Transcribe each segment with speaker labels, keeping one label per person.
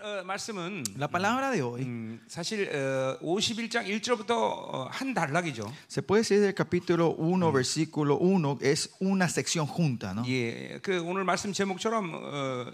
Speaker 1: 어, 말씀은
Speaker 2: La palabra de hoy
Speaker 1: 음, 사실 어, 51장 1절부터 어, 한 단락이죠.
Speaker 2: se puede decir del capítulo 1, versículo 1, es una sección junta, ¿no?
Speaker 1: 예, 그 오늘 말씀 제목처럼 어,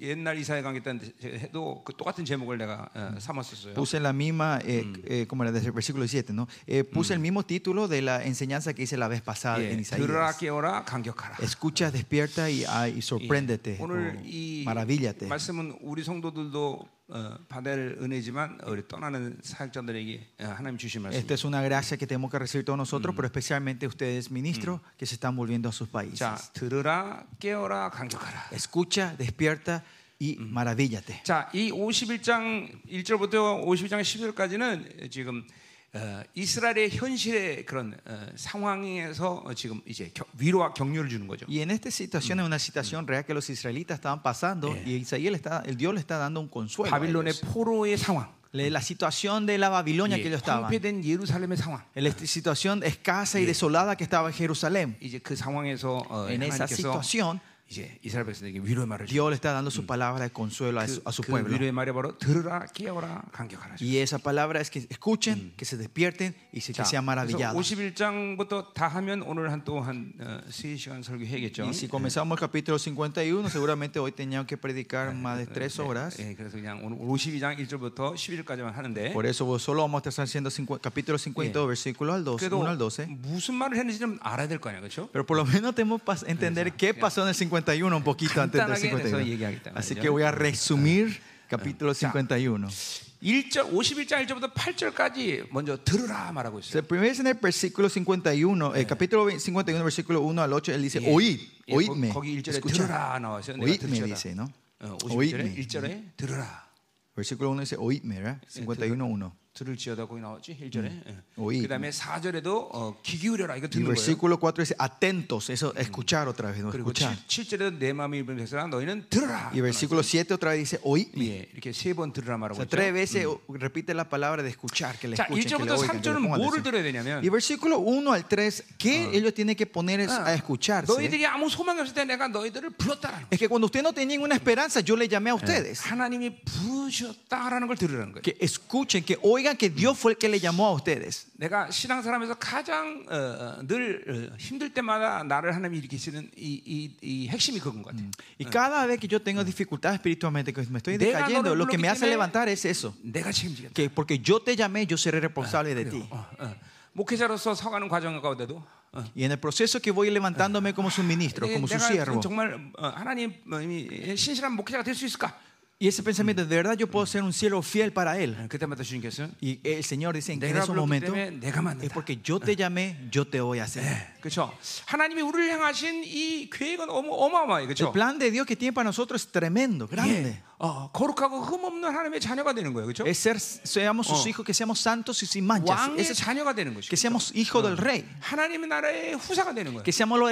Speaker 1: 옛날 이사야 강의 때 해도 그 똑같은 제목을 내가 어, 삼았었어요.
Speaker 2: Puse la misma, eh, eh, como la del versículo 7, ¿no? Eh, puse el mismo título de la enseñanza que hice la vez pasada
Speaker 1: 예,
Speaker 2: en
Speaker 1: 들어라
Speaker 2: Isaías.
Speaker 1: 깨어라 간격하라.
Speaker 2: Escucha, despierta y, ah, y sorpréndete,
Speaker 1: 오늘
Speaker 2: o
Speaker 1: 이
Speaker 2: maravíllate.
Speaker 1: 말씀은 우리 성도들도 어, 받을 은혜지만 우리 떠나는 사역자들에게 어, 하나님 주신 말씀.
Speaker 2: Esta es una gracia que tenemos que recibir todos nosotros, pero especialmente ustedes, ministros, que se están volviendo a sus países.
Speaker 1: 자, 들으라 깨어라 간격하라.
Speaker 2: Escucha, despierta y maravíllate.
Speaker 1: 자, 이 51장 1절부터 52장 10절까지는 지금 어, 이스라엘의 현실의 그런 어, 상황에서 어, 지금 이제 겨- 위로와 격려를 ju는 거죠.
Speaker 2: Y en esta situación es una situación real que los israelitas estaban pasando y Isaías le está, el Dios le está dando un consuelo. a
Speaker 1: 바빌론의
Speaker 2: ellos.
Speaker 1: 포로의 상황,
Speaker 2: Le- La situación de la Babilonia
Speaker 1: 예,
Speaker 2: que ellos estaban,
Speaker 1: 황폐된 예루살렘의 상황.
Speaker 2: la est- situación escasa y desolada que estaba en Jerusalén.
Speaker 1: 이제 그 상황에서 어,
Speaker 2: En esa
Speaker 1: 하나님께서
Speaker 2: situación,
Speaker 1: 이제 이스라엘 백성에게 위로의 말을
Speaker 2: Dios le está dando su palabra de consuelo a su, a su
Speaker 1: 그
Speaker 2: pueblo.
Speaker 1: 위로의 말이 바로 들으라 깨어라 간격하라.
Speaker 2: Y esa palabra es que escuchen, que se despierten y se- que sean maravillados.
Speaker 1: 51장부터 다 하면 오늘 한 또한 어, 3시간 설교해야겠죠.
Speaker 2: Y si comenzamos el capítulo 51, seguramente hoy teníamos que predicar más de tres horas.
Speaker 1: 예, 그래서 그냥 오늘 52장 1절부터 11절까지만 하는데
Speaker 2: Por eso solo vamos a estar haciendo cincu- capítulo 52, versículo al 12,
Speaker 1: 그래도
Speaker 2: 1 al 12.
Speaker 1: 무슨 말을 했는지 좀 알아야 될 거 아니야, 그렇죠?
Speaker 2: Pero por lo menos tenemos que entender qué pasó en el 51 un poquito antes del
Speaker 1: 간단하게 해서
Speaker 2: 51.
Speaker 1: 얘기하겠다
Speaker 2: Así
Speaker 1: 말이죠.
Speaker 2: que voy a resumir capítulo 51.
Speaker 1: 1절 51장 1절부터 8절까지 먼저 들으라 말하고 있어요.
Speaker 2: Se primero en el versículo 51, el capítulo 51, versículo 1 al 8, él dice, oíd,
Speaker 1: 예, 거-
Speaker 2: oídme,
Speaker 1: 거기 1절에
Speaker 2: escuchad.
Speaker 1: 들으라 나와서 내가
Speaker 2: Oídme,
Speaker 1: 들으라.
Speaker 2: dice, ¿no?
Speaker 1: 어,
Speaker 2: Oídme.
Speaker 1: 51절에 1절에 들으라.
Speaker 2: Versículo 1 dice, oídme, ¿verdad? 51, 1.
Speaker 1: 들을지어다 거기 나왔지 1절에. 예.
Speaker 2: 오이.
Speaker 1: 그다음에 4절에도 어, 귀 기울여라 네. 이거
Speaker 2: Y
Speaker 1: 듣는 거예요.
Speaker 2: versículo 4 dice, atentos, eso, escuchar otra vez, ¿no?
Speaker 1: 그리고
Speaker 2: Mm. Escuchar. Ah,
Speaker 1: 7절에도 내 마음이 입은 백성아 너희는 들으라.
Speaker 2: Y versículo 7 otra vez dice, oídme. Mm.
Speaker 1: 예, 이렇게 세 번 들으라
Speaker 2: O
Speaker 1: 말하고
Speaker 2: sea,
Speaker 1: 있죠.
Speaker 2: tres veces o- repite la palabra de escuchar, que le
Speaker 1: 자,
Speaker 2: escuchen, que le
Speaker 1: 1절부터
Speaker 2: oigan, que le
Speaker 1: 3절은
Speaker 2: pongan
Speaker 1: 뭐를
Speaker 2: atención.
Speaker 1: 들어야 되냐면
Speaker 2: Y versículo 1 al 3, ¿qué
Speaker 1: Ah.
Speaker 2: ellos tienen que poner es a escucharse?
Speaker 1: 너희들이 아무 소망이 없을 때 내가 너희들을 불렀다라는
Speaker 2: Es que cuando usted no tenía ninguna esperanza, yo le
Speaker 1: Ah.
Speaker 2: llamé a ustedes.
Speaker 1: 거예요. 하나님이 부르셨다라는 걸 들으라는 거예요.
Speaker 2: Que escuchen, que oigan que Dios fue el que le llamó a ustedes.
Speaker 1: 내가 신앙사람에서 가장 어, 어, 늘 어, 힘들 때마다 나를 하나님이 이렇게 쓰는 이, 이, 이 핵심이 그건 것 같아요.
Speaker 2: Y cada vez que yo tengo dificultad espiritualmente, que me estoy
Speaker 1: Ah. Deja
Speaker 2: decayendo,
Speaker 1: no
Speaker 2: lo que me
Speaker 1: bloquearme.
Speaker 2: hace levantar es eso.
Speaker 1: 내가 책임지겠다.
Speaker 2: Que porque yo te llamé, yo seré responsable de ti.
Speaker 1: 어, 어. 목회자로서 서가는 과정 가운데도 어.
Speaker 2: Y en el proceso que voy levantándome como su ministro, como su
Speaker 1: 내가
Speaker 2: siervo.
Speaker 1: 정말 어, 하나님이 신실한 목회자가 될 수 있을까?
Speaker 2: Y ese pensamiento,
Speaker 1: Mm.
Speaker 2: de verdad yo puedo ser un siervo fiel para Él.
Speaker 1: 예, 그때마다 주님께서
Speaker 2: Y el Señor dice en
Speaker 1: 내가
Speaker 2: esos
Speaker 1: 불렀기
Speaker 2: momentos
Speaker 1: 때문에 내가
Speaker 2: es
Speaker 1: 만든다.
Speaker 2: porque yo te llamé, yo te voy a
Speaker 1: Eh.
Speaker 2: hacer.
Speaker 1: 그렇죠. 하나님이 우리를 향하신 이 계획은 어마, 어마어마해.
Speaker 2: El
Speaker 1: 그렇죠.
Speaker 2: plan de Dios que tiene para nosotros es tremendo, grande.
Speaker 1: 예. 어, 거룩하고 흠없는 하나님의 자녀가 되는 거예요. 그렇죠?
Speaker 2: Es ser, seamos sus hijos, que seamos santos y sin manchas.
Speaker 1: 왕의 그
Speaker 2: Ese Oh. es- Ah.
Speaker 1: 자녀가 되는 것이죠.
Speaker 2: que seamos hijos del rey,
Speaker 1: 하나님의 나라의 후사가 되는 거예요.
Speaker 2: que seamos los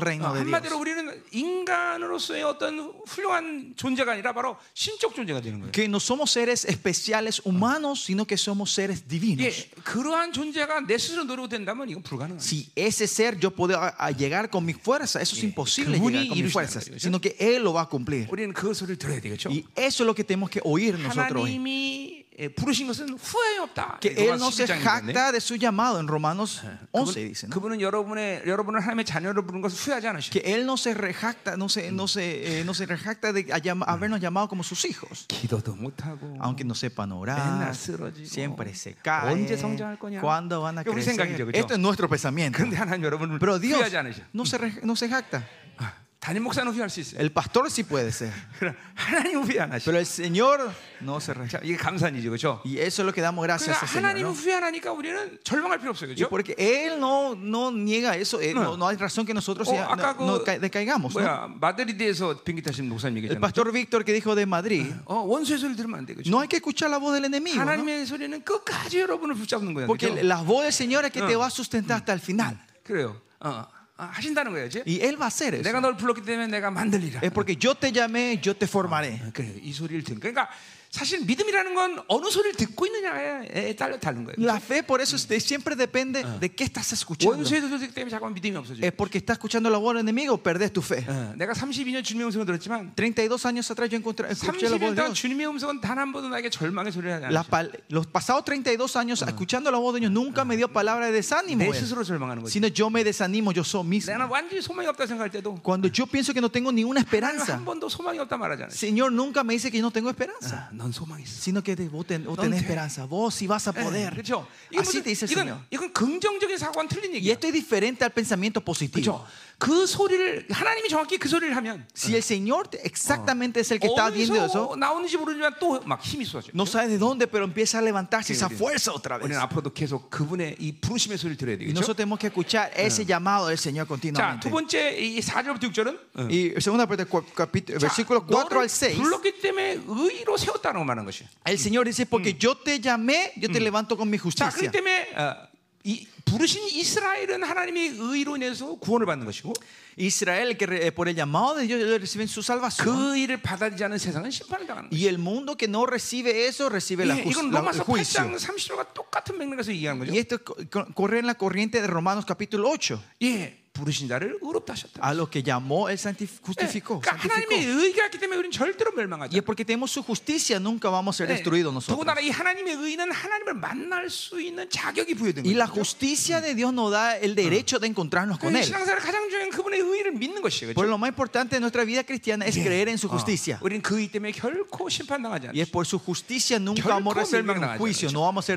Speaker 1: 어,
Speaker 2: del reino de
Speaker 1: 그 한마디로
Speaker 2: Dios.
Speaker 1: 우리는 인간으로서의 어떤 훌륭한 존재가 아니라 바로 신적 존재가 되는 거예요.
Speaker 2: Que no somos seres especiales humanos, sino que somos seres
Speaker 1: 예,
Speaker 2: divinos.
Speaker 1: 그러한 존재가 내 스스로 노력된다면 이건 불가능한 거예요.
Speaker 2: Si ese ser yo puedo a- a llegar con mi fuerza, eso es imposible
Speaker 1: 그분이
Speaker 2: llegar con mis
Speaker 1: 이루시는
Speaker 2: fuerzas,
Speaker 1: 거예요.
Speaker 2: sino que Él lo va a cumplir.
Speaker 1: 우리는 그 소리를 들어야 되겠죠.
Speaker 2: Y eso es lo que tenemos que oír nosotros hoy.
Speaker 1: 하나님이 예, 부르신 것은 후회 없다.
Speaker 2: que
Speaker 1: 로마
Speaker 2: él no se
Speaker 1: 11장 인데.
Speaker 2: jacta de su llamado en Romanos 11 dice
Speaker 1: 그분,
Speaker 2: ¿no?
Speaker 1: 그분은 여러분의 여러분을 하나님의 자녀로 부른 것을 후회하지 않으시고
Speaker 2: que él no se rejacta no se no se eh, no se rejacta de a llama- habernos llamado como sus hijos
Speaker 1: 기도도 못하고
Speaker 2: aunque no sepan orar
Speaker 1: 맨날 쓰러지고
Speaker 2: siempre se caen
Speaker 1: 언제 성장할 거냐
Speaker 2: cuándo van a
Speaker 1: 이게 우리
Speaker 2: crecer
Speaker 1: 생각이죠, 그죠?
Speaker 2: esto es nuestro pensamiento
Speaker 1: 그런데 하나님 여러분을
Speaker 2: pero Dios
Speaker 1: 후회하지 않으셔
Speaker 2: no se re- no se jacta
Speaker 1: 아, 담임 목사는 후회할 수 있어요
Speaker 2: el pastor sí puede ser
Speaker 1: 그러나 하나님 후회 안 하셔
Speaker 2: pero el Señor no se rejacta
Speaker 1: 자, 이게 감산이죠 그렇죠?
Speaker 2: y eso es lo que damos gracias
Speaker 1: 그러니까
Speaker 2: al Señor
Speaker 1: 하나님
Speaker 2: ¿no?
Speaker 1: 후회 안 하니까 우리는 절망할 필요 없어요
Speaker 2: Y
Speaker 1: 그렇죠?
Speaker 2: porque él no, no niega eso, él no, Oh, no hay razón que nosotros
Speaker 1: 어,
Speaker 2: sea-
Speaker 1: 아까
Speaker 2: no, no
Speaker 1: 그
Speaker 2: ca- decaigamos. ¿no?
Speaker 1: 뭐야 마드리드에서 비행기 타시는 목사님
Speaker 2: El
Speaker 1: 얘기잖아요
Speaker 2: pastor Víctor que dijo de Madrid,
Speaker 1: 어, 원수의 소리를 들으면 안 돼. 그렇죠?
Speaker 2: no hay que escuchar la voz del enemigo, ¿no?
Speaker 1: 하나님의 소리는 끝까지 여러분을 붙잡는 거예요.
Speaker 2: porque
Speaker 1: 그렇죠?
Speaker 2: la voz del Señor es que te va a sustentar hasta el final.
Speaker 1: 그래요. 어, 아, 하신다는 거예요, 그렇지?
Speaker 2: Y Él va a hacer eso.
Speaker 1: 내가 널 불렀기 때문에 내가 만들리라. 어,
Speaker 2: Es porque yo te llamé, yo te formaré.
Speaker 1: 그래, 이 소리를 듣는 거예요. 그러니까 사실 믿음이라는 건 어느 소리를 듣고 있느냐에 따라 다른 거예요.
Speaker 2: La fe, por eso, de- siempre depende de qué estás escuchando.
Speaker 1: 원수의 소리 때문에 자꾸 믿음이 없어져.
Speaker 2: Es porque estás escuchando la voz del enemigo, perdés tu fe.
Speaker 1: 어, 내가 32년 주님의 음성을 들었지만
Speaker 2: 32 años atrás yo
Speaker 1: 그
Speaker 2: encontré escuché la
Speaker 1: 30년
Speaker 2: voz de
Speaker 1: 동안
Speaker 2: Dios.
Speaker 1: 주님의 음성은 단 한 번도 나에게 절망의 소리를 하지
Speaker 2: La
Speaker 1: 않았어.
Speaker 2: pal- los pasados 32 años escuchando la voz de Dios nunca me dio palabra Ah. de desánimo,
Speaker 1: 내
Speaker 2: él,
Speaker 1: 스스로 절망하는 거지.
Speaker 2: sino yo me desanimo yo soy mismo.
Speaker 1: 내가 완전히 소망이 없다 생각할 때도
Speaker 2: Cuando yo pienso que no tengo ninguna
Speaker 1: 하나님
Speaker 2: esperanza,
Speaker 1: 한 번도 소망이 없다 말하지 않았어.
Speaker 2: Señor nunca me dice que yo no tengo esperanza,
Speaker 1: 아, 넌 소망 있어.
Speaker 2: sino que de- vos, ten- vos tenés esperanza, vos sí vas a
Speaker 1: Eh,
Speaker 2: poder.
Speaker 1: 그렇죠. 이건,
Speaker 2: Así te dice el Señor.
Speaker 1: 이건, 이건 긍정적인 사고와는 틀린
Speaker 2: Y
Speaker 1: 얘기야.
Speaker 2: esto es diferente al pensamiento positivo.
Speaker 1: 그렇죠. 그 소리를 하나님이 정확히 그 소리를 하면
Speaker 2: Si el Señor te- exactamente es el
Speaker 1: Oh,
Speaker 2: que está viendo eso,
Speaker 1: 어디서 나오는지 모르지만 또 막 힘이 쏟아져.
Speaker 2: no sabes de dónde, pero empieza a levantarse
Speaker 1: Sí,
Speaker 2: esa
Speaker 1: sí.
Speaker 2: fuerza otra vez.
Speaker 1: 우리는 앞으로도 계속 그분의 이 부르심의 소리를 들어야 되겠죠.
Speaker 2: Y nosotros tenemos que escuchar
Speaker 1: Ah.
Speaker 2: ese llamado del Señor
Speaker 1: 자, 두
Speaker 2: continuamente. Ah.
Speaker 1: 번째 이 4절부터 6절은
Speaker 2: Y segunda parte, cua- capítulo, versículo 4 al 6.
Speaker 1: 불렀기 때문에 의로 세웠다고 말하는 것이에요.
Speaker 2: El Señor dice, porque
Speaker 1: Mm.
Speaker 2: yo te llamé, yo te levanto con mi
Speaker 1: 자, 그렇기
Speaker 2: justicia.
Speaker 1: 때문에 어, 이 부르신 이스라엘은 하나님이 의로 인해서 구원을 받는 것이고
Speaker 2: Israel, que re- eh, por el llamado de Dios ellos reciben su salvación.
Speaker 1: 그 일을 받아들이지 않은 세상은 심판을 당하는 거예요.
Speaker 2: Y el mundo que no recibe eso, recibe la
Speaker 1: 예,
Speaker 2: jus-
Speaker 1: 이건
Speaker 2: la- el
Speaker 1: 로마서 8장
Speaker 2: juicio.
Speaker 1: 30절과 똑같은 맥락에서 얘기하는 거죠.
Speaker 2: Y esto co- co- corre en la corriente de Romanos capítulo 8.
Speaker 1: 예, 부르신 자를 의롭다 하셨다.
Speaker 2: A los que llamó, Él santif-
Speaker 1: 예,
Speaker 2: justificó.
Speaker 1: 그러니까 하나님의
Speaker 2: santificó.
Speaker 1: 의가 있기 때문에 우리는 절대로 멸망하지
Speaker 2: Y es porque tenemos su justicia, nunca vamos a ser
Speaker 1: 네,
Speaker 2: destruidos nosotros.
Speaker 1: 더군다나 이 하나님의 의는 하나님을 만날 수 있는 자격이 부여된
Speaker 2: Y
Speaker 1: 거예요.
Speaker 2: la justicia de Dios nos da el derecho de encontrarnos con
Speaker 1: 그
Speaker 2: Él.
Speaker 1: 신앙생활 가장 중요한 그분의 의를 믿는 것이에요.
Speaker 2: Por
Speaker 1: 그렇죠?
Speaker 2: lo más importante de nuestra vida cristiana es creer en su justicia.
Speaker 1: 우리는 그의 때문에 결코 심판당하지 않아요.
Speaker 2: Y es por su justicia nunca
Speaker 1: 결코
Speaker 2: vamos a recibir un
Speaker 1: 멸망당하지
Speaker 2: juicio,
Speaker 1: 않죠.
Speaker 2: no vamos a ser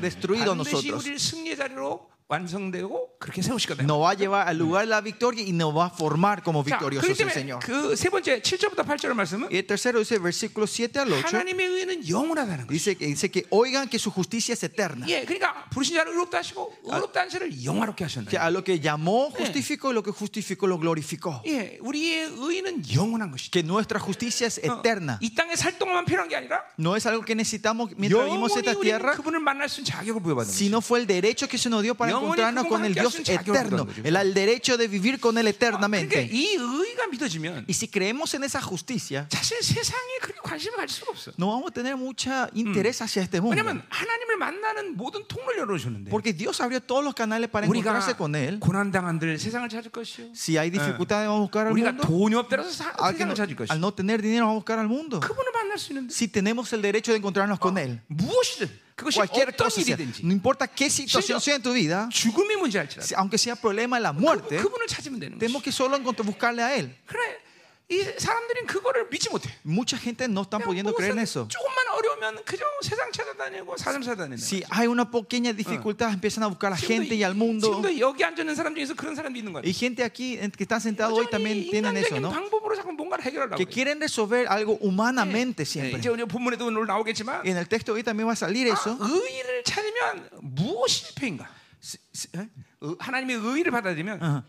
Speaker 1: 반드시
Speaker 2: destruidos nosotros.
Speaker 1: 우리를 승리의 자리로 완성되고 그렇게 세우실 거다.
Speaker 2: Nos va a llevar al lugar de la victoria y nos va a formar
Speaker 1: 자,
Speaker 2: como
Speaker 1: 그렇기
Speaker 2: victoriosos el
Speaker 1: 때문에
Speaker 2: Señor. 예,
Speaker 1: 그 세 번째 7절부터 8절 말씀은
Speaker 2: Y el tercero dice, versículo 7 al 8,
Speaker 1: 하나님의 의는 영원하다는 거예요.
Speaker 2: dice que, dice que oigan que su justicia es eterna.
Speaker 1: 예, 그러니까 부르신 자를 의롭다 하시고
Speaker 2: 아,
Speaker 1: 의롭다는 자를 영화롭게
Speaker 2: Que
Speaker 1: 하셨나요?
Speaker 2: a lo que llamó justificó y lo que justificó lo glorificó.
Speaker 1: 예, 우리의 의는 영원한 것이죠. 어,
Speaker 2: Que nuestra justicia es eterna.
Speaker 1: 이 땅에 살 동안만 필요한 게 아니라
Speaker 2: No es algo que necesitamos mientras vivimos
Speaker 1: 영원히
Speaker 2: esta
Speaker 1: 우리는
Speaker 2: tierra,
Speaker 1: 그분을 만날 수 있는 자격을 부여받는 거죠.
Speaker 2: sino fue el derecho que se nos dio para
Speaker 1: 영원히
Speaker 2: encontrarnos con el
Speaker 1: 그분과
Speaker 2: Dios
Speaker 1: 함께 하시는 자격을
Speaker 2: eterno,
Speaker 1: 얻는 거죠.
Speaker 2: el, el derecho de vivir con Él
Speaker 1: 그러니까
Speaker 2: eternamente.
Speaker 1: 이 의가 믿어지면
Speaker 2: Y si creemos en esa justicia,
Speaker 1: 사실 세상에 그렇게 관심을 가질 수가 없어.
Speaker 2: no vamos a tener mucha interés hacia este mundo.
Speaker 1: 왜냐하면 하나님을 만나는 모든 통로를 열어주는데
Speaker 2: 음. Porque Dios abrió todos los canales para
Speaker 1: 우리가
Speaker 2: encontrarse con Él.
Speaker 1: 고난 당한들 세상을 찾을 것이요.
Speaker 2: Si hay dificultades, vamos a buscar al
Speaker 1: 우리가
Speaker 2: mundo.
Speaker 1: 돈이 없다라서 사-
Speaker 2: Al, que
Speaker 1: 세상을
Speaker 2: no-
Speaker 1: 찾을 것이요.
Speaker 2: al no tener dinero, vamos a buscar al mundo.
Speaker 1: 그분을 만날 수 있는데
Speaker 2: Si tenemos el derecho de encontrarnos con Él,
Speaker 1: 무엇이든 그것이
Speaker 2: cualquier
Speaker 1: 어떤
Speaker 2: cosa, sea,
Speaker 1: 일이든지
Speaker 2: no importa qué situación
Speaker 1: Señor.
Speaker 2: sea en tu vida,
Speaker 1: 죽음의 문제할지라도
Speaker 2: si- aunque sea problema de la
Speaker 1: 그-
Speaker 2: muerte,
Speaker 1: 그분을 찾으면 되는 거지.
Speaker 2: tenemos que solo encontr- buscarle a Él.
Speaker 1: 그래 이 사람들은 그거를 믿지 못해.
Speaker 2: Mucha gente no están pudiendo creer en eso.
Speaker 1: 조금만 어려우면 그저 세상 찾아다니고 사람 찾아다니는.
Speaker 2: Si hay una pequeña dificultad, empiezan a buscar a la
Speaker 1: 지금도
Speaker 2: gente
Speaker 1: 이-
Speaker 2: y al mundo.
Speaker 1: 지금도 여기 앉아 있는 사람 중에서 그런 사람도 있는 거야.
Speaker 2: Y gente aquí en- que están sentados hoy
Speaker 1: 여전히
Speaker 2: también tienen eso,
Speaker 1: 인간적인
Speaker 2: ¿no?
Speaker 1: 방법으로 자꾸 뭔가를 해결하려고.
Speaker 2: Que
Speaker 1: 그래.
Speaker 2: quieren resolver algo humanamente
Speaker 1: 예,
Speaker 2: siempre.
Speaker 1: 이제 오늘 본문에도 오늘 나오겠지만
Speaker 2: Y en el texto hoy también va a salir
Speaker 1: 아,
Speaker 2: eso.
Speaker 1: 의의를 찾으면 무엇이 실패인가?
Speaker 2: Si, si-
Speaker 1: 어?
Speaker 2: ¿eh?
Speaker 1: 의- 하나님의 의의를 받아들이면
Speaker 2: Ajá.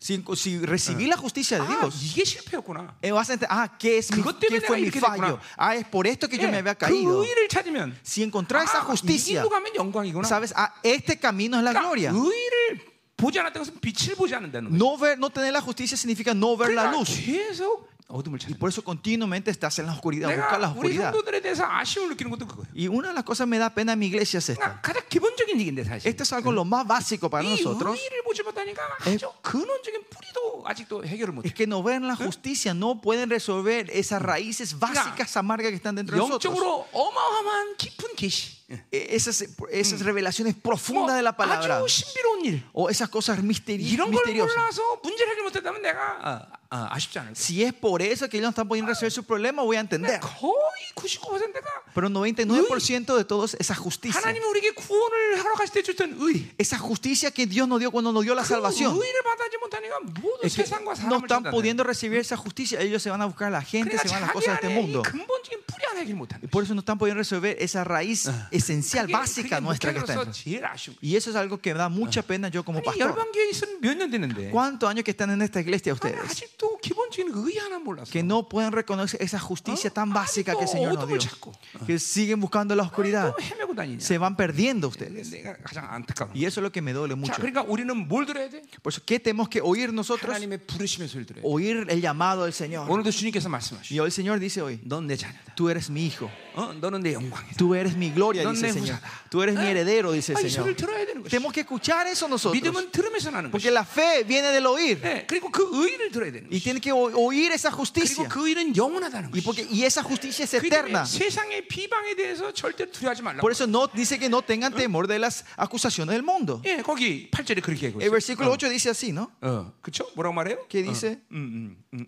Speaker 2: Si, si recibí la justicia de
Speaker 1: 어. 아
Speaker 2: Dios,
Speaker 1: 이게 실패였구나.
Speaker 2: eh, vas a entender, ah, ¿qué, es mi-
Speaker 1: 그것 때문에
Speaker 2: qué fue
Speaker 1: 내가
Speaker 2: mi
Speaker 1: 이렇게
Speaker 2: fallo?
Speaker 1: 됐구나.
Speaker 2: Ah, es por esto que yo me
Speaker 1: 예,
Speaker 2: había
Speaker 1: 그
Speaker 2: caído.
Speaker 1: 의의를 찾으면
Speaker 2: Si encontrar esa
Speaker 1: 아, 이
Speaker 2: justicia,
Speaker 1: 길로 가면 영광이구나.
Speaker 2: sabes, ah, este camino es la gloria.
Speaker 1: 그러니까 의의를 보지 않았다는 것은 빛을 보지 않는다는 거예요.
Speaker 2: No, ver, no tener la justicia significa no ver la
Speaker 1: 그러니까
Speaker 2: luz.
Speaker 1: 계속 어둠을
Speaker 2: Y
Speaker 1: 찾는
Speaker 2: por eso continuamente estás en la oscuridad, buscas la
Speaker 1: 내가 우리
Speaker 2: oscuridad.
Speaker 1: 성도들에 대해서 아쉬움을 느끼는 것도 그거예요.
Speaker 2: Y una de las cosas que me da pena en mi iglesia es esta.
Speaker 1: 그러니까 가장 기본적인 얘기인데 사실.
Speaker 2: Esto es algo lo más básico para
Speaker 1: 이
Speaker 2: nosotros.
Speaker 1: 의의를 보지 못하니까 아주 근원적인 뿌리도 아직도 해결을 못해.
Speaker 2: Es que no ven la justicia, no pueden resolver esas raíces básicas amargas que están dentro de nosotros.
Speaker 1: 영적으로 어마어마한 깊은 계시. 예.
Speaker 2: Eh, Esas, esas revelaciones profundas de la
Speaker 1: 뭐
Speaker 2: palabra
Speaker 1: 아주 신비로운 일.
Speaker 2: o esas cosas misteri-
Speaker 1: 이런 걸
Speaker 2: misteriosas.
Speaker 1: 몰라서 문제를 해결 못했다면 내가 아, 아, 쉽지 않을 거야.
Speaker 2: Si es por eso que ellos no están pudiendo resolver su problema, voy a entender.
Speaker 1: 거의 99%가
Speaker 2: Pero 99% de todos, esa justicia.
Speaker 1: 하나님이 우리에게 구원을 허락하실 때 줬던 의.
Speaker 2: Esa justicia que Dios nos dio cuando nos dio la
Speaker 1: 그
Speaker 2: salvación.
Speaker 1: 의를 받아지 못하니까 모든
Speaker 2: Es que
Speaker 1: 세상과
Speaker 2: no
Speaker 1: 사람을
Speaker 2: están
Speaker 1: 찾는다.
Speaker 2: pudiendo recibir esa justicia. Ellos se van a buscar a la gente,
Speaker 1: 그러니까
Speaker 2: se van a las
Speaker 1: 자기
Speaker 2: cosas de este
Speaker 1: 안에 이
Speaker 2: mundo.
Speaker 1: 근본적인 뿌리 하나 해결 못하는
Speaker 2: Y
Speaker 1: 거야.
Speaker 2: por eso no están pudiendo resolver esa raíz esencial, básica nuestra que está
Speaker 1: 목회자로서
Speaker 2: dentro.
Speaker 1: 제일 아쉬운
Speaker 2: Y eso es algo que me da mucha pena yo como
Speaker 1: 거예요. 아니
Speaker 2: pastor.
Speaker 1: 열방교회 있으면 몇 년 됐는데
Speaker 2: 그 ¿Cuántos años que están en esta iglesia
Speaker 1: 아니,
Speaker 2: ustedes?
Speaker 1: 아직도 기본 기본적인 의의 하나 몰랐어.
Speaker 2: que no pueden reconocer esa justicia tan básica que el Señor nos
Speaker 1: 어둠을
Speaker 2: dio,
Speaker 1: 찾고
Speaker 2: que siguen buscando la oscuridad,
Speaker 1: 아, 또 헤매고 다니냐.
Speaker 2: se van perdiendo ustedes.
Speaker 1: 내가 가장 안타까운.
Speaker 2: Y eso es lo que me duele
Speaker 1: 자,
Speaker 2: mucho.
Speaker 1: 그러니까 우리는 뭘 들어야 돼?
Speaker 2: Por eso, ¿qué tenemos que oír nosotros?
Speaker 1: 하나님의 부르심의 소리를 들어야 돼.
Speaker 2: Oír el llamado del Señor.
Speaker 1: 오늘도 주님께서 말씀하시죠.
Speaker 2: Y hoy el Señor dice hoy,
Speaker 1: 넌 내 자녀다.
Speaker 2: tú eres mi hijo,
Speaker 1: 어, 너는 내 영광이다.
Speaker 2: tú eres mi gloria,
Speaker 1: No
Speaker 2: dice el
Speaker 1: me
Speaker 2: Señor.
Speaker 1: gusta.
Speaker 2: Tú eres mi heredero, dice
Speaker 1: 아,
Speaker 2: el
Speaker 1: 이 소리를
Speaker 2: Señor.
Speaker 1: 들어야 되는 것이.
Speaker 2: Tenemos que escuchar eso nosotros.
Speaker 1: 뭐 믿음은 들으면서 나는 것이.
Speaker 2: Porque la fe viene del oír.
Speaker 1: 네, 그리고 그 의를 들어야 되는
Speaker 2: Y
Speaker 1: 것이.
Speaker 2: tiene que o- oír esa
Speaker 1: 그리고
Speaker 2: justicia.
Speaker 1: 그 의는 영원하다는
Speaker 2: Y,
Speaker 1: 것이.
Speaker 2: porque, y esa justicia es
Speaker 1: 그 때문에
Speaker 2: eterna.
Speaker 1: 세상의 비방에 대해서 절대 두려워하지 말라고.
Speaker 2: Por eso no, dice que no tengan temor de las acusaciones del mundo.
Speaker 1: 예, 거기 8절에 그렇게 하고
Speaker 2: El
Speaker 1: 있어요.
Speaker 2: versículo 8 dice así, ¿no?
Speaker 1: 어, 그렇죠? 뭐라고 말해요?
Speaker 2: ¿Qué dice?
Speaker 1: 음, 음, 음.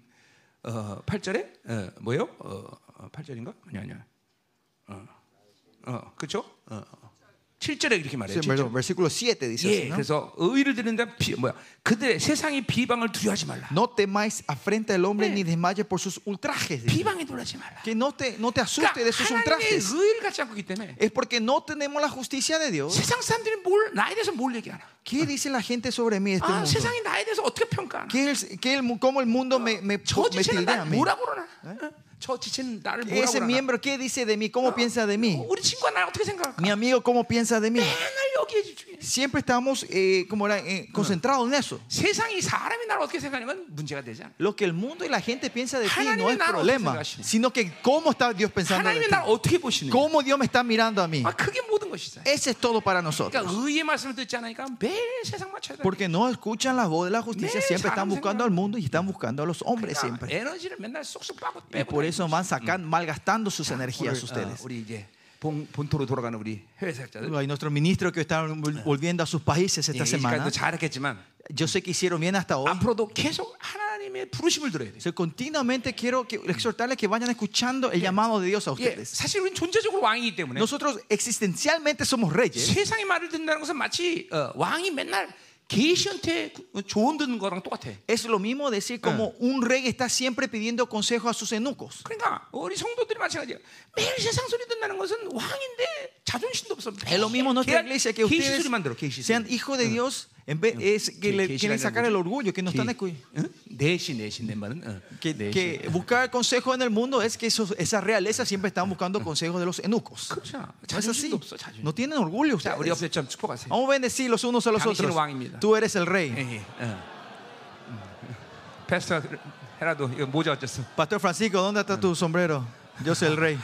Speaker 1: 어, 8절에 어, 뭐예요? 어, 어, 8절인가? 아니 아니야. 어. 어, 그렇죠? 어. 어. 7절에 이렇게 말해요.
Speaker 2: Sí,
Speaker 1: 칠 절.
Speaker 2: perdón, versículo 7 dice
Speaker 1: 예,
Speaker 2: así, ¿no?
Speaker 1: 그래서 의를 듣는다 비, 뭐야? 그들의 세상의 비방을 두려워하지 말라.
Speaker 2: No temáis afrenta al hombre ni desmayes por sus ultrajes. dice.
Speaker 1: 비방에 놀라지 말라.
Speaker 2: Que no te, no te
Speaker 1: 그러니까
Speaker 2: asustes de sus
Speaker 1: 하나님의
Speaker 2: ultrajes.
Speaker 1: 의를 갖지 않고 있기 때문에
Speaker 2: Es porque no tenemos la justicia de Dios.
Speaker 1: 세상 사람들이 뭘 나에 대해서 뭘 얘기하나?
Speaker 2: ¿Qué dice la gente sobre mí de este
Speaker 1: 아,
Speaker 2: mundo?
Speaker 1: 세상이 나에 대해서 어떻게 뭐 평가하나?
Speaker 2: ¿Qué el, qué el mu- ¿Cómo el mundo me, me,
Speaker 1: 저
Speaker 2: me
Speaker 1: 지체는
Speaker 2: tildea a
Speaker 1: 나를
Speaker 2: mí?
Speaker 1: 뭐라고 그러나? 어? 저 지체는 나를 뭐라고
Speaker 2: Ese
Speaker 1: 그러나?
Speaker 2: miembro, ¿qué dice de mí? ¿Cómo piensa de mí?
Speaker 1: 어, 우리 친구가 나를 어떻게 생각할까?
Speaker 2: Mi amigo, ¿cómo piensa de mí?
Speaker 1: 맨날 여기에 집중해.
Speaker 2: Siempre estamos eh, como era, eh, concentrados en eso.
Speaker 1: 세상이 사람이 나를 어떻게 생각하냐면 문제가 되지 않아.
Speaker 2: Lo que el mundo y la gente piensa de ti no
Speaker 1: 하나님이
Speaker 2: es
Speaker 1: 나를
Speaker 2: problema,
Speaker 1: 어떻게 생각하시냐.
Speaker 2: sino que cómo está Dios pensando de
Speaker 1: 하나님이
Speaker 2: ti.
Speaker 1: 나를 어떻게 보시는가?
Speaker 2: Cómo Dios me está mirando a mí.
Speaker 1: 아, 그게 모든 것이다.
Speaker 2: Ese es todo para nosotros.
Speaker 1: 그러니까 의의 말씀을 듣지 않으니까 매일 세상 맞춰야 돼.
Speaker 2: Porque no escuchan la voz de la justicia,
Speaker 1: 네,
Speaker 2: siempre están
Speaker 1: 사람
Speaker 2: buscando al mundo y están buscando a los hombres
Speaker 1: 그러니까
Speaker 2: siempre.
Speaker 1: 에너지를 맨날 쏙쏙 빠고
Speaker 2: Y
Speaker 1: 빼고.
Speaker 2: por eso van sacando, malgastando sus
Speaker 1: 오늘,
Speaker 2: energías
Speaker 1: 어,
Speaker 2: ustedes.
Speaker 1: 우리 이제 본, 본토로 돌아가는 우리 해외 사역자들.
Speaker 2: Hay nuestros ministros que están vol- volviendo a sus países
Speaker 1: 예,
Speaker 2: esta semana.
Speaker 1: 이제까지도 잘했겠지만
Speaker 2: Yo sé que hicieron bien hasta hoy.
Speaker 1: 앞으로도 계속 하나님의 부르심을 들어야 돼.
Speaker 2: O sea, continuamente quiero que- exhortarles que vayan escuchando el llamado de Dios a
Speaker 1: 예,
Speaker 2: ustedes.
Speaker 1: 사실 우리는 존재적으로 왕이기 때문에
Speaker 2: Nosotros existencialmente somos reyes.
Speaker 1: 세상의 말을 듣는다는 것은 마치 어, 왕이 맨날 계시한테 구- 조언 듣는 거랑 똑같아.
Speaker 2: Es lo mismo decir como un rey está siempre pidiendo consejo a sus eunucos.
Speaker 1: 그러니까 우리 성도들이 마찬가지예요. 매일 세상 소리 듣는다는 것은 왕인데 자존심도 없어.
Speaker 2: Es lo mismo en nuestra iglesia que
Speaker 1: 계시
Speaker 2: ustedes
Speaker 1: 소리만 들어. 계시 소리.
Speaker 2: sean hijos de Dios, en vez es que
Speaker 1: 게-
Speaker 2: le
Speaker 1: 계시라는
Speaker 2: quieren sacar
Speaker 1: 거죠.
Speaker 2: el orgullo, que no están
Speaker 1: 게-
Speaker 2: escu-
Speaker 1: 응? 내신 내신 내 말은 어,
Speaker 2: que,
Speaker 1: 내신.
Speaker 2: que buscar consejo en el mundo es que esos, esa realeza siempre están buscando consejos de los eunucos.
Speaker 1: 그렇잖아.
Speaker 2: No es
Speaker 1: 그렇죠. 뭐 자존심도
Speaker 2: así.
Speaker 1: 없어 자존심. 어?
Speaker 2: No tienen orgullo
Speaker 1: 자 우리
Speaker 2: ustedes.
Speaker 1: 옆에 좀 축복하세요.
Speaker 2: Vamos a bendecir los unos a los
Speaker 1: 당신은
Speaker 2: otros.
Speaker 1: 왕입니다.
Speaker 2: Tú eres el
Speaker 1: 예,
Speaker 2: rey.
Speaker 1: 예. 어. 패스터 헤라도 이거 모자 어쨌어.
Speaker 2: Pastor Francisco, ¿dónde está tu sombrero? Yo soy el rey.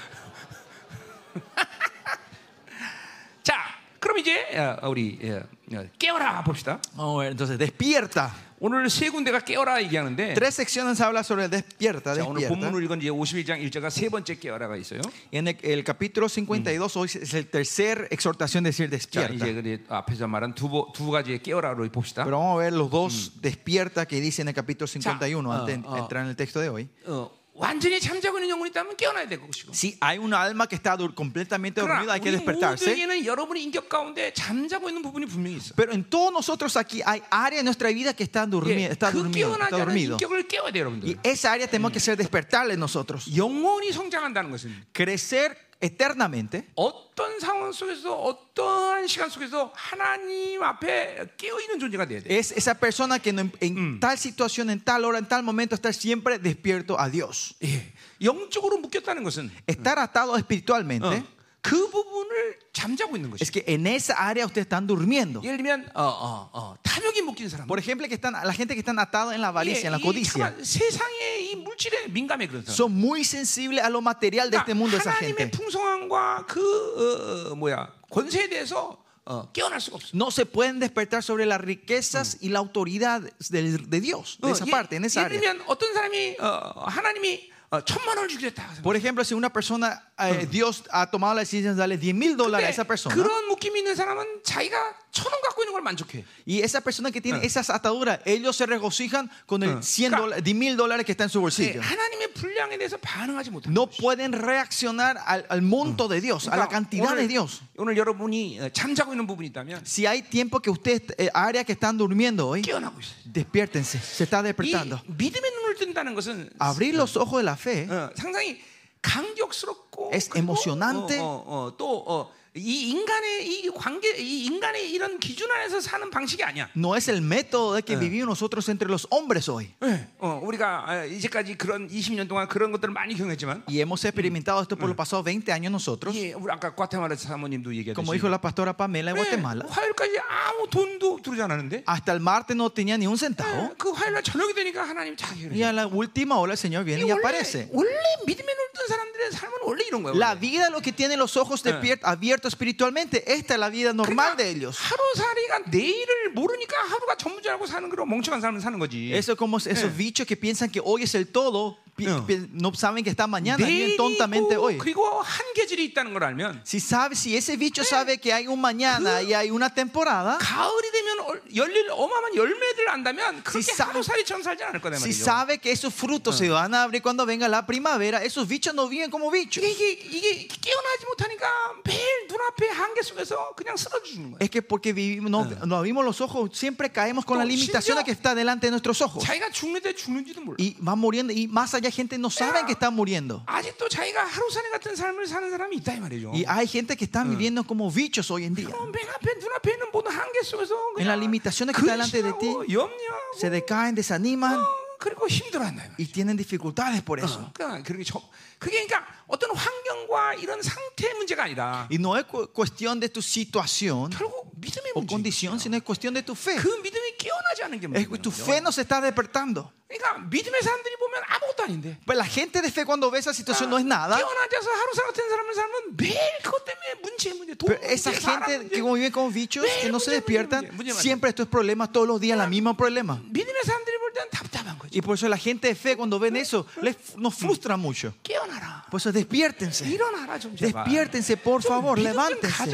Speaker 1: 자 그럼 이제 어, 우리 예, 어, 깨어라 봅시다.
Speaker 2: Vamos a ver, entonces, despierta.
Speaker 1: 오늘 세 군데가 깨어라 얘기하는데
Speaker 2: Eh. Tres secciones habla sobre el despierta.
Speaker 1: 자, 오늘
Speaker 2: despierta.
Speaker 1: 본문을 읽은 이제 51장 1절과 세 번째 깨어라가 있어요.
Speaker 2: Y En el, el capítulo 52, hoy es el tercer exhortación de decir
Speaker 1: 자,
Speaker 2: despierta.
Speaker 1: 이제 그래 앞에서 말한 두, 보- 두 가지의 깨어라로 봅시다.
Speaker 2: Pero vamos a ver los dos despierta que dice en el capítulo 51
Speaker 1: Ya,
Speaker 2: antes de
Speaker 1: ah, ah.
Speaker 2: entrar en el texto de hoy.
Speaker 1: 어, 완전히 잠자고 있는 영혼이 있다면 깨어나야 될 것이고.
Speaker 2: Si hay una alma que está dur- completamente dormida,
Speaker 1: 그러나
Speaker 2: hay que
Speaker 1: 우리
Speaker 2: despertarse.
Speaker 1: 모두에게는 여러분의 인격 가운데 잠자고 있는 부분이 분명히 있어.
Speaker 2: Pero en todos nosotros aquí hay áreas de nuestra vida que están
Speaker 1: 예,
Speaker 2: durmi está
Speaker 1: 그
Speaker 2: dormido,
Speaker 1: 깨어나지
Speaker 2: está
Speaker 1: 않은
Speaker 2: dormido.
Speaker 1: 인격을 깨워야 돼요, 여러분들.
Speaker 2: Y esa área tenemos que ser despertarle nosotros.
Speaker 1: 영혼이 성장한다는 것은
Speaker 2: Crecer eternamente.
Speaker 1: 어떤 상황 속에서 어떠한 시간 속에서 하나님 앞에 깨어 있는 존재가 돼야 돼.
Speaker 2: Es esa persona que en, en tal situación, en tal hora, en tal momento, estar siempre despierto a Dios.
Speaker 1: 예. 영적으로 묶였다는 것은
Speaker 2: Estar atado
Speaker 1: 어,
Speaker 2: espiritualmente.
Speaker 1: 그 부분을 잠자고 있는 것이.
Speaker 2: es que en esa área ustedes están durmiendo.
Speaker 1: 예를 들면 어, 어, 어, 탐욕이 묶인 사람.
Speaker 2: Por ejemplo, que están, la gente que están atada en la
Speaker 1: 예,
Speaker 2: avaricia, en la
Speaker 1: 이
Speaker 2: codicia,
Speaker 1: 참- 세상의 이 물질에 민감해 그런 사람. 그러니까
Speaker 2: son muy sensibles a lo material
Speaker 1: Ah,
Speaker 2: de este mundo esa
Speaker 1: 하나님의
Speaker 2: gente.
Speaker 1: 풍성함과 그 어, 어, 뭐야 권세에 대해서 어, 깨어날 수가 없어.
Speaker 2: No se pueden despertar sobre las riquezas y la autoridad de, de Dios, de esa
Speaker 1: 예,
Speaker 2: parte, en esa
Speaker 1: 예를
Speaker 2: área.
Speaker 1: 들면 어떤 사람이 어, 하나님이 어, 천만 원을 주겠다.
Speaker 2: Por ejemplo, si una persona, eh, Dios ha tomado la decisión de darle 10 mil dólares a esa persona,
Speaker 1: 그런 묶임이 있는 사람은 자기가 천 원 갖고 있는 걸 만족해.
Speaker 2: y esa persona que tiene esas ataduras, ellos se regocijan con el 100 dólares, 10 mil dólares que está en su
Speaker 1: 예,
Speaker 2: bolsillo.
Speaker 1: 하나님의 분량에 대해서 반응하지 못해.
Speaker 2: No pueden reaccionar al, al monto de Dios, a la cantidad
Speaker 1: 그러니까
Speaker 2: de
Speaker 1: 오늘,
Speaker 2: Dios.
Speaker 1: 오늘 여러분이 어, 잠자고 있는 부분이 있다면
Speaker 2: Si hay tiempo que ustedes, eh, áreas que están durmiendo hoy,
Speaker 1: 깨어나고 있어.
Speaker 2: despiértense, se está
Speaker 1: 이
Speaker 2: despertando. Ah.
Speaker 1: 믿음의 눈을 뜬다는 것은
Speaker 2: Abrir los ojos de la fe
Speaker 1: 어, 상당히 감격스럽고
Speaker 2: Es
Speaker 1: 그리고
Speaker 2: emocionante.
Speaker 1: 어, 어, 어, 또 어, 이 인간의 이 관계, 이 인간의 이런 기준 안에서 사는 방식이 아니야.
Speaker 2: No es el método de que vivimos nosotros entre los hombres hoy.
Speaker 1: 예, 어, 우리가 아, 이제까지 그런 20년 동안 그런 것들을 많이 경험했지만,
Speaker 2: Y hemos experimentado esto por los pasados 20 años nosotros.
Speaker 1: 예, 우리 아까 과테말라 사모님도 뭐 얘기했듯이,
Speaker 2: Como dijo la pastora Pamela en
Speaker 1: 예,
Speaker 2: Guatemala,
Speaker 1: 화요일까지 아무 돈도 들어오지 않았는데,
Speaker 2: hasta el martes no tenía ni un centavo.
Speaker 1: 예, 아, 그 화요일날 저녁이 되니까 하나님 자기
Speaker 2: Y a la última hora el Señor viene Eh. y
Speaker 1: 원래,
Speaker 2: aparece.
Speaker 1: 원래 믿음에 놀던 사람들의 삶은 원래 이런 거예요.
Speaker 2: La
Speaker 1: 원래.
Speaker 2: vida, lo que tienen los ojos despiert- abiertos espiritualmente, esta es la vida normal de ellos.
Speaker 1: 그러니까 하루살이가 내일을 모르니까 하루가 전부지 알고 사는 그런 멍청한 사람을 사는 거지.
Speaker 2: Eso es como esos bichos que piensan que hoy es el todo, pi-
Speaker 1: Yeah.
Speaker 2: pi- Eh. no saben que está mañana, viven tontamente
Speaker 1: 내일이고
Speaker 2: hoy.
Speaker 1: 그리고 한 계절이 있다는 걸 알면
Speaker 2: Si sabe, si ese bicho sabe que hay un mañana y hay una temporada,
Speaker 1: 가을이 되면 얼- 열릴 어마어마한 열매들 안다면 그렇게
Speaker 2: 사-
Speaker 1: 하루살이처럼 살지 않을 거다
Speaker 2: si
Speaker 1: 말이죠.
Speaker 2: sabe que Ah. esos frutos se van a abrir cuando venga la primavera, esos bichos no viven como bichos.
Speaker 1: 이게, 이게 이게 깨어나지 못하니까 매일 눈앞에 한계 속에서 그냥 쓰러지는 거예요.
Speaker 2: Es que porque vivimos, no, no abrimos los ojos, siempre caemos con
Speaker 1: No,
Speaker 2: la limitación
Speaker 1: 심지어-
Speaker 2: que está delante de nuestros ojos.
Speaker 1: 자기가 죽는데 죽는지도 몰라.
Speaker 2: Y van muriendo, y más allá gente no sabe
Speaker 1: Yeah.
Speaker 2: que están muriendo.
Speaker 1: 아직도 자기가 하루살이 같은 삶을 사는 사람이 있다 이 말이죠.
Speaker 2: Y hay gente que está viviendo como bichos hoy en día.
Speaker 1: 어, 맨 앞에 눈앞에 있는 모든 한계 속에서
Speaker 2: En la
Speaker 1: 그냥
Speaker 2: limitación que está delante de ti,
Speaker 1: 근심하고 염려하고
Speaker 2: Se decaen, desaniman
Speaker 1: 어, 그리고 힘들어한다.
Speaker 2: y tienen dificultades por eso.
Speaker 1: 그러니까 그런 게 저, 그게 그러니까 어떤 환경과 이런 상태 문제가 아니라
Speaker 2: Y no es cu- cuestión de tu situación
Speaker 1: 결국 믿음의
Speaker 2: o
Speaker 1: 문제.
Speaker 2: condición, sino es cuestión de tu fe.
Speaker 1: 그 믿음이 깨어나지 않은 게
Speaker 2: Es que tu fe
Speaker 1: 문제예요.
Speaker 2: no se está despertando.
Speaker 1: 그러니까 믿음의 사람들이 보면 아무것도 아닌데
Speaker 2: Pues la gente de fe cuando ve esa situación no es nada.
Speaker 1: 아, 깨어나져서 하루살이 같은 사람을 살면 매일 그것 그 때문에 문제 문제 돈
Speaker 2: Pero
Speaker 1: 문제
Speaker 2: esa
Speaker 1: 사람
Speaker 2: gente
Speaker 1: 문제
Speaker 2: que vive como bichos, que no se despiertan, siempre estos problemas, todos los días, la misma problema.
Speaker 1: 믿음의 사람들이 볼 때는 답답한 거지.
Speaker 2: Y por eso la gente de fe cuando ven eso, les, nos frustra mucho.
Speaker 1: 깨어나라.
Speaker 2: Por eso
Speaker 1: 네.
Speaker 2: despiértense.
Speaker 1: 일어나라 좀 제발.
Speaker 2: Despiértense, por favor, levántense.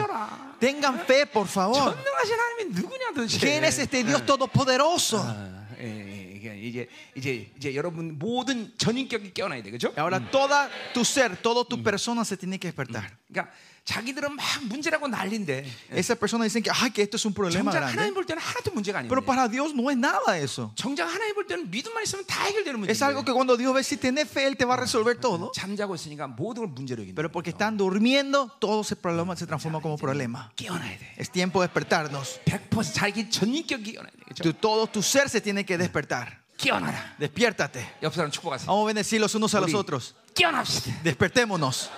Speaker 2: Tengan fe,
Speaker 1: 어.
Speaker 2: por favor.
Speaker 1: 전능하신 하나님이 누구냐 도대체.
Speaker 2: ¿Quién es este Dios todopoderoso?
Speaker 1: 아, 예, 예, 이게 이제 이제 이제 여러분 모든 전인격이 깨어나야 돼, 그죠?
Speaker 2: Y ahora toda tu ser, toda tu persona se tiene que despertar.
Speaker 1: 그러니까 자기들은 막 문제라고 난린데 예.
Speaker 2: Esas personas dicen que, ay, que esto es un problema
Speaker 1: 정작 하나님
Speaker 2: grande.
Speaker 1: 볼 때는 하나도 문제가 아닌데
Speaker 2: Pero para Dios no es nada eso.
Speaker 1: 정작 하나님 볼 때는 믿음만 있으면 다 해결되는 문제.
Speaker 2: Es algo que cuando Dios ve si tenés fe, Él te va a resolver todo.
Speaker 1: 잠자고 있으니까 모든 걸 문제로 여긴다.
Speaker 2: Pero porque están durmiendo, todo ese problema se transforma como problema.
Speaker 1: 깨어나야 돼.
Speaker 2: Es tiempo de despertarnos.
Speaker 1: 100% 자기 전인격이 깨어나야 돼.
Speaker 2: Tu-
Speaker 1: 그죠?
Speaker 2: todo tu ser se tiene que despertar.
Speaker 1: 깨어나라.
Speaker 2: Despiértate.
Speaker 1: 옆 사람 축복하세요.
Speaker 2: Vamos a bendecir los unos a los
Speaker 1: Uri.
Speaker 2: otros.
Speaker 1: 깨어납시다.
Speaker 2: Despertémonos.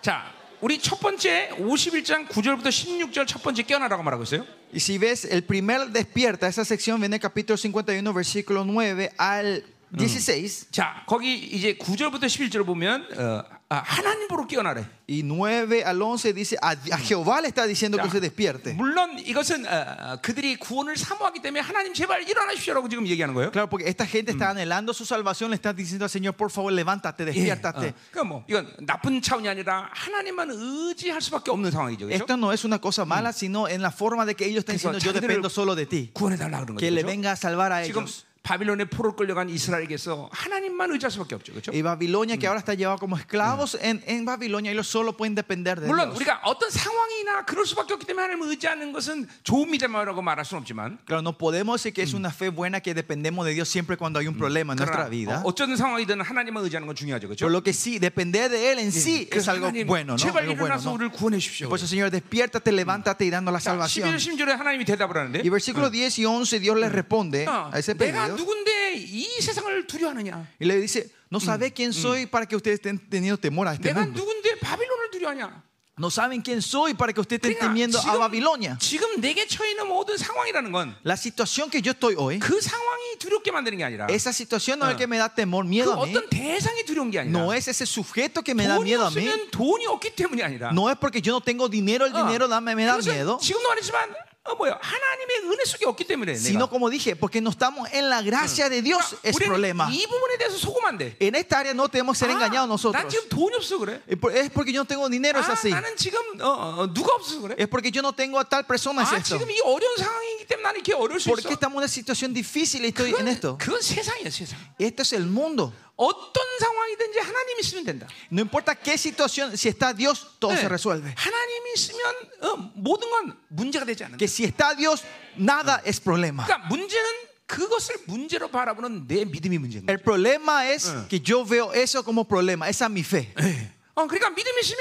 Speaker 1: 자, 우리 첫 번째 51장 9절부터 16절 첫 번째 깨어나라고 말하고 있어요.
Speaker 2: Y si ves, el primer despierta, esa sección viene en el capítulo 51, versículo 9 al 16.
Speaker 1: 자, 거기 이제 9절부터 11절 보면 어, 아, 하나님으로 깨어나래.
Speaker 2: Y 9 al 11 dice, a, a Jehová le está diciendo que se despierte.
Speaker 1: 물론 이것은 어, 어, 그들이 구원을 사모하기 때문에 하나님 제발 일어나십시오라고 지금 얘기하는 거예요.
Speaker 2: Claro, porque esta gente está anhelando su salvación, le está diciendo al Señor, por favor, levántate,
Speaker 1: 예, 어,
Speaker 2: despiértate.
Speaker 1: 그러니까 뭐 이건 나쁜 차원이 아니라 하나님만 의지할 수밖에 없는 상황이죠. 그렇죠?
Speaker 2: Esto no es una cosa mala, sino en la forma de que ellos están
Speaker 1: Eso,
Speaker 2: diciendo, yo
Speaker 1: 자기들을-
Speaker 2: dependo solo de ti.
Speaker 1: 구원해 달라 그런
Speaker 2: Que le
Speaker 1: 거죠. 그렇죠?
Speaker 2: venga a salvar a
Speaker 1: 지금
Speaker 2: ellos.
Speaker 1: 바빌론의 포로 끌려간 이스라엘에게서 하나님만 의지할 수밖에 없죠. 그렇죠?
Speaker 2: Y Babilonia, que ahora está llevado como esclavos en, en Babilonia, ellos solo pueden depender de
Speaker 1: 네, 물론
Speaker 2: Dios.
Speaker 1: 우리가 어떤 상황이나 그럴 수밖에 없기 때문에 하나님을 의지하는 것은 좋은 믿음이라고 말할 수는 없지만
Speaker 2: Claro, no podemos decir que es una fe buena que dependemos de Dios siempre cuando hay un problema en nuestra
Speaker 1: 그러나
Speaker 2: vida.
Speaker 1: 어, 어떤 상황이든 하나님만 의지하는 건 중요하죠. 그렇죠?
Speaker 2: Pero lo que sí, depender de Él en sí es
Speaker 1: 그래서
Speaker 2: algo
Speaker 1: 하나님,
Speaker 2: bueno, ¿no?
Speaker 1: 제발
Speaker 2: Algo bueno,
Speaker 1: 일어나서
Speaker 2: ¿no?
Speaker 1: 우리를 구원해 주십시오.
Speaker 2: Por eso, Señor, despiértate, levántate y danos la
Speaker 1: 11절
Speaker 2: salvación.
Speaker 1: 10절에 하나님이 대답을 하는데
Speaker 2: Y versículo 10 y 11, Dios le responde
Speaker 1: 어,
Speaker 2: a ese
Speaker 1: 내가
Speaker 2: pedido
Speaker 1: 누군데 이 세상을 두려워하느냐?
Speaker 2: y le dice: No sabe quién soy para que ustedes estén teniendo temor a este
Speaker 1: 내가
Speaker 2: mundo.
Speaker 1: 누군데 바빌론을 두려워하냐? 그러니까
Speaker 2: No saben quién soy para que ustedes estén temiendo a Babilonia.
Speaker 1: 지금, 지금 내게 처해 있는 모든 상황이라는 건 그
Speaker 2: La situación que yo estoy hoy,
Speaker 1: 상황이 두렵게 만드는 게 아니라
Speaker 2: esa situación no es el que me da temor,
Speaker 1: 그
Speaker 2: miedo a mí,
Speaker 1: 어떤 대상이 두려운 게 아니라
Speaker 2: no es ese sujeto que me Ah. da
Speaker 1: 돈이
Speaker 2: miedo a mí,
Speaker 1: 없으면 돈이 없기 때문이 아니라
Speaker 2: no es porque yo no tengo dinero, el
Speaker 1: 어,
Speaker 2: dinero da- me, me da
Speaker 1: 그것은
Speaker 2: miedo,
Speaker 1: 지금도 말했지만 어, 뭐야 하나님의 은혜 속에 없기 때문에
Speaker 2: sino
Speaker 1: 내가.
Speaker 2: como dije, porque no estamos en la gracia de Dios es
Speaker 1: 우리는
Speaker 2: problema.
Speaker 1: 이 부분에 대해서 속으면 안 돼.
Speaker 2: En esta área no tenemos que ser engañados
Speaker 1: 난
Speaker 2: nosotros.
Speaker 1: 지금 돈이 없어 그래.
Speaker 2: Es por- Es porque yo Ah, no tengo dinero, es
Speaker 1: 아,
Speaker 2: así.
Speaker 1: 나는 지금 어, 어, 누가 없어 그래.
Speaker 2: Es porque yo no tengo a tal persona, es
Speaker 1: 아,
Speaker 2: esto.
Speaker 1: 지금 이 어려운 상황이기 때문에 나는 이렇게 어려울 수
Speaker 2: ¿Por
Speaker 1: 있어.
Speaker 2: qué estamos en una situación difícil y estoy en
Speaker 1: 그건,
Speaker 2: esto?
Speaker 1: 그건 세상이야 세상.
Speaker 2: Esto es el mundo.
Speaker 1: 어떤 상황이든지 하나님 있으면 된다.
Speaker 2: No importa qué situación, si está Dios, todo
Speaker 1: 네.
Speaker 2: se resuelve.
Speaker 1: 하나님이 있으면 어, 모든 건 문제가 되지 않는다.
Speaker 2: Ah. Que si está Dios, nada es problema.
Speaker 1: 그러니까 문제는 그것을 문제로 바라보는 내 믿음이 문제인 거예요.
Speaker 2: El problema es que yo veo eso como problema, esa es mi fe.
Speaker 1: 예. 어, 그러니까 믿음이 있으면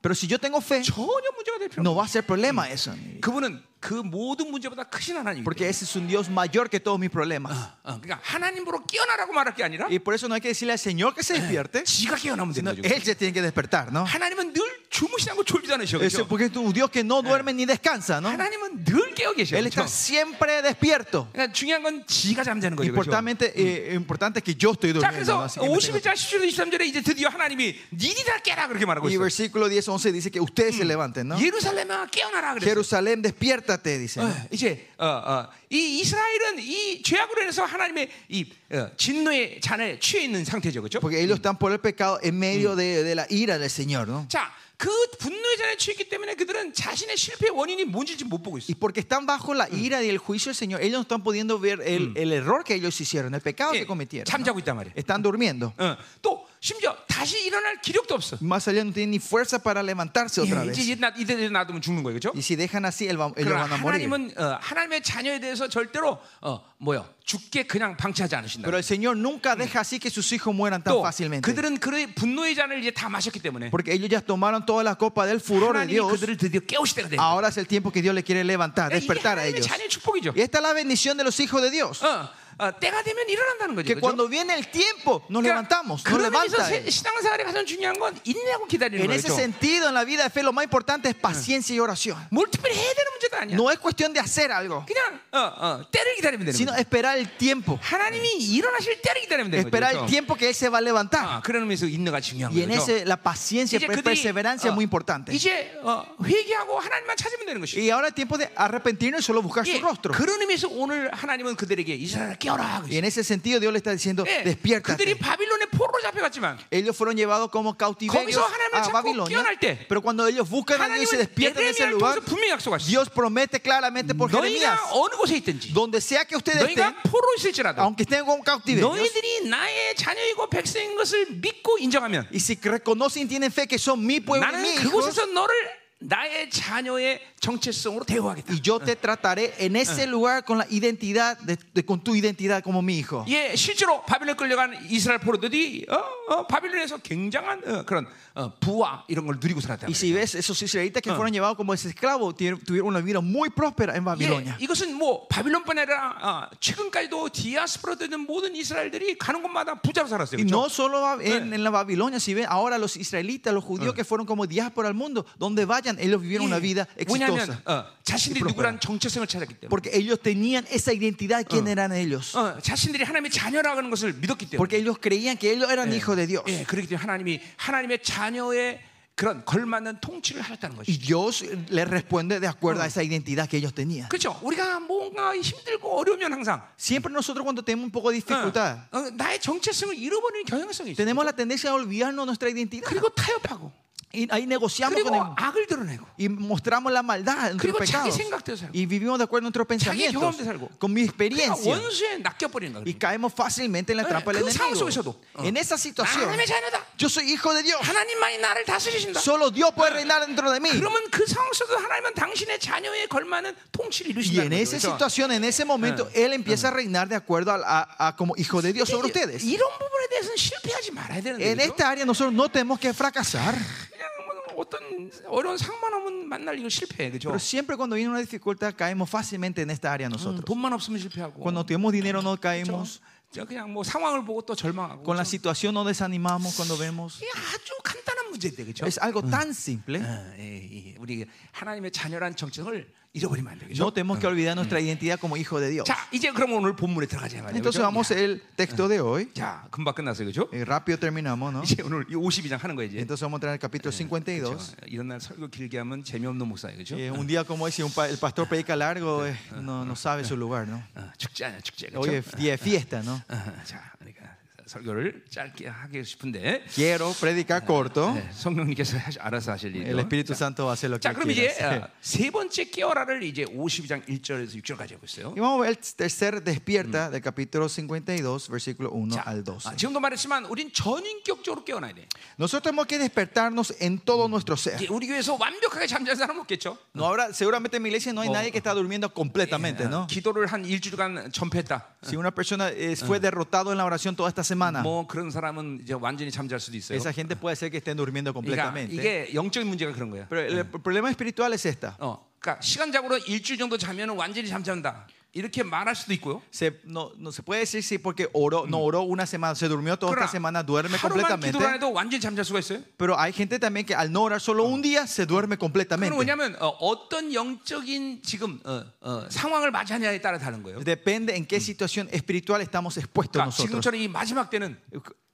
Speaker 2: Pero si Eh. yo tengo fe,
Speaker 1: 전혀 문제가 될 필요 없어.
Speaker 2: no va a ser problema eso.
Speaker 1: 그분은 그 모든 문제보다 크신 하나님.
Speaker 2: Porque ese es un Dios mayor que todos mis problemas.
Speaker 1: 어, 그러니까 하나님으로 깨어나라고 말할 게 아니라
Speaker 2: Y por eso no hay que decirle al Señor que se despierte,
Speaker 1: 지가 예, 깨어나면
Speaker 2: sino
Speaker 1: 된다. 지금.
Speaker 2: Él se tiene que despertar, ¿no?
Speaker 1: 하나님은 늘 주무시지 않고 졸지도 않으셔.
Speaker 2: Ese-
Speaker 1: 그렇죠?
Speaker 2: porque es un Dios que no duerme ni descansa, ¿no?
Speaker 1: 하나님은 늘 깨어 계셔.
Speaker 2: Él
Speaker 1: 그렇죠?
Speaker 2: está siempre despierto.
Speaker 1: 그러니까 중요한 건 지가 잠자는 거죠. 그렇죠?
Speaker 2: Importante, eh, importante es que yo estoy
Speaker 1: 자,
Speaker 2: durmiendo. ¿no?
Speaker 1: 그래서
Speaker 2: Así que me
Speaker 1: 51장
Speaker 2: tengo-
Speaker 1: 17절 23절에 이제 드디어 하나님이 니들이 다 깨라 그렇게 말하고
Speaker 2: Y
Speaker 1: 있어요.
Speaker 2: versículo 10, 11 dice que ustedes se levanten, ¿no?
Speaker 1: 예루살렘아 깨어나라 그랬어요.
Speaker 2: Jerusalén, despiértate, dice. ¿no?
Speaker 1: 어, 이제 어, 어, 이 이스라엘은 이 죄악으로 인해서 하나님의 이 어, 진노의 잔에 취해 있는 상태죠, 그렇죠?
Speaker 2: Porque ellos están por el pecado en medio de, de la ira del Señor, ¿no?
Speaker 1: 자, 그 분노의 잔에 취했기 때문에 그들은 자신의 실패의 원인이 뭔지 못 보고 있어요.
Speaker 2: Y porque están bajo la ira y el juicio del Señor, ellos no están pudiendo ver el, el error que ellos hicieron, el pecado
Speaker 1: 예,
Speaker 2: que cometieron. ¿no?
Speaker 1: 잠자고 있단 말이에요.
Speaker 2: Están durmiendo.
Speaker 1: 어, 또 심지어 다시 일어날 기력도 없어.
Speaker 2: Más allá no tienen ni fuerza para levantarse otra
Speaker 1: 예,
Speaker 2: vez.
Speaker 1: 이제 나- 이대로 놔두면 죽는 거예요, 그렇죠?
Speaker 2: Y si dejan así, él va- ellos
Speaker 1: 그러나
Speaker 2: van a morir.
Speaker 1: 하나님은 어, 하나님의 자녀에 대해서 절대로 어, 뭐요 죽게 그냥 방치하지 않으신다.
Speaker 2: Pero el Señor nunca deja así que sus hijos mueran tan
Speaker 1: 또
Speaker 2: fácilmente.
Speaker 1: 그들은 그의 분노의 잔을 이제 다 마셨기 때문에
Speaker 2: Porque ellos ya tomaron toda la copa del furor de
Speaker 1: 하나님이
Speaker 2: Dios.
Speaker 1: 그들을 드디어 깨우실 때가 돼요. 예,
Speaker 2: Ahora es el tiempo que Dios le quiere levantar,
Speaker 1: 이게
Speaker 2: despertar a
Speaker 1: 하나님의
Speaker 2: ellos.
Speaker 1: 자녀의 축복이죠.
Speaker 2: Y esta es la bendición de los hijos de Dios.
Speaker 1: 어, 어, 때가 되면 일어난다는 거죠. 그렇죠?
Speaker 2: Que
Speaker 1: 그죠?
Speaker 2: cuando viene el tiempo, nos
Speaker 1: 그러니까
Speaker 2: levantamos, nos
Speaker 1: 그런 의미에서
Speaker 2: levanta.
Speaker 1: 세-
Speaker 2: Él.
Speaker 1: 신앙생활에 가장 중요한 건 인내하고 기다리는
Speaker 2: En ese
Speaker 1: 거죠.
Speaker 2: sentido, en la vida de fe, lo más importante es paciencia y oración.
Speaker 1: 뭘 특별히 해야 되는 문제도 아니야.
Speaker 2: No es cuestión de hacer algo,
Speaker 1: 그냥 어, 어, 때를 기다리면 되는
Speaker 2: sino
Speaker 1: 거죠.
Speaker 2: esperar el tiempo.
Speaker 1: 하나님이 일어나실 때를 기다리면 되는
Speaker 2: Esperar
Speaker 1: 거죠.
Speaker 2: el
Speaker 1: 그죠?
Speaker 2: tiempo que Él se va a levantar.
Speaker 1: 아, 그런 의미에서 인내가 중요한
Speaker 2: Y en
Speaker 1: 거죠.
Speaker 2: ese, la paciencia,
Speaker 1: 그들이,
Speaker 2: per- perseverancia es
Speaker 1: 어,
Speaker 2: muy importante.
Speaker 1: 이제 어, 회개하고 하나님만 찾으면 되는 것이.
Speaker 2: Y ahora el tiempo de arrepentirnos y solo buscar
Speaker 1: 예,
Speaker 2: su rostro.
Speaker 1: 그런 의미에서 오늘 하나님은 그들에게 이스라엘 깨어라.
Speaker 2: Y en ese sentido, Dios le está diciendo:
Speaker 1: 네,
Speaker 2: Despierta.
Speaker 1: 그들이 바빌론의 포로로 잡혀갔지만
Speaker 2: Ellos fueron llevados como cautiverios
Speaker 1: 거기서 하나님을
Speaker 2: a
Speaker 1: 찾고
Speaker 2: Babilonia.
Speaker 1: 깨어날 때
Speaker 2: Pero cuando ellos buscan a Dios y se
Speaker 1: 하나님은
Speaker 2: despiertan de ese
Speaker 1: 예레미야를
Speaker 2: lugar,
Speaker 1: 통해서 분명히 약속하셨어.
Speaker 2: Dios promete claramente por Jeremías:
Speaker 1: 너희가 어느 곳에 있든지
Speaker 2: donde sea que ustedes estén,
Speaker 1: 너희가 포로 있을지라도
Speaker 2: aunque estén como cautiverios,
Speaker 1: 너희들이 나의 자녀이고 백성인 것을 믿고 인정하면
Speaker 2: y si reconocen y tienen fe que son mi pueblo y
Speaker 1: 나는
Speaker 2: mis hijos,
Speaker 1: 그곳에서 너를 나의 자녀의 정체성으로 대우하겠다.
Speaker 2: y yo te trataré en ese lugar con la identidad, de- de- con tu identidad como mi hijo.
Speaker 1: 예, 실제로 바빌론 끌려간 이스라엘 포로들이 어, 어, 바빌론에서 굉장한 어, 그런 어, 부와 이런 걸 누리고 살았다.
Speaker 2: Y si ves esos israelitas que fueron llevados como esclavos, tuvieron tuvieron una vida muy próspera en
Speaker 1: 예,
Speaker 2: Babilonia.
Speaker 1: 이것은 뭐 바빌론뿐 아니라 어, 최근까지도 디아스포라 되는 모든 이스라엘들이 가는 곳마다 부자로 살았어요.
Speaker 2: Y
Speaker 1: 그렇죠?
Speaker 2: no solo va- en, en la Babilonia, si ven ahora los israelitas, los judíos que fueron como diáspora al mundo, donde vayan, ellos vivieron una vida
Speaker 1: 예.
Speaker 2: exitosa.
Speaker 1: 왜냐하면 어, 자신들이 누구란 정체성을 찾았기 때문에.
Speaker 2: Porque ellos tenían esa identidad, quién eran ellos.
Speaker 1: 어, 자신들이 하나님의 자녀라고 하는 것을 믿었기 때문에.
Speaker 2: Porque ellos creían que ellos eran
Speaker 1: Eh.
Speaker 2: hijos de Dios.
Speaker 1: 예, 그렇기 때문에 하나님이 하나님의 자녀의 그런 걸맞는 통치를 하셨다는 것이.
Speaker 2: Y Dios les responde de acuerdo a esa identidad que ellos tenían.
Speaker 1: 그렇죠. 우리가 뭔가 힘들고 어려우면 항상
Speaker 2: Siempre nosotros cuando tenemos un poco de
Speaker 1: 어,
Speaker 2: dificultad,
Speaker 1: 어, 나의 정체성을 잃어버리는 경향성이 있어요.
Speaker 2: tenemos la tendencia a olvidarnos nuestra identidad.
Speaker 1: 그리고 타협하고,
Speaker 2: Y ahí negociamos
Speaker 1: 그리고
Speaker 2: con el-
Speaker 1: 악을 드러내고.
Speaker 2: y mostramos la maldad, nuestros
Speaker 1: 그리고 자기
Speaker 2: pecados.
Speaker 1: 생각대로 살고.
Speaker 2: Y vivimos de acuerdo a nuestros pensamientos,
Speaker 1: 경험대로 살고.
Speaker 2: con mi
Speaker 1: 그러니까
Speaker 2: experiencia.
Speaker 1: 원수에 낚여버리는 거예요.
Speaker 2: Y caemos fácilmente en la
Speaker 1: 네,
Speaker 2: trampa del
Speaker 1: 그 상황
Speaker 2: enemigo.
Speaker 1: 속에서도.
Speaker 2: Ah. En esa Ah. situación,
Speaker 1: 하나님의 자녀다.
Speaker 2: yo soy hijo de Dios.
Speaker 1: 하나님만이 나를 다스리신다.
Speaker 2: Solo Dios puede reinar dentro de mí.
Speaker 1: 그러면 그 상황 속에서 하나님은 당신의 자녀에 걸맞는 통치를
Speaker 2: Y en
Speaker 1: 이루신다는
Speaker 2: esa
Speaker 1: 거죠. 그렇죠?
Speaker 2: situación, Ah. en ese momento, Él empieza a reinar de acuerdo al- a, a como hijo de Dios sobre
Speaker 1: 근데
Speaker 2: ustedes.
Speaker 1: 이런 부분에 대해서는 실패하지 말아야 되는데.
Speaker 2: En
Speaker 1: 그죠?
Speaker 2: esta área nosotros no tenemos que fracasar,
Speaker 1: 그냥 뭐 어떤 어려운 상만 오면 만날 이거 실패해. 그죠?
Speaker 2: pero siempre cuando viene una dificultad caemos fácilmente en esta área nosotros.
Speaker 1: 그 돈만 없으면 실패하고.
Speaker 2: Cuando tenemos dinero no
Speaker 1: 그죠?
Speaker 2: caemos,
Speaker 1: 저 그냥 뭐 상황을 보고 또 절망하고.
Speaker 2: con la
Speaker 1: 그죠?
Speaker 2: situación no desanimamos cuando vemos.
Speaker 1: 이게 아주 간단한 문제인데. 그죠?
Speaker 2: Es algo tan simple.
Speaker 1: 어, 예, 예. 우리 하나님의 자녀란 정체성을 잃어버리면 안 되겠죠?
Speaker 2: No tenemos que olvidar nuestra identidad como hijo de Dios.
Speaker 1: 자, 이제 그럼 오늘 본문에 들어가자 말이에요. 그렇죠?
Speaker 2: Entonces vamos el texto de hoy.
Speaker 1: 자, 금방 끝났어요. 그죠?
Speaker 2: Eh, rápido terminamos, ¿no?
Speaker 1: 이제 오늘 이 52장 하는 거예요, 이제.
Speaker 2: Entonces vamos a entrar al capítulo
Speaker 1: 그렇죠?
Speaker 2: 52.
Speaker 1: 이런 날 설교 길게 하면 재미없는 목사예요. 그죠?
Speaker 2: Eh, un día como ese, un pa- el pastor predica largo, eh, no, no sabe su lugar, ¿no?
Speaker 1: 어, 축제 아니야, 축제. 그죠?
Speaker 2: Hoy es día de fiesta, ¿no?
Speaker 1: 어, 자, 그러니까 설교를 짧게 하고 싶은데
Speaker 2: Quiero predicar corto.
Speaker 1: 네, 성령님께서 하시- 알아서 하실
Speaker 2: El
Speaker 1: 일이죠.
Speaker 2: Espíritu Santo hace lo
Speaker 1: 자,
Speaker 2: que
Speaker 1: 그럼 이제
Speaker 2: quiera.
Speaker 1: 어, 세 번째 깨어라를 이제 52장 1절에서 6절까지 하고 있어요.
Speaker 2: Y vamos a ver el tercer despierta del capítulo 52, versículo 1
Speaker 1: 자,
Speaker 2: al 12.
Speaker 1: 아, 지금도 예. 말했지만 우린 전인격적으로 깨어나야 돼.
Speaker 2: Nosotros tenemos que despertarnos en todo nuestro ser.
Speaker 1: 이제 우리 교회에서 완벽하게 잠자는 사람 없겠죠.
Speaker 2: No habrá, seguramente en mi iglesia no hay nadie que está durmiendo completamente,
Speaker 1: 어,
Speaker 2: ¿no?
Speaker 1: 기도를 한 일주일간 전폐했다.
Speaker 2: Si una persona eh, fue derrotado en la oración toda esta semana,
Speaker 1: 뭐 그런 사람은 이제 완전히 잠잘 수도 있어요.
Speaker 2: esa gente puede ser que estén durmiendo
Speaker 1: 그러니까
Speaker 2: completamente.
Speaker 1: 이게 영적인 문제가 그런 거야.
Speaker 2: Pero el problema espiritual es esta.
Speaker 1: 어, 그러니까 시간적으로 일주일 정도 자면 완전히 잠잔다. 이렇게 말할 수도 있고요.
Speaker 2: Se, no, no se puede decir si porque oró, no oró una semana, se durmió toda esta semana, duerme
Speaker 1: 하루만
Speaker 2: completamente.
Speaker 1: 기도를 안 해도 완전히 잠잘 수가 있어요.
Speaker 2: Pero hay gente también que al no orar solo un día se duerme
Speaker 1: 그건
Speaker 2: completamente.
Speaker 1: 뭐냐면 어, 떤 영적인 지금 어, 어, 상황을 맞이하냐에 따라 다른 거예요.
Speaker 2: Depende en qué situación espiritual estamos expuestos
Speaker 1: 그러니까
Speaker 2: Mm. nosotros.
Speaker 1: 지금처럼 이 마지막 때는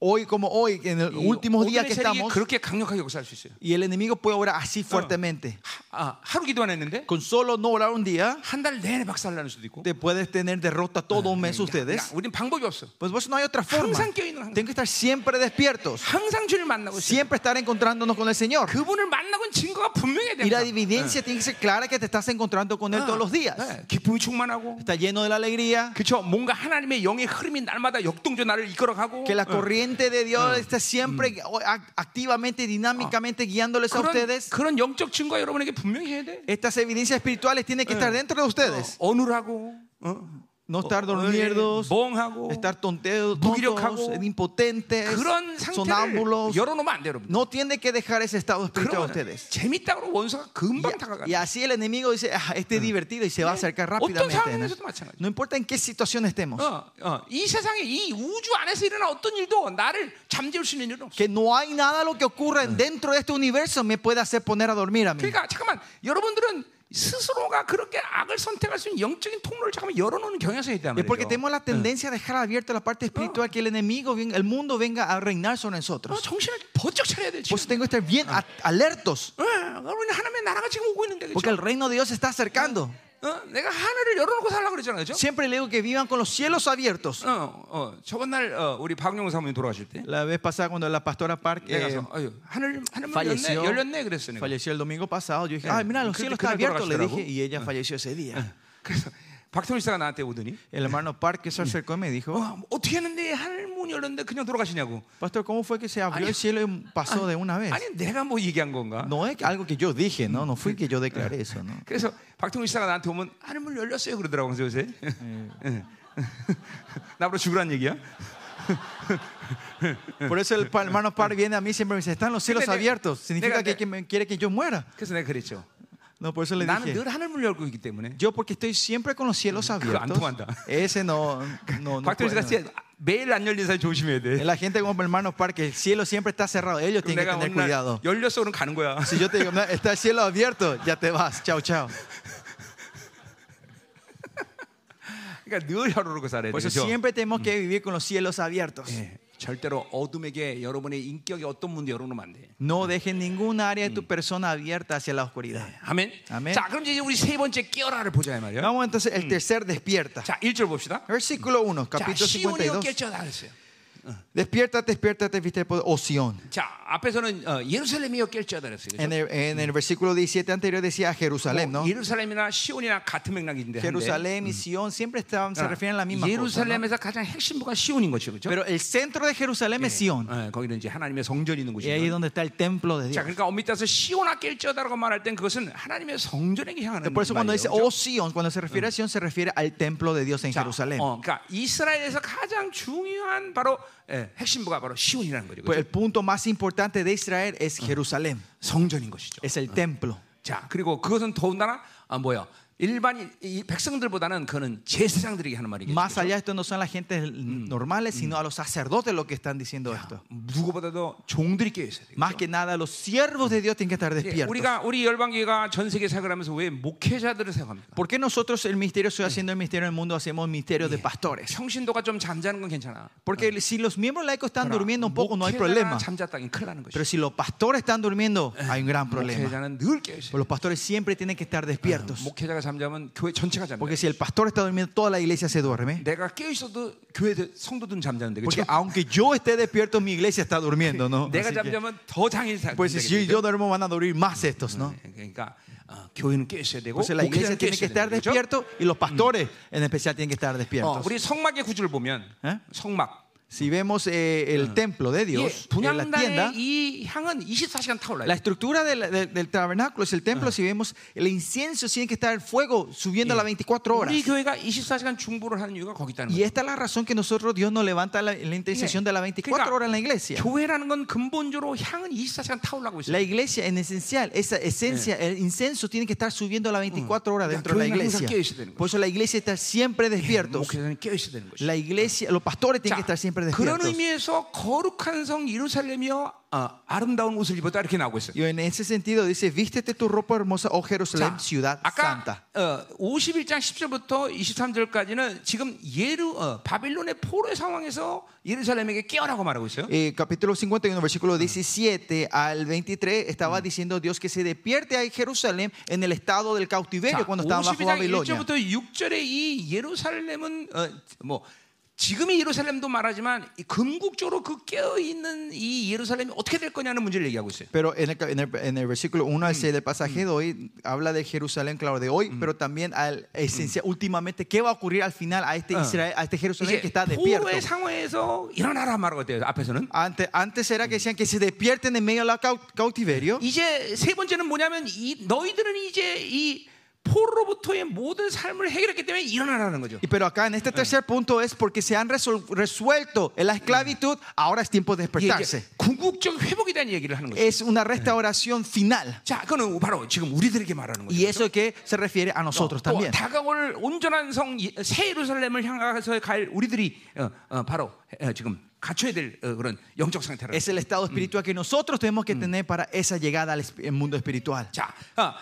Speaker 2: Hoy como hoy, en los
Speaker 1: 이
Speaker 2: últimos días
Speaker 1: 오늘의
Speaker 2: que
Speaker 1: 세력이
Speaker 2: estamos,
Speaker 1: 그렇게 강력하게 역사할 수 있어요.
Speaker 2: y el enemigo puede orar así fuertemente.
Speaker 1: 아, 하루 기도 안 했는데
Speaker 2: Con solo no orar un día,
Speaker 1: 한 달 내내 박살나는 수도 있고.
Speaker 2: te puedes tener derrota todo un mes
Speaker 1: 야, 야,
Speaker 2: ustedes.
Speaker 1: 우린 방법이 없어.
Speaker 2: Pues vos no hay otra forma.
Speaker 1: 항상 껴있는 항상.
Speaker 2: Tienen que estar siempre despiertos.
Speaker 1: 항상 주를 만나고 있어.
Speaker 2: Siempre estar encontrándonos con el Señor.
Speaker 1: 그분을 만나고 있는 증거가 분명해야
Speaker 2: Y la
Speaker 1: 된다.
Speaker 2: evidencia tiene que ser clara que te estás encontrando con Él todos los días.
Speaker 1: 네, 기쁨이 충만하고
Speaker 2: Está lleno de la alegría.
Speaker 1: 그쵸 뭔가 하나님의 영의 흐름이 날마다 역동적 나를 이끌어가고
Speaker 2: Que la corriente de Dios está siempre ac- activamente, dinámicamente guiándoles a
Speaker 1: 그런,
Speaker 2: ustedes.
Speaker 1: 그런 영적 증거 여러분에게 분명히 해야 돼
Speaker 2: Estas evidencias espirituales tienen que estar dentro de ustedes.
Speaker 1: 어, 어눌하고 어,
Speaker 2: No estar
Speaker 1: 어, 예,
Speaker 2: dormidos,
Speaker 1: 멍하고
Speaker 2: estar tonteos,
Speaker 1: 무기력하고.
Speaker 2: tontos, impotentes,
Speaker 1: 그런 상태를
Speaker 2: sonámbulos.
Speaker 1: 열어놓으면 안 돼요 여러분
Speaker 2: No tiene que dejar ese estado espiritual a
Speaker 1: 그러면
Speaker 2: ustedes.
Speaker 1: 재밌다고 원수가 금방
Speaker 2: Y,
Speaker 1: 다가가
Speaker 2: y así el enemigo dice, "Ah, este es divertido y se va a acercar
Speaker 1: 어떤
Speaker 2: rápidamente.
Speaker 1: 상황에서도 마찬가지
Speaker 2: No importa en qué situación estemos,
Speaker 1: 어, 어, 이 세상에 이 우주 안에서 일어난 어떤 일도 나를 잠재울 수 있는 일은 없어
Speaker 2: que no hay nada lo que ocurra dentro de este universo me puede hacer poner a dormir a mí.
Speaker 1: 그러니까 잠깐만 여러분들은 스스로가 그렇게 악을 선택할 수 있는 영적인 통로를 잠깐만 열어놓는 경향성이 있단
Speaker 2: Es porque
Speaker 1: 말이죠
Speaker 2: tenemos la tendencia a dejar abierta la parte espiritual que el enemigo, venga- el mundo venga a reinar sobre
Speaker 1: 어,
Speaker 2: nosotros.
Speaker 1: 정신을 번쩍 차려야 돼
Speaker 2: Por
Speaker 1: 지금
Speaker 2: eso tengo que estar bien a- alertos,
Speaker 1: 어, 여러분 하나님의 나라가 지금 오고 있는데
Speaker 2: porque
Speaker 1: 그렇죠?
Speaker 2: el reino de Dios se está acercando.
Speaker 1: 어, 내가 하늘을 열어놓고 살라 그랬잖아요, 그렇죠?
Speaker 2: Siempre le digo que vivan con los cielos abiertos.
Speaker 1: 어, 어, 저번 날 어, 우리 박영호 사모님 돌아가실 때
Speaker 2: La vez pasada cuando la pastora Park
Speaker 1: 내가
Speaker 2: eh,
Speaker 1: 가서 아유, 하늘 하늘 열렸네,
Speaker 2: falleció.
Speaker 1: 열렸네 그랬어요. 내가.
Speaker 2: Falleció el domingo pasado. Yo dije, ay, mira, los
Speaker 1: Creo
Speaker 2: cielos
Speaker 1: que
Speaker 2: están
Speaker 1: creo que
Speaker 2: abiertos, le
Speaker 1: colapsará,
Speaker 2: dije, y ella falleció ese día.
Speaker 1: 그래서 박태훈 씨가 나한테 오더니
Speaker 2: El hermano Parque se acercó y me dijo,
Speaker 1: 어, 어떻게 했는데 하늘 문 열렸는데 그냥 돌아가시냐고.
Speaker 2: Pastor, ¿cómo fue que se abrió
Speaker 1: Ay.
Speaker 2: el cielo y pasó de una vez?
Speaker 1: 아니 내가 뭐 얘기한 건가?
Speaker 2: No es algo que yo dije, no, no fue que yo declaré eso, ¿no?
Speaker 1: 그래서 박태훈 씨가 나한테 오면 하늘 문 열렸어요 그러더라고 그래서 요새 예. 나보고 죽으란 얘기야?
Speaker 2: Por eso el pa- hermano Park viene a mí y siempre me dice, están los cielos
Speaker 1: Fíjate,
Speaker 2: abiertos, significa
Speaker 1: fíjate.
Speaker 2: que, que me- quiere que yo muera.
Speaker 1: 그래서 내가 그랬죠.
Speaker 2: No, por eso le
Speaker 1: 나는
Speaker 2: dije,
Speaker 1: 늘 하늘 문 열고 있기 때문에
Speaker 2: yo porque estoy siempre con los cielos abiertos,
Speaker 1: 통한다.
Speaker 2: ese no, no, no
Speaker 1: 박태훈 씨가
Speaker 2: puedo.
Speaker 1: 진짜 매일 안 열린 사람 조심해야 돼.
Speaker 2: La gente como el hermano Park, el cielo siempre está cerrado, ellos
Speaker 1: 그럼
Speaker 2: tienen que
Speaker 1: 네, 내가
Speaker 2: tener
Speaker 1: 오늘 날
Speaker 2: cuidado.
Speaker 1: 열렸어 그럼 가는 거야.
Speaker 2: Si yo te digo, "No, está el cielo abierto, ya te vas, chao, chao.
Speaker 1: 그러니까 늘 열어놓고 살아야
Speaker 2: Por eso Mm. Eh.
Speaker 1: 되죠.
Speaker 2: siempre tenemos que vivir con los cielos abiertos.
Speaker 1: 예, 절대로 어둠에게 여러분의 인격의 어떤 문도 열어놓으면 안 돼.
Speaker 2: No dejes ningún área de tu persona abierta hacia la oscuridad.
Speaker 1: 아멘.
Speaker 2: 아멘.
Speaker 1: 자, 그럼 이제 우리 세 번째 깨어라를 보자 이 말이야.
Speaker 2: Vamos entonces, el tercer despierta.
Speaker 1: 자, 1절 봅시다.
Speaker 2: Versículo 1,
Speaker 1: 자,
Speaker 2: capítulo
Speaker 1: 시온이여
Speaker 2: 52.
Speaker 1: 깨쳐라 그랬어요.
Speaker 2: Despiértate, despiértate, viste el poder, oh Sión.
Speaker 1: 자, 앞에서는 어, 예루살렘이여 깨쳐라 그랬어요. 그죠?
Speaker 2: En el, en el versículo 17 anterior decía a Jerusalén,
Speaker 1: 뭐
Speaker 2: ¿no?
Speaker 1: 예루살렘이나 시온이나 같은 맥락인데. 한데,
Speaker 2: Jerusalén y Sión siempre estaban, se
Speaker 1: 아,
Speaker 2: refieren a la misma cosa. ¿no?
Speaker 1: 예루살렘에서 가장 핵심부가 시온인 것이죠. 그죠?
Speaker 2: Pero el centro de Jerusalén
Speaker 1: Eh,
Speaker 2: es Sión.
Speaker 1: 예, 거기는 이제 하나님의 성전이 있는
Speaker 2: Y ahí es
Speaker 1: 예, 곳이죠.
Speaker 2: donde está el templo de
Speaker 1: 자,
Speaker 2: Dios.
Speaker 1: 그러니까 엄밀히 따서 시온아 깰쩌다라고 말할 땐 그것은 하나님의 성전에게 향하는
Speaker 2: Por eso cuando dice
Speaker 1: 말이에요.
Speaker 2: oh Sión, cuando se refiere a Sión, se refiere al templo de Dios en
Speaker 1: 자,
Speaker 2: Jerusalén.
Speaker 1: 어, 그러니까 이스라엘에서 가장 중요한 바로 예, 핵심부가 바로 시온이라는 거죠.
Speaker 2: Pues
Speaker 1: 그죠?
Speaker 2: el punto más importante de Israel es Jerusalén,
Speaker 1: 성전인 것이죠.
Speaker 2: es el templo.
Speaker 1: 자, 그리고 그것은 더군다나 아, 뭐야? 일반인 이 백성들보다는 그는 제사장들에게 하는 말이겠죠.
Speaker 2: Más allá de esto no son las gentes normales, sino a los sacerdotes los que están diciendo esto.
Speaker 1: 그렇죠? 누구보다도 종들이 깨어 있어야 돼요.
Speaker 2: Más que nada, los siervos de Dios tienen que estar
Speaker 1: 예,
Speaker 2: despiertos.
Speaker 1: 우리가 우리 열방교회가 전 세계 사역을 하면서 왜 목회자들을 생각합니까?
Speaker 2: ¿Por qué nosotros el misterio, estoy haciendo el misterio del mundo, hacemos misterio de pastores?
Speaker 1: 평신도가 좀 잠자는 건 괜찮아. 아,
Speaker 2: Porque si los miembros laicos están durmiendo un poco, no hay
Speaker 1: 목회자가
Speaker 2: problema.
Speaker 1: 잠잤다니 큰일 나는 것이죠.
Speaker 2: Pero si los pastores están durmiendo, hay un gran problema.
Speaker 1: 목회자는 늘 깨어 있어요.
Speaker 2: Pues los pastores siempre tienen que estar despiertos.
Speaker 1: 목회자가 잠자면 교회 전체가 잠자.
Speaker 2: Porque si el pastor está durmiendo, toda la iglesia se duerme.
Speaker 1: 내가 깨어 있어도 교회 성도들은 잠자는데 그렇죠?
Speaker 2: Porque aunque yo esté despierto, mi iglesia está durmiendo, ¿no?
Speaker 1: 내가
Speaker 2: Así que,
Speaker 1: 잠자면 더 장애인 사
Speaker 2: pues si yo, yo duermo, van a dormir más estos, ¿no?
Speaker 1: 그러니까 어, 교회는 깨 있어야 되고
Speaker 2: Pues la iglesia
Speaker 1: 목회자는 깨
Speaker 2: tiene que
Speaker 1: 있어야
Speaker 2: estar
Speaker 1: 되는 거죠.
Speaker 2: despierto y los pastores en especial tienen que estar
Speaker 1: 어,
Speaker 2: despiertos.
Speaker 1: 우리 성막의 구조를 보면
Speaker 2: 에?
Speaker 1: 성막
Speaker 2: Si vemos eh, el templo de
Speaker 1: 이
Speaker 2: Dios, eh, la tienda,
Speaker 1: 분양단의 이 향은 24시간 예, 타올라요.
Speaker 2: la estructura de la- de- del tabernáculo es el templo. Si vemos el incienso, tiene que estar el fuego subiendo a las 24 horas.
Speaker 1: 우리 교회가 24시간 중보를 하는 이유가 거기 있다는
Speaker 2: Y
Speaker 1: 거예요.
Speaker 2: esta es la razón que nosotros Dios nos levanta la, la intercesión de las 24 horas en la iglesia.
Speaker 1: 교회라는 건 근본적으로 향은 24시간 타올라고 있어요.
Speaker 2: La iglesia en esencial, esa esencia, el incenso tiene que estar subiendo a las 24 horas
Speaker 1: La
Speaker 2: dentro de la
Speaker 1: 교회는
Speaker 2: iglesia.
Speaker 1: 항상 깨어 있어야 되는 거죠.
Speaker 2: Por eso la iglesia está siempre despiertos.
Speaker 1: 목회자는 깨어 있어야 되는 거죠.
Speaker 2: La iglesia, los pastores
Speaker 1: 자,
Speaker 2: tienen que estar siempre
Speaker 1: 그런
Speaker 2: despiertos.
Speaker 1: 의미에서 거룩한 성 예루살렘이여 아, 아름다운 옷을 입었다 이렇게 나오고 있어요.
Speaker 2: Y en ese sentido dice, vístete tu ropa hermosa, oh Jerusalén,
Speaker 1: 자,
Speaker 2: ciudad
Speaker 1: 아까
Speaker 2: santa.
Speaker 1: 어, 51장 10절부터 23절까지는 지금 예루 어, 바빌론의 포로의 상황에서 예루살렘에게 깨어라고 말하고 있어요.
Speaker 2: Eh, capítulo 51, versículo 17 al 23, estaba diciendo Dios que se despierte a Jerusalén en el estado del
Speaker 1: 자,
Speaker 2: cautiverio cuando estaba bajo
Speaker 1: 52장
Speaker 2: Babilonia.
Speaker 1: 1절부터 6절에 이 예루살렘은 어, 뭐 지금의 예루살렘도 말하지만 이 궁극적으로 그 깨어 있는 이 예루살렘이 어떻게 될 거냐는 문제를 얘기하고 있어요.
Speaker 2: Pero en el, ca- en el- en el versículo 1 al 6 del pasaje de hoy, habla de Jerusalén, claro, de hoy, pero también al esencia, últimamente, ¿qué va a ocurrir al final a este,
Speaker 1: Ah.
Speaker 2: Israel, a este Jerusalén que
Speaker 1: 이제
Speaker 2: está despierto?
Speaker 1: 포로의 상황에서 일어나라 말하고 돼요. 앞에서는
Speaker 2: Antes, antes era que decían que se despierten en medio del cautiverio.
Speaker 1: 이제 세 번째는 뭐냐면 이 너희들은 이제 이 포로로부터의 모든 삶을 해결했기 때문에 일어나라는 거죠.
Speaker 2: Y pero acá en este tercer punto es porque se han resol- resuelto en la esclavitud, ahora es tiempo de
Speaker 1: 이게
Speaker 2: despertarse.
Speaker 1: 이제 궁극적 회복에 대한 얘기를 하는 거죠.
Speaker 2: Es una restauración final.
Speaker 1: 자, 그거는 바로 지금 우리들에게 말하는 거죠.
Speaker 2: Y eso que se refiere a nosotros
Speaker 1: 어, 또
Speaker 2: también.
Speaker 1: 다가올 온전한 성 새 예루살렘을 향해서 갈 우리들이 어, 어, 바로 어, 지금 갖춰야 될 어, 그런 영적 상태라.
Speaker 2: Es el estado espiritual que nosotros tenemos que tener para esa llegada al esp- mundo espiritual.
Speaker 1: 자, 어,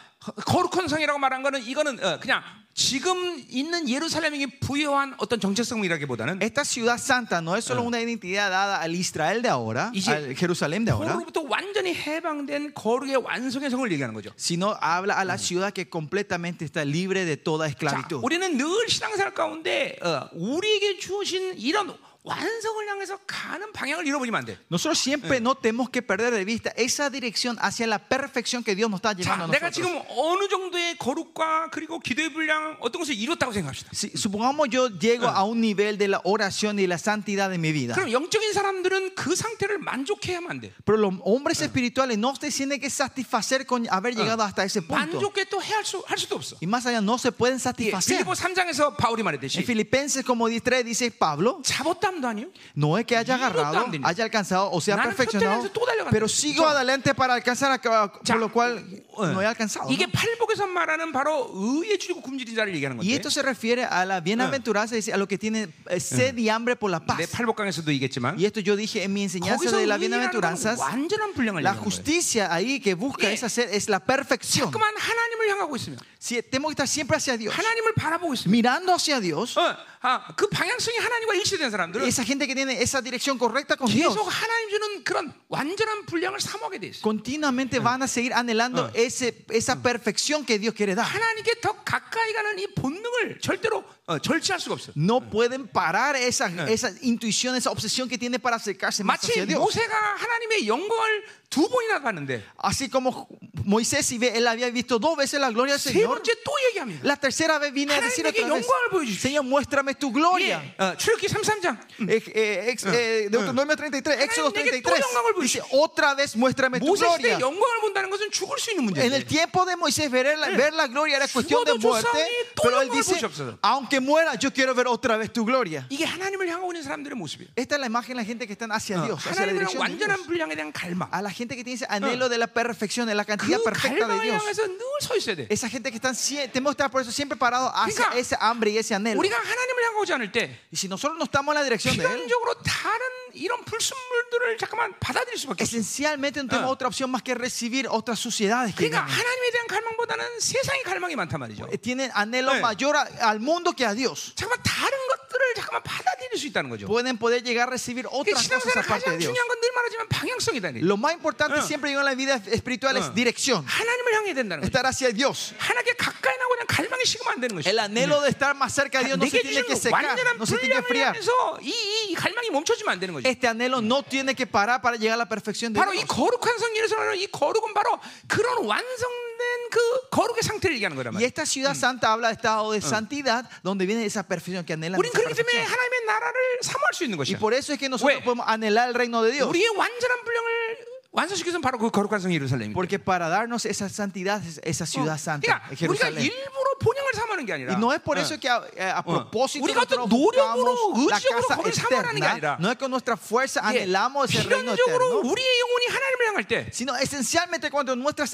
Speaker 1: 거룩한 성이라고 말한 거는 이거는 어, 그냥 지금 있는 예루살렘에게 부여한 어떤 정체성이라기보다는
Speaker 2: Esta ciudad santa no es solo una identidad dada al Israel de ahora,
Speaker 1: Y si-
Speaker 2: al Jerusalén de ahora,
Speaker 1: 포로로부터 완전히 해방된 거룩의 완성의 성을 얘기하는 거죠.
Speaker 2: sino habla a la ciudad que completamente está libre de toda
Speaker 1: 자,
Speaker 2: esclavitud.
Speaker 1: 우리는 늘 신앙생활 가운데 어, 우리에게 주어진 이런 완성을 향해서 가는 방향을 잃어버리면 안 돼.
Speaker 2: Nosotros siempre no tenemos que perder de vista esa dirección hacia la perfección que Dios nos está llevando
Speaker 1: 자,
Speaker 2: a
Speaker 1: 내가
Speaker 2: nosotros.
Speaker 1: 지금 어느 정도의 거룩과 그리고 기도의 분량 어떤 것을 이뤘다고 생각합시다.
Speaker 2: Si- supongamos yo llego a un nivel de la oración y la santidad de mi vida.
Speaker 1: 그럼 영적인 사람들은 그 상태를 만족해야만 안 돼.
Speaker 2: Pero los hombres espirituales no se tienen que satisfacer con haber llegado hasta ese punto.
Speaker 1: 만족해 뭐 또 해할 수, 할 수도 없어.
Speaker 2: Y más allá, no se pueden
Speaker 1: 예,
Speaker 2: satisfacer.
Speaker 1: 빌리보 3장에서 바울이
Speaker 2: En
Speaker 1: 말했듯이
Speaker 2: Filipenses, como 13 dice Pablo,
Speaker 1: 잡었담도 아니요.
Speaker 2: no es que haya
Speaker 1: Ni lo
Speaker 2: agarrado,
Speaker 1: también.
Speaker 2: haya alcanzado o sea
Speaker 1: Nada,
Speaker 2: perfeccionado,
Speaker 1: justamente tú dale,
Speaker 2: pero
Speaker 1: Gandhi.
Speaker 2: sigo
Speaker 1: Ya.
Speaker 2: adelante para alcanzar, a-
Speaker 1: Ya. Uh,
Speaker 2: por lo cual no he alcanzado.
Speaker 1: 어,
Speaker 2: ¿no?
Speaker 1: 예. 이게 팔복에서 말하는 바로 의의 주고 굶주린 자를 얘기하는
Speaker 2: Y
Speaker 1: 건데.
Speaker 2: esto se refiere a la bienaventuranza, dice, a lo que tiene eh, sed y hambre por la
Speaker 1: 내
Speaker 2: paz.
Speaker 1: 팔복강에서도 얘기했지만
Speaker 2: Y esto yo dije en mi enseñanza
Speaker 1: 거기서
Speaker 2: de las
Speaker 1: 의의라는 건
Speaker 2: bienaventuranzas.
Speaker 1: 완전한 분량을
Speaker 2: La
Speaker 1: 얘기하는 거예요.
Speaker 2: justicia ahí que busca
Speaker 1: 예.
Speaker 2: esa sed es la perfección.
Speaker 1: 그만 하나님을 향하고 있으면
Speaker 2: Si tenemos que estar siempre hacia Dios,
Speaker 1: 하나님을 바라보고 있으면
Speaker 2: mirando hacia Dios,
Speaker 1: 어, 아, 그 방향성이 하나님과 일치된 사람들은
Speaker 2: esa gente que tiene esa dirección correcta con Dios,
Speaker 1: 계속 하나님 주는 그런 완전한 분량을 사모하게 돼 있어.
Speaker 2: continuamente van a seguir anhelando ese, esa perfección que Dios quiere dar.
Speaker 1: 하나님께 더 가까이 가는 이 본능을 절대로 어, 절제할 수가 없어.
Speaker 2: No pueden parar esa, esa intuición, esa obsesión que tiene para acercarse más
Speaker 1: 마치
Speaker 2: hacia Dios.
Speaker 1: 모세가 하나님의 영광을 두 번이나 봤는데
Speaker 2: Así como Moisés, si ve, él había visto dos veces la gloria del
Speaker 1: 세
Speaker 2: Señor,
Speaker 1: 번째 또 얘기합니다.
Speaker 2: la tercera vez viene a decir
Speaker 1: 하나님에게
Speaker 2: otra vez:
Speaker 1: 영광을 보여주십시오.
Speaker 2: Señor, muéstrame tu gloria.
Speaker 1: 예, 어, 출애굽기 33장.
Speaker 2: Eh, eh, ex- eh, Deuteronomio 33, Éxodo
Speaker 1: Ha나님, 내게
Speaker 2: 33
Speaker 1: 또 영광을 보여주시-
Speaker 2: dice otra vez muéstrame tu
Speaker 1: 모세 시대
Speaker 2: gloria
Speaker 1: 영광을 본다는 것은 죽을 수 있는
Speaker 2: en el
Speaker 1: 문제인데.
Speaker 2: tiempo de Moisés ver la, ver la gloria era cuestión de
Speaker 1: 죽어도
Speaker 2: muerte
Speaker 1: 조상이 또
Speaker 2: pero él
Speaker 1: 영광을
Speaker 2: dice
Speaker 1: 보여주옵소서.
Speaker 2: aunque muera yo quiero ver otra vez tu gloria
Speaker 1: 이게 하나님을 향하고 있는 사람들의 모습이에요.
Speaker 2: esta es la imagen de la gente que están hacia
Speaker 1: 어, 아,
Speaker 2: Dios hacia la
Speaker 1: 하나님이랑
Speaker 2: dirección de Dios.
Speaker 1: 완전한 분량에 대한 갈망.
Speaker 2: a la gente que tiene ese anhelo de la perfección de la cantidad
Speaker 1: 그
Speaker 2: perfecta de
Speaker 1: 갈망을
Speaker 2: Dios
Speaker 1: 향해서 늘 서 있어야 돼.
Speaker 2: esa gente que están sie- tenemos que estar por eso siempre parados hacia
Speaker 1: 그러니까
Speaker 2: ese hambre y ese anhelo
Speaker 1: 우리가 하나님을 향하지 않을 때
Speaker 2: y si nosotros no estamos en la dirección de él
Speaker 1: 필연적으로 다른 이런 불순물들을 잠깐만 받아들일 수밖에 없어.
Speaker 2: esencialmente no tenemos
Speaker 1: Ah.
Speaker 2: otra opción más que recibir otras suciedades que
Speaker 1: 그러니까
Speaker 2: vienen.
Speaker 1: 하나님에 대한 갈망보다는 세상의 갈망이 많단 말이죠.
Speaker 2: Eh, tienen anhelo
Speaker 1: Eh.
Speaker 2: mayor a- al mundo que a Dios.
Speaker 1: 잠깐만 다른 것들을 잠깐만 받아들일 수 있다는 거죠.
Speaker 2: Pueden poder llegar a recibir
Speaker 1: 그
Speaker 2: otras cosas
Speaker 1: 신앙생활
Speaker 2: aparte de
Speaker 1: 가장
Speaker 2: Dios.
Speaker 1: 중요한 건 늘 말하지만 방향성이다. 이래요.
Speaker 2: Lo más importante
Speaker 1: Eh.
Speaker 2: siempre digo en la vida espiritual
Speaker 1: Eh.
Speaker 2: es dirección.
Speaker 1: 하나님을 향해야 된다는 거죠.
Speaker 2: Estar hacia Dios.
Speaker 1: 하나님께 가까이 나고 그냥 갈망이 사랑이 식으면 안 되는 것이죠.
Speaker 2: El anhelo de estar más cerca de Dios no se
Speaker 1: 내게
Speaker 2: tiene
Speaker 1: 주신
Speaker 2: que secar,
Speaker 1: 완전한
Speaker 2: no se tiene que
Speaker 1: 분량을
Speaker 2: enfriar.
Speaker 1: 향해서 이, 이, 이 갈망이 멈춰지면 안 되는 거죠.
Speaker 2: Este anhelo no tiene que parar para llegar a la perfección de
Speaker 1: 바로 이
Speaker 2: Dios.
Speaker 1: 거룩한 성전에서 말하는 이 거룩은 바로 그런 완성된 그 거룩의 상태를 얘기하는 거란
Speaker 2: Y
Speaker 1: 말이에요.
Speaker 2: esta ciudad santa habla de estado de santidad, donde viene esa perfección que anhela.
Speaker 1: 우리는 그렇기 때문에 하나님의 나라를 사모할 수 있는
Speaker 2: Y
Speaker 1: 것이야.
Speaker 2: por eso es que nosotros
Speaker 1: Güey.
Speaker 2: podemos anhelar el reino de Dios.
Speaker 1: 우리의 완전한 분량을 완성시켜서 바로 그 거룩한 성 예루살렘입니다.
Speaker 2: Porque para darnos esa santidad, es- esa ciudad santa,
Speaker 1: 그러니까 우리가
Speaker 2: Jerusalén.
Speaker 1: 일부러 본향을 사모하는 게 아니라
Speaker 2: Y no es por
Speaker 1: 어.
Speaker 2: eso que a, eh, a propósito
Speaker 1: 우리가 어떤
Speaker 2: nosotros
Speaker 1: 노력으로,
Speaker 2: buscamos la
Speaker 1: 의지적으로
Speaker 2: casa
Speaker 1: 거기를 사모하는 게 아니라
Speaker 2: externa, no es que con nuestra fuerza
Speaker 1: 예,
Speaker 2: anhelamos ese reino
Speaker 1: 필연적으로
Speaker 2: eterno,
Speaker 1: 우리의 영혼이 하나님을 향할 때
Speaker 2: sino esencialmente cuando nuestras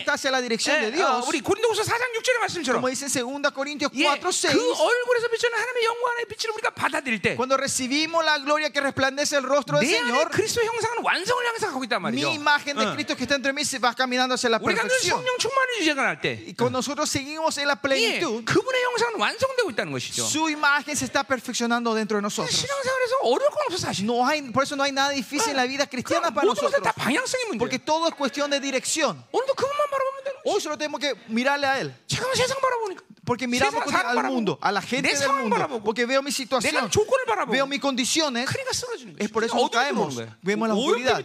Speaker 1: 예,
Speaker 2: están hacia la dirección
Speaker 1: 예,
Speaker 2: de
Speaker 1: 어,
Speaker 2: Dios,
Speaker 1: 우리 고린도후서 4장 6절의
Speaker 2: como
Speaker 1: 말씀처럼
Speaker 2: dice en 2 Corintios
Speaker 1: 예,
Speaker 2: 4, 6,
Speaker 1: 그 얼굴에서 비치는 하나님의 영광의 빛을 우리가 받아들일 때 내
Speaker 2: cuando recibimos la gloria que resplandece el rostro del
Speaker 1: 안에
Speaker 2: Señor,
Speaker 1: 그리스도 형상은 완성을 향해서 가고 있단 말이죠.
Speaker 2: mi imagen de
Speaker 1: 어.
Speaker 2: Cristo que está entre mí se va caminando hacia la
Speaker 1: 우리가 늘
Speaker 2: perfección.
Speaker 1: 성령 충만을 유지할 때
Speaker 2: Y cuando nosotros seguimos en la
Speaker 1: 예,
Speaker 2: plenitud,
Speaker 1: 그분의 형상은 완성되고 있다는 것이죠.
Speaker 2: su imagen se está perfeccionando dentro de nosotros.
Speaker 1: 신앙생활에서 어려울 건 없어 사실.
Speaker 2: No hay, por eso no hay nada difícil en la vida cristiana
Speaker 1: 그냥
Speaker 2: para
Speaker 1: 모든 것은
Speaker 2: nosotros.
Speaker 1: 다 방향성의 문제.
Speaker 2: Porque todo es cuestión de dirección.
Speaker 1: 오늘도 그분만 바라보면 되는 거지.
Speaker 2: Hoy solo tenemos que mirarle a Él.
Speaker 1: 잠깐 세상 바라보니까.
Speaker 2: Porque
Speaker 1: 세상
Speaker 2: miramos con-
Speaker 1: 사람
Speaker 2: al
Speaker 1: 바라보고,
Speaker 2: mundo, a la gente
Speaker 1: 내
Speaker 2: del
Speaker 1: 상황
Speaker 2: mundo.
Speaker 1: 바라보고,
Speaker 2: Porque veo mi
Speaker 1: 내가
Speaker 2: situación,
Speaker 1: 조건을 바라보고.
Speaker 2: veo mis condiciones.
Speaker 1: 그러니까 쓰러지는 그러니까 거야.
Speaker 2: Es por eso que caemos. Vemos la oscuridad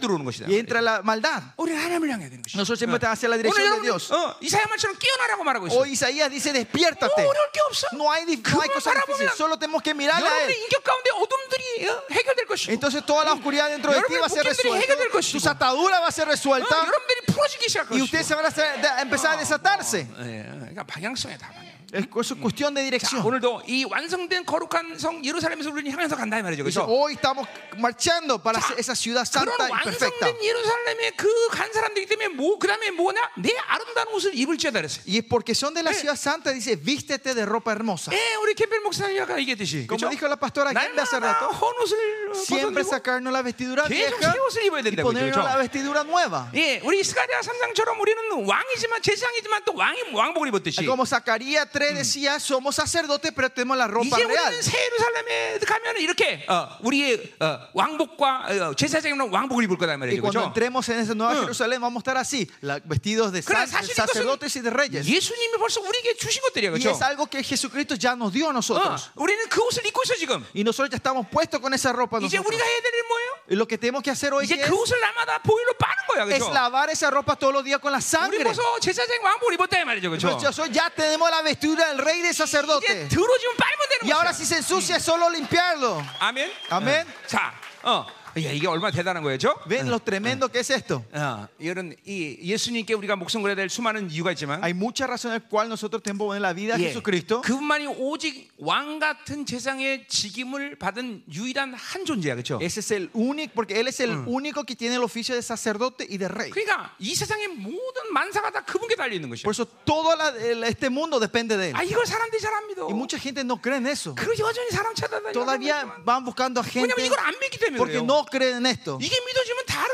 Speaker 1: 오염이 들어오는 것이다. 예.
Speaker 2: y entra la maldad.
Speaker 1: 우리 하나님을 향해야 되는 것이다.
Speaker 2: Nosotros siempre estamos hacia la dirección de Dios.
Speaker 1: 어, 이사야 말처럼 깨어나라고 말하고 있어.
Speaker 2: Hoy Isaías dice: Despiértate.
Speaker 1: 뭐 어려울 게 없어.
Speaker 2: No hay, dif- no hay
Speaker 1: 그분만
Speaker 2: cosas
Speaker 1: 바라보면
Speaker 2: difíciles, solo tenemos que mirarle a Él.
Speaker 1: 여러분의 인격 가운데 어둠들이 어, 해결될 것이고.
Speaker 2: Entonces toda la oscuridad dentro de ti va a ser
Speaker 1: 여러분의 묶임들이
Speaker 2: resuelta.
Speaker 1: 해결될 것이고.
Speaker 2: Tus ataduras va a ser
Speaker 1: 어,
Speaker 2: resuelta
Speaker 1: 여러분들이 풀어지기 시작할
Speaker 2: y
Speaker 1: 것이고.
Speaker 2: ustedes se van a, hacer- a empezar a desatarse.
Speaker 1: 예, 어, 그러니까 방향성에 다 방향.
Speaker 2: Es es cuestión de
Speaker 1: 자,
Speaker 2: dirección.
Speaker 1: 오늘도 이 완성된 거룩한 성 예루살렘에서 우리는 향해서 간다 이 말이죠.
Speaker 2: Dice,
Speaker 1: 그래서
Speaker 2: hoy estamos marchando para
Speaker 1: 자,
Speaker 2: esa ciudad
Speaker 1: 그런
Speaker 2: santa y perfecta.
Speaker 1: 완성된 예루살렘에 그 간 사람들이기 때문에 뭐 그다음에 뭐냐? 내 아름다운 옷을 입을지어다 그랬어요.
Speaker 2: Y es porque son de la ciudad santa, dice, vístete de ropa hermosa.
Speaker 1: 예, 우리 캠벨 목사님이 아까 얘기했듯이
Speaker 2: Como
Speaker 1: 그죠?
Speaker 2: dijo la pastora Glenda hace
Speaker 1: 날마다
Speaker 2: rato,
Speaker 1: 헌 옷을
Speaker 2: siempre
Speaker 1: 벗어내고
Speaker 2: sacarnos la vestidura
Speaker 1: 계속
Speaker 2: vieja
Speaker 1: 새 옷을 입어야
Speaker 2: y
Speaker 1: 된다고
Speaker 2: ponernos la
Speaker 1: 그죠?
Speaker 2: vestidura nueva.
Speaker 1: 예, 우리 스가랴 3장처럼 우리는 왕이지만 제사장이지만 또 왕이 왕복을 입었듯이
Speaker 2: Como Zacarías 3 decía, somos sacerdotes, pero tenemos la ropa
Speaker 1: 이제 우리는
Speaker 2: real.
Speaker 1: 새 예루살렘에 가면 이렇게 어, 우리의 어, 왕복과 어, 제사장이랑 왕복을 입을 거다 이
Speaker 2: Y
Speaker 1: 말이죠.
Speaker 2: cuando
Speaker 1: 그죠?
Speaker 2: entremos en esa nueva Jerusalén, vamos a estar así, la- vestidos de
Speaker 1: 그러나
Speaker 2: san-
Speaker 1: 사실
Speaker 2: sacerdotes y de
Speaker 1: 이것은
Speaker 2: reyes.
Speaker 1: 예수님이 벌써 우리에게 주신 것들이야.
Speaker 2: Y
Speaker 1: 그죠?
Speaker 2: es algo que Jesucristo ya nos dio a
Speaker 1: 어,
Speaker 2: nosotros.
Speaker 1: 우리는 그 옷을 입고 있어 지금.
Speaker 2: Y nosotros ya estamos puestos con esa ropa.
Speaker 1: 이제
Speaker 2: nosotros.
Speaker 1: 우리가 해야 될 일은 뭐예요?
Speaker 2: Y Lo que tenemos que hacer hoy
Speaker 1: 이제
Speaker 2: es
Speaker 1: 그 옷을 날마다 보일로 빠는 거야.
Speaker 2: es
Speaker 1: 그죠?
Speaker 2: lavar esa ropa todos los días con la
Speaker 1: 우리
Speaker 2: sangre.
Speaker 1: 벌써 제사장 왕복을 입었다 이 말이죠. 그죠?
Speaker 2: Pero eso ya tenemos la vestidura del rey de
Speaker 1: 이제
Speaker 2: sacerdote.
Speaker 1: 그렇죠. 들어지면 빨면 되는
Speaker 2: Y
Speaker 1: 거야.
Speaker 2: ahora si se ensucia es solo limpiarlo.
Speaker 1: 아멘.
Speaker 2: 아멘.
Speaker 1: 어. 자, 어, 야, 이게 얼마나 대단한 거예요, 죠?
Speaker 2: ¿Ven lo tremendo que es esto?
Speaker 1: 어, 이런 이 예수님께 우리가 목숨 걸어야 될 수많은 이유가 있지만
Speaker 2: Hay muchas razones por las cuales nosotros tenemos que poner la vida de
Speaker 1: 예,
Speaker 2: Jesucristo.
Speaker 1: 그분만이 오직 왕 같은 세상의 직임을 받은 유일한 한 존재야, 그렇죠?
Speaker 2: Ese es el único, porque Él es el único que tiene el oficio de sacerdote y de rey.
Speaker 1: 그러니까 이 세상의 모든 만사가 다 그분께 달려 있는 것이야.
Speaker 2: Por eso todo la- el- este mundo depende de Él.
Speaker 1: 아 이걸 사람들이 잘 안 믿어.
Speaker 2: Y mucha gente no cree en eso.
Speaker 1: 그 여전히 사람 찾아다니고.
Speaker 2: Todavía van buscando a gente
Speaker 1: 왜냐면 이걸 안 믿기 때문에
Speaker 2: porque
Speaker 1: 그래요.
Speaker 2: no creen en esto.
Speaker 1: 이게 믿어지면 다른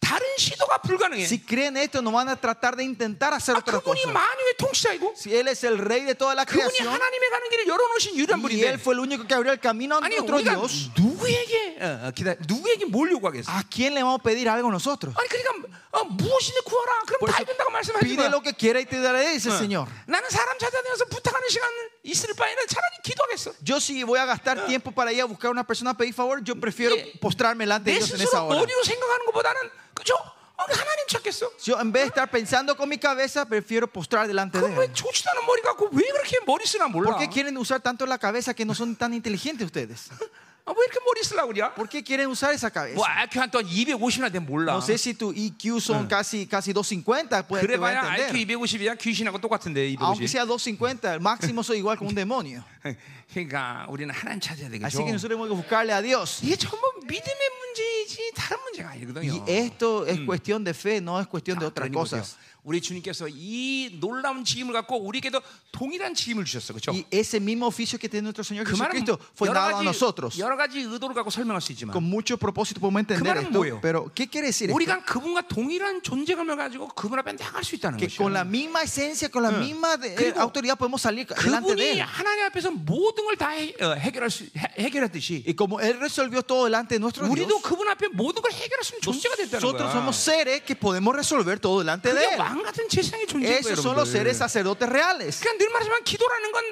Speaker 1: 다른 시도가 불가능해.
Speaker 2: Si creen esto, no van a tratar de intentar hacer
Speaker 1: 아,
Speaker 2: otra
Speaker 1: 그분이
Speaker 2: cosa.
Speaker 1: 만유의 통치자이고
Speaker 2: Si Él es el rey de toda la
Speaker 1: 그분이
Speaker 2: creación
Speaker 1: 하나님의 가는 길을 열어놓으신 유일한
Speaker 2: y
Speaker 1: 분인데
Speaker 2: Él fue el único que abrió el camino a
Speaker 1: 아니
Speaker 2: nuestro
Speaker 1: 우리가
Speaker 2: Dios,
Speaker 1: 누구에게 어, 어, 기다 누구에게 뭘 요구하겠어?
Speaker 2: ¿a quién le vamos a pedir algo nosotros?
Speaker 1: 아니 그러니까 어, 무엇이든 구하라. 그럼
Speaker 2: Por
Speaker 1: 다
Speaker 2: eso,
Speaker 1: 해준다고 말씀하신
Speaker 2: pide
Speaker 1: 거야.
Speaker 2: lo que quiera y te daré, dice el Señor.
Speaker 1: 나는 사람 찾아다녀서 부탁하는 시간 있을 바에는 차라리 기도하겠어.
Speaker 2: Yo si voy a gastar tiempo para ir a buscar a una persona a pedir favor, yo prefiero
Speaker 1: Yeah.
Speaker 2: postrarme delante de
Speaker 1: 내
Speaker 2: Dios en esa
Speaker 1: 스스로
Speaker 2: hora.
Speaker 1: 머리로 생각하는 것보다는 그죠? 어, 하나님 찾겠어.
Speaker 2: Yo en vez de estar pensando con mi cabeza, prefiero postrar delante
Speaker 1: 그럼
Speaker 2: de
Speaker 1: 왜
Speaker 2: Él.
Speaker 1: 좋지도 않은 머리 갖고 왜 그렇게 머리 쓰나 몰라.
Speaker 2: ¿Por qué quieren usar tanto la cabeza que no son tan inteligentes ustedes?
Speaker 1: 아, 왜 이렇게 머리 쓰려고 그래?
Speaker 2: ¿Por qué quieren usar esa cabeza?
Speaker 1: 뭐 IQ 한또 250이나 되면 몰라.
Speaker 2: No sé si tu IQ son casi, casi 250, pues te voy a
Speaker 1: 그래봐야
Speaker 2: entender.
Speaker 1: IQ 250이야 귀신하고 똑같은데 250.
Speaker 2: Aunque sea 250, el máximo soy igual que un demonio.
Speaker 1: 그러니까 우리는 하나님 찾아야 되겠죠.
Speaker 2: Así que nosotros tenemos que buscarle a Dios.
Speaker 1: 이게 전부 믿음의 문제이지 다른 문제가 아니거든요. 아, 그러니까
Speaker 2: Y esto es cuestión de fe, no es cuestión de otras
Speaker 1: 그러니 보세요.
Speaker 2: cosas.
Speaker 1: 우리 주님께서 이 놀라운 직임을 갖고 우리에게도 동일한 직임을 주셨어, 그렇죠?
Speaker 2: Y ese mismo oficio que tiene nuestro Señor
Speaker 1: 그 말은
Speaker 2: Jesucristo fue
Speaker 1: 여러
Speaker 2: dado a
Speaker 1: 가지-
Speaker 2: nosotros.
Speaker 1: 여러 가지 의도를 갖고 설명할 수 있지만
Speaker 2: Con mucho propósito podemos entender
Speaker 1: 말은
Speaker 2: esto.
Speaker 1: 뭐예요?
Speaker 2: Pero, ¿qué quiere decir esto?
Speaker 1: 우리가 그분과 동일한 존재감을 가지고 그분 앞에 나갈 수 있다는
Speaker 2: Que con la
Speaker 1: 것이죠.
Speaker 2: misma esencia, con la misma de- eh,
Speaker 1: 그리고
Speaker 2: autoridad podemos salir delante
Speaker 1: 그분이
Speaker 2: de Él.
Speaker 1: 하나님 앞에서 모든 걸 다 해결할 수 해, 결했듯이
Speaker 2: Y como Él resolvió todo delante de nuestro
Speaker 1: 우리도
Speaker 2: Dios.
Speaker 1: 그분 앞에 모든 걸 해결했으면 존재가 됐다는
Speaker 2: Nosotros
Speaker 1: 거야.
Speaker 2: somos seres que podemos resolver todo delante de
Speaker 1: 그게
Speaker 2: Él.
Speaker 1: 왕 같은 세상의 존재인 거야.
Speaker 2: Esos son
Speaker 1: 여러분들.
Speaker 2: los seres sacerdotes reales.
Speaker 1: 그러니까 늘 말하지만 기도라는 건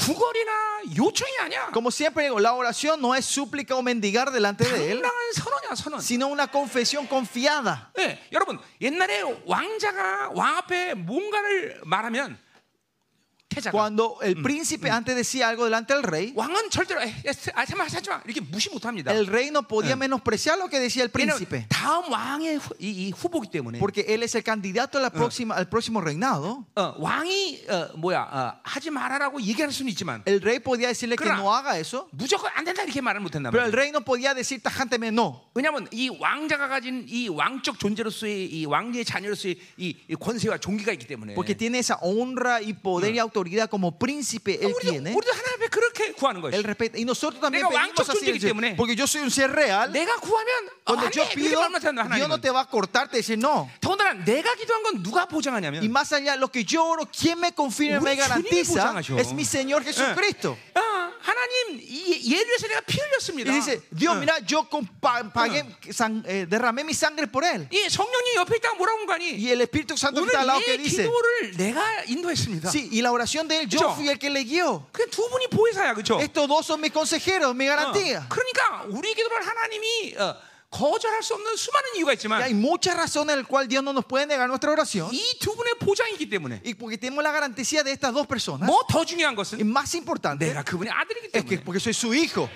Speaker 1: 구걸이나 요청이 아니야.
Speaker 2: Como siempre, digo, la oración no es súplica o mendigar delante de Él,
Speaker 1: 당당한 선언이야 선언.
Speaker 2: sino una confesión confiada.
Speaker 1: 네, 여러분 옛날에 왕자가 왕 앞에 뭔가를 말하면 태자가
Speaker 2: Cuando el príncipe antes decía algo delante del rey,
Speaker 1: 왕은 절대로 에이, 야, 아, 잠깐만 하지 마 이렇게 무시 못합니다.
Speaker 2: el rey no podía menospreciar lo que decía el
Speaker 1: 왜냐면
Speaker 2: príncipe,
Speaker 1: 다음 왕의 후, 이, 이 후보기 때문에
Speaker 2: porque él es el candidato a la próxima, al próximo reinado.
Speaker 1: 어, 왕이 어, 뭐야 어, 하지 말아라고 얘기할 수는 있지만
Speaker 2: El rey podía decirle que
Speaker 1: Claro.
Speaker 2: no haga eso,
Speaker 1: 무조건 안 된다 이렇게 말을 못한다
Speaker 2: pero el
Speaker 1: 말이야.
Speaker 2: rey no podía decir tajantemente no.
Speaker 1: 왜냐하면 이 왕자가 가진 이 왕적 존재로서의 이 왕의 자녀로서의 이, 이 권세와 종기가 있기 때문에
Speaker 2: Porque tiene esa honra y poder y autoridad como príncipe él
Speaker 1: 우리도,
Speaker 2: tiene.
Speaker 1: 우리도 하나님 앞에 그렇게 구하는 거예요.
Speaker 2: Él respeta. Y nosotros también
Speaker 1: Nega
Speaker 2: pedimos
Speaker 1: 왕적
Speaker 2: así.
Speaker 1: 존재이기 때문에.
Speaker 2: Porque yo soy un ser real.
Speaker 1: 내가 구하면 어,
Speaker 2: Cuando
Speaker 1: 안
Speaker 2: Ah, eh, yo
Speaker 1: 돼. 그렇게
Speaker 2: pido,
Speaker 1: 말 못한다
Speaker 2: Dios no
Speaker 1: 하나님은.
Speaker 2: te va a cortar, te dice no.
Speaker 1: 더군다나 내가 기도한 건 누가
Speaker 2: Y
Speaker 1: 보장하냐면
Speaker 2: más allá, lo que yo oro, quien me confirma, me
Speaker 1: Uy,
Speaker 2: garantiza,
Speaker 1: 주님이 보장하셔.
Speaker 2: es mi Señor Jesucristo.
Speaker 1: 아, 하나님 이, 얘를 위해서 내가 피 흘렸습니다. 어.
Speaker 2: Y dice, Dios, mira, yo compa- pagué, san- eh, derramé mi sangre por él.
Speaker 1: 이 성령님 옆에 있다가 뭐라고 한 거니?
Speaker 2: Y el Espíritu Santo que
Speaker 1: 오늘
Speaker 2: está al lado que
Speaker 1: 이
Speaker 2: dice,
Speaker 1: 기도를 내가 인도했습니다.
Speaker 2: sí, y la oración de él, yo
Speaker 1: Yo.
Speaker 2: fui el que le guió.
Speaker 1: 그 두 분이 보혜사야, 그렇죠?
Speaker 2: Estos dos son mis consejeros, mi garantía.
Speaker 1: 그러니까 우리 기도를 하나님이 어, 거절할 수 없는 수많은 이유가
Speaker 2: Y hay
Speaker 1: 있지만
Speaker 2: muchas razones en las cuales Dios no nos puede negar nuestra oración.
Speaker 1: 이 두 분의 보장이기 때문에
Speaker 2: Y porque tenemos la garantía de estas dos personas.
Speaker 1: 뭐 더 중요한
Speaker 2: Y
Speaker 1: 것은
Speaker 2: más importante,
Speaker 1: 내가 그분의 아들이기
Speaker 2: es que
Speaker 1: 때문에.
Speaker 2: porque soy su hijo.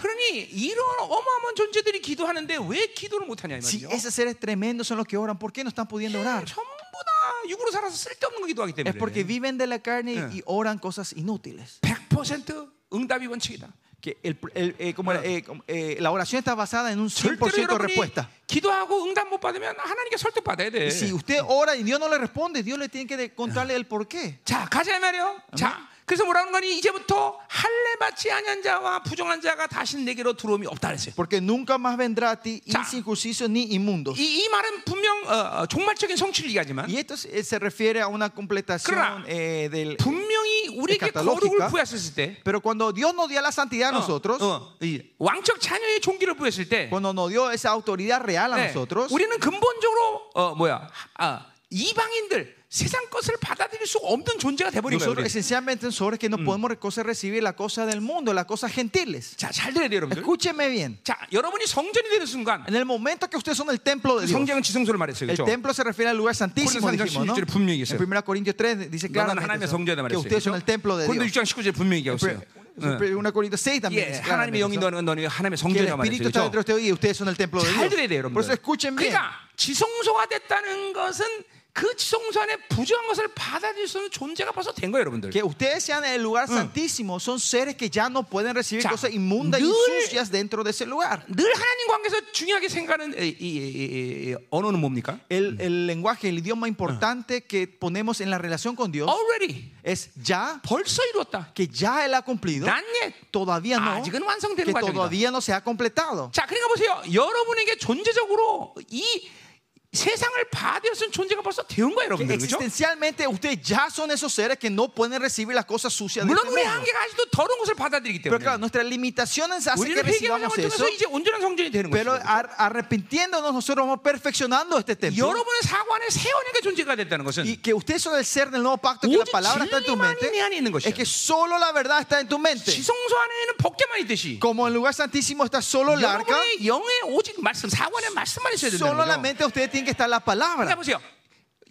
Speaker 1: 그러니 이런 어마어마한 존재들이 기도하는데 왜 기도를 못하냐 이
Speaker 2: Si
Speaker 1: 말이죠.
Speaker 2: esos seres tremendos son los que oran, ¿por qué no están pudiendo orar?
Speaker 1: 전부 다 육으로 살아서 쓸데없는 거 기도하기
Speaker 2: Es
Speaker 1: 때문에
Speaker 2: porque viven de la carne y-
Speaker 1: Eh.
Speaker 2: y oran cosas inútiles.
Speaker 1: 100% 응답이 원칙이다.
Speaker 2: Que el- el- eh, como era, eh, como, eh, la oración está basada en un
Speaker 1: 절대로
Speaker 2: 100%
Speaker 1: 여러분이
Speaker 2: respuesta. Eh.
Speaker 1: 기도하고 응답 못 받으면 하나님께 설득 받아야 돼.
Speaker 2: Y si usted ora y Dios no le responde, Dios le tiene que de- contarle el por qué.
Speaker 1: 자 가자 이 말이요. 자 그래서 뭐라는 거니 이제부터 할례 받지 아니한 자와 부정한 자가 다시 내게로 들어옴이 없다 그랬어요.
Speaker 2: Porque nunca más vendrá a ti
Speaker 1: Ya.
Speaker 2: incircunciso ni inmundo.
Speaker 1: 이, 이 말은 분명 어, 어, 종말적인 성취를 얘기하지만
Speaker 2: Y esto se eh, se refiere a una completación
Speaker 1: Claro.
Speaker 2: eh, del.
Speaker 1: 분명히 우리에게
Speaker 2: escatológica.
Speaker 1: 거룩을 부여했을 때
Speaker 2: Pero cuando Dios nos dio la santidad a
Speaker 1: 어,
Speaker 2: nosotros,
Speaker 1: 어, 이 왕적 자녀의 종기를 부여했을 때
Speaker 2: cuando nos dio esa autoridad real a
Speaker 1: 네,
Speaker 2: nosotros,
Speaker 1: 우리는 근본적으로 어, 뭐야 아, 이방인들 세상 것을 받아들일 수 없는 존재가 돼버린 거예요. 우리.
Speaker 2: nosotros esencialmente somos que no podemos reconocer recibir la cosa del mundo, las cosas gentiles.
Speaker 1: 자, 잘 들어야 돼요, 여러분들.
Speaker 2: Escúcheme bien.
Speaker 1: 자, 여러분이 성전이 되는 순간
Speaker 2: En el momento que ustedes Ah. son el templo de Dios,
Speaker 1: 성전은 지성소를 말했어요.
Speaker 2: el
Speaker 1: 그렇죠?
Speaker 2: templo se refiere al lugar santísimo,
Speaker 1: Corintios
Speaker 2: dijimos, ¿no?
Speaker 1: 16 분명히 있어요.
Speaker 2: En 1 Corintios 3 dice
Speaker 1: 너는 하나님의
Speaker 2: claramente eso,
Speaker 1: 성전이다
Speaker 2: que
Speaker 1: 말했어요. 그렇죠?
Speaker 2: ustedes son el templo de
Speaker 1: 고린도
Speaker 2: Dios.
Speaker 1: 6장 19절 분명히 얘기하고 있어요. 응.
Speaker 2: 1 Corintios 6 también
Speaker 1: 예,
Speaker 2: dice
Speaker 1: 하나님의 영이
Speaker 2: claramente eso,
Speaker 1: 너는 너는 하나님의
Speaker 2: que el
Speaker 1: 성전이다 말했어요.
Speaker 2: Espíritu está dentro de
Speaker 1: 그렇죠?
Speaker 2: ustedes y ustedes son el templo de
Speaker 1: 잘 들어야 돼요,
Speaker 2: Dios. Por eso
Speaker 1: 여러분들.
Speaker 2: escuchen bien.
Speaker 1: 그러니까 지성소가 됐다는 것은 그 지성소 안에 부정한 것을 받아들일 수 없는 존재가 벌써 된 거예요, 여러분들.
Speaker 2: Que ustedes sean el lugar santísimo son seres que ya no pueden recibir
Speaker 1: 자,
Speaker 2: cosas inmundas y
Speaker 1: 늘-
Speaker 2: sucias dentro de ese lugar.
Speaker 1: 늘 하나님 관계에서 중요하게 생각하는 이, 이, 이, 이, 이 언어는 뭡니까?
Speaker 2: El, el lenguaje, el idioma importante que ponemos en la relación con Dios
Speaker 1: Already 네?
Speaker 2: es ya,
Speaker 1: 벌써 이루었다.
Speaker 2: que ya Él ha cumplido.
Speaker 1: 난 yet.
Speaker 2: todavía no,
Speaker 1: 아직은 완성되는
Speaker 2: Ah, que
Speaker 1: 과정이다.
Speaker 2: todavía no se ha completado.
Speaker 1: 자, 그러니까 보세요. 여러분에게 존재적으로 이 세상을 받아들였던 존재가 벌써 되는 거예요,
Speaker 2: Que
Speaker 1: 여러분들. 그죠?
Speaker 2: existencialmente ustedes ya son esos seres que no pueden recibir las cosas sucias de
Speaker 1: 물론
Speaker 2: este
Speaker 1: 우리
Speaker 2: mundo.
Speaker 1: 한계가 아직도 더러운 것을 받아들이기
Speaker 2: Pero
Speaker 1: 때문에
Speaker 2: claro, nuestras limitaciones hacen que
Speaker 1: 우리는 회개의 과정을
Speaker 2: recibamos eso.
Speaker 1: 통해서 아, 이제 온전한 성전이 되는
Speaker 2: Pero
Speaker 1: 거죠.
Speaker 2: ar- arrepintiéndonos, nosotros vamos perfeccionando este
Speaker 1: 네.
Speaker 2: templo.
Speaker 1: 여러분의 사고 안에 세원에게 존재가 됐다는 것은
Speaker 2: Y que ustedes son el ser del nuevo pacto, que la
Speaker 1: 오직
Speaker 2: palabra está en tu
Speaker 1: 진리만이
Speaker 2: mente.
Speaker 1: 내 안에 있는
Speaker 2: Es
Speaker 1: 것이야.
Speaker 2: que solo la verdad está en tu mente.
Speaker 1: 지성소 안에는 벗겨만 있듯이
Speaker 2: Como en el lugar santísimo está solo el arca,
Speaker 1: 여러분의 영의 오직 말씀, 사고 안에 말씀만 있어야 된다는
Speaker 2: solo en la
Speaker 1: 거죠.
Speaker 2: mente de ustedes tiene que estar la
Speaker 1: 그러니까
Speaker 2: palabra.
Speaker 1: 보세요.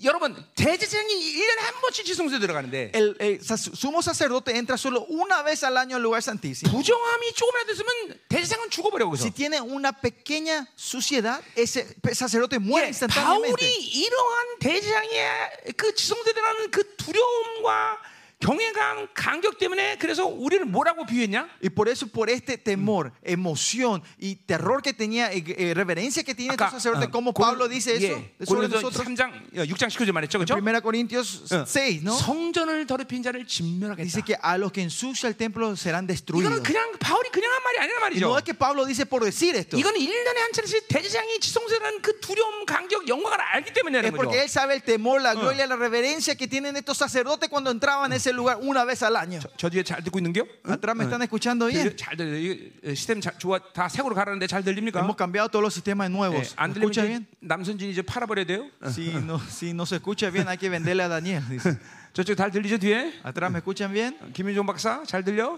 Speaker 1: 여러분, 대제사장이 1년에 한 번씩 지성소에 들어가는데
Speaker 2: El, el sac- sumo sacerdote entra solo una vez al año al lugar
Speaker 1: 예.
Speaker 2: santísimo.
Speaker 1: 부정함이 조금이라도 있으면 대제사장은 죽어버려 거기서.
Speaker 2: Si tiene una pequeña suciedad, ese sacerdote muere
Speaker 1: 예, 바울이
Speaker 2: instantáneamente.
Speaker 1: 이러한 대장의 그 지성대대라는 그 두려움과 경외감, 간격 때문에 그래서 우리를 뭐라고 비유했냐?
Speaker 2: Y por eso, por este temor, emoción y terror que tenía, eh, eh, reverencia que
Speaker 1: 예,
Speaker 2: tiene estos
Speaker 1: ah,
Speaker 2: sacerdotes,
Speaker 1: 뭐
Speaker 2: como Pablo dice eso
Speaker 1: 네,
Speaker 2: sobre
Speaker 1: 어, 고린도
Speaker 2: nosotros.
Speaker 1: 3장 어, 6장 19절 말했죠. 그죠?
Speaker 2: 1 Corintios 6, ¿no?
Speaker 1: 성전을 더럽힌 자를 진멸하겠다.
Speaker 2: Dice que a los que ensucia el templo serán destruidos.
Speaker 1: 이거는 그냥 바울이 그냥 한 말이 아니란
Speaker 2: Y no
Speaker 1: 말이죠.
Speaker 2: es que Pablo dice por decir esto.
Speaker 1: 이거는 1년에 한 차례씩 대제장이 지성대라는 그 두려움, 간격, 영광을 알기 때문에
Speaker 2: Es
Speaker 1: 되는 거죠.
Speaker 2: porque él sabe el temor, la gloria, la reverencia que tienen estos sacerdotes cuando entraban en ese lugar una vez al año. ¿Ah?
Speaker 1: 저 뒤에 잘 듣고 있는겨? 응?
Speaker 2: Atrás me están escuchando
Speaker 1: 들려-
Speaker 2: bien.
Speaker 1: 잘 들려. 이 시스템 자, 좋아. 다 색으로 가라는데 잘 들립니까?
Speaker 2: Hemos cambiado todos los sistemas
Speaker 1: 예,
Speaker 2: nuevos.
Speaker 1: 안
Speaker 2: ¿Me escucha
Speaker 1: 들리면
Speaker 2: bien?
Speaker 1: 이제 남선진 이제 팔아버려야 돼요.
Speaker 2: Si no, si no se escucha bien, hay que venderle a Daniel. dice.
Speaker 1: 저쪽 잘 들리죠 뒤에?
Speaker 2: Atrás me escuchan bien.
Speaker 1: 김윤종 박사 잘 들려?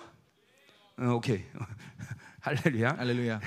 Speaker 1: 어, 오케이. 할렐루야.
Speaker 2: Aleluya.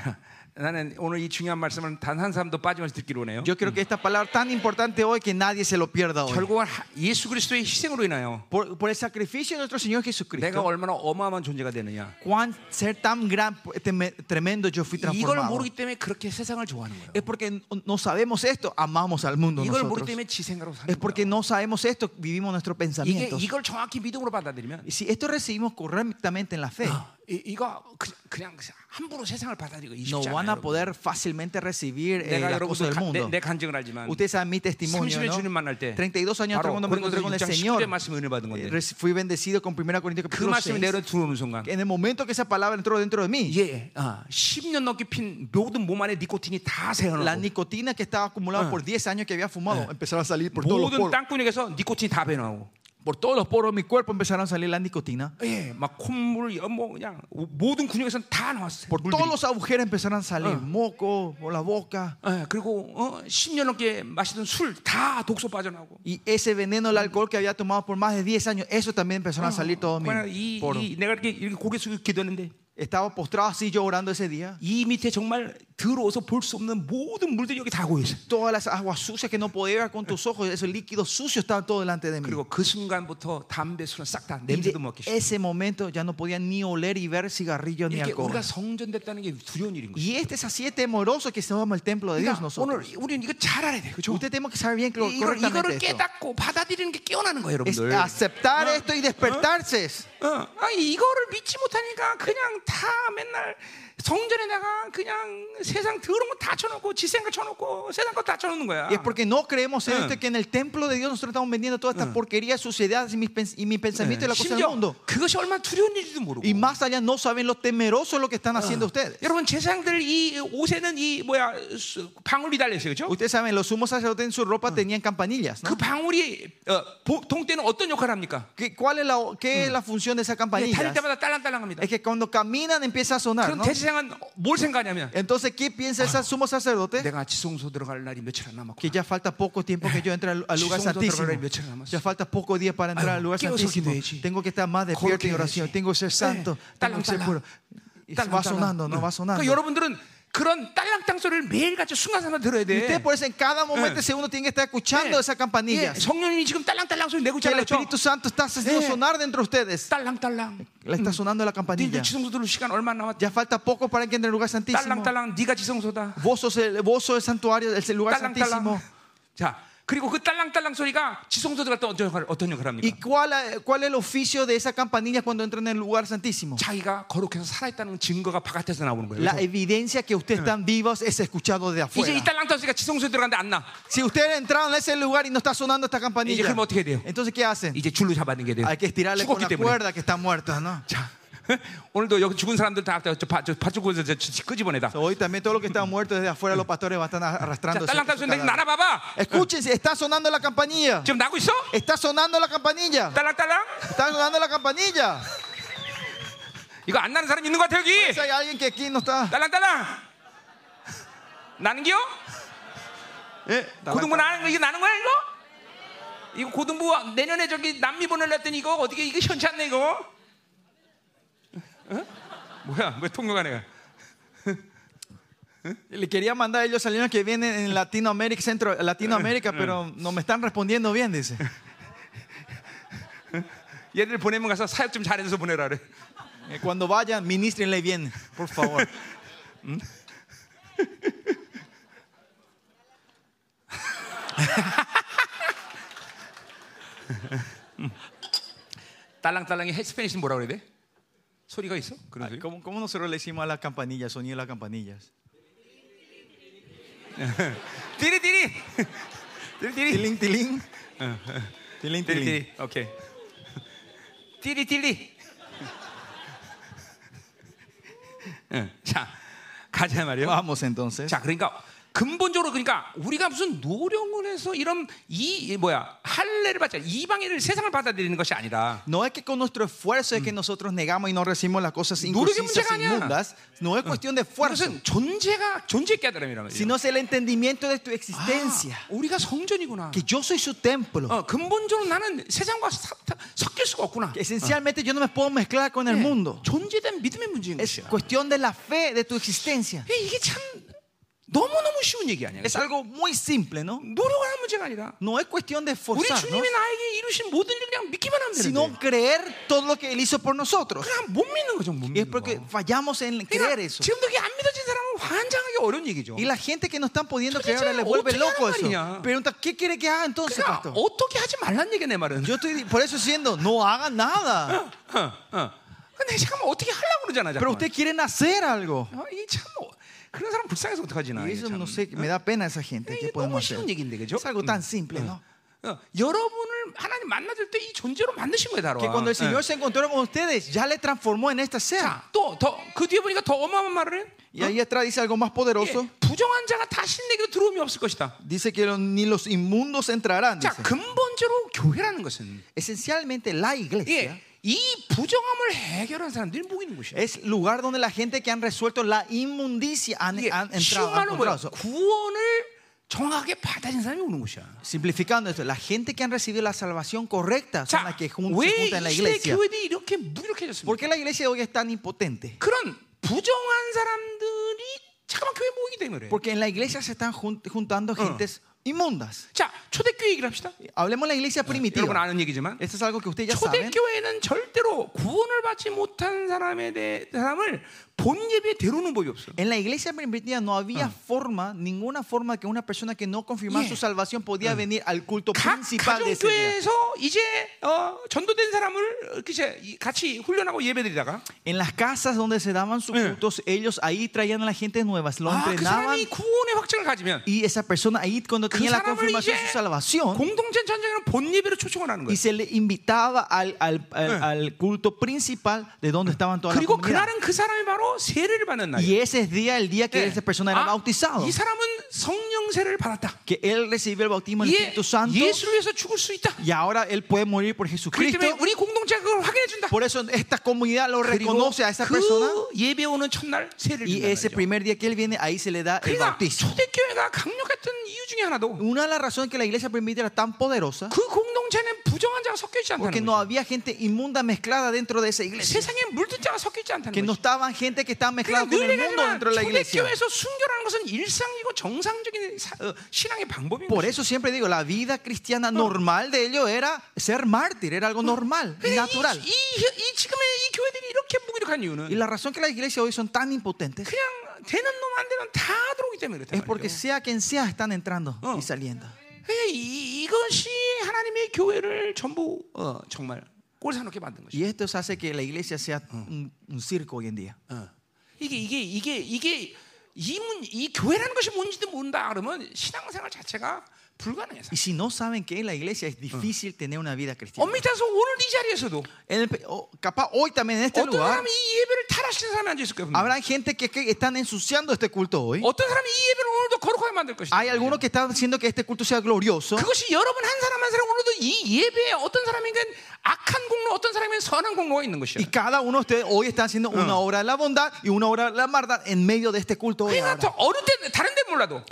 Speaker 1: 나는 오늘 이 중요한 말씀을 단 한 사람도 빠짐없이 듣기로 하네요.
Speaker 2: Yo creo que esta palabra tan importante hoy que nadie se lo pierda hoy.
Speaker 1: 결국은 하- 예수 그리스도의 희생으로 인하여
Speaker 2: Por, por el sacrificio de nuestro Señor
Speaker 1: 내가
Speaker 2: Jesucristo,
Speaker 1: 얼마나 어마어마한 존재가 되느냐.
Speaker 2: cuán ser tan gran, teme- tremendo yo fui
Speaker 1: 이걸
Speaker 2: transformado.
Speaker 1: 모르기 때문에 그렇게 세상을 좋아하는 거예요.
Speaker 2: Es porque no sabemos esto, amamos al mundo
Speaker 1: 이걸 모르기
Speaker 2: nosotros.
Speaker 1: 때문에 지 생각으로 사는
Speaker 2: Es porque
Speaker 1: 거예요.
Speaker 2: no sabemos esto, vivimos nuestros
Speaker 1: 이게
Speaker 2: pensamientos.
Speaker 1: 이걸 정확히 믿음으로 받아들이면
Speaker 2: Y si esto recibimos correctamente en la fe,
Speaker 1: 아, 이, 이거 그, 그냥 함부로 세상을 받아들이고
Speaker 2: no
Speaker 1: 쉽지
Speaker 2: van
Speaker 1: 않아요.
Speaker 2: a poder fácilmente recibir eh,
Speaker 1: 내가
Speaker 2: las cosas
Speaker 1: 여러분들
Speaker 2: del
Speaker 1: 가- 내,
Speaker 2: mundo.
Speaker 1: 내 간증을 알지만
Speaker 2: Ustedes saben mi testimonio,
Speaker 1: 30일 주님
Speaker 2: ¿no?
Speaker 1: 만날 때
Speaker 2: 32 años atrás
Speaker 1: 바로
Speaker 2: cuando me
Speaker 1: 고린도서
Speaker 2: encontré con el
Speaker 1: 6장 19절의
Speaker 2: Señor,
Speaker 1: 말씀 은혜 받은
Speaker 2: eh,
Speaker 1: 건데
Speaker 2: reci- fui bendecido con 1 Corintios
Speaker 1: 그
Speaker 2: capítulo
Speaker 1: 말씀이
Speaker 2: 6.
Speaker 1: 내려 들어오는 순간
Speaker 2: En el momento que esa palabra entró dentro de mí,
Speaker 1: 예, 아, 10년 넘게 핀 모든 몸 안에 니코틴이 다
Speaker 2: la
Speaker 1: 새어나오고
Speaker 2: nicotina que estaba acumulada por 10 años que había fumado empezaron a salir por todos los
Speaker 1: 모든
Speaker 2: poros.
Speaker 1: 땅구녕에서 니코틴이 다 배나오고
Speaker 2: Por todos los poros de mi cuerpo empezaron a salir la nicotina.
Speaker 1: 예, 막 콧물, 뭐 그냥 모든 근육에서는 다 나왔어요.
Speaker 2: Por
Speaker 1: 물들이.
Speaker 2: todos los agujeros empezaron a salir moco, por la boca.
Speaker 1: 예, 그리고 어, 10년 넘게 마시던 술 다 독소 빠져나오고
Speaker 2: Y ese veneno del alcohol que había tomado por más de 10 años, eso también empezaron a salir todo mi
Speaker 1: 그냥 이,
Speaker 2: poro.
Speaker 1: 이 내가 이렇게, 이렇게 고개 숙이고 기도했는데
Speaker 2: Estaba postrado así yo orando ese día.
Speaker 1: 이 밑에 정말 들어와서 볼 수 없는 모든 물들이 여기 다 고여있어요.
Speaker 2: Todas las aguas sucias que no podía ver con tus ojos, esos líquidos sucios estaban todo delante de mí.
Speaker 1: 그리고 그 순간부터 담배 술은 싹 다
Speaker 2: Y de
Speaker 1: 냄새도 맡기 시작.
Speaker 2: ese momento ya no podía ni oler y ver cigarrillos ni
Speaker 1: 이렇게
Speaker 2: alcohol.
Speaker 1: 우리가 성전됐다는 게 두려운 일인 거예요.
Speaker 2: Y este es así de temoroso que somos el templo de Dios
Speaker 1: 그러니까
Speaker 2: nosotros.
Speaker 1: 오늘 우리는 이거 잘 알아야 돼, 그렇죠?
Speaker 2: Usted tenemos que saber bien cl-
Speaker 1: 이걸, 이거를
Speaker 2: correctamente esto.
Speaker 1: 깨닫고 받아들이는 게 깨어나는 거예요,
Speaker 2: Es
Speaker 1: 여러분들.
Speaker 2: aceptar esto y despertarse.
Speaker 1: 어, 아, 이거를 믿지 못하니까 그냥 다 맨날 성전에다가 그냥 세상 더러운 거다 쳐놓고 지 생각 쳐놓고 세상 거 다 쳐놓는 거야.
Speaker 2: Y es porque no creemos en
Speaker 1: Ah.
Speaker 2: esto que en el templo de Dios nosotros estamos vendiendo toda esta porquería, suciedad y mis pens- y mi pensamiento y la cosa del
Speaker 1: 심지어
Speaker 2: mundo.
Speaker 1: 그것이 얼마나 두려운 일인지도 모르고.
Speaker 2: Y más allá no 사ben lo temeroso lo que están haciendo ustedes.
Speaker 1: 여러분 제사장들 이 옷에는 이 뭐야 수- 방울이 달렸어요, 그렇죠?
Speaker 2: Ustedes saben, los sumos sacerdotes en su ropa tenían campanillas. ¿no?
Speaker 1: 그 방울이 어, 보통 때는 어떤 역할을 합니까?
Speaker 2: ¿Qué- ¿Cuál es la, qué es la función de esa
Speaker 1: 예,
Speaker 2: campanilla?
Speaker 1: 달릴 때마다 딸랑딸랑합니다.
Speaker 2: Es que cuando caminan empieza a sonar.
Speaker 1: 그럼
Speaker 2: ¿no?
Speaker 1: 대제사장은 뭘 생각하냐면
Speaker 2: Entonces, ¿qué piensa el sumo sacerdote?
Speaker 1: 내가 지성소 들어갈 날이 며칠 안 남았고
Speaker 2: Que ya falta poco tiempo que yo entre al, al lugar
Speaker 1: 지성소
Speaker 2: santísimo.
Speaker 1: 들어갈 며칠 남았어.
Speaker 2: Ya falta poco día para
Speaker 1: Ay,
Speaker 2: entrar al lugar
Speaker 1: quiero
Speaker 2: santísimo.
Speaker 1: ser que
Speaker 2: Tengo que estar más despierto en
Speaker 1: Porque
Speaker 2: oración.
Speaker 1: derecho.
Speaker 2: Tengo que ser santo. Tengo que ser
Speaker 1: 네, 딸랑딸랑.
Speaker 2: puro. Y va sonando, no va sonando.
Speaker 1: 그러니까 여러분들은 그런 딸랑땅 소리를 매일같이 순간순간 들어야
Speaker 2: Y
Speaker 1: 돼.
Speaker 2: usted por eso en cada momento, segundo, tiene que estar escuchando esa
Speaker 1: 예,
Speaker 2: campanilla.
Speaker 1: 성령님이 지금 딸랑딸랑 소리 내고
Speaker 2: Que el
Speaker 1: 있잖아요. 그렇죠?
Speaker 2: Espíritu Santo está
Speaker 1: Eh.
Speaker 2: haciendo sonar dentro de ustedes.
Speaker 1: 딸랑딸랑.
Speaker 2: Le está sonando la campanilla.
Speaker 1: 니들 지성소 들어올 시간 얼마 남았다.
Speaker 2: Ya falta poco para que entre el lugar santísimo.
Speaker 1: 딸랑딸랑 네가 지성소다.
Speaker 2: Vos sos el, vos sos el santuario, el lugar santísimo.
Speaker 1: 딸랑딸랑. 자, 그리고 그 딸랑딸랑 소리가 지성소 들어갈 때 어떤 역할을, 어떤 역할을
Speaker 2: ¿Y
Speaker 1: 합니까?
Speaker 2: cuál, eh, cuál es el oficio de esa campanilla cuando entra en el lugar santísimo?
Speaker 1: 자기가 거룩해서 살아있다는 증거가 바깥에서 나오는 거예요.
Speaker 2: La evidencia que ustedes están vivos es escuchado de
Speaker 1: 이제
Speaker 2: afuera.
Speaker 1: 이 딸랑딸랑 소리가 지성소에 들어갔는데 안 나.
Speaker 2: Si ustedes entraron a ese lugar y no está sonando esta
Speaker 1: 이제
Speaker 2: campanilla,
Speaker 1: 그럼 어떻게 돼요?
Speaker 2: entonces ¿qué hacen?
Speaker 1: 이제 줄로 잡아는 게 돼요.
Speaker 2: Hay que estirarle con
Speaker 1: 죽었기
Speaker 2: la
Speaker 1: 때문에.
Speaker 2: cuerda que está muerta, ¿no?
Speaker 1: 자, 오늘도 여기 죽은 사람들 다저밭쪽에서 끄집어내다.
Speaker 2: Hoy también todo lo que está muerto desde afuera los pastores van a estar
Speaker 1: 자,
Speaker 2: arrastrando. esos-
Speaker 1: 딸랑딸랑
Speaker 2: esos
Speaker 1: 소리 내고
Speaker 2: cadáveres.
Speaker 1: 날아봐봐.
Speaker 2: Escúchense, está sonando la campanilla.
Speaker 1: 지금 나고 있어?
Speaker 2: Está sonando la campanilla.
Speaker 1: 딸랑딸랑?
Speaker 2: Está sonando la campanilla.
Speaker 1: 이거 안 나는 사람 있는 것 같아 여기.
Speaker 2: Si hay alguien que aquí no está.
Speaker 1: 딸랑딸랑. 나는겨?
Speaker 2: Eh,
Speaker 1: 고등부 나는 거 이게 나는 거야 이거? 이거 고등부 내년에 저기 남미 보내려 했더니 이거 어떻게 이게 현치 않네 이거? 어? 뭐야 왜 통역하네가?
Speaker 2: Le quería mandar a ellos salieron que vienen en Latinoamérica, Centro Latinoamérica, pero no me están respondiendo bien, dice.
Speaker 1: 얘들 보내면 가서 사역 좀 잘해서 보내라 그래.
Speaker 2: Eh, Cuando vayan, ministrenle bien, por favor.
Speaker 1: 딸랑딸랑이 스페니시 뭐라 그래야 돼? 소리가 있어? 그런 소리?
Speaker 2: ¿Cómo, cómo nosotros le decimos a las campanillas, sonido de las campanillas?
Speaker 1: 띠리띠리. 띠리띠리.
Speaker 2: Tiling, tiling. Tiling, tiling.
Speaker 1: 띠리띠리. 오케이. 띠리띠리. 응, 자, 가자 말이요.
Speaker 2: Vamos entonces.
Speaker 1: 어, 자, 그러니까 근본적으로 그러니까 우리가 무슨 노력을 해서 이런 이, 이 뭐야 할례를 받자 이방인을 세상을 받아들이는 것이 아니라
Speaker 2: No es que con nuestro esfuerzo es que nosotros negamos y no recibimos las cosas
Speaker 1: 노력의
Speaker 2: inconcisas,
Speaker 1: 문제가 아니야.
Speaker 2: inmundas. No es cuestión de esfuerzo,
Speaker 1: 이것은 존재가 존재 깨달음이라는 거예요.
Speaker 2: sino es el entendimiento de tu existencia.
Speaker 1: 아, 우리가 성전이구나.
Speaker 2: Que yo soy su templo.
Speaker 1: 어, 근본적으로 나는 세상과 사- 다- 섞일 수가 없구나.
Speaker 2: Que esencialmente yo no me puedo mezclar con el
Speaker 1: 예,
Speaker 2: mundo.
Speaker 1: 존재된 믿음의 문제인
Speaker 2: Es
Speaker 1: 것이야.
Speaker 2: cuestión de la fe de tu existencia.
Speaker 1: 예, 이게 참 너무 너무 쉬운 얘기 아니야.
Speaker 2: Es algo muy simple, ¿no?
Speaker 1: 노력하는 문제가 아니라
Speaker 2: No es cuestión
Speaker 1: 우리
Speaker 2: de esforzarnos,
Speaker 1: 주님이 나에게 이루신 모든 일을 그냥 믿기만 하면
Speaker 2: sino
Speaker 1: 되는데
Speaker 2: creer todo lo que Él hizo por nosotros.
Speaker 1: 그냥 못 믿는 거죠. 못
Speaker 2: Y es
Speaker 1: 믿는 거.
Speaker 2: porque fallamos en creer
Speaker 1: 예, 그러니까
Speaker 2: eso.
Speaker 1: 지금도 이게 안 믿어진 사람은 환장하기 어려운 얘기죠.
Speaker 2: Y la gente que no están pudiendo
Speaker 1: Entonces,
Speaker 2: creer ahora le
Speaker 1: ¿cómo
Speaker 2: vuelve
Speaker 1: te
Speaker 2: loco
Speaker 1: hagan,
Speaker 2: eso.
Speaker 1: María?
Speaker 2: Pregunta, ¿qué quiere que haga entonces,
Speaker 1: 그러니까
Speaker 2: pastor?
Speaker 1: 어떻게 하지 말란 얘기야 내 말은.
Speaker 2: Yo estoy por eso diciendo, no hagan nada.
Speaker 1: 어, 어. 근데 잠깐만 어떻게 하려고 그러잖아.
Speaker 2: Pero
Speaker 1: 잠깐만.
Speaker 2: ustedes quieren hacer algo.
Speaker 1: 아, 이게 참 어, 그런 사람 불쌍해서 어떡하지나.
Speaker 2: Y
Speaker 1: 이게
Speaker 2: eso
Speaker 1: 참. 네,
Speaker 2: no sé, me da pena esa gente. ¿Qué
Speaker 1: 이게 너무
Speaker 2: podemos
Speaker 1: 쉬운
Speaker 2: hacer?
Speaker 1: 얘기인데 그죠? 음.
Speaker 2: Es algo tan simple, ¿no?
Speaker 1: 어, 여러분을 하나님 만나줄 때 이 존재로 만드신 거예요,
Speaker 2: Que
Speaker 1: 다로아. 어.
Speaker 2: cuando el Señor se encontró con ustedes, ya le transformó en esta sea.
Speaker 1: 또더그 뒤에 보니까 더 어마어마한 말을 해.
Speaker 2: Y ahí atrás dice algo más
Speaker 1: 예,
Speaker 2: poderoso.
Speaker 1: 부정한 자가 다시 내게로 들어오이 없을 것이다.
Speaker 2: Dice que lo- ni los inmundos entrarán.
Speaker 1: 자,
Speaker 2: dice.
Speaker 1: 근본적으로 교회라는 것은
Speaker 2: Esencialmente la iglesia
Speaker 1: 예, 이 부정함을 해결한 사람들이 모이는 곳이야.
Speaker 2: es lugar donde la gente que han resuelto la inmundicia han,
Speaker 1: 이게
Speaker 2: han
Speaker 1: 예, 쉬운
Speaker 2: entrado. han
Speaker 1: 말로 뭐야?
Speaker 2: encontrado.
Speaker 1: 구원을 정확하게 받아진 사람이 오는 곳이야.
Speaker 2: Simplificando esto, la gente que han recibido la salvación correcta son
Speaker 1: 자,
Speaker 2: las que jun- se
Speaker 1: 왜
Speaker 2: juntan en la
Speaker 1: 이 시대
Speaker 2: iglesia.
Speaker 1: 교회들이 이렇게 무기력해졌습니까?
Speaker 2: ¿Por qué la iglesia de hoy es tan impotente?
Speaker 1: 그런 부정한 사람들이 잠깐만 교회 모이기 때문에 그래.
Speaker 2: Porque en la iglesia se están jun- juntando gentes inmundas.
Speaker 1: 자, 초대교회 얘기를 합시다.
Speaker 2: Hablemos de la iglesia
Speaker 1: 여러분
Speaker 2: primitiva.
Speaker 1: 아는 얘기지만
Speaker 2: Esto es algo que ustedes ya saben.
Speaker 1: 초대교회는 절대로 구원을 받지 못한 사람에 대해 사람을 본 예배에 데려오는 법이 없어.
Speaker 2: En la iglesia primitiva no había forma, ninguna forma que una persona que no confirmaba
Speaker 1: Yeah.
Speaker 2: su salvación podía venir al culto
Speaker 1: 각
Speaker 2: principal de ese día.
Speaker 1: 가정교회에서 이제 어, 전도된 사람을 이렇게 이제 이- 같이 훈련하고 예배드리다가
Speaker 2: En las casas donde se daban sus
Speaker 1: Yeah.
Speaker 2: cultos, ellos ahí traían a la gente nueva, lo
Speaker 1: 아, 그
Speaker 2: entrenaban
Speaker 1: 사람이 구원의 확증을 가지면
Speaker 2: y esa persona ahí cuando
Speaker 1: 그
Speaker 2: tenía la
Speaker 1: 사람을
Speaker 2: confirmación de
Speaker 1: 이제
Speaker 2: su salvación
Speaker 1: 공동체 전쟁을 본 예배로 초청을 하는
Speaker 2: y
Speaker 1: 거예요.
Speaker 2: se le invitaba al, al- al-
Speaker 1: Yeah.
Speaker 2: al culto principal de donde estaban todas las
Speaker 1: 그리고
Speaker 2: comunidades.
Speaker 1: 그날은 그 사람이 바로 세례를 받는
Speaker 2: Y
Speaker 1: 날이에요.
Speaker 2: ese es día, el día que
Speaker 1: 예.
Speaker 2: esa persona era
Speaker 1: 아,
Speaker 2: bautizado,
Speaker 1: 이 사람은 성령 세례를 받았다.
Speaker 2: que él recibió el bautismo del
Speaker 1: 예,
Speaker 2: Espíritu Santo
Speaker 1: 예수를 위해서 죽을 수 있다.
Speaker 2: y ahora él puede morir por
Speaker 1: 그렇기
Speaker 2: Jesucristo.
Speaker 1: 때문에 우리 공동체가 그걸 확인해 준다.
Speaker 2: Por eso esta comunidad lo
Speaker 1: 그리고
Speaker 2: reconoce a esa persona
Speaker 1: 그 예배 오는 첫날 세례를
Speaker 2: y
Speaker 1: 준단
Speaker 2: ese
Speaker 1: 말이죠.
Speaker 2: primer día que él viene ahí se le da el
Speaker 1: 그러니까
Speaker 2: bautismo.
Speaker 1: 초대교회가 강력했던 이유 중에 하나도
Speaker 2: Una de las razones que la iglesia primitiva era tan poderosa
Speaker 1: 그 공동체는 부정한 자가 섞여 있지
Speaker 2: porque
Speaker 1: 않다는
Speaker 2: no
Speaker 1: 거죠.
Speaker 2: había gente inmunda mezclada dentro de esa iglesia,
Speaker 1: 세상에 물든 자가 섞여 있지
Speaker 2: que
Speaker 1: 않다는 거죠.
Speaker 2: no estaban gente que estaba mezclada
Speaker 1: 그러니까
Speaker 2: con
Speaker 1: 늘
Speaker 2: el mundo
Speaker 1: 얘기하지만
Speaker 2: dentro de la iglesia.
Speaker 1: 초대교회에서 순교라는 것은 일상이고 정상적인 사- 어, 신앙의 방법인
Speaker 2: Por
Speaker 1: 거죠.
Speaker 2: eso siempre digo, la vida cristiana normal de ellos era ser mártir, era algo normal, y
Speaker 1: 그러니까
Speaker 2: natural.
Speaker 1: 이, 이, 이 지금의 이 교회들이 이렇게 무기력한
Speaker 2: Y
Speaker 1: 이유는
Speaker 2: la razón que las iglesias hoy son tan impotentes
Speaker 1: 그냥 되는 놈 안 되는 다 들어오기 때문에
Speaker 2: es
Speaker 1: 그렇단
Speaker 2: porque
Speaker 1: 말이죠.
Speaker 2: sea quien sea están entrando
Speaker 1: Oh.
Speaker 2: y saliendo.
Speaker 1: 그러니까 이, 이것이 하나님의 교회를 전부 어, 정말 꼴사놓게 만든 것이죠.
Speaker 2: Y esto hace que la iglesia sea un, un circo hoy en día.
Speaker 1: 어. 이게 이게 이게 이게 이문 이 교회라는 것이 뭔지도 모른다 그러면 신앙생활 자체가 불가능해.
Speaker 2: Y si no saben qué es la iglesia, es difícil tener una vida cristiana.
Speaker 1: 엄밀히 따서 어, 오늘 이 자리에서도
Speaker 2: En el pe- o capaz hoy también en este
Speaker 1: 어떤
Speaker 2: lugar
Speaker 1: 사람이 이 예배를 타락시킨 사람이 앉아 있을 거예요. 분명히.
Speaker 2: habrá gente que, que están ensuciando este culto hoy.
Speaker 1: 어떤 사람이 이 예배를 오늘도 거룩하게 만들 것이다.
Speaker 2: Hay algunos que están haciendo que este culto sea glorioso.
Speaker 1: 그것이 여러분 한 사람 한 사람 오늘도 이 예배에 어떤 사람에겐 악한 공로, 어떤 사람에겐 선한 공로가 있는
Speaker 2: Y
Speaker 1: 것이야.
Speaker 2: cada uno de ustedes hoy está haciendo una obra de la bondad y una obra de la maldad en medio de este culto hoy.
Speaker 1: 그러니까
Speaker 2: ahora.
Speaker 1: 더 어느 때 다른 데 몰라도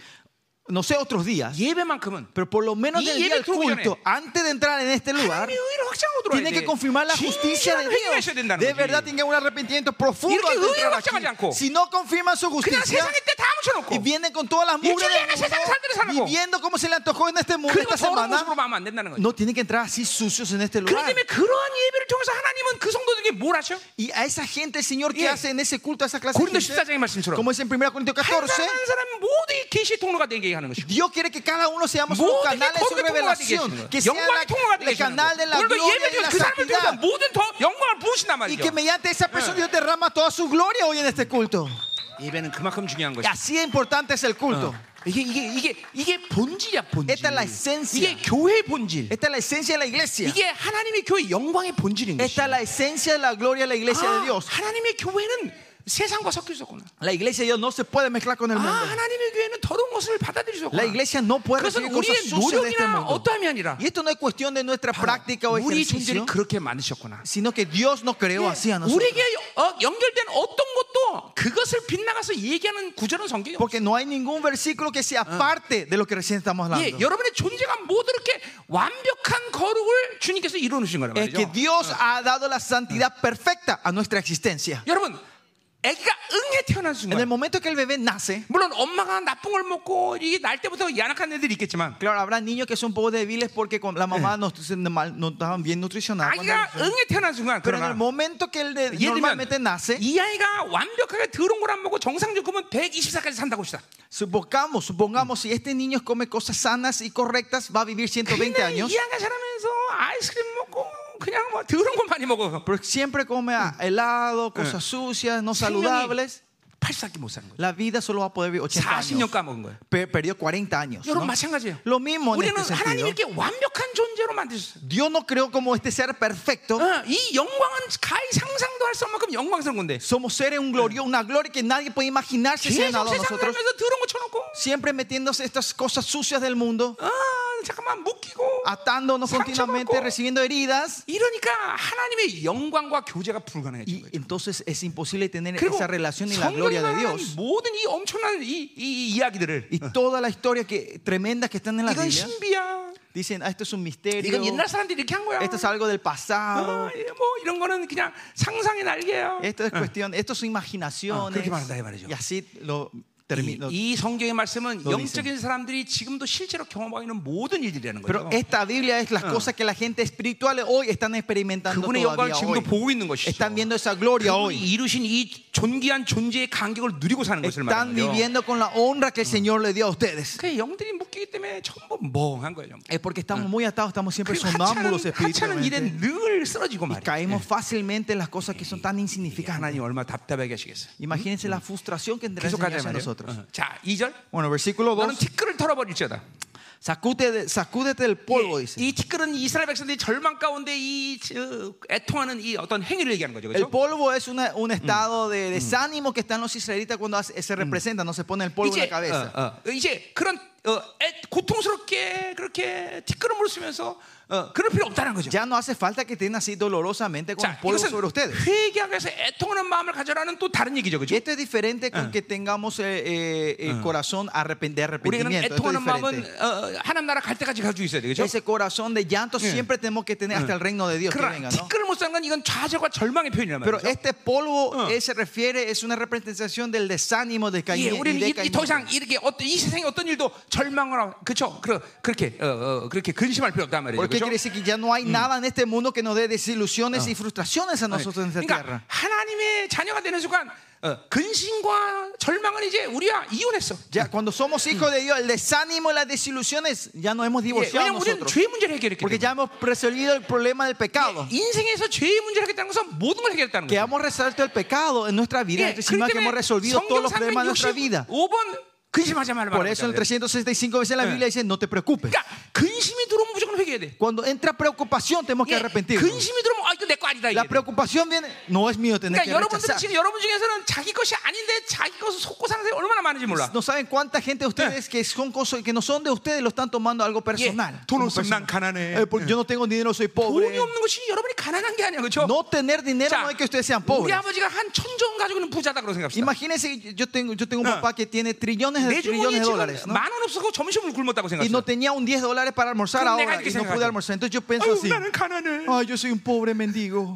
Speaker 2: No sé otros días,
Speaker 1: 예배만큼은
Speaker 2: pero por lo menos
Speaker 1: Y
Speaker 2: del día
Speaker 1: lleve
Speaker 2: del
Speaker 1: tu
Speaker 2: culto, antes de entrar en este lugar,
Speaker 1: 하나님의 의를 확장하고 들어야
Speaker 2: tiene
Speaker 1: 돼.
Speaker 2: que confirmar la justicia
Speaker 1: 진실한
Speaker 2: de
Speaker 1: 회개가 있어야
Speaker 2: Dios.
Speaker 1: 된다는
Speaker 2: De verdad,
Speaker 1: 거지.
Speaker 2: tiene un arrepentimiento profundo.
Speaker 1: 이렇게
Speaker 2: antes de
Speaker 1: 의를
Speaker 2: entrar
Speaker 1: 확장하지
Speaker 2: aquí.
Speaker 1: 않고
Speaker 2: Si no confirman su
Speaker 1: 그냥
Speaker 2: justicia
Speaker 1: 세상에 때다
Speaker 2: y
Speaker 1: 묻혀놓고
Speaker 2: vienen con todas las mugres
Speaker 1: 일주일 내내 세상 사람들을
Speaker 2: del
Speaker 1: 살라고.
Speaker 2: mundo, viviendo como se le antojó en este mundo
Speaker 1: 그리고
Speaker 2: esta
Speaker 1: 더러운
Speaker 2: semana,
Speaker 1: 모습으로 마음 안 된다는 거죠.
Speaker 2: no tienen que entrar así sucios en este
Speaker 1: 그렇기
Speaker 2: lugar.
Speaker 1: 때문에 그러한 예배를 통해서 하나님은 그 성도들에게 뭘 하셔?
Speaker 2: Y a esa gente, el Señor, que
Speaker 1: Yeah.
Speaker 2: hace en ese culto, a esa clase
Speaker 1: 고린도
Speaker 2: de gente,
Speaker 1: 14장의 말씀처럼
Speaker 2: como dice en 1 Corintios
Speaker 1: 한
Speaker 2: 14,
Speaker 1: 사람 한 사람 모두 이 계시의 통로가 되게 하는 것이고
Speaker 2: Dios quiere que cada uno seamos
Speaker 1: 모든
Speaker 2: los
Speaker 1: 게
Speaker 2: canales de
Speaker 1: 거룩의
Speaker 2: su
Speaker 1: 통로가 되게 하시는
Speaker 2: revelación,
Speaker 1: 거예요
Speaker 2: que sea
Speaker 1: 영광의 통로가 그러니까
Speaker 2: la-
Speaker 1: 되게
Speaker 2: el canal de
Speaker 1: 하시는
Speaker 2: la
Speaker 1: 거예요 오늘도
Speaker 2: gloria y
Speaker 1: 예배를
Speaker 2: la
Speaker 1: 그 사람을 통해서
Speaker 2: santidad.
Speaker 1: 모든 더 영광을 부으신단
Speaker 2: Y
Speaker 1: 말이죠
Speaker 2: que mediante esa persona Dios derrama toda su gloria hoy en este culto.
Speaker 1: 예배는 그만큼 중요한
Speaker 2: Y
Speaker 1: 것이야
Speaker 2: así de importante es el culto.
Speaker 1: 이게 이게 이게 이게 본질이야 본질
Speaker 2: Esta es la esencia.
Speaker 1: 이게 교회의 본질
Speaker 2: Esta es la esencia de la iglesia.
Speaker 1: 이게 하나님의 교회 영광의 본질인
Speaker 2: Esta
Speaker 1: 것이야
Speaker 2: es la esencia de la gloria de la iglesia de
Speaker 1: 아,
Speaker 2: Dios.
Speaker 1: 하나님의 교회는 세상과 섞일 수 없구나.
Speaker 2: La iglesia de Dios no se puede mezclar con el
Speaker 1: 아,
Speaker 2: mundo.
Speaker 1: 하나님의 교회는 더러운 것을 받아들일 수 없구나.
Speaker 2: La iglesia no puede
Speaker 1: 그것은
Speaker 2: recibir cosas
Speaker 1: 우리의
Speaker 2: sucias de este
Speaker 1: 노력이나
Speaker 2: mundo.
Speaker 1: 어떠함이 아니라
Speaker 2: Y esto no es cuestión de nuestra práctica o
Speaker 1: 우리
Speaker 2: ejercicio,
Speaker 1: 존재를 예? 그렇게 만드셨구나.
Speaker 2: sino que Dios nos creó así a nosotros.
Speaker 1: 예, 우리에게 어, 연결된 어떤 것도 그것을 빗나가서 얘기하는 구절은 성경이 없어요.
Speaker 2: Porque no hay ningún versículo que sea aparte de lo que recién estamos
Speaker 1: 예,
Speaker 2: hablando.
Speaker 1: 여러분의 존재가 모두 이렇게 완벽한 거룩을 주님께서 이루어 놓으신 거란
Speaker 2: Es eh, que
Speaker 1: 말이죠.
Speaker 2: Dios ha dado la santidad perfecta a nuestra existencia.
Speaker 1: 여러분, 아기가 응에 태어난
Speaker 2: En el
Speaker 1: 순간
Speaker 2: momento que el bebé nace,
Speaker 1: 물론 엄마가 나쁜 걸 먹고 이게 날 때부터 야nak한 애들이 있겠지만
Speaker 2: claro, habrá niños que son un poco débiles porque con la mamá no, se- mal- no estaban bien nutricionados. cuando
Speaker 1: 아기가
Speaker 2: nacieron.
Speaker 1: 응에 태어난 순간
Speaker 2: Pero en el
Speaker 1: 그러나
Speaker 2: momento que el de,
Speaker 1: 예를
Speaker 2: normalmente
Speaker 1: 들면
Speaker 2: nace,
Speaker 1: 이 아이가 완벽하게 더러운 걸 안 먹고 정상적으로 그러면 124까지 산다고 합시다.
Speaker 2: supongamos, supongamos, si este niño come cosas sanas y correctas, va a vivir 120
Speaker 1: 근데
Speaker 2: años.
Speaker 1: 이 아이가 자라면서 아이스크림 먹고 그냥 뭐 더러운 걸 많이 먹어.
Speaker 2: Pero siempre come ah, helado, cosas sucias, no saludables.
Speaker 1: 84개 못 사는 거죠.
Speaker 2: La vida solo va a poder vivir 80
Speaker 1: 40년
Speaker 2: años.
Speaker 1: 까먹은 거예요.
Speaker 2: Pe- perdió 40 años. ¿no?
Speaker 1: 여러분 마찬가지예요.
Speaker 2: Lo mismo en
Speaker 1: 우리는
Speaker 2: este
Speaker 1: 하나님
Speaker 2: sentido.
Speaker 1: 이렇게 완벽한 존재로 만드셨어요.
Speaker 2: Dios no creó como este ser perfecto.
Speaker 1: 어, 이 영광은 가히 상상도 할 수 없는 만큼 영광스러운 건데
Speaker 2: Somos seres un glorio, una gloria que nadie puede imaginarse se ha
Speaker 1: 계속
Speaker 2: dado a
Speaker 1: 세상
Speaker 2: nosotros.
Speaker 1: 살면서 더러운 거 쳐놓고 어,
Speaker 2: Siempre metiéndose estas cosas sucias del mundo,
Speaker 1: 아, 잠깐만 묶이고
Speaker 2: atándonos
Speaker 1: Ah. Sancho
Speaker 2: continuamente,
Speaker 1: Moco.
Speaker 2: recibiendo heridas.
Speaker 1: 이러니까 하나님의 영광과 교제가 불가능해진
Speaker 2: Y
Speaker 1: 거예요.
Speaker 2: entonces es imposible tener
Speaker 1: 그리고
Speaker 2: esa relación y la gloria de
Speaker 1: 성경에
Speaker 2: Dios.
Speaker 1: 관한 모든 이 엄청난 이, 이 이야기들을
Speaker 2: Y toda la historia que, tremenda que están en la
Speaker 1: 이건
Speaker 2: Biblia,
Speaker 1: 신비야.
Speaker 2: dicen, ah, esto es un
Speaker 1: 이건
Speaker 2: misterio,
Speaker 1: 옛날 사람들이 이렇게 한 거야.
Speaker 2: esto es algo del pasado,
Speaker 1: 어, 예, 뭐 이런 거는 그냥 상상의 날개야.
Speaker 2: esto es cuestión, esto son
Speaker 1: Ah, 그렇게 말한다, 이
Speaker 2: imaginaciones.
Speaker 1: 말이죠.
Speaker 2: Y así lo
Speaker 1: 이,
Speaker 2: termino.
Speaker 1: 이 성경의 말씀은
Speaker 2: 너는
Speaker 1: 영적인 사람들이 지금도 실제로 경험하고 있는 모든 일들이라는
Speaker 2: Pero
Speaker 1: 거죠.
Speaker 2: esta Biblia es las cosas que la gente espiritual hoy están experimentando
Speaker 1: 그분의 영광을
Speaker 2: todavía
Speaker 1: 지금도
Speaker 2: hoy.
Speaker 1: 보고 있는 것이죠.
Speaker 2: Están viendo esa gloria
Speaker 1: 그분이
Speaker 2: hoy.
Speaker 1: 이루신 이 존귀한 존재의 간격을 누리고 사는 것을 말하는
Speaker 2: Están
Speaker 1: 거죠.
Speaker 2: viviendo con la honra que el Señor le dio a ustedes.
Speaker 1: 그 영들이 묶이기 때문에 전부 멍한 거예요.
Speaker 2: Es porque estamos muy atados, estamos siempre
Speaker 1: 그리고 하찮은,
Speaker 2: sonámbulos
Speaker 1: 하찮은 일에
Speaker 2: espiritualmente.
Speaker 1: 늘 쓰러지고
Speaker 2: Y
Speaker 1: 말이에요.
Speaker 2: caemos fácilmente en las cosas que son tan
Speaker 1: 이게
Speaker 2: insignificantes.
Speaker 1: 하나님 얼마나 답답하게 하시겠어요.
Speaker 2: Imagínense la frustración que tendrá el
Speaker 1: 계속
Speaker 2: Señor
Speaker 1: 가자
Speaker 2: hacia
Speaker 1: 말이에요.
Speaker 2: nosotros.
Speaker 1: 어. 자, 2절.
Speaker 2: Bueno, versículo
Speaker 1: 너는
Speaker 2: 2.
Speaker 1: 티끌을 털어버릴지어다.
Speaker 2: Sacúdete, sacúdete del polvo,
Speaker 1: 이,
Speaker 2: dice.
Speaker 1: 이 티끌은 이스라엘 백성들이 절망 가운데 이 저, 애통하는 이 어떤 행위를 얘기하는 거죠.
Speaker 2: El
Speaker 1: 그렇죠?
Speaker 2: polvo es una- un estado de desánimo que están los israelitas cuando hace- se representan, no se pone el polvo en
Speaker 1: 이제
Speaker 2: la cabeza.
Speaker 1: 어, 어, 이제 그런 어, 애, 고통스럽게 그렇게 티끌음을 쓰면서 어, 그럴 필요 없다는 거죠.
Speaker 2: Ya no hace falta que estén así dolorosamente con
Speaker 1: 자,
Speaker 2: el polvo
Speaker 1: 이것은
Speaker 2: sobre ustedes.
Speaker 1: 회개하기 위해서 애통하는 마음을 가져라는 또 다른 얘기죠,
Speaker 2: Y
Speaker 1: 그렇죠?
Speaker 2: esto es diferente con que tengamos eh, eh, el corazón arrepen- de
Speaker 1: 우리는
Speaker 2: arrepentimiento. Esto es
Speaker 1: 애통하는
Speaker 2: diferente.
Speaker 1: 마음은 어, 하나님 나라 갈 때까지 가지고 있어야 돼, 그렇죠?
Speaker 2: Ese corazón de llanto siempre tenemos que tener hasta el reino de Dios que
Speaker 1: 그러나
Speaker 2: venga, ¿no?
Speaker 1: 티끌을 못 사는 건 이건 좌절과 절망의 표현이란
Speaker 2: Pero
Speaker 1: 말이죠.
Speaker 2: este polvo eh, se refiere, es una representación del desánimo de
Speaker 1: 예,
Speaker 2: Caín. y
Speaker 1: 우리는
Speaker 2: de
Speaker 1: 이 더 이상
Speaker 2: Caín.
Speaker 1: 이렇게 어떤 이 세상의 어떤 일도 절망을 하고 그렇죠? 그러, 그렇게 어, 어, 그렇게 근심할 필요 없단 말이죠.
Speaker 2: Porque quiere
Speaker 1: 그렇죠?
Speaker 2: decir que ya no hay nada en este mundo que nos dé desilusiones y frustraciones a nosotros en esta
Speaker 1: 그러니까
Speaker 2: tierra.
Speaker 1: 하나님의 자녀가 되는 순간 어, 근심과 절망은 이제 우리와 이혼했어.
Speaker 2: Ya cuando somos hijos de Dios, el desánimo y las desilusiones ya nos hemos
Speaker 1: 예,
Speaker 2: divorciado
Speaker 1: 왜냐면 우리는
Speaker 2: nosotros.
Speaker 1: 죄 문제를 해결했기
Speaker 2: Porque
Speaker 1: 때문에.
Speaker 2: ya hemos resolvido el problema del pecado.
Speaker 1: 인생에서 죄의 문제를 해결했다는 것은 모든 걸 해결했다는
Speaker 2: Que
Speaker 1: 거예요.
Speaker 2: hemos resuelto el pecado en nuestra vida,
Speaker 1: 예,
Speaker 2: es decir, que hemos resolvido todos los problemas de nuestra vida.
Speaker 1: 5번 근심하지 말라
Speaker 2: Por
Speaker 1: 말하고
Speaker 2: eso en
Speaker 1: 있잖아요.
Speaker 2: 365 veces la Biblia dice, no te preocupes.
Speaker 1: 그러니까 근심이 들어오면 무조건 회개해야 돼.
Speaker 2: Cuando entra preocupación, tenemos que
Speaker 1: 예,
Speaker 2: arrepentirnos.
Speaker 1: 근심이 들어오면 아 이거 내 거 아니다 이게.
Speaker 2: La preocupación viene, no es mío, tener
Speaker 1: 그러니까
Speaker 2: que
Speaker 1: 여러분들
Speaker 2: rechazar.
Speaker 1: 지금 여러분 중에서는 자기 것이 아닌데 자기 것을 속고 사는 사람이 얼마나 많은지 몰라.
Speaker 2: No saben cuánta gente de ustedes que son cosas que no son de ustedes lo están tomando algo personal.
Speaker 1: 예. 돈
Speaker 2: Como
Speaker 1: 없으면 난
Speaker 2: personal.
Speaker 1: 가난해.
Speaker 2: Eh, porque yo no tengo dinero, soy
Speaker 1: 돈이
Speaker 2: pobre.
Speaker 1: 없는 것이 여러분이 가난한 게 아니야, 그렇죠?
Speaker 2: No tener dinero no es que ustedes sean
Speaker 1: 우리
Speaker 2: pobres.
Speaker 1: 아버지가 한 천조 가지고 있는 부자다 그러고 생각합시다.
Speaker 2: Imagínense, que yo tengo, yo tengo un papá que tiene trillones Ah. de
Speaker 1: 내
Speaker 2: trillones
Speaker 1: 주머니에 지금
Speaker 2: de dólares. ¿no?
Speaker 1: 만 원 없었고 점심을 굶었다고
Speaker 2: y no
Speaker 1: 생각합시다.
Speaker 2: tenía un 10 dólares para almorzar
Speaker 1: Pero 내가
Speaker 2: ahora
Speaker 1: 이렇게
Speaker 2: y no
Speaker 1: 생각하죠.
Speaker 2: pude almorzar. Entonces yo pienso
Speaker 1: 아유,
Speaker 2: así,
Speaker 1: 나는 가난해.
Speaker 2: ay, yo soy un pobre mendigo.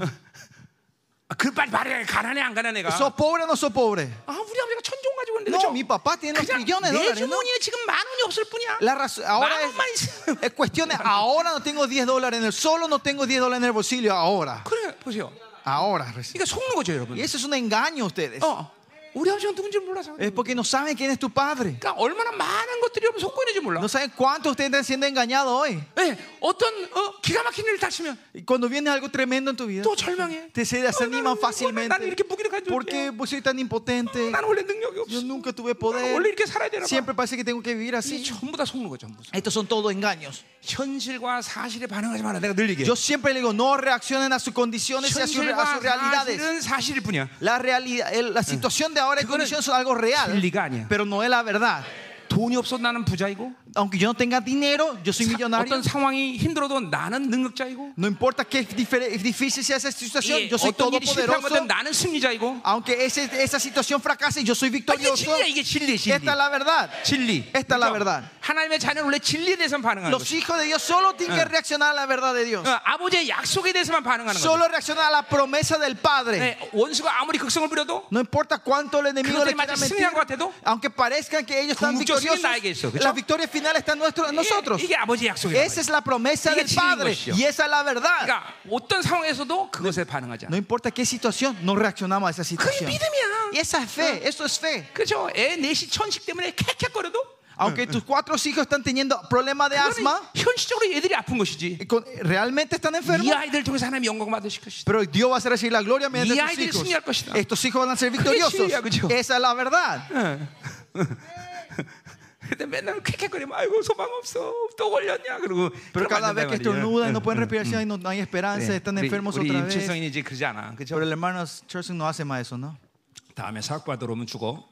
Speaker 1: 아, 그 빨리 말해, 가난해 안 가난해가.
Speaker 2: ¿Sos pobre o no sos pobre?
Speaker 1: 아, 우리 아버지가 천조 가지고 있는데
Speaker 2: No,
Speaker 1: 그렇죠?
Speaker 2: mi papá tiene los
Speaker 1: 그냥
Speaker 2: trillones de
Speaker 1: 내
Speaker 2: dólares. ¿no?
Speaker 1: 주머니에 지금 만 원이 없을 뿐이야.
Speaker 2: La razón,
Speaker 1: 만
Speaker 2: ahora
Speaker 1: 원만
Speaker 2: es,
Speaker 1: 있으면.
Speaker 2: es cuestión de ahora no tengo 10 dólares en el solo no tengo 10 dólares en el bolsillo ahora.
Speaker 1: 그래 보세요.
Speaker 2: Ahora recién.
Speaker 1: 그러니까 속는 거죠,
Speaker 2: Y
Speaker 1: 여러분.
Speaker 2: eso es un engaño a ustedes.
Speaker 1: 어, 우리 아버지가 누군지 몰라서.
Speaker 2: Es porque no saben quién es tu padre.
Speaker 1: 그러니까 얼마나 많은 것들이 여러분 속고 있는지 몰라.
Speaker 2: No saben cuánto ustedes están siendo engañados hoy.
Speaker 1: 예, 어떤 어, 기가 막힌 일을 닥치면
Speaker 2: Y cuando viene algo tremendo en tu vida,
Speaker 1: 또 절망해.
Speaker 2: te se desaniman
Speaker 1: 나는
Speaker 2: fácilmente.
Speaker 1: 이렇게 무기력한 줄.
Speaker 2: ¿Por qué vos soy tan impotente?
Speaker 1: 나는 원래 능력이 없어.
Speaker 2: Yo nunca tuve
Speaker 1: 나는 원래
Speaker 2: poder.
Speaker 1: 이렇게 살아야 되나 봐.
Speaker 2: Siempre parece que tengo que
Speaker 1: 이게
Speaker 2: vivir así.
Speaker 1: 전부 다 속는 거죠, 전부.
Speaker 2: Estos son todos engaños.
Speaker 1: 현실과 사실에 반응하지 마라. 내가 늘 얘기해.
Speaker 2: Yo siempre le digo, no reaccionen a sus condiciones y a, sus- a
Speaker 1: 현실과
Speaker 2: sus realidades.
Speaker 1: 사실은 사실일 뿐이야.
Speaker 2: La, realidad, el- la situación de ahora y
Speaker 1: 그거는
Speaker 2: condición son algo real,
Speaker 1: 진리가 아니야.
Speaker 2: pero no es la verdad.
Speaker 1: 돈이 없어도 나는 부자이고
Speaker 2: Aunque yo no tenga dinero, yo soy
Speaker 1: 사-
Speaker 2: millonario.
Speaker 1: 어떤 상황이 힘들어도 나는 능력자이고
Speaker 2: No importa qué difer- difícil sea esa situación,
Speaker 1: 예,
Speaker 2: yo soy
Speaker 1: 어떤 일이 실패한 것든
Speaker 2: todopoderoso.
Speaker 1: 나는 승리자이고
Speaker 2: Aunque ese- esa situación fracase, yo soy
Speaker 1: 아, 이게
Speaker 2: victorioso.
Speaker 1: 진리야 이게 진리 진리
Speaker 2: Esta es la verdad.
Speaker 1: 진리
Speaker 2: Esta es la
Speaker 1: 그렇죠?
Speaker 2: verdad.
Speaker 1: 하나님의 자녀는 원래 진리에 대해서만 반응하는
Speaker 2: Los
Speaker 1: 거죠
Speaker 2: hijos de Dios solo tienen que reaccionar a la verdad de Dios.
Speaker 1: 어, 아버지의 약속에 대해서만 반응하는 거죠
Speaker 2: Solo reaccionar a la promesa del Padre.
Speaker 1: 네, 원수가 아무리 극성을 부려도
Speaker 2: No importa cuánto el enemigo
Speaker 1: 그것들이
Speaker 2: le quiera
Speaker 1: 마치
Speaker 2: mentir,
Speaker 1: 승리한 것 같아도
Speaker 2: aunque parezcan que ellos están
Speaker 1: 궁극적 승리는
Speaker 2: victoriosos,
Speaker 1: 나에게 있어, 그쵸?
Speaker 2: la victoria final está en nuestro- en
Speaker 1: 이게-
Speaker 2: nosotros.
Speaker 1: 이게 아버지의 약속이에요
Speaker 2: Esa es la promesa
Speaker 1: 이게
Speaker 2: del
Speaker 1: 지는
Speaker 2: Padre
Speaker 1: 것이요.
Speaker 2: y esa es la verdad.
Speaker 1: 그러니까 어떤 상황에서도 그것에 반응하지
Speaker 2: No
Speaker 1: 않아
Speaker 2: importa qué situación, no reaccionamos a esa
Speaker 1: 그게
Speaker 2: situación.
Speaker 1: 믿음이야
Speaker 2: Y esa es fe, eso es fe.
Speaker 1: 그죠 그렇죠? 애 넷이 천식 때문에 캑캑거려도
Speaker 2: Aunque tus cuatro hijos están teniendo problemas de
Speaker 1: 그거는
Speaker 2: asma,
Speaker 1: 현실적으로 애들이 아픈 것이지
Speaker 2: y con- realmente están
Speaker 1: 이
Speaker 2: enfermos.
Speaker 1: 아이들 통해서 하나님 영광 받으실 것이다
Speaker 2: Pero Dios va a recibir la gloria
Speaker 1: Y
Speaker 2: mediante
Speaker 1: 아이들이
Speaker 2: sus
Speaker 1: 승리할
Speaker 2: hijos.
Speaker 1: 것이다.
Speaker 2: Estos hijos van a ser victoriosos.
Speaker 1: 진리야, 그죠?
Speaker 2: Esa es la verdad.
Speaker 1: 근데 맨날 캑캑거리면 아이고 소망 없어 또 걸렸냐 그러고
Speaker 2: Pero cada vez que estornudan, no pueden respirar, y no, no hay esperanza, están enfermos
Speaker 1: 네. 우리
Speaker 2: otra
Speaker 1: 임채
Speaker 2: vez.
Speaker 1: 성이 이제 그러지 않아 그죠
Speaker 2: Pero el hermano Churchill no hace más eso, ¿no?
Speaker 1: 다음에 사학과 들어오면 죽어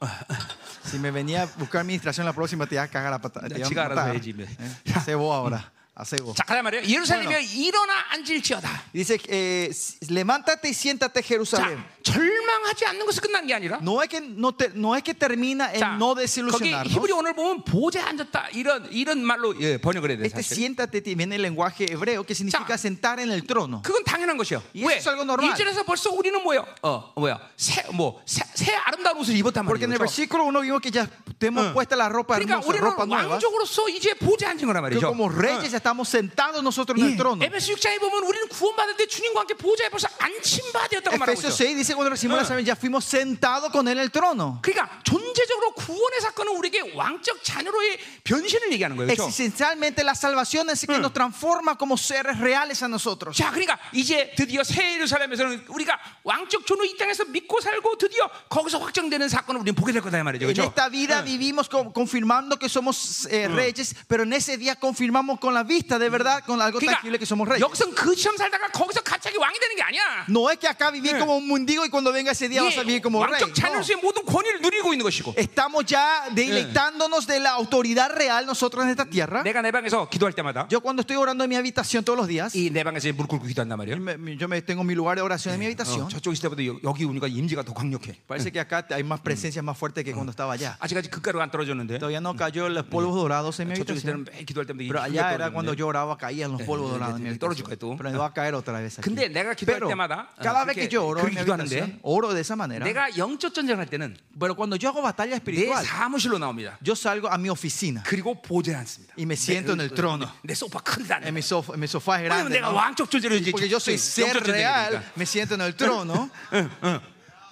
Speaker 2: Si me venía a buscar administración la próxima, te iba a cagar la patada. Te iba
Speaker 1: 지가
Speaker 2: a
Speaker 1: 알아서
Speaker 2: matar.
Speaker 1: 해야지 뭐.
Speaker 2: Eh, Hace vos ahora. Hace vos.
Speaker 1: 자 가자 말이에요 예루살렘에 일어나 앉을지어다
Speaker 2: Y Dice, eh, levántate y siéntate, Jerusalén.
Speaker 1: 자 절망하지 않는 것은 끝난 게 아니라
Speaker 2: No es que, no te- no es que termina en
Speaker 1: 자
Speaker 2: no
Speaker 1: 거기
Speaker 2: desilusionarnos.
Speaker 1: 히브리 오늘 보면 보좌에 앉았다 이런 이런 말로 예, 번역을 해야 돼
Speaker 2: Este
Speaker 1: 사실
Speaker 2: siéntate viene el lenguaje hebreo que significa
Speaker 1: 자.
Speaker 2: sentar en el trono.
Speaker 1: 그건 당연한 것이요.
Speaker 2: 이 예수 알고 normal.
Speaker 1: 이절에서 벌써 우리는 뭐요? 어, 뭐야? 새 뭐새 새 아름다운 옷을 입었단 그렇죠?
Speaker 2: Porque
Speaker 1: 말이죠.
Speaker 2: en el versículo 1 vimos que ya tenemos puesta la ropa
Speaker 1: 그러니까
Speaker 2: hermosa,
Speaker 1: 우리는
Speaker 2: ropa nueva.
Speaker 1: 왕족으로서 이제 보좌에 앉은 거란 뭐
Speaker 2: Que
Speaker 1: 말이죠. 예.
Speaker 2: como reyes ya estamos sentados nosotros
Speaker 1: Eh,
Speaker 2: en el trono.
Speaker 1: 에베소 6장에 보면 우리는 구원받을 때 주님과 함께 보좌에 벌써 앉힌 바 되었다고 말하고
Speaker 2: Efesios
Speaker 1: 있죠.
Speaker 2: 6 dice cuando recibimos
Speaker 1: Ah.
Speaker 2: la salvación ya fuimos sentados con él en el trono.
Speaker 1: 그러니까 존재적으로 구원의 사건은 우리에게 왕적 자녀로의 변신을 얘기하는 거예요. 그렇죠?
Speaker 2: Existencialmente la salvación es que nos transforma como seres reales a nosotros.
Speaker 1: 자, 그러니까 이제 드디어 새 예루살렘에서는 우리가 왕적 존으로 이 땅에서 믿고 살고 드디어 거기서 확정되는 사건을 우리는 보게 될 거다 이 말이죠.
Speaker 2: En
Speaker 1: 그렇죠?
Speaker 2: esta vida vivimos co- confirmando que somos eh, reyes, pero en ese día confirmamos con la vista de verdad, con algo tangible que somos reyes.
Speaker 1: 여기선 그러니까 그 시험 살다가 거기서 갑자기 왕이 되는 게 아니야.
Speaker 2: No es que acá viví como un mundigo y cuando venga ese día vas a vivir
Speaker 1: 예,
Speaker 2: como rey.
Speaker 1: 왕적
Speaker 2: No.
Speaker 1: 자녀로서의 모든 권위를 누리고 있는 것이고.
Speaker 2: Estamos ya deleitándonos de la autoridad real nosotros en esta tierra.
Speaker 1: 내가 내 방에서 기도할 때마다
Speaker 2: Yo cuando estoy orando en mi habitación todos los días,
Speaker 1: 이 내 방에서 무릎 꿇고 기도한단 말이에요.
Speaker 2: me- yo me tengo mi lugar de oración en mi
Speaker 1: 어,
Speaker 2: habitación.
Speaker 1: 저쪽 있을 때보다 여- 여기 오니까 임지가 더 강력해.
Speaker 2: Parece que acá hay más presencia más fuerte que cuando estaba allá.
Speaker 1: 아직까지 급가루가 안 떨어졌는데
Speaker 2: Todavía no cayó los polvos dorados en mi
Speaker 1: 저쪽 있을 때는
Speaker 2: habitación.
Speaker 1: 매일 기도할 때마다
Speaker 2: Pero
Speaker 1: 임지가
Speaker 2: allá era cuando
Speaker 1: 떨어졌는데
Speaker 2: yo oraba, caían los polvos dorados en mi
Speaker 1: 떨어질
Speaker 2: habitación.
Speaker 1: 거야, 또.
Speaker 2: Pero me va a caer otra vez. aquí.
Speaker 1: 근데 내가 기도할
Speaker 2: Pero
Speaker 1: 때마다, 어,
Speaker 2: cada vez
Speaker 1: 그렇게-
Speaker 2: que yo oro en mi
Speaker 1: 그렇게 기도하는데,
Speaker 2: habitación, oro de esa manera.
Speaker 1: 내가 영적 전쟁을 할 때는
Speaker 2: Pero cuando yo hago batalla
Speaker 1: 내
Speaker 2: espiritual,
Speaker 1: 사무실로 나옵니다.
Speaker 2: yo salgo a mi oficina
Speaker 1: 그리고 보좌에 앉습니다.
Speaker 2: y me siento en el trono.
Speaker 1: 내 소파 큰다.
Speaker 2: En mi, sof- en mi sofá es
Speaker 1: 왜냐면
Speaker 2: grande.
Speaker 1: 내가
Speaker 2: ¿no?
Speaker 1: 왕적 존재로 이제
Speaker 2: Porque yo soy
Speaker 1: 영적
Speaker 2: ser
Speaker 1: 존재니까.
Speaker 2: real, me siento en el trono.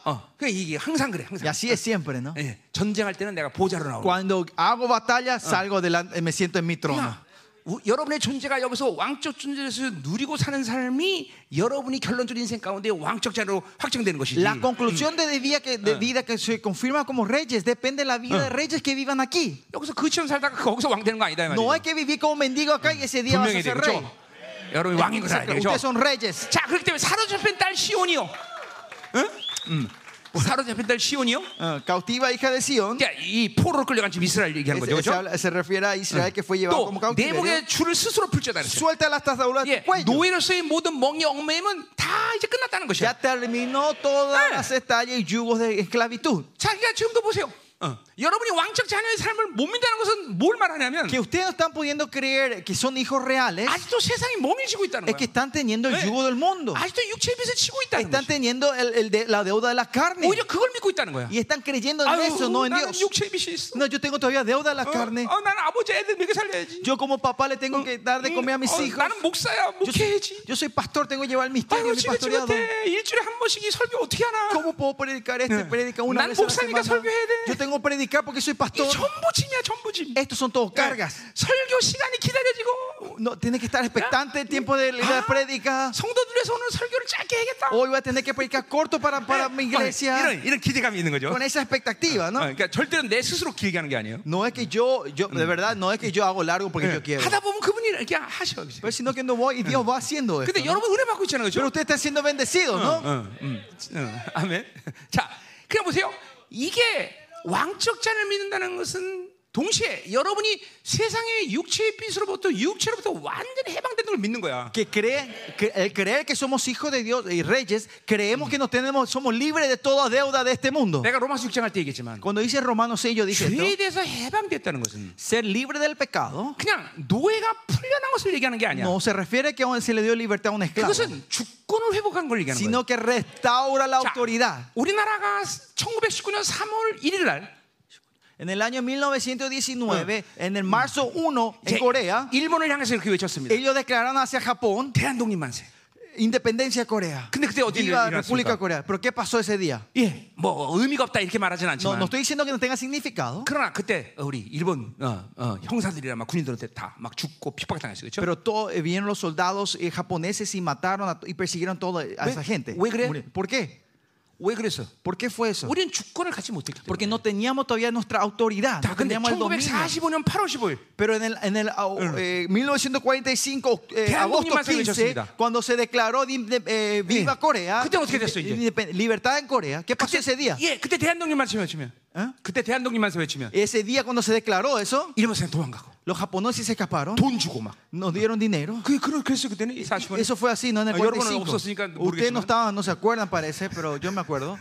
Speaker 1: 어, 그 이게 항상 그래
Speaker 2: Y
Speaker 1: 항상.
Speaker 2: así es siempre, ¿no?
Speaker 1: 예, 전쟁할 때는 내가 보좌로 나오고.
Speaker 2: Cuando hago batalla, salgo delante, eh, me siento en mi trono.
Speaker 1: 그러니까 우- 여러분의 존재가 여기서 왕적 존재에서 누리고 사는 삶이 여러분이 결론적인 인생 가운데 왕적 자로 확정되는 것이지.
Speaker 2: La conclusión de vida, que, de vida que se confirma como reyes depende de la vida de reyes que vivan aquí.
Speaker 1: 여기서 그 시험 살다가 거기서 왕 되는 거 아니다 이 말이죠.
Speaker 2: No hay que vivir como mendigo acá y ese día vas
Speaker 1: 분명히
Speaker 2: a ser
Speaker 1: 되죠.
Speaker 2: rey.
Speaker 1: 여러분이 왕인 걸 알아야 되죠.
Speaker 2: Ustedes son reyes.
Speaker 1: 자, 그렇기 때문에 사로잡힌 딸 시온이요. 응? 음. 사로잡힌 딸 시온이요.
Speaker 2: Ah, cautiva hija de Sion.
Speaker 1: 그러니까 이 포로로 끌려간 지금 이스라엘 얘기한 거죠.
Speaker 2: Se, se
Speaker 1: 그렇죠?
Speaker 2: habla- se refiere a Israel que fue llevado
Speaker 1: 또
Speaker 2: como cautiverio.
Speaker 1: 내복의 줄을 스스로 풀자다 그랬어요.
Speaker 2: Suelta las tazaduras de
Speaker 1: 예,
Speaker 2: tu cuello.
Speaker 1: 노예로서의 모든 멍이 얽매임은 다 이제 끝났다는 것이야.
Speaker 2: Ya terminó todas
Speaker 1: Eh.
Speaker 2: las estallas y yugos de esclavitud.
Speaker 1: 자기가 지금도 보세요. 여러분이 왕적 자녀의 삶을 못 믿다는 것은 뭘 말하냐면
Speaker 2: Que ustedes no están pudiendo creer que son hijos reales
Speaker 1: 아직도 세상이 몸을 지고 있다는
Speaker 2: es que
Speaker 1: 거예요.
Speaker 2: están teniendo el
Speaker 1: Eh.
Speaker 2: yugo del mundo.
Speaker 1: 아직도 육체의 빚을 치고 있다는
Speaker 2: Están
Speaker 1: 거죠.
Speaker 2: teniendo el- el de- la deuda de la carne.
Speaker 1: 오히려 그걸 믿고 있다는 거야.
Speaker 2: Y están creyendo en eso, no
Speaker 1: 아유,
Speaker 2: en
Speaker 1: 나는
Speaker 2: Dios.
Speaker 1: 육체의 빚이 있어.
Speaker 2: No, Ah, yo Ah, tengo todavía deuda a la
Speaker 1: 어,
Speaker 2: carne.
Speaker 1: 어, 나는 아버지 애들 먹여 살려야지.
Speaker 2: Yo como papá le tengo que dar de
Speaker 1: 응,
Speaker 2: comer a mis
Speaker 1: 어,
Speaker 2: hijos.
Speaker 1: 나는 목사야,
Speaker 2: Yo soy,
Speaker 1: 목회해야지.
Speaker 2: yo soy pastor, tengo que llevar el misterio,
Speaker 1: 아유,
Speaker 2: mi
Speaker 1: 지긋지
Speaker 2: pastoreado.
Speaker 1: 못해. 일주일에 한 번씩 이 설교 어떻게 하나?
Speaker 2: ¿Cómo puedo predicar este? Predica una
Speaker 1: Nan
Speaker 2: vez a la
Speaker 1: 목사니까
Speaker 2: semana.
Speaker 1: 설교해야 돼.
Speaker 2: Yo tengo que predicar porque soy
Speaker 1: 이게
Speaker 2: pastor.
Speaker 1: 전부 짐이야, 전부 짐.
Speaker 2: Estos son
Speaker 1: Eh.
Speaker 2: todos cargas.
Speaker 1: 네. 설교 시간이 기다려지고
Speaker 2: No, tienes que estar expectante el tiempo de
Speaker 1: Ah.
Speaker 2: la prédica.
Speaker 1: 성도들에서 오늘 설교를 짧게 해야겠다.
Speaker 2: Hoy voy a tener que predicar corto para, para
Speaker 1: 네.
Speaker 2: mi
Speaker 1: 어,
Speaker 2: iglesia.
Speaker 1: 이런, 이런 기대감이 있는 거죠.
Speaker 2: Con esa expectativa,
Speaker 1: 어,
Speaker 2: ¿no?
Speaker 1: 그러니까 절대로 내 스스로 길게 하는 게 아니에요. Eh. Ah,
Speaker 2: No es que yo, yo de verdad, no es que yo hago largo porque yo quiero.
Speaker 1: 하다 보면 그분이 이렇게 하셔. 그치?
Speaker 2: Pero sino que no voy y Dios va haciendo esto.
Speaker 1: 근데
Speaker 2: ¿no?
Speaker 1: 여러분 은혜 받고 있잖아요. 그렇죠?
Speaker 2: Pero usted está siendo bendecido, ¿no?
Speaker 1: 응, 응, 응. 아멘. 자, 그냥 보세요. 이게 왕적 잔을 믿는다는 것은 동시에 여러분이 세상의 육체의 빛으로부터 육체로부터 완전히 해방된 걸 믿는 거야.
Speaker 2: Que cree, que el creer que somos hijos de Dios y reyes, creemos que nos tenemos, somos libres de toda deuda de este mundo.
Speaker 1: 내가 로마서 6장 할 때 얘기했지만
Speaker 2: Cuando dice Romanos 6, yo dije esto,
Speaker 1: 죄에 대해서 해방됐다는 것은
Speaker 2: ser libre del pecado
Speaker 1: 그냥 노예가 풀려난 것을 얘기하는 게 아니야.
Speaker 2: no se refiere que se le dio libertad a un esclavo,
Speaker 1: 그것은 주권을 회복한 걸 얘기하는 거야.
Speaker 2: sino que restaura la
Speaker 1: 자,
Speaker 2: autoridad.
Speaker 1: 우리나라가 1919년 3월 1일 날
Speaker 2: En el año 1919, en el marzo 1,
Speaker 1: 이제
Speaker 2: en Corea,
Speaker 1: 일본을 향해서 이렇게 외쳤습니다.
Speaker 2: ellos declararon hacia Japón
Speaker 1: 대한독립 만세.
Speaker 2: independencia de Corea.
Speaker 1: 근데 그때 어디
Speaker 2: Viva
Speaker 1: 일어났습니까?
Speaker 2: República de Corea. Pero ¿qué pasó ese día?
Speaker 1: 예, 뭐 의미가 없다 이렇게 말하진
Speaker 2: No,
Speaker 1: 않지만.
Speaker 2: no estoy diciendo que no tenga significado,
Speaker 1: 그러나 그때 우리 일본 어, 어, 형사들이랑 막 군인들한테 다 막 죽고 핍박당했어요, 그렇죠?
Speaker 2: pero todo, eh, vinieron los soldados eh, japoneses y mataron a- y persiguieron toda a esa gente.
Speaker 1: ¿Ue cree?
Speaker 2: Murieron. ¿Por qué?
Speaker 1: 왜 그랬어?
Speaker 2: ¿Por qué fue eso?
Speaker 1: 우리는 주권을 갖지 못했기 때문에.
Speaker 2: Porque no teníamos todavía nuestra autoridad,
Speaker 1: 자,
Speaker 2: no
Speaker 1: 근데
Speaker 2: teníamos el dominio.
Speaker 1: 1945년 8월 15일
Speaker 2: Pero en el, en el ah, oh, eh, 1945, eh,
Speaker 1: Te han
Speaker 2: agosto
Speaker 1: dominado,
Speaker 2: 15,
Speaker 1: señorita.
Speaker 2: cuando se declaró de- de- eh, viva
Speaker 1: Sí.
Speaker 2: Corea,
Speaker 1: ¿Qué tenemos que decir,
Speaker 2: inde- independ- libertad en Corea, ¿qué pasó ese día?
Speaker 1: 예, 그때 대한독립 만세 외치면,
Speaker 2: 어?
Speaker 1: 그때 대한독립 만세 외치면
Speaker 2: Ese día cuando se declaró eso,
Speaker 1: 일본 사람 도망가고
Speaker 2: los japoneses se escaparon,
Speaker 1: 돈 주고 막.
Speaker 2: nos dieron dinero.
Speaker 1: 그 그런 그랬어 그때는 45년.
Speaker 2: Eso fue así, ¿no? En el
Speaker 1: Ah, yo recuerdo,
Speaker 2: 45.
Speaker 1: 없었으니까
Speaker 2: Ustedes
Speaker 1: 모르겠지만.
Speaker 2: no estaban, no se acuerdan parece, pero yo me acuerdo.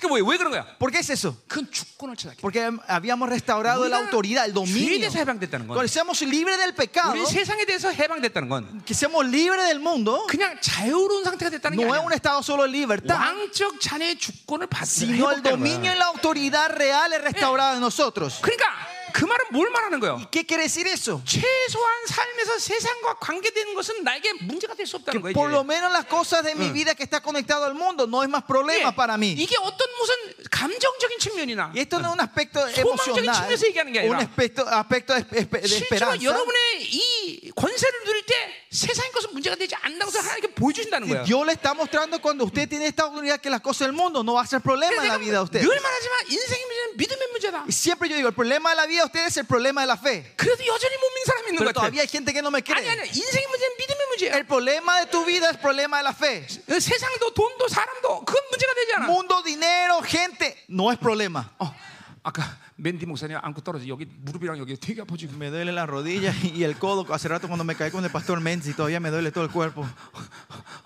Speaker 1: 그게 뭐예요? 왜 그런 거야?
Speaker 2: ¿Por qué es eso?
Speaker 1: 그건 주권을 찾았기.
Speaker 2: Porque habíamos restaurado
Speaker 1: Mira,
Speaker 2: la autoridad, el
Speaker 1: 죄에
Speaker 2: dominio.
Speaker 1: 대해서 해방됐다는 건.
Speaker 2: Cuando seamos libres del pecado,
Speaker 1: 우리 세상에 대해서 해방됐다는 건
Speaker 2: que seamos libres del mundo,
Speaker 1: 그냥 자유로운 상태가 됐다는 게
Speaker 2: no es un
Speaker 1: 아니야.
Speaker 2: estado solo de libertad,
Speaker 1: 왕적 자녀의 주권을 받는
Speaker 2: sino el dominio y la autoridad real es restaurada en nosotros.
Speaker 1: 그러니까 그 말은 뭘 말하는 거예요?
Speaker 2: ¿Qué quiere decir eso?
Speaker 1: 최소한 삶에서 세상과 관계되는 것은 나에게 문제가 될 수 없다는 거예요.
Speaker 2: Por lo
Speaker 1: 이제.
Speaker 2: menos las cosas de mi vida que está conectado al mundo no es más problema
Speaker 1: 이게- 예,
Speaker 2: para mí.
Speaker 1: 예. 이게 어떤 무슨 감정적인 측면이나
Speaker 2: Y esto no es un aspecto
Speaker 1: 소망적인
Speaker 2: emocional,
Speaker 1: 측면에서 얘기하는 게 아니라
Speaker 2: un aspecto, aspecto de,
Speaker 1: 네,
Speaker 2: espe- de
Speaker 1: 실제로
Speaker 2: esperanza.
Speaker 1: 여러분의 이 권세를 누릴 때 세상의 것은 문제가 되지 않는다고 해서 하나님께 보여주신다는
Speaker 2: Si
Speaker 1: 거예요.
Speaker 2: Dios le está mostrando cuando usted tiene esta autoridad que las cosas del mundo no va a ser problema en la vida de usted.
Speaker 1: 그러니까 늘 말하지만 인생의 문제는 믿음의 문제다.
Speaker 2: Y siempre yo digo, el problema de la vida de usted es el problema de la fe.
Speaker 1: 그래도 여전히 못 믿는 사람이 있는
Speaker 2: Pero
Speaker 1: 것 같아.
Speaker 2: todavía hay gente que no me
Speaker 1: 아니 아니
Speaker 2: cree.
Speaker 1: 인생의 문제는 믿음의 문제야.
Speaker 2: El problema de tu vida es el problema de la fe.
Speaker 1: 그 세상도 돈도 사람도 그건 문제가 되지 않아.
Speaker 2: Mundo, dinero, gente, no es problema.
Speaker 1: 어, 아까 맨디 목사님 안고 떨어져 여기 무릎이랑 여기 되게 아프지.
Speaker 2: Me duele la rodilla y el codo. Hace rato cuando me caí con el pastor Menzi, todavía me duele todo el cuerpo.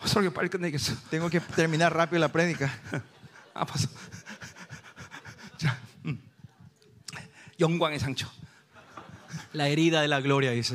Speaker 1: 설교 빨리 끝내겠어.
Speaker 2: Tengo que terminar rápido la prédica.
Speaker 1: 아파서. 자, 음. 영광의 상처.
Speaker 2: La herida de la gloria, dice.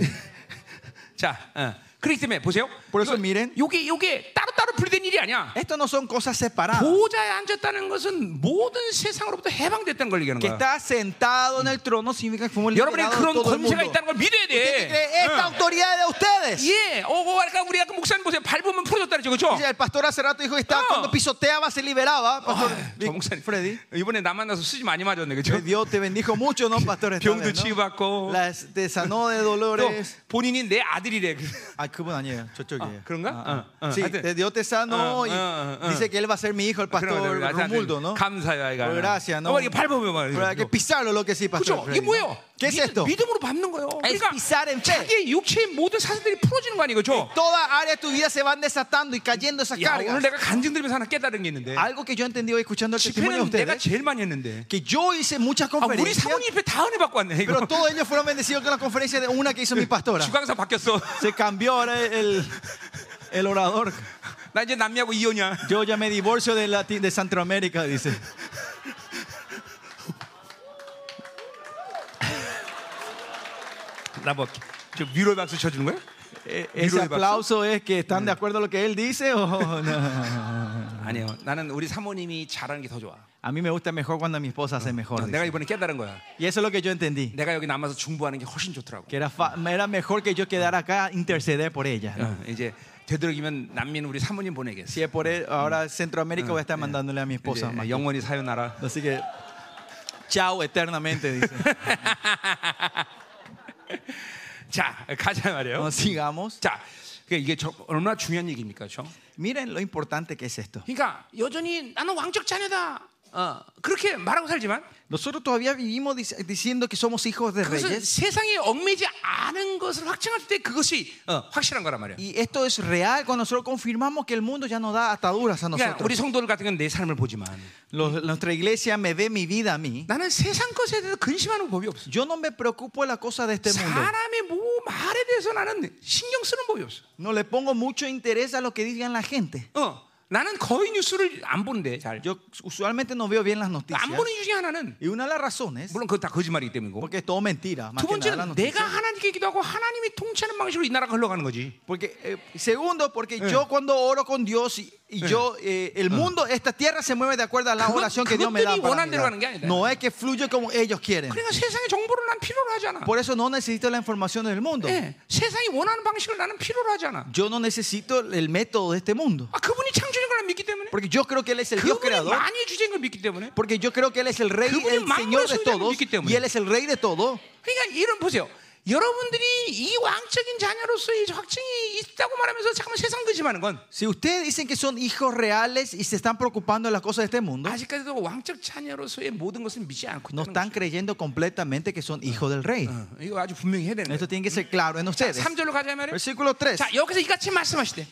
Speaker 1: 자, 어. 그렇기 때문에 보세요.
Speaker 2: Por eso miren.
Speaker 1: 요게 요게 따로따로 분리된 일이 아니야.
Speaker 2: Esto no son cosas separadas.
Speaker 1: 보좌에 앉았다는 것은 모든 세상으로부터 해방됐다는 아, 걸 얘기하는
Speaker 2: Que
Speaker 1: 거야.
Speaker 2: está sentado en el trono significa que fuimos
Speaker 1: 여러분이
Speaker 2: liberados de
Speaker 1: 그런
Speaker 2: todo el
Speaker 1: 권세가
Speaker 2: mundo.
Speaker 1: 있다는 걸 믿어야
Speaker 2: Usted cree
Speaker 1: 돼.
Speaker 2: esta autoridad de ustedes.
Speaker 1: 예, 어, 어, 아까 우리 아까 목사님 보세요. 밟으면 풀어졌다 그랬죠, 그렇죠?
Speaker 2: Dice, El pastor hace rato dijo que estaba
Speaker 1: Ah.
Speaker 2: cuando pisoteaba se liberaba. Pastor
Speaker 1: 저
Speaker 2: Vic-
Speaker 1: 목사님,
Speaker 2: Freddy.
Speaker 1: 이번에 나 만나서 수지 많이 맞았네,
Speaker 2: Que
Speaker 1: 그렇죠?
Speaker 2: Dios te bendijo mucho, ¿no, pastor? Esta
Speaker 1: 병도
Speaker 2: vez, ¿no?
Speaker 1: 치유받고
Speaker 2: Las- te sanó de
Speaker 1: 또
Speaker 2: dolores.
Speaker 1: 본인이 내 아들이래.
Speaker 2: Ah, 그분 아니에요. 저쪽이에요.
Speaker 1: 그런가?
Speaker 2: Ah,
Speaker 1: Ah,
Speaker 2: ah.
Speaker 1: ah.
Speaker 2: Sí,
Speaker 1: 하여튼.
Speaker 2: te- Dios te sanó
Speaker 1: Ah,
Speaker 2: y
Speaker 1: ah, ah,
Speaker 2: dice que él va a ser mi hijo, el pastor
Speaker 1: 그런 거다,
Speaker 2: Rumuldo, ¿no?
Speaker 1: 감사해요, 아이가.
Speaker 2: Gracias, ¿no?
Speaker 1: 어머, 이거 밟으면 막
Speaker 2: Pero hay que
Speaker 1: 이거.
Speaker 2: pisarlo lo que sí, pastor.
Speaker 1: 그렇죠?
Speaker 2: Freddy,
Speaker 1: 이게
Speaker 2: ¿no?
Speaker 1: 뭐예요?
Speaker 2: ¿Qué es
Speaker 1: 믿-
Speaker 2: esto?
Speaker 1: 믿음으로 밟는 거예요.
Speaker 2: Es
Speaker 1: 그러니까
Speaker 2: pisar en fe.
Speaker 1: 자기의 육체의 모든 사슬들이 풀어지는 거 아니에요, 그렇죠?
Speaker 2: Toda área de tu vida se van desatando y cayendo esas
Speaker 1: 야, 오늘
Speaker 2: cargas.
Speaker 1: 네. 내가 아, 간증들면서 하나 깨달은 게 있는데
Speaker 2: Algo que yo entendí hoy escuchando el testimonio de
Speaker 1: 집회는 내가
Speaker 2: ustedes,
Speaker 1: 제일 많이 했는데
Speaker 2: que yo hice muchas
Speaker 1: 아, 우리
Speaker 2: conferencias.
Speaker 1: 사모님 집회 다 은혜 받고 왔네 이거
Speaker 2: Pero todos ellos fueron bendecidos con la conferencia de una que hizo mi pastora.
Speaker 1: 주강사 바뀌었어
Speaker 2: Se cambió ahora el, el orador.
Speaker 1: 나 이제 남미하고 이혼이야
Speaker 2: Yo ya me divorcio de, Lati- de Centroamérica, dice.
Speaker 1: 나뭐 저 위로의 박수 쳐주는 거야?
Speaker 2: E- ¿Ese aplauso es que están de acuerdo a lo que él dice o no?
Speaker 1: 아니요 나는 우리 사모님이 잘하는 게 더 좋아
Speaker 2: A mí me gusta mejor cuando mi esposa hace mejor. dice.
Speaker 1: 내가 이번에 깨달은 거야
Speaker 2: Y eso es lo que yo entendí.
Speaker 1: 내가 여기 남아서 중보하는 게 훨씬 좋더라고
Speaker 2: Que era, fa- era mejor que yo quedara acá interceder por ella. ¿no?
Speaker 1: 어, 이제 되도록이면 남미는 우리 사모님 보내겠어
Speaker 2: Si es por él, ahora Centroamérica voy a estar mandándole a mi esposa. más.
Speaker 1: 이제 영원히 사연하라
Speaker 2: Así que, chao eternamente, dice.
Speaker 1: 자 가자 말이에요
Speaker 2: No, sigamos.
Speaker 1: 자 그러니까 이게 저- 얼마나 중요한 얘기입니까 그렇죠?
Speaker 2: Miren lo importante que es esto.
Speaker 1: 그러니까 여전히 나는 왕적 자녀다 어, 그렇게 말하고 살지만
Speaker 2: Nosotros todavía vivimos dic- diciendo que somos hijos de
Speaker 1: 그것은
Speaker 2: reyes.
Speaker 1: 세상에 얽매지 않은 것을 확증할 때 그것이 어, 확실한 거란 말이야.
Speaker 2: Y esto es real cuando nosotros confirmamos que el mundo ya no da ataduras a
Speaker 1: 그러니까 우리
Speaker 2: nosotros.
Speaker 1: 성도들 같은 건 내 삶을 보지만
Speaker 2: Los- nuestra iglesia me ve mi vida a mí.
Speaker 1: 나는 세상 것에 대해서 근심하는 법이 없어.
Speaker 2: Yo no me preocupo de las cosas de
Speaker 1: 네,
Speaker 2: este mundo.
Speaker 1: 사람의 뭐 말에 대해서 나는 신경 쓰는 법이 없어.
Speaker 2: No le pongo mucho interés a lo que digan la gente.
Speaker 1: 어, 나는 거의 뉴스를 안 본대 잘. 그러니까
Speaker 2: Yo usualmente no veo bien las noticias.
Speaker 1: 안 보는 이유 중에 하나는
Speaker 2: Y una de las razones,
Speaker 1: 물론 그거 다 거짓말이기 때문이고
Speaker 2: porque es todo mentira, más
Speaker 1: 두
Speaker 2: que nada
Speaker 1: 번째는 내가
Speaker 2: las noticias.
Speaker 1: 하나님께 기도하고 하나님이 통치하는 방식으로 이 나라가 흘러가는 거지.
Speaker 2: Porque, eh, segundo, porque yo cuando oro con Dios y, y yo, eh, el mundo, esta tierra se mueve de acuerdo a la
Speaker 1: Kut-
Speaker 2: oración que Dios me da.
Speaker 1: kut들이
Speaker 2: para
Speaker 1: 원하는 대로
Speaker 2: mirar.
Speaker 1: 가는 게 아니다.
Speaker 2: No es que fluye como ellos quieren.
Speaker 1: 그러니까 세상의 정보를 난 필요로 하지 않아.
Speaker 2: Por eso no necesito la información del mundo.
Speaker 1: 예, 세상이 원하는 방식을 나는 필요로 하지 않아.
Speaker 2: Yo no necesito el método de este mundo.
Speaker 1: 아, 그분이 창조인 걸 믿기 때문에
Speaker 2: Porque yo creo que Él es el Dios
Speaker 1: 그분이
Speaker 2: creador.
Speaker 1: 만의 주제인 걸 믿기 때문에
Speaker 2: Porque yo creo que Él es el Rey,
Speaker 1: 그분이
Speaker 2: el
Speaker 1: 만물의
Speaker 2: Señor de
Speaker 1: 소유자를
Speaker 2: todos.
Speaker 1: 믿기 때문에.
Speaker 2: Y Él es el Rey de todo.
Speaker 1: 그러니까 이런 보세요. 여러분들이 이 왕적인 자녀로서의 확증이 있다고 말하면서 잠깐만 세상 거짓말하는 건
Speaker 2: Si ustedes dicen que son hijos reales y se están preocupando de las cosas de este mundo,
Speaker 1: 아직까지도 왕적 자녀로서의 모든 것을 믿지 않고
Speaker 2: no
Speaker 1: 있다는 거죠.
Speaker 2: están creyendo completamente que son hijos del Rey.
Speaker 1: 어, 이거 아주 분명히 해야 되는
Speaker 2: Esto
Speaker 1: 거예요.
Speaker 2: tiene que ser claro en ustedes.
Speaker 1: 3절로 가자 말이에요.
Speaker 2: Versículo 3.
Speaker 1: 자, 여기서 이같이 말씀하시되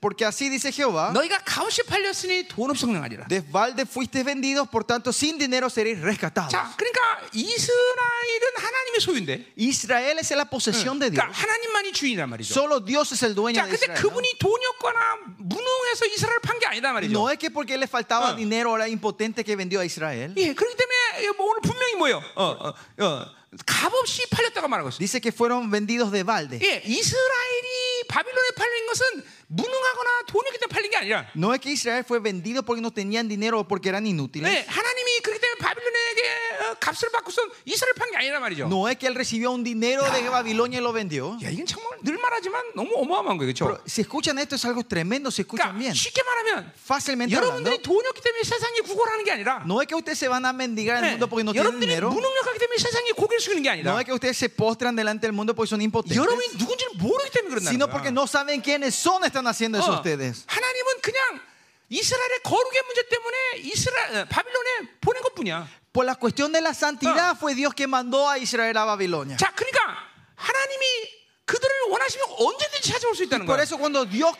Speaker 2: Porque así dice Jehová,
Speaker 1: 너희가 값이 팔렸으니 돈 없이 성령하리라.
Speaker 2: desvalde fuisteis vendidos, por tanto sin dinero seréis rescatados.
Speaker 1: 자, 그러니까 이스라엘은 하나님의 소유인데
Speaker 2: Israel es la posesión de Dios.
Speaker 1: 그러니까 하나님만이 주인이란 말이죠.
Speaker 2: Solo Dios es el dueño
Speaker 1: 자,
Speaker 2: de
Speaker 1: 근데
Speaker 2: Israel. ¿no?
Speaker 1: 그분이 돈이 없거나 무능해서 이스라엘 을 판 게 아니다 말이죠.
Speaker 2: No es que porque le faltaba
Speaker 1: Ah.
Speaker 2: dinero era impotente que vendió a Israel.
Speaker 1: 예, 그렇기 때문에 뭐 오늘 분명히 뭐예요? 어, 어, 어, 값없이 팔렸다고 말하고 있어요.
Speaker 2: Dice que fueron vendidos de balde.
Speaker 1: 예, 이스라엘이 바빌론에 팔린 것은 무능하거나 돈이 없기 때문에 팔린 게 아니라
Speaker 2: No es que Israel fue vendido porque no tenían dinero o porque eran inútiles.
Speaker 1: 네, 하나님이 그렇기 때문에 바빌론에게 어, 값을 받고서 이스라엘 판 게 아니란 말이죠.
Speaker 2: No es que él recibió un dinero de Babilonia y lo vendió.
Speaker 1: 야, 이건 정말 늘 말하지만 너무 어마어마한 거예요.
Speaker 2: Pero
Speaker 1: 그렇죠?
Speaker 2: si escuchan esto es algo tremendo, si escuchan
Speaker 1: 그러니까
Speaker 2: bien.
Speaker 1: 쉽게 말하면
Speaker 2: Fácilmente hablando,
Speaker 1: 여러분들이 돈이 없기 때문에 세상에 구걸하는 게 아니라
Speaker 2: no es que ustedes se van a mendigar al
Speaker 1: 네,
Speaker 2: mundo porque no tienen
Speaker 1: 여러분들이
Speaker 2: dinero.
Speaker 1: 무능력하기 때문에 세상에 고개를 숙이는 게 아니라
Speaker 2: No es que ustedes se postran delante del mundo porque son impotentes,
Speaker 1: 여러분이 누군지를 모르기 때문에 그런다는
Speaker 2: sino
Speaker 1: 거야.
Speaker 2: porque no Ah. saben quiénes son están haciendo eso
Speaker 1: 어,
Speaker 2: ustedes.
Speaker 1: 하나님은 그냥 이스라엘의 거룩의 문제 때문에 이스라 어, 바빌론에 보낸 것뿐이야.
Speaker 2: Por la cuestión de la santidad fue Dios que mandó a Israel a Babilonia.
Speaker 1: 자, 그러니까 하나님이 그들을 원하시면 언제든지 찾아올 수 있다는
Speaker 2: Por
Speaker 1: 거야.
Speaker 2: eso cuando Dios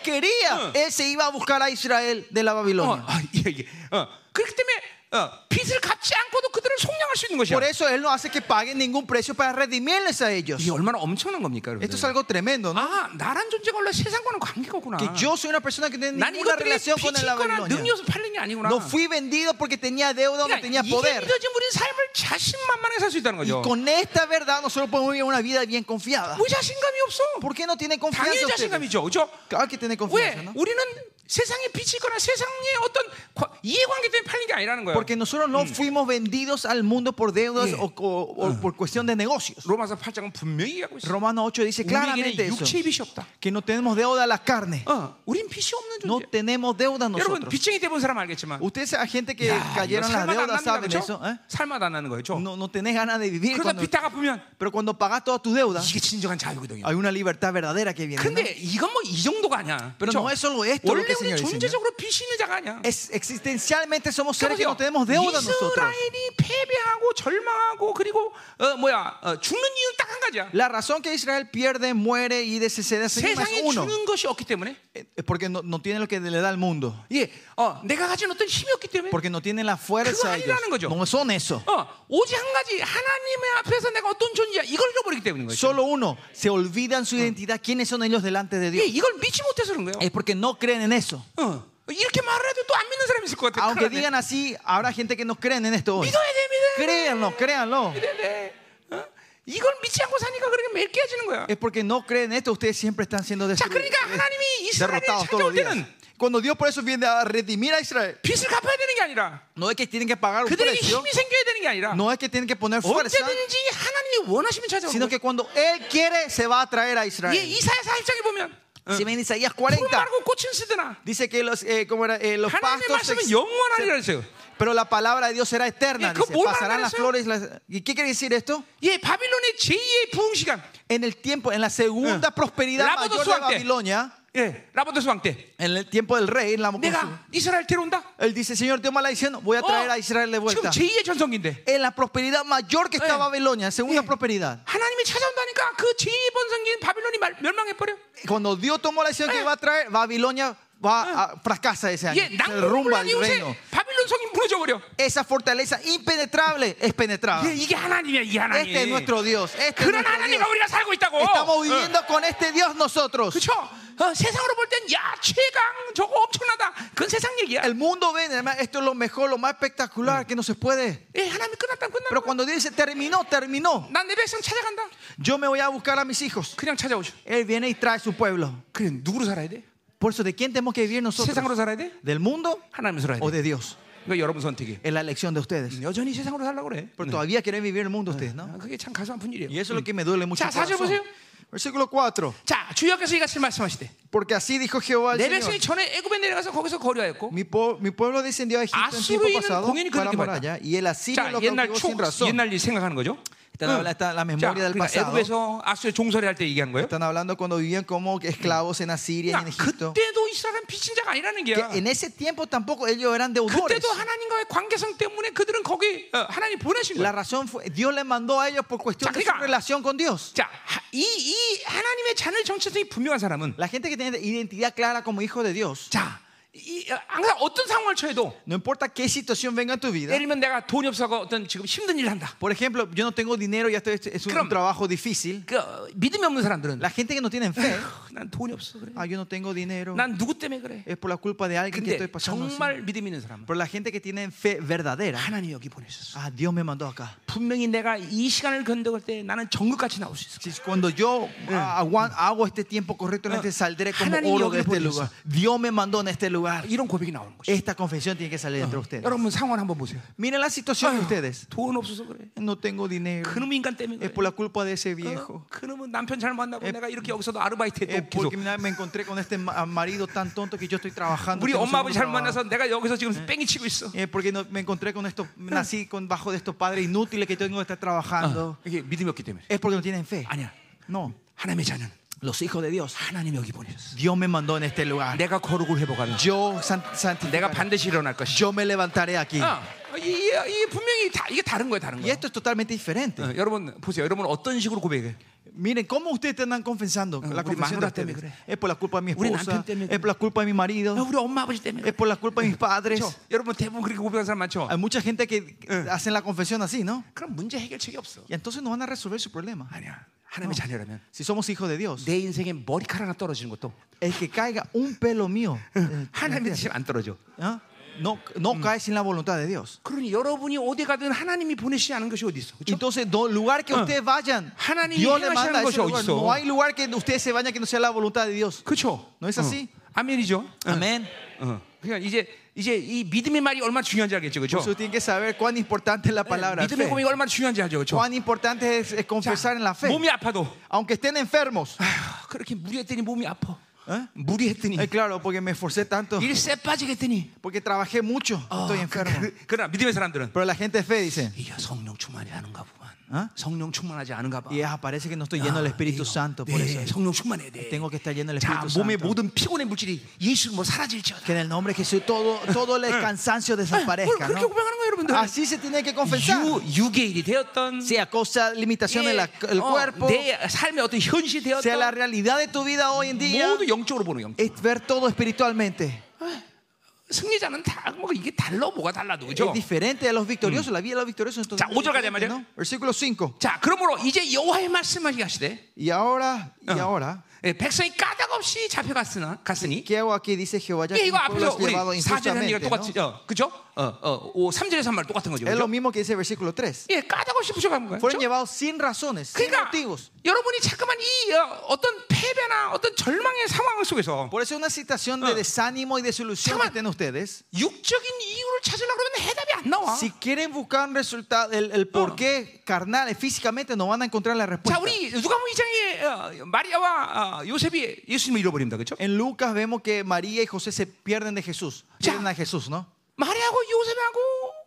Speaker 1: Mm.
Speaker 2: quería, Él se iba a buscar a Israel de la
Speaker 1: 어,
Speaker 2: Babilonia.
Speaker 1: 아, 예, 예. 어, 그렇기 때문에 어, 빚을 갚지 않고도 그들을 속량할 수 있는 것이야.
Speaker 2: Por eso Él no hace que paguen ningún precio para redimirles a ellos.
Speaker 1: 이게 얼마나 엄청난 겁니까, 여러분?
Speaker 2: Esto es algo tremendo, ¿no?
Speaker 1: 아, 나란 존재가 원래 세상과는 관계가 없구나.
Speaker 2: Que yo soy una persona que no Ah. tiene
Speaker 1: 난
Speaker 2: ninguna
Speaker 1: 이것들이
Speaker 2: relación con
Speaker 1: 빚이
Speaker 2: la
Speaker 1: 있거나
Speaker 2: Babilonia.
Speaker 1: 능력에서 팔린 게 아니구나.
Speaker 2: No fui vendido porque tenía deuda o no
Speaker 1: 그러니까
Speaker 2: tenía
Speaker 1: 이게
Speaker 2: poder.
Speaker 1: 믿어진 우리는 삶을 자신만만하게 살 수 있다는
Speaker 2: Y
Speaker 1: 거죠.
Speaker 2: con esta verdad nosotros podemos vivir una vida bien confiada.
Speaker 1: 왜 자신감이 없어?
Speaker 2: ¿Por qué no tiene confianza
Speaker 1: 당연히
Speaker 2: ustedes?
Speaker 1: 자신감이죠, 그렇죠?
Speaker 2: Claro que tiene
Speaker 1: 왜
Speaker 2: confianza, ¿no?
Speaker 1: 우리는 세상에 빛이 있거나 세상의 어떤 과- 이해관계 때문에 팔린 게 아니라는 거예요.
Speaker 2: Porque nosotros no fuimos vendidos al mundo por deudas
Speaker 1: Yeah.
Speaker 2: o, o- o por cuestión de negocios.
Speaker 1: 로마서 8장은 분명히 얘기하고 있어.
Speaker 2: Romano 8 dice claramente
Speaker 1: 우리에게는
Speaker 2: eso,
Speaker 1: 육체의 빛이 없다.
Speaker 2: que no tenemos deuda a la carne.
Speaker 1: 어, 우린 빛이 없는
Speaker 2: No
Speaker 1: 존재.
Speaker 2: tenemos deuda
Speaker 1: 여러분
Speaker 2: nosotros.
Speaker 1: 빚쟁이 돼본 사람 알겠지만
Speaker 2: Ustedes, hay gente que
Speaker 1: 야, 이거
Speaker 2: cayeron
Speaker 1: 살마다 안
Speaker 2: las deudas,
Speaker 1: 납니다,
Speaker 2: saben
Speaker 1: 그렇죠?
Speaker 2: eso. ¿eh?
Speaker 1: 살마다 안 나는 거예요, 그렇죠?
Speaker 2: No, no tenés ganas de vivir.
Speaker 1: 그러다
Speaker 2: Cuando,
Speaker 1: 빚 다 갚으면
Speaker 2: pero cuando pagas todas tus deudas,
Speaker 1: 이게 진정한 자유거든요.
Speaker 2: hay una libertad verdadera que viene. ¿no?
Speaker 1: 근데 이건 뭐 이 정도가 아니야.
Speaker 2: Pero
Speaker 1: 아, 그렇죠?
Speaker 2: no es solo esto lo
Speaker 1: 원래
Speaker 2: que el
Speaker 1: 우리
Speaker 2: Señor enseña.
Speaker 1: 존재적으로 빚이 있는 자가 아니야.
Speaker 2: Es, existencialmente somos seres que
Speaker 1: 그러니까
Speaker 2: no tenemos
Speaker 1: 보세요.
Speaker 2: deuda nosotros.
Speaker 1: 이스라엘이 패배하고 절망하고 그리고 어, 뭐야 어, 죽는 이유는 딱 한 가지야.
Speaker 2: La razón que Israel pierde, muere y desece es
Speaker 1: 세상에
Speaker 2: uno.
Speaker 1: 주는 것이 없기 때문에,
Speaker 2: Eh, Porque no, no tiene lo que le da al mundo.
Speaker 1: 예, 어, 내가 가진 어떤 힘이 없기 때문에,
Speaker 2: Porque no tienen la fuerza
Speaker 1: Kego
Speaker 2: ellos.
Speaker 1: 아니라는 거죠.
Speaker 2: No son eso.
Speaker 1: 어, 오직 한 가지 하나님의 앞에서 내가 어떤 존재야 이걸 잃어버리기 때문인 거예요.
Speaker 2: Solo uno. Se olvidan su identidad. ¿Quiénes son ellos delante de
Speaker 1: 예,
Speaker 2: Dios?
Speaker 1: 이걸 믿지 못해서 그런 거예요.
Speaker 2: Es porque no creen en eso.
Speaker 1: 어, 이렇게 말을 해도 또 안 믿는 사람이 있을 것 같아.
Speaker 2: Aunque
Speaker 1: 큰일 났네.
Speaker 2: digan así, habrá gente que no creen en esto hoy.
Speaker 1: 믿어야 돼, 믿어야 돼.
Speaker 2: Créanlo, créanlo.
Speaker 1: 믿어야 돼. 어? 이걸 믿지 않고 사니까 그렇게 매 깨지는 거야.
Speaker 2: Es porque no creen en esto. Ustedes siempre están siendo
Speaker 1: 자,
Speaker 2: destru-
Speaker 1: 그러니까 하나님이 이스라엘을
Speaker 2: derrotados todos los
Speaker 1: 찾아올
Speaker 2: días.
Speaker 1: 때는
Speaker 2: Cuando Dios por eso viene a redimir a Israel,
Speaker 1: 빚을 갚아야 되는 게 아니라
Speaker 2: no es que tienen que pagar un
Speaker 1: 그들에게
Speaker 2: precio.
Speaker 1: 힘이 생겨야 되는 게 아니라
Speaker 2: No es que tienen que poner fuerza,
Speaker 1: 언제든지 하나님이 원하시면 찾아오는
Speaker 2: sino
Speaker 1: 거예요.
Speaker 2: que cuando Él quiere, se va a traer a
Speaker 1: 예,
Speaker 2: Israel.
Speaker 1: 이사야 40장에 보면
Speaker 2: Si ven Isaías
Speaker 1: 푸른
Speaker 2: 40,
Speaker 1: 말고 꽃은 쓰드나
Speaker 2: dice que los, eh, ¿cómo era? Eh, los
Speaker 1: 하나님의
Speaker 2: pastos. se-
Speaker 1: 말씀은 영원하리라 했어요.
Speaker 2: Pero la palabra de Dios será eterna.
Speaker 1: ¿Y qué
Speaker 2: dice.
Speaker 1: bola era
Speaker 2: Pasarán las
Speaker 1: eso?
Speaker 2: flores. las- ¿Y qué quiere decir esto?
Speaker 1: 예, 바빌론의 제2의 부흥 시간.
Speaker 2: En el tiempo, en la segunda prosperidad
Speaker 1: Lábanos
Speaker 2: mayor de
Speaker 1: suerte.
Speaker 2: Babilonia,
Speaker 1: 예, 라바도스 왕 때.
Speaker 2: En el tiempo del rey, en la
Speaker 1: 내가 이스라엘 데려온다. 어?
Speaker 2: él dice, Señor, Dios maldición,
Speaker 1: Oh.
Speaker 2: voy a traer a Israel de
Speaker 1: 지금
Speaker 2: vuelta.
Speaker 1: 제2의 전성기인데.
Speaker 2: En la prosperidad mayor que está
Speaker 1: Eh.
Speaker 2: Babilonia, segunda
Speaker 1: Eh.
Speaker 2: prosperidad.
Speaker 1: 하나님이 찾아온다니까 그 제2의 번성기인 바빌론이 말- 멸망해버려.
Speaker 2: Cuando Dios tomó la
Speaker 1: Eh.
Speaker 2: decisión que va a traer, Babilonia va a, fracasa ese año.
Speaker 1: 예,
Speaker 2: Se
Speaker 1: 난국을
Speaker 2: derrumba
Speaker 1: 불란
Speaker 2: el
Speaker 1: 이웃에
Speaker 2: reino.
Speaker 1: 바빌론 성이 무너져버려.
Speaker 2: Esa fortaleza impenetrable es penetrada.
Speaker 1: 예, 이게 하나님이야, 이 하나님.
Speaker 2: Este es nuestro Dios. Este es
Speaker 1: 그런
Speaker 2: nuestro
Speaker 1: 하나님과
Speaker 2: Dios.
Speaker 1: 우리가 살고 있다고.
Speaker 2: Estamos viviendo con este Dios nosotros.
Speaker 1: 그렇죠? 세상으로 볼 땐 야, 최강 저거 엄청나다. 그건 세상 얘기야.
Speaker 2: El mundo ve, además, esto es lo mejor, lo más espectacular que no se puede.
Speaker 1: 예, 하나님 끝났다 끝났다.
Speaker 2: Pero cuando Dios dice, terminó, terminó,
Speaker 1: 난내 백성 찾아간다.
Speaker 2: yo me voy a buscar a mis hijos.
Speaker 1: 그냥 찾아오죠.
Speaker 2: Él viene y trae su pueblo.
Speaker 1: 그래 누구로 살아야 돼?
Speaker 2: Por eso, ¿de quién tenemos que vivir nosotros?
Speaker 1: 세상으로 살아야 돼?
Speaker 2: ¿Del mundo
Speaker 1: 하나님으로 살아야
Speaker 2: o
Speaker 1: 돼.
Speaker 2: de Dios?
Speaker 1: 이거 여러분 선택이에요.
Speaker 2: Es la elección de ustedes.
Speaker 1: 여전히 세상으로 살라고 그래.
Speaker 2: Pero todavía quieren vivir en el mundo ustedes,
Speaker 1: 아,
Speaker 2: ¿no?
Speaker 1: 그게 참 가슴 아픈
Speaker 2: Y
Speaker 1: 일이에요.
Speaker 2: eso es lo que me duele mucho.
Speaker 1: 자,
Speaker 2: el
Speaker 1: 4절
Speaker 2: corazón.
Speaker 1: 보세요.
Speaker 2: Versículo 4.
Speaker 1: 자, 주여께서 이같이 말씀하시되
Speaker 2: Porque así dijo Jehová al
Speaker 1: 내
Speaker 2: Señor.
Speaker 1: 백성이 전에 애굽에 내려가서 거기서 거류하였고
Speaker 2: Mi, po- mi pueblo descendió a Egipto Ah, en tiempo
Speaker 1: Asiriy는
Speaker 2: pasado
Speaker 1: 공연히
Speaker 2: para
Speaker 1: 그렇게
Speaker 2: morar
Speaker 1: 봤다.
Speaker 2: allá, y el asirio
Speaker 1: 자,
Speaker 2: lo
Speaker 1: 옛날
Speaker 2: cautivó
Speaker 1: 초
Speaker 2: sin razón.
Speaker 1: 옛날 일 생각하는 거죠.
Speaker 2: Están habla- está la
Speaker 1: 자,
Speaker 2: memoria del
Speaker 1: 그러니까
Speaker 2: pasado.
Speaker 1: 애굽에서 아수르 종살이 할 때 얘기한 거예요.
Speaker 2: Están hablando cuando vivían como esclavos en Asiria y en
Speaker 1: 그러니까
Speaker 2: Egipto.
Speaker 1: 그때도 이스라엘은 빚진 자가 아니라는
Speaker 2: Que
Speaker 1: 게야.
Speaker 2: en ese tiempo tampoco ellos eran deudores.
Speaker 1: 그때도 하나님과의 관계성 때문에 그들은 거기 어, 하나님 보내신
Speaker 2: La
Speaker 1: 거야.
Speaker 2: razón fue, Dios les mandó a ellos por cuestión de su
Speaker 1: Sacrifica.
Speaker 2: relación con Dios.
Speaker 1: 자, 하- 이, 이 하나님의 자녀 정체성이 분명한 사람은
Speaker 2: La gente que tiene identidad clara como hijo de Dios,
Speaker 1: 자, 이, 어, 항상 어떤 상황을 처해도
Speaker 2: no importa qué situación venga en tu vida.
Speaker 1: 예를 들면 내가 돈이 없어서 어떤 지금 힘든 일을 한다.
Speaker 2: Por ejemplo, yo no tengo dinero y esto es- es un
Speaker 1: Creo-
Speaker 2: trabajo difícil.
Speaker 1: 그 어, 믿음이 없는 사람들은
Speaker 2: La gente que no tiene fe,
Speaker 1: "아휴, 난 돈이 없어 그래.
Speaker 2: ah, yo no tengo dinero,
Speaker 1: 난 누구 때문에 그래.
Speaker 2: es por la culpa de alguien que
Speaker 1: 근데
Speaker 2: estoy pasando. así.
Speaker 1: 정말 믿음 있는 사람은
Speaker 2: Pero la gente que tiene fe verdadera,
Speaker 1: 하나님 여기 보내셨어.
Speaker 2: ah, Dios me mandó acá.
Speaker 1: 분명히 내가 이 시간을 건너갈 때 나는 정극같이 나올 수 있을 거야.
Speaker 2: Si cuando yo ah, aguan- hago este tiempo correctamente,
Speaker 1: Ah.
Speaker 2: saldré como
Speaker 1: 하나님이
Speaker 2: oro
Speaker 1: 여기를
Speaker 2: de este
Speaker 1: 보내셨어.
Speaker 2: lugar. Dios me mandó en este lugar.
Speaker 1: 이런 고백이 나오는 거죠.
Speaker 2: Esta confesión tiene que salir entre ustedes.
Speaker 1: 여러분 상황 한번 보세요.
Speaker 2: Miren la situación de ustedes.
Speaker 1: 돈 없어서 그래.
Speaker 2: No tengo dinero.
Speaker 1: 그놈 인간 때문에
Speaker 2: Es
Speaker 1: 그래.
Speaker 2: por la culpa de ese
Speaker 1: 어?
Speaker 2: viejo.
Speaker 1: 그놈은 남편 잘 만나고
Speaker 2: 에-
Speaker 1: 내가 이렇게 여기서도 아르바이트
Speaker 2: Es
Speaker 1: 했고 계속
Speaker 2: porque mira, me encontré con este ma- marido tan tonto que yo estoy trabajando.
Speaker 1: 우리
Speaker 2: tengo
Speaker 1: 엄마 아버지
Speaker 2: segundo
Speaker 1: 잘
Speaker 2: trabajo.
Speaker 1: 만나서 내가 여기서
Speaker 2: 네.
Speaker 1: 지금 뺑이 치고 있어
Speaker 2: Es porque no- me encontré con estos, nací con bajo de estos padres inútiles que tengo que estar trabajando.
Speaker 1: 아, 이게 믿음이 없기 때문에
Speaker 2: Es porque no tienen fe.
Speaker 1: 아니야
Speaker 2: No,
Speaker 1: 하나님의 자녀는
Speaker 2: los hijos de Dios.
Speaker 1: 하나님 여기 보내셨어
Speaker 2: Dios me mandó en este lugar.
Speaker 1: 내가 거룩을 회복하는
Speaker 2: Yo san-
Speaker 1: 내가
Speaker 2: santificaré.
Speaker 1: 반드시 일어날 것이
Speaker 2: Yo me levantaré aquí.
Speaker 1: 어, 이게, 이게 분명히 다, 이게 다른 거야 다른
Speaker 2: Y
Speaker 1: 거야
Speaker 2: esto es totalmente diferente.
Speaker 1: 어, 여러분 보세요 여러분 어떤 식으로 고백해
Speaker 2: Miren, ¿cómo ustedes están confesando?
Speaker 1: Ah,
Speaker 2: La
Speaker 1: 우리
Speaker 2: confesión de
Speaker 1: 마누라
Speaker 2: ustedes.
Speaker 1: 때문에 그래.
Speaker 2: Es por la culpa de mi
Speaker 1: 우리
Speaker 2: esposa,
Speaker 1: 남편 때문에
Speaker 2: es por la culpa de mi
Speaker 1: 어,
Speaker 2: marido,
Speaker 1: 우리 엄마 아버지 때문에
Speaker 2: es
Speaker 1: 그래.
Speaker 2: por la culpa de mis padres.
Speaker 1: 그렇죠? 여러분 대부분 그렇게 고백하는 사람 많죠
Speaker 2: Hay mucha gente que hacen la confesión así, ¿no?
Speaker 1: 그럼 문제 해결책이 없어
Speaker 2: Y entonces no van a resolver su problema.
Speaker 1: 아니야 하나님의 자녀라면
Speaker 2: Si somos hijos de Dios,
Speaker 1: 내 인생에 머리카락 하나 떨어지는 것도
Speaker 2: el que caiga un pelo mío,
Speaker 1: 네,
Speaker 2: eh,
Speaker 1: 하나님의 뜻이 안 떨어져
Speaker 2: ¿ah? no, no cae sin la voluntad de Dios.
Speaker 1: 그러니 여러분이 어디 가든 하나님이 보내시지 않은 것이 어디 있어? 그렇죠?
Speaker 2: Entonces, do- lugar que ustedes vayan,
Speaker 1: 하나님이
Speaker 2: Dios le
Speaker 1: 행하시는
Speaker 2: manda a ese
Speaker 1: 것이
Speaker 2: lugar.
Speaker 1: 어딨어?
Speaker 2: No hay lugar que ustedes se vayan que no sea la voluntad de Dios.
Speaker 1: 그렇죠.
Speaker 2: No es así.
Speaker 1: 아멘이죠.
Speaker 2: Amén.
Speaker 1: 어. 그러니까 이제 이제 이 믿음의 말이 얼마나 중요한지 알겠죠,
Speaker 2: Por eso
Speaker 1: 그렇죠?
Speaker 2: tienen que saber cuán importante es la palabra.
Speaker 1: 믿음의
Speaker 2: fe.
Speaker 1: 고백이 얼마나 중요한지 알죠, 그렇죠?
Speaker 2: cuán importante es, es confesar en la fe.
Speaker 1: 몸이 아파도
Speaker 2: Aunque estén enfermos.
Speaker 1: 아휴, 그렇게 무리했더니 몸이 아파.
Speaker 2: ¿Eh?
Speaker 1: 무리했더니 그-
Speaker 2: Eh, claro, porque me esforcé tanto.
Speaker 1: 일세 빠지겠더니
Speaker 2: Porque trabajé mucho.
Speaker 1: 어,
Speaker 2: Estoy enfermo.
Speaker 1: 그, 그러나 믿음의 사람들은
Speaker 2: Pero la gente de fe dice,
Speaker 1: 이게 성령 충만이 아는가 보만.
Speaker 2: 어?
Speaker 1: 성령 충만하지 않은가 봐.
Speaker 2: y ah, parece que no estoy lleno del Espíritu
Speaker 1: 이거,
Speaker 2: Santo. Por eso
Speaker 1: 네, 성령 충만해야 돼.
Speaker 2: tengo que estar lleno del
Speaker 1: 자,
Speaker 2: Espíritu
Speaker 1: 몸의
Speaker 2: Santo.
Speaker 1: 모든 피곤의 물질이 예수로 사라질지어다.
Speaker 2: Que en el nombre de Jesús todo, todo el cansancio
Speaker 1: 그 그걸
Speaker 2: desaparezca.
Speaker 1: 그렇게
Speaker 2: ¿no?
Speaker 1: 고백하는 거예요, 여러분들.
Speaker 2: Así se tiene que confesar.
Speaker 1: 아, 유, 유의 일이 되었던
Speaker 2: Sea cosa, limitación del
Speaker 1: 예, 어,
Speaker 2: cuerpo,
Speaker 1: 내 삶의 어떤 현실이
Speaker 2: sea la
Speaker 1: 되었던
Speaker 2: realidad de tu vida hoy en día,
Speaker 1: 모두 영적으로 보는 영.
Speaker 2: es ver todo espiritualmente.
Speaker 1: 승리자는 다뭐 이게 달라 뭐가 달라도 그죠?
Speaker 2: Es diferente a los victoriosos. La vida de los victoriosos entonces,
Speaker 1: 자, 5절 가자,
Speaker 2: ¿no? Versículo 5.
Speaker 1: 자, 그러므로 이제 여호와의 말씀하시게 하시되
Speaker 2: Y ahora, y ahora,
Speaker 1: 예, 백성이 까닭 없이 잡혀갔으나 갔으니 예,
Speaker 2: ¿qué hago aquí? Dice Jehová, ya
Speaker 1: 이게
Speaker 2: que mi
Speaker 1: 이거
Speaker 2: pueblo
Speaker 1: 앞에서
Speaker 2: es
Speaker 1: 우리
Speaker 2: llevado
Speaker 1: 4절에 한 얘기랑
Speaker 2: injustamente. ¿no?
Speaker 1: 똑같이 어, 그죠? 어, 어, 오, 3절에서 한 말 똑같은 거죠.
Speaker 2: Es lo
Speaker 1: 그죠?
Speaker 2: mismo que dice el versículo 3.
Speaker 1: 예, 까닭 없이 부셔간 거예요.
Speaker 2: Fueron
Speaker 1: 그죠?
Speaker 2: llevados sin razones, sin
Speaker 1: 그러니까
Speaker 2: motivos.
Speaker 1: 여러분이 자꾸만 이 어, 어떤 패배나 어떤 절망의 상황 속에서
Speaker 2: Por eso es una situación de desánimo y desilusión que
Speaker 1: Chaman.
Speaker 2: tienen ustedes.
Speaker 1: 육적인 이유를 찾으려고 그러면 해답이 안 나와.
Speaker 2: Si quieren buscar un resultado, el, el por qué carnal, físicamente no van a encontrar la
Speaker 1: 자,
Speaker 2: respuesta.
Speaker 1: 우리 누가복음 2장에 어, 마리아와 어, 요셉이 예수님을 잃어버립니다. 그렇죠?
Speaker 2: En Lucas vemos que María y José se pierden de Jesús.
Speaker 1: Cha-
Speaker 2: Pierden a Jesús, ¿no?
Speaker 1: 마리아하고 요셉하고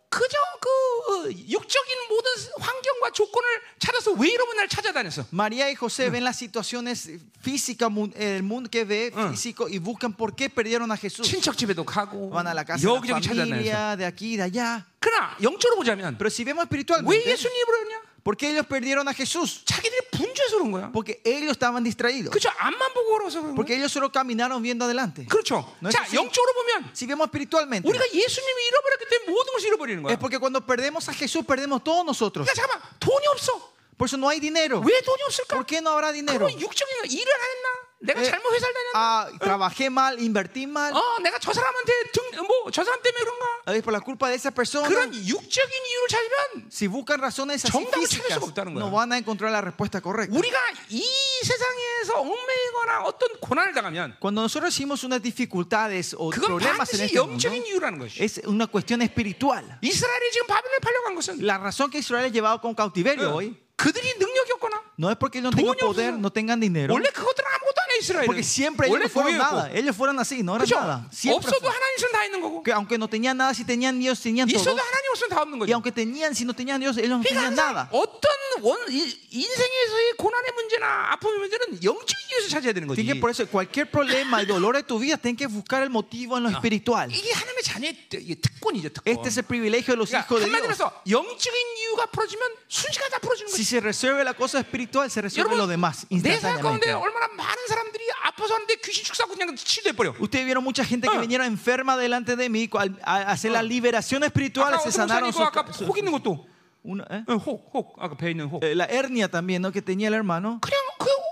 Speaker 1: 그저 그 어, 육적인 모든 환경과 조건을 찾아서 왜 이러면 날 찾아다녔어.
Speaker 2: María y José ven las situaciones físicas, mun- el mundo que ve físico y buscan por qué perdieron a Jesús.
Speaker 1: 친척 집에도 가고
Speaker 2: Van a la casa de la
Speaker 1: 여기저기 찾아다녔어.
Speaker 2: familia, de aquí y de allá.
Speaker 1: 그러나 영적으로 보자면
Speaker 2: Pero si vemos
Speaker 1: 왜
Speaker 2: espiritualmente,
Speaker 1: 예수님을 그러냐?
Speaker 2: ¿por qué ellos perdieron a Jesús?
Speaker 1: 자기들이 분주해서 그런 거야.
Speaker 2: Porque ellos estaban distraídos.
Speaker 1: 그렇죠. 앞만 보고 걸어서 그런 거야.
Speaker 2: Porque ellos solo caminaron viendo adelante.
Speaker 1: 그렇죠.
Speaker 2: No es
Speaker 1: 자,
Speaker 2: así.
Speaker 1: 영적으로 보면
Speaker 2: Si vemos espiritualmente,
Speaker 1: 우리가 예수님을 잃어버렸기 네. 때문에 모든 것을 잃어버리는 거야.
Speaker 2: es porque cuando perdemos a Jesús, perdemos todos nosotros.
Speaker 1: 그러니까 잠깐만 돈이 없어.
Speaker 2: Por eso no hay dinero.
Speaker 1: 왜 돈이 없을까?
Speaker 2: ¿Por qué no habrá dinero?
Speaker 1: 그럼 육적인 거, 일을 안 했나? 내가
Speaker 2: 에,
Speaker 1: 잘못 회사를 다녔나?
Speaker 2: Ah, trabajé mal, invertí mal.
Speaker 1: 어, 내가 저 사람한테 등뭐저 사람 때문에 그런가?
Speaker 2: Es por la culpa de esa persona.
Speaker 1: 그런 육적인 이유를 찾으면
Speaker 2: Si buscan razones así
Speaker 1: 정답을 찾을
Speaker 2: físicas,
Speaker 1: 수가 없다는 거야.
Speaker 2: no van a encontrar la respuesta correcta.
Speaker 1: 우리가 이 세상에서 얽매이거나 어떤 고난을 당하면
Speaker 2: Cuando nosotros hicimos unas dificultades o
Speaker 1: 그건
Speaker 2: problemas en
Speaker 1: 반드시
Speaker 2: este mundo,
Speaker 1: 영적인 이유라는 것이.
Speaker 2: es una cuestión espiritual.
Speaker 1: 이스라엘이 지금 바벨론에 팔려간 것은
Speaker 2: La razón que Israel es llevado con cautiverio hoy
Speaker 1: 그들이 능력이 없거나
Speaker 2: no es porque ellos Ah. no tengan
Speaker 1: 돈이 없어서.
Speaker 2: poder, no tengan dinero,
Speaker 1: 원래 그것들은 아무것도 안 해 이스라엘.
Speaker 2: porque siempre ellos
Speaker 1: 원래
Speaker 2: no fueron nada.
Speaker 1: 노예였고.
Speaker 2: Ellos fueron así, no eran
Speaker 1: 그렇죠.
Speaker 2: nada. Siempre
Speaker 1: 없어도
Speaker 2: fue-
Speaker 1: 하나님 있으면 다 있는 거고.
Speaker 2: que aunque no tenían nada, si tenían Dios, tenían todo.
Speaker 1: 있어도 하나님 없으면 다 없는
Speaker 2: Y
Speaker 1: 거죠.
Speaker 2: aunque tenían, si no tenían Dios, ellos no
Speaker 1: 그러니까
Speaker 2: tenían
Speaker 1: 항상
Speaker 2: nada.
Speaker 1: 어떤 원, 이- 인생에서의 고난의 문제나 아픔의 문제는 영적인 이유에서 찾아야 되는 거지.
Speaker 2: Así que por eso cualquier problema y dolor de tu vida, tienen que buscar el motivo en lo espiritual.
Speaker 1: 이게 하나님의 자녀의 특- 이게 특권이죠. 특권.
Speaker 2: Este es el privilegio de los
Speaker 1: 그러니까
Speaker 2: hijos de
Speaker 1: 한마디로
Speaker 2: Dios.
Speaker 1: 해서 영적인 이유가 풀어지면 순식간에 다 풀어지는 거지.
Speaker 2: Si se resuelve la cosa espiritual, se resuelve lo
Speaker 1: 여러분
Speaker 2: demás
Speaker 1: 내 생각 가운데
Speaker 2: instantáneamente.
Speaker 1: 얼마나 많은 사람들이 아파서 하는데 귀신 축사하고 그냥 치료돼버려.
Speaker 2: Ustedes vieron mucha gente que
Speaker 1: Ah.
Speaker 2: vinieron enferma delante de mí al- a a hacer la liberación espiritual,
Speaker 1: 아까
Speaker 2: se
Speaker 1: 어떤
Speaker 2: sanaron
Speaker 1: 목사님과
Speaker 2: sus,
Speaker 1: 아까
Speaker 2: sus-
Speaker 1: 혹 있는 것도
Speaker 2: una- ¿eh?
Speaker 1: 어, 혹, 혹 아까 배에 있는 혹
Speaker 2: Eh, la hernia también ¿no? que tenía el hermano.
Speaker 1: 그냥 그혹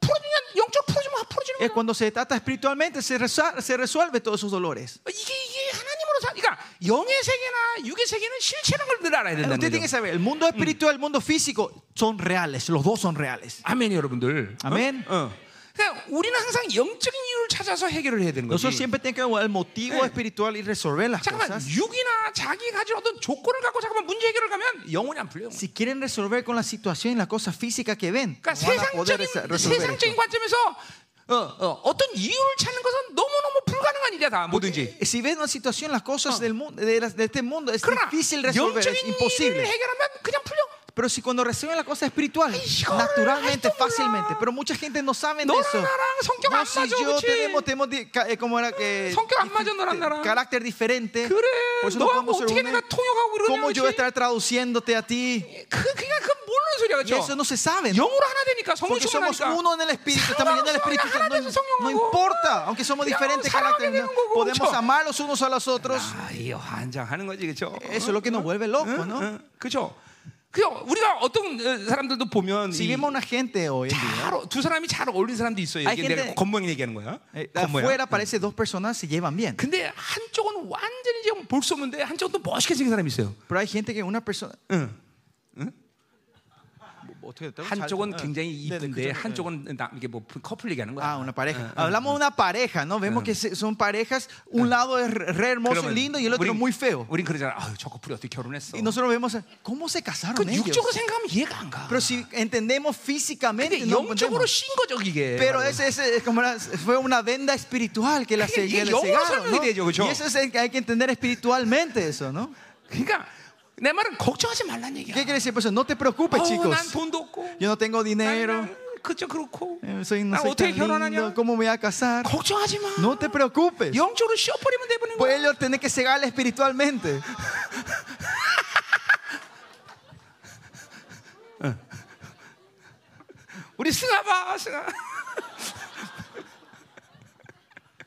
Speaker 1: 풀어주면 영적 풀어주면 풀어지는 거야.
Speaker 2: Es cuando se trata espiritualmente, se, resa- se resuelve todos esos dolores.
Speaker 1: 이게 이게 하나님으로 사. 그러니까 영의 세계나 육의 세계는 실체라는 걸 늘 알아야 된다는
Speaker 2: Usted
Speaker 1: 거죠.
Speaker 2: tiene que saber, el
Speaker 1: Mm.
Speaker 2: mundo espiritual, el mundo físico son reales, los dos son reales.
Speaker 1: 아멘 여러분들.
Speaker 2: 아멘.
Speaker 1: 어? 어. 그러니까 우리는 항상 영적인 이유를 찾아서 해결을 해야 되는 거지.
Speaker 2: Nosotros siempre tenemos que buscar el motivo
Speaker 1: Eh.
Speaker 2: espiritual y resolver las
Speaker 1: 잠깐만
Speaker 2: cosas.
Speaker 1: 육이나 자기 가진 어떤 조건을 갖고 잠깐만 문제 해결을 가면 영혼이 안 풀려.
Speaker 2: Si quieren resolver con la situación y las cosas físicas que ven,
Speaker 1: 그러니까
Speaker 2: no van a poder resa-
Speaker 1: 세상적인
Speaker 2: resolver.
Speaker 1: 세상적인
Speaker 2: esto.
Speaker 1: 관점에서 어, 떤 이유를 찾는 것은 너무 너무 불가능한 일이야 다 뭐든지.
Speaker 2: Si ven una situación, las cosas del mundo, de, las- de este mundo es
Speaker 1: 그러나
Speaker 2: difícil resolver, es
Speaker 1: 영적인 일을
Speaker 2: imposible.
Speaker 1: 해결하면 그냥 풀려.
Speaker 2: Pero si cuando reciben la cosa espiritual,
Speaker 1: Hijo,
Speaker 2: naturalmente,
Speaker 1: esto mola.
Speaker 2: fácilmente. Pero mucha gente no sabe de
Speaker 1: 너랑
Speaker 2: eso.
Speaker 1: 나랑 성격 안
Speaker 2: Vos y
Speaker 1: 맞아,
Speaker 2: yo
Speaker 1: 그치?
Speaker 2: tenemos, tenemos di- ca- eh, como era que
Speaker 1: 성격 안 맞아, 너랑
Speaker 2: te-
Speaker 1: 나랑.
Speaker 2: carácter diferente.
Speaker 1: 그래.
Speaker 2: Por eso no
Speaker 1: 너하고
Speaker 2: podemos ser
Speaker 1: 어떻게
Speaker 2: uno.
Speaker 1: 내가 통역하고 그러냐.
Speaker 2: ¿Cómo yo voy
Speaker 1: 그치?
Speaker 2: a estar traduciéndote a ti?
Speaker 1: 그 그냥 그 모르는 소리야
Speaker 2: Y eso
Speaker 1: 그렇죠?
Speaker 2: no se sabe. ¿no?
Speaker 1: 영으로 하나 되니까 성령
Speaker 2: Porque somos
Speaker 1: 충만하니까.
Speaker 2: uno en el espíritu, estamos llenos del espíritu.
Speaker 1: Saludos,
Speaker 2: No, no
Speaker 1: saludos.
Speaker 2: importa, aunque somos diferentes
Speaker 1: Saludos,
Speaker 2: caracteres, no,
Speaker 1: saludos.
Speaker 2: podemos amar los unos a los otros.
Speaker 1: 아, 이 환장하는 거지, 그렇죠?
Speaker 2: Eso es lo que
Speaker 1: ah,
Speaker 2: nos vuelve locos, ¿no?
Speaker 1: 그렇죠? 그 우리가 어떤 어, 사람들도 보면
Speaker 2: Si
Speaker 1: 이
Speaker 2: vemos una gente hoy en día,
Speaker 1: 잘, 어- 두 사람이 잘 어울린 사람도 있어요.
Speaker 2: 뭐 아니,
Speaker 1: 이게
Speaker 2: 근데-
Speaker 1: 내가 겉모양 얘기하는 거야.
Speaker 2: eh,
Speaker 1: 겉모양.
Speaker 2: afuera parece dos personas se llevan bien.
Speaker 1: 근데 한쪽은 완전히 지금 볼 수 없는데 한쪽은 또 멋있게 생긴 사람이 있어요.
Speaker 2: Pero hay gente que una persona.
Speaker 1: Ah, 한쪽은 굉장히
Speaker 2: 네, 네,
Speaker 1: 이쁜데
Speaker 2: 그죠.
Speaker 1: 한쪽은 나, 이게 뭐 커플 얘기하는 거야.
Speaker 2: Ah, una pareja. Hablamos de una pareja, ¿no? Vemos que se- son parejas. Un lado es re re hermoso y lindo y el otro
Speaker 1: 우린-
Speaker 2: muy feo.
Speaker 1: 우린 그러잖아. 아유, 저 커플이 어떻게 결혼했어?
Speaker 2: Y nosotros vemos, ¿cómo se casaron
Speaker 1: 그
Speaker 2: ellos?
Speaker 1: 육적으로 생각하면 이해가 안 가.
Speaker 2: Pero si entendemos físicamente,
Speaker 1: 근데
Speaker 2: no
Speaker 1: 영적으로
Speaker 2: entendemos.
Speaker 1: 쉰 거죠, 이게.
Speaker 2: Pero
Speaker 1: 바로.
Speaker 2: ese, ese es como una- fue una venda espiritual que la
Speaker 1: Oye,
Speaker 2: se-
Speaker 1: y
Speaker 2: que le
Speaker 1: yo no
Speaker 2: cegaron,
Speaker 1: soy
Speaker 2: ¿no?
Speaker 1: de ello, yo.
Speaker 2: Y eso es el que hay que entender espiritualmente eso, ¿no?
Speaker 1: 그러니까 내 말은 걱정하지 말란
Speaker 2: ¿Qué
Speaker 1: 얘기야.
Speaker 2: quiere decir? Pues no te preocupes,
Speaker 1: 어우,
Speaker 2: chicos.
Speaker 1: 난 돈도 그 없고.
Speaker 2: Yo no tengo
Speaker 1: 난-
Speaker 2: dinero,
Speaker 1: 난 그저 네, 그렇고.
Speaker 2: eh, soy no
Speaker 1: 난
Speaker 2: soy
Speaker 1: 어떻게
Speaker 2: tan lindo,
Speaker 1: 결혼하냐?
Speaker 2: ¿cómo me voy a casar?
Speaker 1: 걱정하지 마.
Speaker 2: No te preocupes.
Speaker 1: 영적으로 쉬어버리면 뭐 되는
Speaker 2: Pues
Speaker 1: 거야.
Speaker 2: ellos tienen que cegarle espiritualmente.
Speaker 1: 우리 승아 봐, 승아.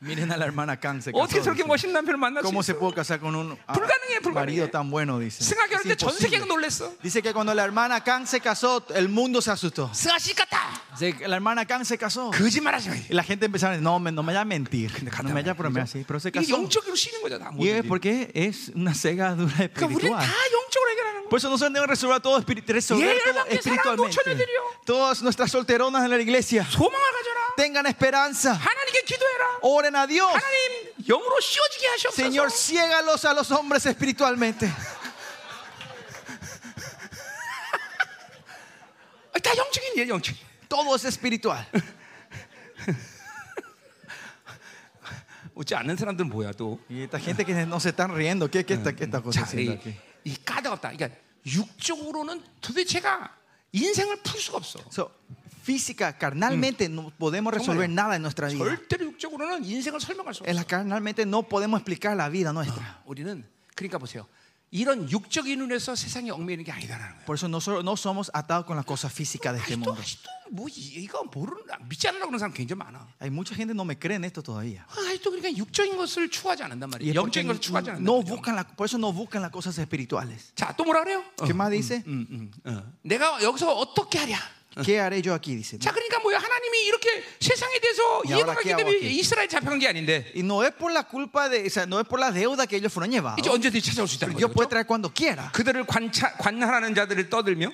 Speaker 2: Miren a la hermana Kang se
Speaker 1: 어떻게
Speaker 2: casó,
Speaker 1: 저렇게
Speaker 2: dice.
Speaker 1: 멋있는 남편을 만날 수
Speaker 2: ¿Cómo
Speaker 1: 있어?
Speaker 2: se pudo casar con un ah,
Speaker 1: Pulga능해, pulga능해.
Speaker 2: marido tan bueno? Dice.
Speaker 1: 승아 결혼
Speaker 2: Es
Speaker 1: 때 전
Speaker 2: imposible.
Speaker 1: 세계가 놀랬어.
Speaker 2: Dice que cuando la hermana Kang se casó, el mundo se asustó.
Speaker 1: 승아 씨 같다.
Speaker 2: Dice que La hermana Kang se casó.
Speaker 1: 거짓말하지 마.
Speaker 2: Y la gente empezaba a decir, no, me- no me vaya a mentir. No me vaya a bromear así, pero se
Speaker 1: 이게
Speaker 2: casó.
Speaker 1: 영적으로 쉬는 거잖아.
Speaker 2: Y
Speaker 1: 뭐든지.
Speaker 2: es porque es una cegadura
Speaker 1: 그러니까 우리는
Speaker 2: espiritual.
Speaker 1: 다 영적으로 해결하는 거야.
Speaker 2: Por eso nosotros tenemos que resolver todo, espiritu- resolver
Speaker 1: Yeah,
Speaker 2: todo
Speaker 1: hermano, que
Speaker 2: espiritualmente.
Speaker 1: serán muchos delirios.
Speaker 2: Todas nuestras solteronas en la iglesia,
Speaker 1: 소망을 가져라.
Speaker 2: tengan esperanza.
Speaker 1: 하나님께 기도해라.
Speaker 2: Oren a Dios.
Speaker 1: 하나님 영으로 쉬어지게 하시옵소서.
Speaker 2: Señor, ciégalos a los hombres espiritualmente.
Speaker 1: 아, 다 영적인 일이야, 영적인.
Speaker 2: Todo es espiritual.
Speaker 1: 웃지 않는 사람들은 뭐야 또?
Speaker 2: Y esta gente que no se están riendo, ¿qué, qué está, qué está
Speaker 1: 자,
Speaker 2: aconteciendo
Speaker 1: 이,
Speaker 2: aquí?
Speaker 1: 이 까다롭다. 그러니까 육적으로는 도대체가 인생을 풀 수가 없어.
Speaker 2: So, física, carnalmente no podemos resolver
Speaker 1: Toma.
Speaker 2: nada en nuestra vida.
Speaker 1: 절대로 육적으로는 인생을 설명할 수 없어.
Speaker 2: En la carnalmente no podemos explicar la vida nuestra.
Speaker 1: 우리는 그러니까 보세요. 이런 육적인 눈에서 세상에 얽매이는 게 아니다라는 거예요.
Speaker 2: Por eso nosotros no somos atados con las cosas físicas de este
Speaker 1: 아직도
Speaker 2: mundo.
Speaker 1: 아직도 뭐 이- 이거 모르는 아, 믿지 않으려고 그러는 사람 굉장히 많아.
Speaker 2: Hay mucha gente no me cree en esto todavía.
Speaker 1: 아, 아직도 그러니까 육적인 것을 추구하지 않는단
Speaker 2: Y
Speaker 1: 말이에요.
Speaker 2: es porque
Speaker 1: 영적인 것을 추구하지 않는단
Speaker 2: no
Speaker 1: 말이에요.
Speaker 2: buscan la- por eso no buscan las cosas espirituales.
Speaker 1: 자, 또 뭐라 그래요? 어,
Speaker 2: ¿Qué más dice?
Speaker 1: 음, 음, 어. 내가 여기서 어떻게 하랴?
Speaker 2: ¿Qué haré yo aquí? Dice.
Speaker 1: 자, 그러니까 뭐야 하나님이 이렇게 세상에 대해서
Speaker 2: 야,
Speaker 1: 이해가 가기
Speaker 2: 하라케,
Speaker 1: 때문에
Speaker 2: 하라케.
Speaker 1: 이스라엘 잡혀간 게 아닌데
Speaker 2: Y no es por la culpa de, o sea, no es por la deuda que ellos fueron llevados.
Speaker 1: 이제 언제든지 찾아올 수 있다는 거죠.
Speaker 2: Dios puede
Speaker 1: 그렇죠?
Speaker 2: traer cuando quiera.
Speaker 1: 그들을 관차, 관할하는 자들을 떠들며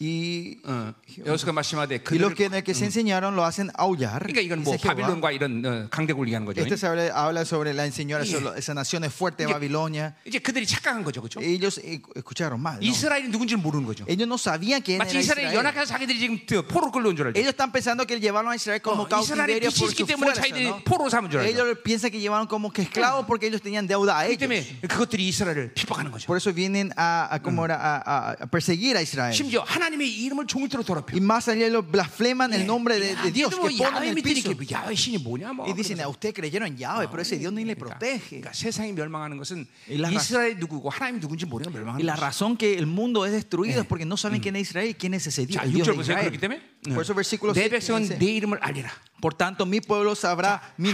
Speaker 2: Y,
Speaker 1: 어, 여호수아 말씀하되
Speaker 2: y los
Speaker 1: 그들을
Speaker 2: que Mm. en el que se enseñaron lo hacen aullar.
Speaker 1: 그러니까 이건 뭐
Speaker 2: dice Jehová.
Speaker 1: 바빌론과 이런 어, 강대국을 얘기하는 거죠.
Speaker 2: Este se habla, habla sobre la enseñora,
Speaker 1: Yeah.
Speaker 2: sobre esas naciones fuertes de
Speaker 1: Yeah.
Speaker 2: Babilonia.
Speaker 1: 이제 그들이 착각한 거죠, 그렇죠?
Speaker 2: Ellos eh, escucharon mal. ¿no?
Speaker 1: 이스라엘이 누군지를 모르는 거죠.
Speaker 2: Ellos no sabían quién era
Speaker 1: 마치 이스라엘
Speaker 2: Israel.
Speaker 1: 연약한 자기들이 지금 저 포로 끌려온 줄 알죠.
Speaker 2: Ellos están pensando que llevaron a Oh, Israel como
Speaker 1: 어, 이스라엘이
Speaker 2: cautiverio por
Speaker 1: 빛이기
Speaker 2: su
Speaker 1: 때문에
Speaker 2: fuerza,
Speaker 1: 자기들이
Speaker 2: ¿no?
Speaker 1: 포로 삼은 줄 알죠.
Speaker 2: Ellos piensan que llevaron como que esclavos porque ellos tenían deuda a
Speaker 1: 그렇기
Speaker 2: ellos.
Speaker 1: 때문에 그것들이 이스라엘을 핍박하는 거죠.
Speaker 2: Por eso vienen a, a, como era, a- a- a perseguir a Israel.
Speaker 1: 심지어 하나님의 이름을 종일토록
Speaker 2: Y
Speaker 1: 더럽혀.
Speaker 2: más allá ellos blasfeman el nombre de, de Dios, que ponen
Speaker 1: 야외
Speaker 2: en el
Speaker 1: 믿으니
Speaker 2: piso.
Speaker 1: 그 야외 신이 뭐냐 뭐.
Speaker 2: Y dicen, a usted creyeron en Yahweh, pero ese Dios ni le
Speaker 1: 그러니까,
Speaker 2: protege.
Speaker 1: 그러니까 세상이 멸망하는 것은
Speaker 2: Y la-
Speaker 1: 이스라엘 누구고 하나님 누군지 모르는
Speaker 2: Y
Speaker 1: 멸망하는
Speaker 2: la
Speaker 1: 거죠.
Speaker 2: razón que el mundo es destruido es porque no saben quién es Israel y quién es ese Dios.
Speaker 1: 자,
Speaker 2: mm. el Dios de
Speaker 1: 6절 보세요. 그렇기
Speaker 2: Israel.
Speaker 1: 때문에
Speaker 2: Por eso versículo
Speaker 1: 내
Speaker 2: 7
Speaker 1: 백성은
Speaker 2: dice,
Speaker 1: 내 이름을 알리라.
Speaker 2: Por tanto, mi pueblo sabrá mi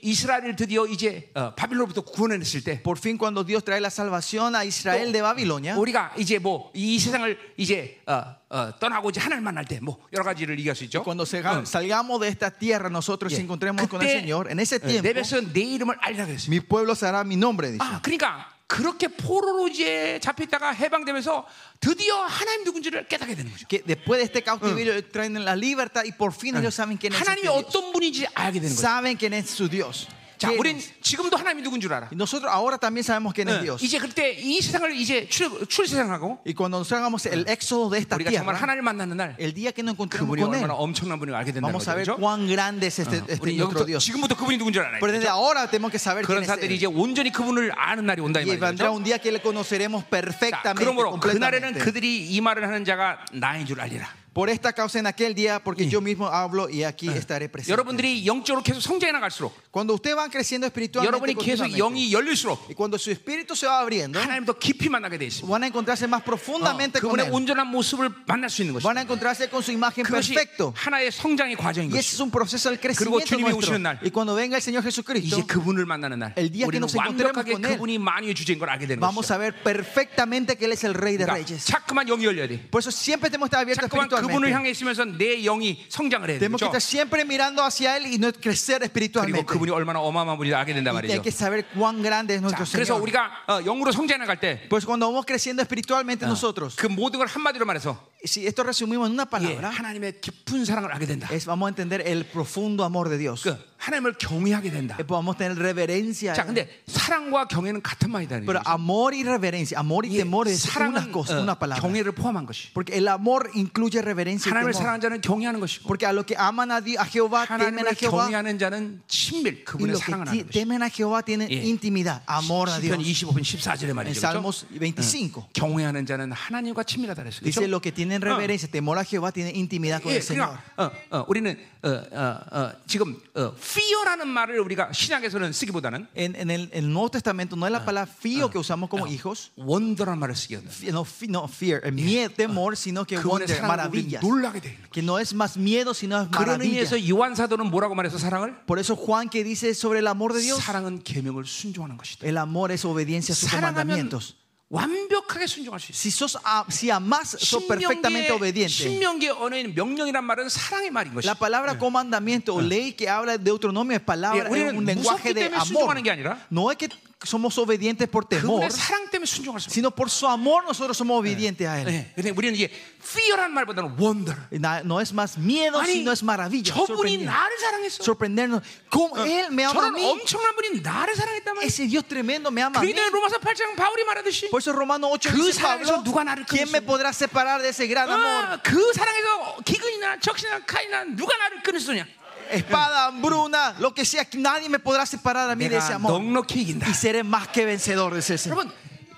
Speaker 1: 하나님이 이스라엘을 드디어 이제 어, 바빌론부터 구원해냈을 때
Speaker 2: Por fin, cuando Dios trae la salvación a Israel de Babilonia,
Speaker 1: 우리가 이제 뭐 이 세상을 이제 어, 어, 떠나고 이제 하나님 만날 때 뭐 여러 가지를 얘기할 수 있죠.
Speaker 2: cuando salga- salgamos de esta tierra, nosotros
Speaker 1: 예.
Speaker 2: nos encontremos con el
Speaker 1: 그때 예,
Speaker 2: Señor. En ese tiempo,
Speaker 1: 내 백성은 내 이름을 알리라 그랬습니다.
Speaker 2: mi pueblo sabrá mi nombre. Dice.
Speaker 1: 아, 그러니까 그렇게 포로로 이제 잡혔다가 해방되면서 드디어 하나님 누군지를 깨닫게 되는 거죠.
Speaker 2: Que después de este cautiverio traen la libertad y por fin ellos saben quién es ese
Speaker 1: 하나님이
Speaker 2: Dios.
Speaker 1: 어떤 분인지 알게 되는 거죠.
Speaker 2: Saben quién es su Dios.
Speaker 1: 자,
Speaker 2: ¿Quién
Speaker 1: 우린
Speaker 2: es?
Speaker 1: 지금도 하나님이 누군 줄 알아.
Speaker 2: Y nosotros ahora también sabemos quién
Speaker 1: Ah.
Speaker 2: es Dios.
Speaker 1: 예. 이제 그때 이 세상을 이제 출, 출세상하고
Speaker 2: Y cuando nosotros hagamos el éxodo de esta
Speaker 1: 우리가 정말
Speaker 2: tierra,
Speaker 1: 하나님 만나는 날
Speaker 2: el día que nos encontremos
Speaker 1: 예, 그분이
Speaker 2: con
Speaker 1: 얼마나
Speaker 2: Él,
Speaker 1: 엄청난 분을 알게 된다는
Speaker 2: vamos a ver
Speaker 1: 거죠.
Speaker 2: cuán grande es este, este
Speaker 1: 우리
Speaker 2: nuestro
Speaker 1: 여기부터,
Speaker 2: Dios.
Speaker 1: 지금부터 그분이 누군 줄 알아요.
Speaker 2: Pero desde ahora tenemos que saber quién
Speaker 1: 그런
Speaker 2: es
Speaker 1: 사람들이
Speaker 2: Él.
Speaker 1: 이제 온전히 그분을 아는 날이 온다 이
Speaker 2: Y
Speaker 1: 말이죠.
Speaker 2: vendrá un día que le conoceremos
Speaker 1: 자,
Speaker 2: perfectamente.
Speaker 1: 그러므로 그날에는
Speaker 2: completamente.
Speaker 1: 그들이 이 말을 하는 자가 나인 줄 알리라.
Speaker 2: Por esta causa en aquel día, porque yo mismo hablo y aquí estaré presente.
Speaker 1: 여러분들이 영적으로 계속 성장해 나갈수록
Speaker 2: Cuando usted van creciendo espiritualmente,
Speaker 1: 여러분이 계속
Speaker 2: continuamente,
Speaker 1: 영이 열릴수록
Speaker 2: y cuando su espíritu se va abriendo,
Speaker 1: 하나님 더 깊이 만나게 돼 있습니다.
Speaker 2: van a encontrarse más profundamente con
Speaker 1: 그분의
Speaker 2: él.
Speaker 1: 온전한 모습을 만날 수 있는 것입니다.
Speaker 2: Van a encontrarse con su imagen
Speaker 1: 그것이
Speaker 2: perfecto.
Speaker 1: 하나의 성장의 과정인
Speaker 2: Y ese es
Speaker 1: 것이죠.
Speaker 2: un proceso del crecimiento
Speaker 1: 주님이 오시는 날.
Speaker 2: nuestro. Y cuando venga el Señor
Speaker 1: 이제
Speaker 2: Jesucristo,
Speaker 1: 그분을 만나는 날
Speaker 2: El día que
Speaker 1: 우리는
Speaker 2: nos encontremos
Speaker 1: 완벽하게
Speaker 2: con él.
Speaker 1: 그분이 만유의 주제인 걸 알게 되는
Speaker 2: vamos
Speaker 1: 것이죠.
Speaker 2: a ver perfectamente que él es el Rey de
Speaker 1: 그러니까
Speaker 2: Reyes.
Speaker 1: 자꾸만 영이 열려야 돼.
Speaker 2: Por eso siempre tenemos que estar abiertos
Speaker 1: 자꾸만 그분을
Speaker 2: espiritualmente.
Speaker 1: 향해 있으면서 내 영이 성장을 해야 돼.
Speaker 2: Tenemos que
Speaker 1: 그렇죠?
Speaker 2: estar siempre mirando hacia él y no crecer
Speaker 1: 그리고
Speaker 2: espiritualmente.
Speaker 1: 그분이 얼마나 어마어마한 분인지 알게 된단
Speaker 2: Y hay
Speaker 1: 말이죠.
Speaker 2: que saber cuán grande es
Speaker 1: 자,
Speaker 2: nuestro
Speaker 1: 그래서
Speaker 2: Señor.
Speaker 1: 우리가 어, 영으로 성장해 나갈 때 그
Speaker 2: Pues cuando vamos creciendo espiritualmente nosotros,
Speaker 1: 모든 걸 한마디로 말해서
Speaker 2: si esto resumimos en una
Speaker 1: 예,
Speaker 2: palabra,
Speaker 1: 하나님의 깊은 사랑을 알게 된다.
Speaker 2: es vamos a entender el profundo amor de Dios.
Speaker 1: 그 하나님을 경외하게 된다.
Speaker 2: Eh, Vamos a tener reverencia. a
Speaker 1: 자,
Speaker 2: Él.
Speaker 1: 근데 사랑과 경외는 같은 말이다.
Speaker 2: Pero amor y reverencia, amor y temor es una
Speaker 1: 사랑은
Speaker 2: cosa,
Speaker 1: 어,
Speaker 2: una palabra.
Speaker 1: 경외를 포함한 것이.
Speaker 2: Porque el amor incluye reverencia y
Speaker 1: 하나님을
Speaker 2: temor.
Speaker 1: 사랑하는 자는 경외하는 것이고,
Speaker 2: Porque a los que aman a, Di-
Speaker 1: 아,
Speaker 2: a Jehová, temen a
Speaker 1: 하나님을
Speaker 2: Jehová.
Speaker 1: 경외하는 자는 친밀,
Speaker 2: Y
Speaker 1: 그분의
Speaker 2: los que
Speaker 1: 사랑을
Speaker 2: ti-
Speaker 1: 하는 것이.
Speaker 2: temen a Jehová tienen
Speaker 1: Yeah.
Speaker 2: intimidad, amor a Dios.
Speaker 1: 시편 25편 14절에
Speaker 2: En
Speaker 1: 말이죠. 그렇죠?
Speaker 2: Salmos
Speaker 1: Ah.
Speaker 2: 25
Speaker 1: 경외하는 자는 하나님과 친밀하다 그랬어요.
Speaker 2: dice:
Speaker 1: 그렇죠?
Speaker 2: Los que tienen reverencia, temor a Jehová, tienen intimidad con
Speaker 1: 예,
Speaker 2: el Señor.
Speaker 1: 그러니까 어, 어, 우리는 어, 어, 어, 지금 어, fear라는 말을 우리가 신약에서는 쓰기보다는
Speaker 2: En, en el, en el Nuevo Testamento no es la palabra fío que usamos como hijos,
Speaker 1: wonder라는 말을 쓰게 된다.
Speaker 2: no, fi- no, fear, ah. eh, miedo, temor, sino que
Speaker 1: 그분의
Speaker 2: wonder,
Speaker 1: 사랑으로 우리
Speaker 2: maravillas.
Speaker 1: 놀라게 되는 거예요.
Speaker 2: Que no es más miedo, sino es
Speaker 1: 그런
Speaker 2: maravillas.
Speaker 1: 의미에서 요한 사도는 뭐라고 말해서 사랑을
Speaker 2: Por eso Juan que dice sobre el amor de Dios,
Speaker 1: 사랑은 계명을 순종하는 것이다.
Speaker 2: el amor es obediencia a sus
Speaker 1: 사랑하면
Speaker 2: mandamientos.
Speaker 1: 완벽하게 순종할 수 있어.
Speaker 2: Si sos a- si amás, sos perfectamente obediente.
Speaker 1: 신명기의 언어인 명령이란 말은 사랑의 말인 것이.
Speaker 2: La palabra comandamiento o ley que habla de Deuteronomio es
Speaker 1: 예,
Speaker 2: palabra, es un ¿ah?
Speaker 1: 우리는
Speaker 2: lenguaje
Speaker 1: 무섭기
Speaker 2: de
Speaker 1: 때문에
Speaker 2: amor.
Speaker 1: 순종하는 게 아니라
Speaker 2: No es que somos obedientes por temor,
Speaker 1: 그분의 사랑 때문에 순종할 수. 있어.
Speaker 2: sino por su amor nosotros somos obedientes a él.
Speaker 1: 네. 근데 우리는 이게 fear란 말보다는 wonder.
Speaker 2: Na- No es más miedo, sino es maravilla.
Speaker 1: 저분이
Speaker 2: sorprender-
Speaker 1: 나를 사랑했어.
Speaker 2: Sorprendernos. Como él me ama a
Speaker 1: 저런
Speaker 2: mí,
Speaker 1: 엄청난 분이 나를 사랑했단 말이야.
Speaker 2: ese Dios tremendo me ama a
Speaker 1: 그
Speaker 2: mí.
Speaker 1: 때문에 로마서 8장 바울이 말하듯이
Speaker 2: Por eso Romano 8
Speaker 1: 그
Speaker 2: dice
Speaker 1: 사랑에서
Speaker 2: Pablo,
Speaker 1: 누가 나를
Speaker 2: ¿quién me
Speaker 1: 끊을 수
Speaker 2: podrá
Speaker 1: Ah.
Speaker 2: separar de ese gran amor?
Speaker 1: 아, 그 사랑에서 기근이나 적신이나 칼이나 누가 나를 끊을 수냐?
Speaker 2: espada, hambruna, lo que sea, nadie me podrá separar a mí de ese
Speaker 1: 내가
Speaker 2: amor.
Speaker 1: 넉넉히 이긴다.
Speaker 2: Y seré más que vencedor, dice el Señor.
Speaker 1: 여러분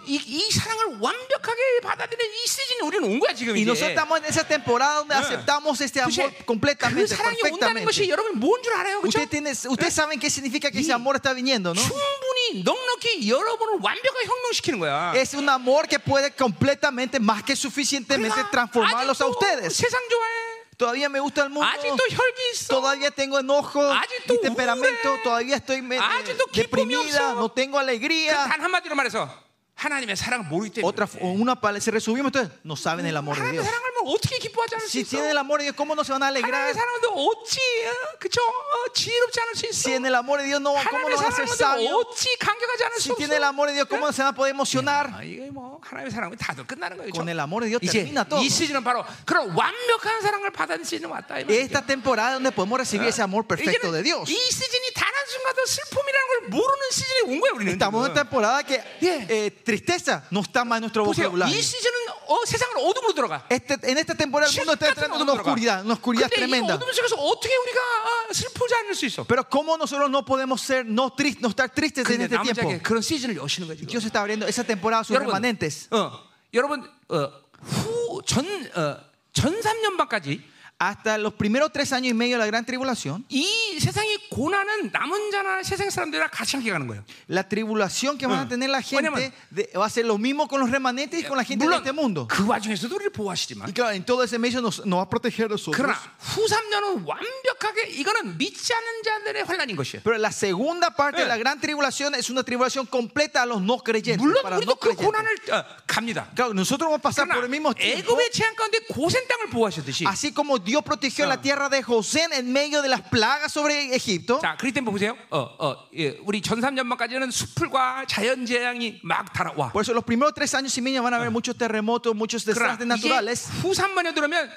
Speaker 1: 이, 이 사랑을 완벽하게 받아들이는 이 시즌에 우리는 온 거야 지금
Speaker 2: Y
Speaker 1: 이제.
Speaker 2: nosotros estamos en esa temporada donde aceptamos este amor
Speaker 1: 그치? 그
Speaker 2: completamente,
Speaker 1: 사랑이 온다는
Speaker 2: perfectamente.
Speaker 1: 것이 여러분 뭔 줄 알아요, 그렇죠?
Speaker 2: Usted tiene- Ustedes saben qué significa que ese amor está viniendo, ¿no?
Speaker 1: 충분히 넉넉히 여러분을 완벽하게 형용시키는 거야.
Speaker 2: Es un amor que puede completamente, más que suficientemente,
Speaker 1: 그러나
Speaker 2: transformarlos a
Speaker 1: 아직도
Speaker 2: ustedes.
Speaker 1: 세상 좋아해.
Speaker 2: Todavía me gusta el mundo.
Speaker 1: 아직도 혈기 있어.
Speaker 2: Todavía tengo enojo
Speaker 1: Ajito
Speaker 2: y temperamento.
Speaker 1: ude.
Speaker 2: Todavía estoy me-
Speaker 1: Ajito
Speaker 2: eh, deprimida.
Speaker 1: kippumyeopso.
Speaker 2: No tengo alegría.
Speaker 1: 단 한마디로 말해서 하나님의 사랑을 모르기 때문에.
Speaker 2: Otra, o una palabra. Si resumimos, entonces, no saben el amor de
Speaker 1: 하나님의
Speaker 2: Dios.
Speaker 1: 사랑을 뭐 어떻게 기뻐하지 않을 수
Speaker 2: Si
Speaker 1: 있어?
Speaker 2: tienen el amor de Dios, ¿cómo no se van a alegrar?
Speaker 1: 하나님의 사랑도 어찌 어, 그쵸 어, 지혜롭지 않을 수 있어?
Speaker 2: Si en el amor de Dios, no, ¿cómo no
Speaker 1: 하나님의
Speaker 2: van a ser
Speaker 1: 사랑도
Speaker 2: sabios?
Speaker 1: 어찌 강격하지 않을 수
Speaker 2: Si
Speaker 1: 없어?
Speaker 2: tienen el amor de Dios, ¿cómo no se van a poder emocionar?
Speaker 1: 아, 이게 뭐 하나님의 사랑은 다들 끝나는 거예요.
Speaker 2: Con
Speaker 1: 그쵸?
Speaker 2: el amor de Dios
Speaker 1: 이제
Speaker 2: termina todo.
Speaker 1: 이 시즌은 바로 그런 완벽한 사랑을 받은 시즌 왔다 이 말이에요.
Speaker 2: Esta temporada donde podemos recibir ese amor perfecto de Dios.
Speaker 1: 이 시즌이 단 한 순간도 슬픔이라는 걸 모르는 시즌에 온 거예요 우리는.
Speaker 2: Estamos en una
Speaker 1: 지금.
Speaker 2: temporada que
Speaker 1: Yeah.
Speaker 2: eh, tristeza no está más en nuestro
Speaker 1: 보세요. 뭐, 이
Speaker 2: vocabulario.
Speaker 1: 시즌은 어, 세상은 어둠으로 들어가.
Speaker 2: Este, en esta temporada el mundo está entrando en una oscuridad, una oscuridad
Speaker 1: 근데 이
Speaker 2: tremenda.
Speaker 1: 어둠 속에서 어떻게 우리가 아, 슬프지 않을 수 있어?
Speaker 2: Pero cómo nosotros no podemos ser no tristes, no estar tristes en
Speaker 1: 근데
Speaker 2: este
Speaker 1: 남자에게
Speaker 2: tiempo.
Speaker 1: 그런 시즌을 여시는 거지.
Speaker 2: Dios está abriendo esa temporada a sus
Speaker 1: 여러분,
Speaker 2: remanentes.
Speaker 1: 어, 여러분 어, 후전전 어, 전 3년 반까지
Speaker 2: Hasta los primeros tres años y medio de la gran tribulación,
Speaker 1: 이 세상의 고난은 남은 자나 세상 사람들이랑 같이 함께 가는 거예요.
Speaker 2: la tribulación que van a tener la
Speaker 1: Bueno,
Speaker 2: gente de- va a ser lo mismo con los remanentes y con la gente de
Speaker 1: 물론
Speaker 2: este mundo.
Speaker 1: 그 와중에서도 우리를 보호하시지만
Speaker 2: Y claro, en todo ese medio nos, nos va a proteger a nosotros.
Speaker 1: 그러나 후 3년은 완벽하게 이거는 믿지 않는 자들의 환란인 것이에요.
Speaker 2: Pero la segunda parte
Speaker 1: Eh.
Speaker 2: de la gran tribulación es una tribulación completa a los no creyentes.
Speaker 1: 물론
Speaker 2: Para no
Speaker 1: 우리도 그
Speaker 2: creyentes.
Speaker 1: 고난을 어, 갑니다.
Speaker 2: Claro, nosotros vamos a pasar por
Speaker 1: 그러나
Speaker 2: el mismo tiempo.
Speaker 1: 애굽의 재앙 가운데 고센 땅을 보호하셨듯이
Speaker 2: Así como Dios protegió la tierra de José en medio de las plagas sobre Egipto.
Speaker 1: 자, 그리 때문에 보세요. 어, 어, 예, 우리 전 3년만까지는 숲풀과 자연 재앙이 막 달아와.
Speaker 2: Por eso los primeros tres años y medio van a haber muchos terremotos, muchos
Speaker 1: 그러나 이제
Speaker 2: desastres naturales.
Speaker 1: 후 3년에 들어오면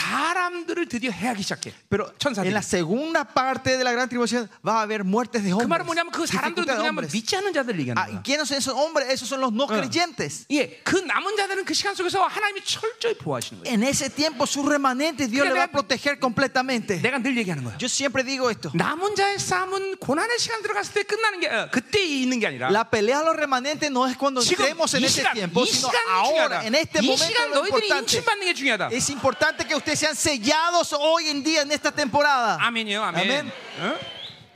Speaker 1: 사람들을 드디어 해하기 시작해.
Speaker 2: Pero en
Speaker 1: 천사들이.
Speaker 2: la segunda parte de la gran tribulación va a haber muertes de
Speaker 1: 그 말은
Speaker 2: hombres.
Speaker 1: 뭐냐면 그 사람들은
Speaker 2: dificultad de
Speaker 1: 누구냐면
Speaker 2: hombres.
Speaker 1: 믿지 않는 자들을 얘기하는
Speaker 2: Ah, ¿y
Speaker 1: 거야.
Speaker 2: ¿Quiénes son esos hombres? Esos son los no creyentes.
Speaker 1: 예, 그 남은 자들은 그 시간 속에서 하나님이 철저히 보호하시는 거예요.
Speaker 2: En ese tiempo, sus remanentes, Dios
Speaker 1: Mira,
Speaker 2: le va a
Speaker 1: mira.
Speaker 2: proteger completamente.
Speaker 1: 내가 늘 얘기하는 거야.
Speaker 2: Yo siempre digo esto.
Speaker 1: 남은 자의 싸움은 고난의 시간 들어갔을 때 끝나는 게 어, 그때 있는 게 아니라
Speaker 2: La pelea a los remanentes no es cuando
Speaker 1: 지금
Speaker 2: entremos en
Speaker 1: 이
Speaker 2: este
Speaker 1: 시간,
Speaker 2: tiempo,
Speaker 1: 이
Speaker 2: sino
Speaker 1: 시간이
Speaker 2: ahora,
Speaker 1: 중요하다.
Speaker 2: en este
Speaker 1: 이
Speaker 2: momento.
Speaker 1: 시간
Speaker 2: lo
Speaker 1: 너희들이
Speaker 2: importante.
Speaker 1: 인침받는 게 중요하다.
Speaker 2: Es importante que ustedes sean sellados hoy en día en esta temporada.
Speaker 1: 아멘이요, 아멘.
Speaker 2: 아멘.
Speaker 1: 어?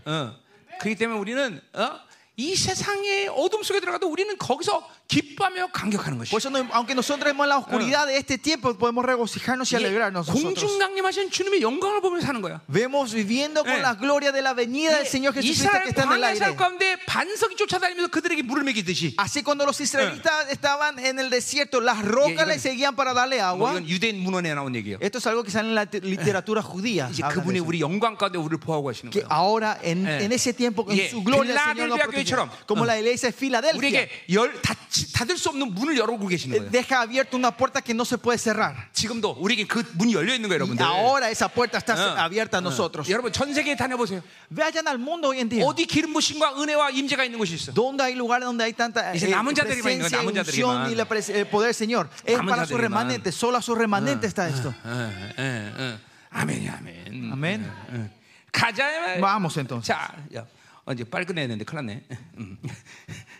Speaker 1: 어. 그렇기 때문에 우리는 어? 이 세상의 어둠 속에 들어가도 우리는 거기서 기뻐하며 감격하는 것이.
Speaker 2: Por eso, no- aunque nosotros estemos en la oscuridad de este tiempo, podemos regocijarnos y alegrarnos.
Speaker 1: 예, 공중
Speaker 2: Nosotros.
Speaker 1: 강림하신 주님의 영광을 보며 사는 거야.
Speaker 2: Vemos viviendo
Speaker 1: Eh.
Speaker 2: con la gloria de la venida del Señor Jesucristo
Speaker 1: 이스라엘
Speaker 2: que está en el
Speaker 1: 광야살
Speaker 2: aire.
Speaker 1: 가운데 반석이 쫓아다니면서 그들에게 물을 먹이듯이.
Speaker 2: Así, cuando los israelitas estaban en el desierto, las
Speaker 1: 이건-
Speaker 2: rocas les seguían para darle
Speaker 1: 뭐
Speaker 2: agua.
Speaker 1: 이건 유대인 문헌에 나온 얘기예요.
Speaker 2: Esto es algo que sale en la te- literatura judía.
Speaker 1: 이제
Speaker 2: habla de
Speaker 1: 아, 그분이
Speaker 2: eso.
Speaker 1: 우리 영광 가운데 우리를 보호하고 하시는
Speaker 2: Que
Speaker 1: 거예요.
Speaker 2: ahora, en,
Speaker 1: Eh.
Speaker 2: en ese tiempo,
Speaker 1: Yeah.
Speaker 2: en su gloria, el Señor nos
Speaker 1: Filadelfia
Speaker 2: protege.
Speaker 1: 교회처럼.
Speaker 2: Como la iglesia de Filadelfia, eh,
Speaker 1: 우리에게 열 닫히, 닫을 수 없는 문을 열어고 계시는 거예요.
Speaker 2: deja abierta una puerta que no se puede cerrar.
Speaker 1: 지금도 우리에게 그 문이 열려 있는 거예요,
Speaker 2: Y
Speaker 1: 여러분들.
Speaker 2: ahora esa puerta está
Speaker 1: Ah.
Speaker 2: abierta a nosotros.
Speaker 1: 여러분 전 세계에 다녀보세요.
Speaker 2: Vayan al mundo hoy en día.
Speaker 1: 어디 기름 부심과 은혜와 임재가 있는 곳이 있어.
Speaker 2: ¿Dónde hay lugares donde hay tanta eh,
Speaker 1: Dice, "남은 자들이만
Speaker 2: presencia,
Speaker 1: 있는 거야, 남은
Speaker 2: unción y
Speaker 1: 자들이만."
Speaker 2: la pres- el poder del Señor? Es
Speaker 1: 남은
Speaker 2: para sus
Speaker 1: 자들이만.
Speaker 2: remanentes, solo a sus
Speaker 1: Ah.
Speaker 2: remanentes está esto.
Speaker 1: 예, 예, 예. 아멘이 아멘.
Speaker 2: 아멘.
Speaker 1: 예, 예. 가자.
Speaker 2: Vamos, entonces.
Speaker 1: 자, 야, 어, 이제 빨리 끝내는데 큰일 났네. 음.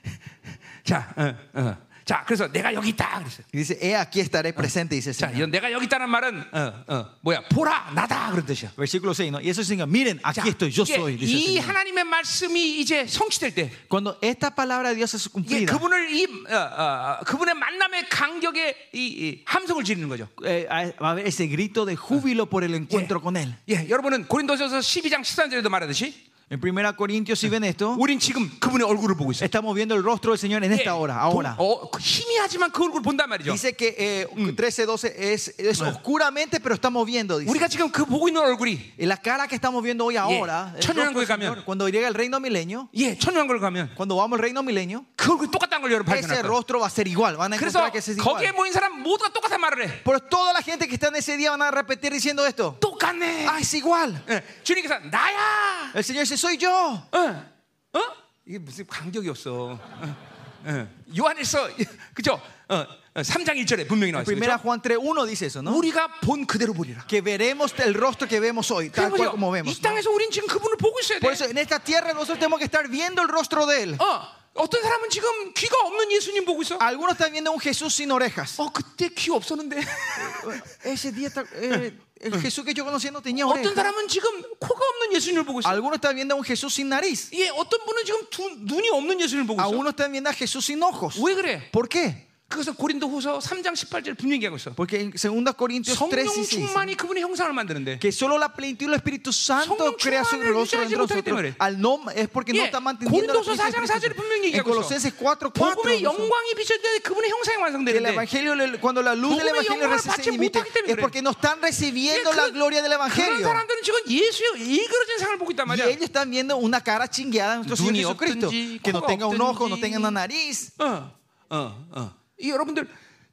Speaker 1: 자, 어, 어. 자, 그래서 내가 여기 있다 그랬어요.
Speaker 2: Y dice, he aquí estaré presente, dice el
Speaker 1: 자,
Speaker 2: Señor.
Speaker 1: 이런 내가 여기 있다는 말은 어, 어, 뭐야? 보라 나다 그런 뜻이야.
Speaker 2: Versículo 6, ¿no? Y eso significa, miren,
Speaker 1: 자,
Speaker 2: aquí estoy, yo
Speaker 1: 이게
Speaker 2: soy, dice el
Speaker 1: 이
Speaker 2: Señor.
Speaker 1: 하나님의 말씀이 이제 성취될 때
Speaker 2: Cuando esta palabra de Dios es
Speaker 1: 이게
Speaker 2: cumplida,
Speaker 1: 그분을 이 어, 어, 어, 그분의 만남의 간격에 이, 이 함성을 지르는 거죠.
Speaker 2: eh, va a haber ese grito de júbilo por el encuentro con Él.
Speaker 1: 예, 여러분은 고린도전서 12장 13절에도 말하듯이
Speaker 2: En 1 Corintios, si ven esto,
Speaker 1: 우린 지금 그분의 얼굴을 보고 있어요.
Speaker 2: estamos viendo el rostro del Señor en
Speaker 1: 어? 예,
Speaker 2: esta hora, ahora.
Speaker 1: 도- 어, 그 희미하지만 그 얼굴 본단 말이죠.
Speaker 2: Dice que eh, 13, 12 es, es oscuramente, pero estamos viendo, dice.
Speaker 1: 우리가 지금 그 보고 있는 얼굴이
Speaker 2: Y la cara que estamos viendo hoy ahora, el
Speaker 1: 천년왕국에
Speaker 2: rostro del
Speaker 1: 가면-
Speaker 2: Señor, cuando llega el reino milenio,
Speaker 1: 예, 천년왕국을 가면
Speaker 2: cuando vamos al reino milenio,
Speaker 1: 그 얼굴 똑같다는 걸 여러분
Speaker 2: ese
Speaker 1: 발견할 거예요.
Speaker 2: rostro va a ser igual, van a
Speaker 1: 그래서
Speaker 2: encontrar que ese es
Speaker 1: 거기에
Speaker 2: igual.
Speaker 1: 모인 사람 모두가 똑같은 말을 해.
Speaker 2: Pero toda la gente que está en ese día van a repetir diciendo esto.
Speaker 1: 똑같네.
Speaker 2: Ah, es igual.
Speaker 1: 예, 주님께서 나야.
Speaker 2: El Señor dice, soy yo.
Speaker 1: 어? 예, 어? 이게 무슨 간격이 없어. 어, 어. 요한에서 그죠? 어, 3장 1절에 분명히 나와 있어요.
Speaker 2: Primera
Speaker 1: 그렇죠?
Speaker 2: Juan 3.1 dice eso, ¿no?
Speaker 1: 우리가 본 그대로 보리라.
Speaker 2: Que veremos el rostro que vemos hoy, tal cual como
Speaker 1: 그래서 그러니까 이
Speaker 2: vemos. ¿no?
Speaker 1: 땅에서 우린 지금 그분을 보고 있어야 돼.
Speaker 2: Por eso en esta tierra nosotros tenemos que estar viendo el rostro de Él.
Speaker 1: 어, 어떤 사람은 지금 귀가 없는 예수님 보고 있어.
Speaker 2: Algunos están viendo un Jesús sin orejas.
Speaker 1: 어, 그때 귀 없었는데. 네,
Speaker 2: Ese día está- eh, el Jesús que yo conocía no tenía
Speaker 1: 어떤
Speaker 2: orejas.
Speaker 1: 사람은 지금 코가 없는 예수님을 보고 있어.
Speaker 2: Algunos están viendo a un Jesús sin nariz.
Speaker 1: 예, 어떤 분은 지금 두, 눈이 없는 예수님을 보고 있어.
Speaker 2: Algunos están viendo a Jesús sin ojos.
Speaker 1: 왜 그래?
Speaker 2: ¿Por qué?
Speaker 1: 그것은 고린도후서 3장 18절 분명히 얘기하고 있어.
Speaker 2: Porque en 2 Corintios 3
Speaker 1: 성령
Speaker 2: y 6
Speaker 1: 충만이 그분의 형상을 만드는데.
Speaker 2: que solo la plenitud del Espíritu Santo
Speaker 1: 성령
Speaker 2: crea su
Speaker 1: 충만을
Speaker 2: rostro
Speaker 1: 유지하지
Speaker 2: dentro de
Speaker 1: 못하기
Speaker 2: nosotros.
Speaker 1: 때문에.
Speaker 2: Al no, es porque no
Speaker 1: 예,
Speaker 2: está manteniendo la
Speaker 1: 고린도서
Speaker 2: plenitud
Speaker 1: 4장
Speaker 2: del Espíritu
Speaker 1: 4절에 분명히
Speaker 2: Santo. En
Speaker 1: 얘기하고 있어.
Speaker 2: Colosenses 4, 4
Speaker 1: 복음의 영광이 비춰지는데 그분의 형상이
Speaker 2: que el
Speaker 1: 완성되는데
Speaker 2: evangelio, le- cuando la luz del
Speaker 1: 복음의
Speaker 2: evangelio
Speaker 1: 영광을
Speaker 2: recibe-
Speaker 1: 받지
Speaker 2: se imite,
Speaker 1: 못하기 때문에
Speaker 2: es porque no están recibiendo la gloria del
Speaker 1: 예, 그런
Speaker 2: evangelio.
Speaker 1: 사람들은 지금 예수의 일그러진 상을 보고 있단
Speaker 2: Y
Speaker 1: 말이야.
Speaker 2: ellos están viendo una cara chingueada de nuestro
Speaker 1: 눈이
Speaker 2: Señor Jesucristo.
Speaker 1: 없든지,
Speaker 2: Que no
Speaker 1: 코가
Speaker 2: tenga un ojo, no
Speaker 1: 없든지.
Speaker 2: tenga una nariz.
Speaker 1: 어, 어, 어. 이 여러분들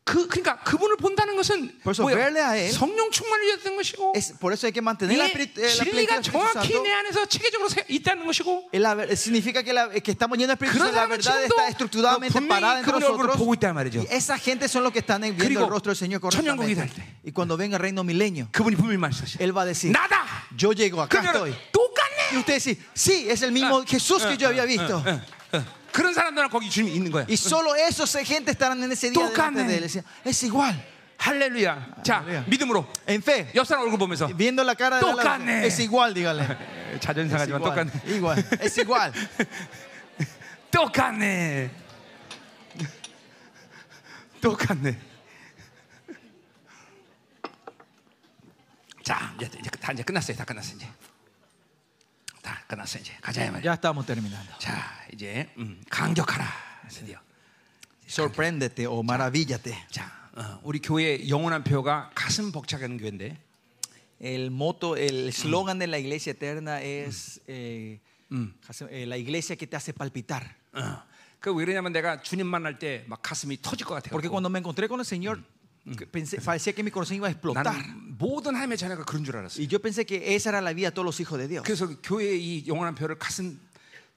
Speaker 1: 그 그러니까 그분을 본다는 것은
Speaker 2: 벌써
Speaker 1: 뭐예요?
Speaker 2: verle a él.
Speaker 1: 성령 충만을 유지하는 것이고
Speaker 2: Es, por eso hay que mantener la,
Speaker 1: 이
Speaker 2: espiritu- eh, la plenitud
Speaker 1: 진리가
Speaker 2: del Espíritu
Speaker 1: 정확히
Speaker 2: Santo.
Speaker 1: 내 안에서 체계적으로 세- 있다는 것이고
Speaker 2: Es la ver- significa que, la- eh, que estamos llenos de Espíritu
Speaker 1: 그런
Speaker 2: Santo. La
Speaker 1: 사람은
Speaker 2: verdad
Speaker 1: 지금도
Speaker 2: está estructuradamente
Speaker 1: 분명히
Speaker 2: parada entre
Speaker 1: 그분의 얼굴을
Speaker 2: nosotros.
Speaker 1: 보고 있단 말이죠.
Speaker 2: Y esa gente son los que están viendo
Speaker 1: 그리고
Speaker 2: el rostro del Señor
Speaker 1: 천년국이
Speaker 2: correctamente.
Speaker 1: 될 때.
Speaker 2: Y cuando venga el reino milenio,
Speaker 1: 그분이 분명히 말씀하시죠.
Speaker 2: Él va a decir:
Speaker 1: 나다.
Speaker 2: Yo llego, acá
Speaker 1: 그러면
Speaker 2: estoy.
Speaker 1: 똑같네.
Speaker 2: Y usted dice: Sí, es el mismo Jesús que yo había
Speaker 1: ah,
Speaker 2: visto.
Speaker 1: 어, 어. 그런 사람들은 거기 주님이 있는 거야.
Speaker 2: Y solo esos gente estarán en ese día delante
Speaker 1: Tocame.
Speaker 2: de él. Decía, Es igual.
Speaker 1: 할렐루야. 자,
Speaker 2: 할렐루야.
Speaker 1: 믿음으로
Speaker 2: En fe,
Speaker 1: 옆 사람 얼굴 보면서
Speaker 2: viendo la cara de la-
Speaker 1: Tocame.
Speaker 2: es igual, dígale. Es
Speaker 1: 네, 자존상하지만
Speaker 2: igual,
Speaker 1: 똑같네.
Speaker 2: igual, es igual.
Speaker 1: 뭐 똑같네. 똑같네. 자, 이제, 이제 다 이제 끝났어요. 다 끝났어 이제. 다 끝났어 이제. 가자 이 말이야.
Speaker 2: Ya estamos terminando.
Speaker 1: 자, 이제 음, 강격하라. 드디어.
Speaker 2: Sorpréndete o maravíllate.
Speaker 1: 자, 어, 우리 교회 영원한 표가 가슴 벅차게 하는 교회인데.
Speaker 2: El moto, el eslogan de la iglesia eterna es eh, eh, la iglesia que te hace palpitar.
Speaker 1: 어. 그왜 그러냐면 내가 주님 만날 때 막 가슴이 터질 것 같아요.
Speaker 2: Porque cuando me encontré con el Señor, que pensé, parecía que mi corazón iba a explotar.
Speaker 1: 나는 모든 하나님의 자녀가 그런 줄 알았어요.
Speaker 2: Y yo pensé que esa era la vida de todos los hijos de Dios.
Speaker 1: 그래서 교회의 이 영원한 표를 가슴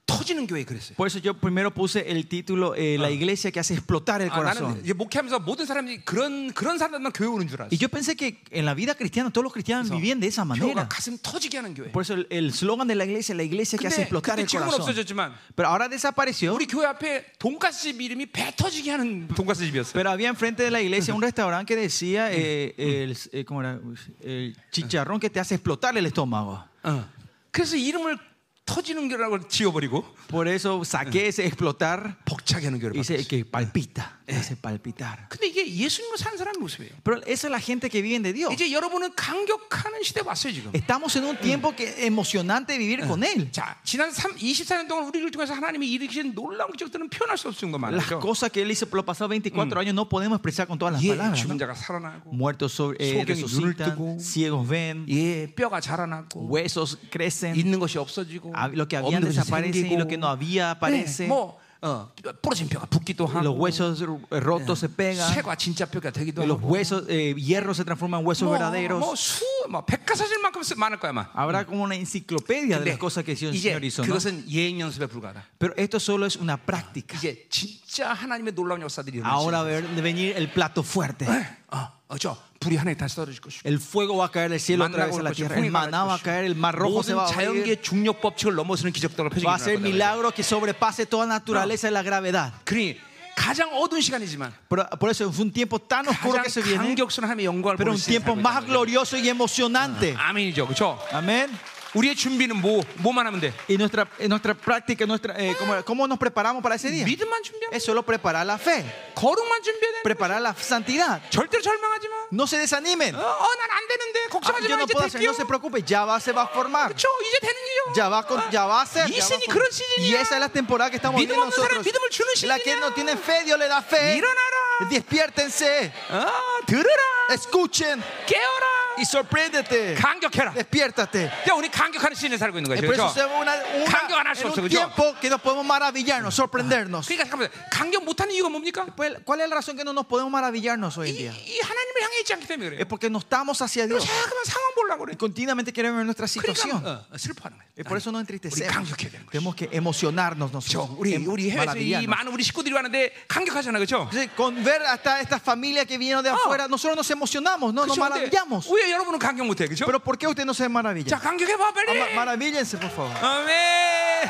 Speaker 1: 터지는 교회 그랬어요.
Speaker 2: Por eso yo primero puse el título eh, La iglesia que hace explotar el
Speaker 1: 아, 나는
Speaker 2: corazón.
Speaker 1: 이제 목회하면서 모든 사람들이 그런 그런 사람들만 교회 오는 줄 알았어.
Speaker 2: Y yo pensé que en la vida cristiana todos los cristianos vivían de esa
Speaker 1: 교회가
Speaker 2: manera.
Speaker 1: 가슴 터지게 하는 교회.
Speaker 2: ah, Por eso el- el eslogan de la iglesia, la iglesia que
Speaker 1: 근데
Speaker 2: hace explotar
Speaker 1: 그때
Speaker 2: el
Speaker 1: 지금은
Speaker 2: corazón.
Speaker 1: 없어졌지만
Speaker 2: Pero ahora desapareció.
Speaker 1: 우리 교회 앞에 돈가스 집 이름이 배 터지게 하는 돈가스 집이었어요.
Speaker 2: Pero había enfrente de la iglesia un restaurante que decía eh, el, eh, ¿cómo era? El chicharrón que te hace explotar el estómago.
Speaker 1: 어. 그래서 이름을 터지는 교회라고 지워버리고
Speaker 2: Por eso saqué ese explotar
Speaker 1: 벅차게 하는 교회를.
Speaker 2: y dice
Speaker 1: 만들었어요.
Speaker 2: que palpita, te hace palpitar.
Speaker 1: 근데 이게 예수님으로 산 사람의 모습이에요.
Speaker 2: Pero esa es la gente que vive de Dios.
Speaker 1: 이제 여러분은 강격하는 시대 왔어요 지금.
Speaker 2: Estamos en un tiempo que emocionante vivir con Él.
Speaker 1: 자, 지난 3, 24년 동안 우리를 통해서 하나님이 일으키신 놀라운 기적들은 표현할 수 없을 정도
Speaker 2: Las
Speaker 1: 많죠.
Speaker 2: cosas que Él hizo por los pasados 24 años no podemos expresar con todas las
Speaker 1: 예,
Speaker 2: palabras.
Speaker 1: 죽은
Speaker 2: ¿no?
Speaker 1: 자가 살아나고,
Speaker 2: Muertos sobre, eh,
Speaker 1: So경이 눈을
Speaker 2: resucitan,
Speaker 1: 뜨고.
Speaker 2: ciegos ven,
Speaker 1: 예, 뼈가 자라나고,
Speaker 2: huesos crecen,
Speaker 1: 있는 아, 것이 없어지고,
Speaker 2: a- lo que había
Speaker 1: 없는 것이
Speaker 2: desaparece y
Speaker 1: 생기고,
Speaker 2: lo que no
Speaker 1: 예,
Speaker 2: había aparece.
Speaker 1: 뭐 어, 부러진 뼈가 붓기도
Speaker 2: los
Speaker 1: 하고,
Speaker 2: huesos eh, rotos se pegan,
Speaker 1: 쇠가 진짜 뼈가 되기도
Speaker 2: los
Speaker 1: 하고,
Speaker 2: huesos eh, hierros se transforman en huesos
Speaker 1: 뭐, 뭐
Speaker 2: verdaderos.
Speaker 1: 수, 뭐 백과사전만큼 쓰- 많을 아, 거야, 만
Speaker 2: Habrá como una enciclopedia de las
Speaker 1: 근데
Speaker 2: cosas que el
Speaker 1: 이제
Speaker 2: Señor hizo. ¿no?
Speaker 1: 그것은 예행 연습에 불과하다.
Speaker 2: Pero esto solo es una práctica.
Speaker 1: 이제 진짜 하나님의 놀라운 역사들이
Speaker 2: Ahora
Speaker 1: 일어나죠.
Speaker 2: va a venir el plato fuerte.
Speaker 1: Eh. 어, 어, 저 불이 하늘에 다시 떨어질 것이고.
Speaker 2: El fuego va a caer del cielo
Speaker 1: 만나고
Speaker 2: otra vez a
Speaker 1: 올
Speaker 2: la
Speaker 1: 것이고,
Speaker 2: tierra. El
Speaker 1: 풍요가
Speaker 2: maná va a
Speaker 1: 날 것이고,
Speaker 2: caer, el mar rojo se
Speaker 1: 모든
Speaker 2: va a abrir.
Speaker 1: 자연계의 중력 법칙을 넘어서는 기적들로 표적이
Speaker 2: Va a ser
Speaker 1: 일어날 거다,
Speaker 2: milagro que sobrepase toda naturaleza y la gravedad.
Speaker 1: 그러니 가장 어두운 시간이지만
Speaker 2: Por, por eso fue un tiempo tan oscuro
Speaker 1: 가장
Speaker 2: que se viene,
Speaker 1: 감격스러운 하나님의 영광을
Speaker 2: pero
Speaker 1: 보는 뭐
Speaker 2: un
Speaker 1: 시간이
Speaker 2: tiempo
Speaker 1: 살고
Speaker 2: más
Speaker 1: 있다는 거죠.
Speaker 2: glorioso y emocionante.
Speaker 1: 아멘이죠 그렇죠
Speaker 2: Amén.
Speaker 1: 우리의 준비는 뭐 뭐만 하면 돼
Speaker 2: Y nuestra, en nuestra práctica, nuestra, eh, ¿cómo, cómo nos preparamos para ese día?
Speaker 1: 믿음만 준비하면
Speaker 2: Es solo preparar la fe,
Speaker 1: 돼. 거룩만 준비해야 돼
Speaker 2: preparar la santidad.
Speaker 1: 절대로 절망하지 마 어,
Speaker 2: No se desanimen.
Speaker 1: 어난 안 되는데
Speaker 2: Ah,
Speaker 1: 걱정하지
Speaker 2: yo
Speaker 1: 마
Speaker 2: no
Speaker 1: 이제
Speaker 2: puedo hacer,
Speaker 1: 될게요
Speaker 2: no se preocupe, ya va, se va a formar.
Speaker 1: 그렇죠 이제 되는 일이요
Speaker 2: Ya va, con- ya va a ser. ya va a
Speaker 1: 있으니
Speaker 2: formar.
Speaker 1: 그런
Speaker 2: Y
Speaker 1: 시즌이야
Speaker 2: esa es la temporada que estamos
Speaker 1: 믿음
Speaker 2: viviendo
Speaker 1: 없는 사람
Speaker 2: nosotros.
Speaker 1: 믿음을 주는
Speaker 2: La que
Speaker 1: 시즌이야
Speaker 2: no tiene fe, Dios le da fe.
Speaker 1: 일어나라 네.
Speaker 2: Despiértense,
Speaker 1: 어, 들으라
Speaker 2: escuchen,
Speaker 1: 깨어라
Speaker 2: y sorpréndete.
Speaker 1: 강격해라.
Speaker 2: Despiértate.
Speaker 1: 그러니까 우리 강격하는 시즌에 살고 있는 거예요.
Speaker 2: Eh, Por eso
Speaker 1: 그렇죠?
Speaker 2: tenemos una, una-
Speaker 1: Cambio ganar
Speaker 2: en
Speaker 1: suerte,
Speaker 2: un
Speaker 1: ¿yo?
Speaker 2: tiempo que nos podemos maravillarnos, sorprendernos.
Speaker 1: 그러니까 잠깐만 강격 못하는 이유가 뭡니까?
Speaker 2: Pues, ¿Cuál es la razón que no nos podemos maravillarnos hoy
Speaker 1: 이,
Speaker 2: en día?
Speaker 1: 이 하나님을 향해 있지 않기 때문에
Speaker 2: Es
Speaker 1: 그래요.
Speaker 2: porque no estamos hacia Dios.
Speaker 1: 자꾸만 상황 보려고 그래.
Speaker 2: Y continuamente queremos ver nuestra situación.
Speaker 1: 그러니까 어, 슬퍼하는 거예요.
Speaker 2: Es por eso nos
Speaker 1: 우리
Speaker 2: entristecemos.
Speaker 1: 강격해야 되는 거죠.
Speaker 2: Tenemos que emocionarnos nosotros.
Speaker 1: 그렇죠. 우리
Speaker 2: em-
Speaker 1: 우리 해외에서 이
Speaker 2: maravillarnos.
Speaker 1: 많은 우리 식구들이 왔는데 강격하잖아, 그렇죠?
Speaker 2: Entonces, Con ver hasta esta familia que vino de
Speaker 1: Ah.
Speaker 2: afuera, nosotros nos emocionamos, no nos maravillamos.
Speaker 1: 왜 여러분은 강격 못해, 뭐. 그렇죠?
Speaker 2: Pero ¿por qué usted no se
Speaker 1: 자,
Speaker 2: maravilla?
Speaker 1: 강격해봐 빨리.
Speaker 2: Ama- Maravíllense, por favor.
Speaker 1: 아멘.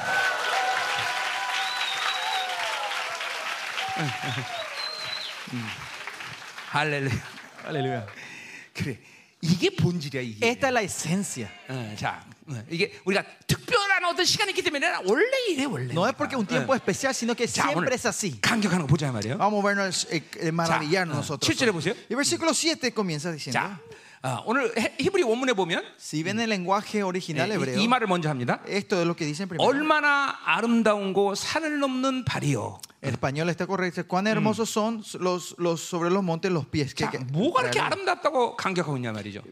Speaker 1: 음. 할렐루야.
Speaker 2: Aleluya.
Speaker 1: 그래. 이게 본질이야 이게.
Speaker 2: Esta es la esencia.
Speaker 1: 어, 자, 어, 이게 우리가 특별한 어떤 시간이 있기 때문에 원래 이래 그러니까. 원래.
Speaker 2: No es porque
Speaker 1: Eh.
Speaker 2: un tiempo especial, sino que siempre es así.
Speaker 1: 강격하는 거 보자 말이에요.
Speaker 2: Vamos a vernos, eh, eh, maravillarnos
Speaker 1: Ya, ah,
Speaker 2: nosotros.
Speaker 1: siete le puse.
Speaker 2: Y versículo 7 comienza diciendo:
Speaker 1: 자, 어, 오늘 해- 히브리 원문에 보면
Speaker 2: Si ven el lenguaje original
Speaker 1: 이,
Speaker 2: hebreo,
Speaker 1: 이 말을 먼저 합니다.
Speaker 2: esto es lo que dicen primero.
Speaker 1: 얼마나 아름다운고 산을 넘는 발이요.
Speaker 2: En español está correcto. Cuán hermosos son los, los sobre los montes los pies. que-
Speaker 1: 자,
Speaker 2: que-
Speaker 1: 뭐가 이렇게 아름답다고 강격하고 있냐 말이죠.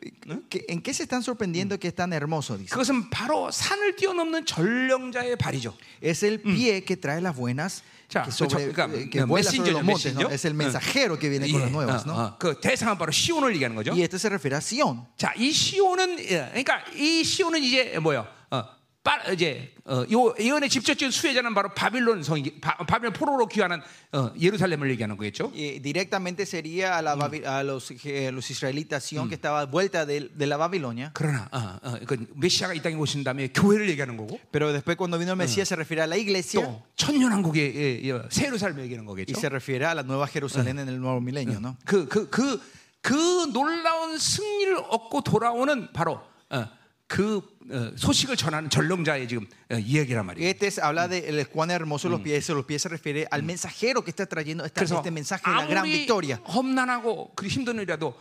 Speaker 2: que- ¿En qué se están sorprendiendo que es tan hermoso? Dice.
Speaker 1: 그것은 바로 산을 뛰어넘는 전령자의 발이죠.
Speaker 2: Es el pie que trae las buenas,
Speaker 1: Ya,
Speaker 2: que, sobre,
Speaker 1: 그러니까,
Speaker 2: eh, que
Speaker 1: eh,
Speaker 2: vuela sobre
Speaker 1: messenger,
Speaker 2: los montes. ¿no?
Speaker 1: messenger.
Speaker 2: Es el mensajero que viene
Speaker 1: 예,
Speaker 2: con las nuevas.
Speaker 1: 어,
Speaker 2: ¿no?
Speaker 1: 어, 그 대상은 바로 시온을 얘기하는 거죠.
Speaker 2: Y este se refiere a Sión.
Speaker 1: 자, 이 시온은 예, 그러니까 이 시온은 이제 뭐요? 어, 빨 이제 어, 요 예언의 직접적인 수혜자는 바로 바빌론 성 바빌론 포로로 귀환한 어, 예루살렘을 얘기하는 거겠죠.
Speaker 2: Eh, directamente sería a, la Babi- a los, eh, los israelitas Sión que estaba vuelta de, de la Babilonia.
Speaker 1: 그러나 어, 어, 그 메시아가 이 땅에 오신 다음에 교회를 얘기하는 거고
Speaker 2: Pero después cuando vino el Mesías se refiere a la iglesia
Speaker 1: 또 천년왕국의 예, 예, 새 예루살렘을 얘기하는
Speaker 2: y
Speaker 1: 거겠죠.
Speaker 2: se refiere a la nueva Jerusalén en el nuevo milenio. ¿no?
Speaker 1: 그 그 그 그 놀라운 승리를 얻고 돌아오는 바로 어, 그 어, 소식을 전하는 전령자의 지금 어, 이야기란 말이에요.
Speaker 2: Este es- habla de el- cuán hermosos los pies, los pies se refiere al mensajero que está trayendo esta-
Speaker 1: 그래서
Speaker 2: este mensaje de la gran
Speaker 1: 아무리
Speaker 2: victoria.
Speaker 1: 험난하고 그 힘든 일이라도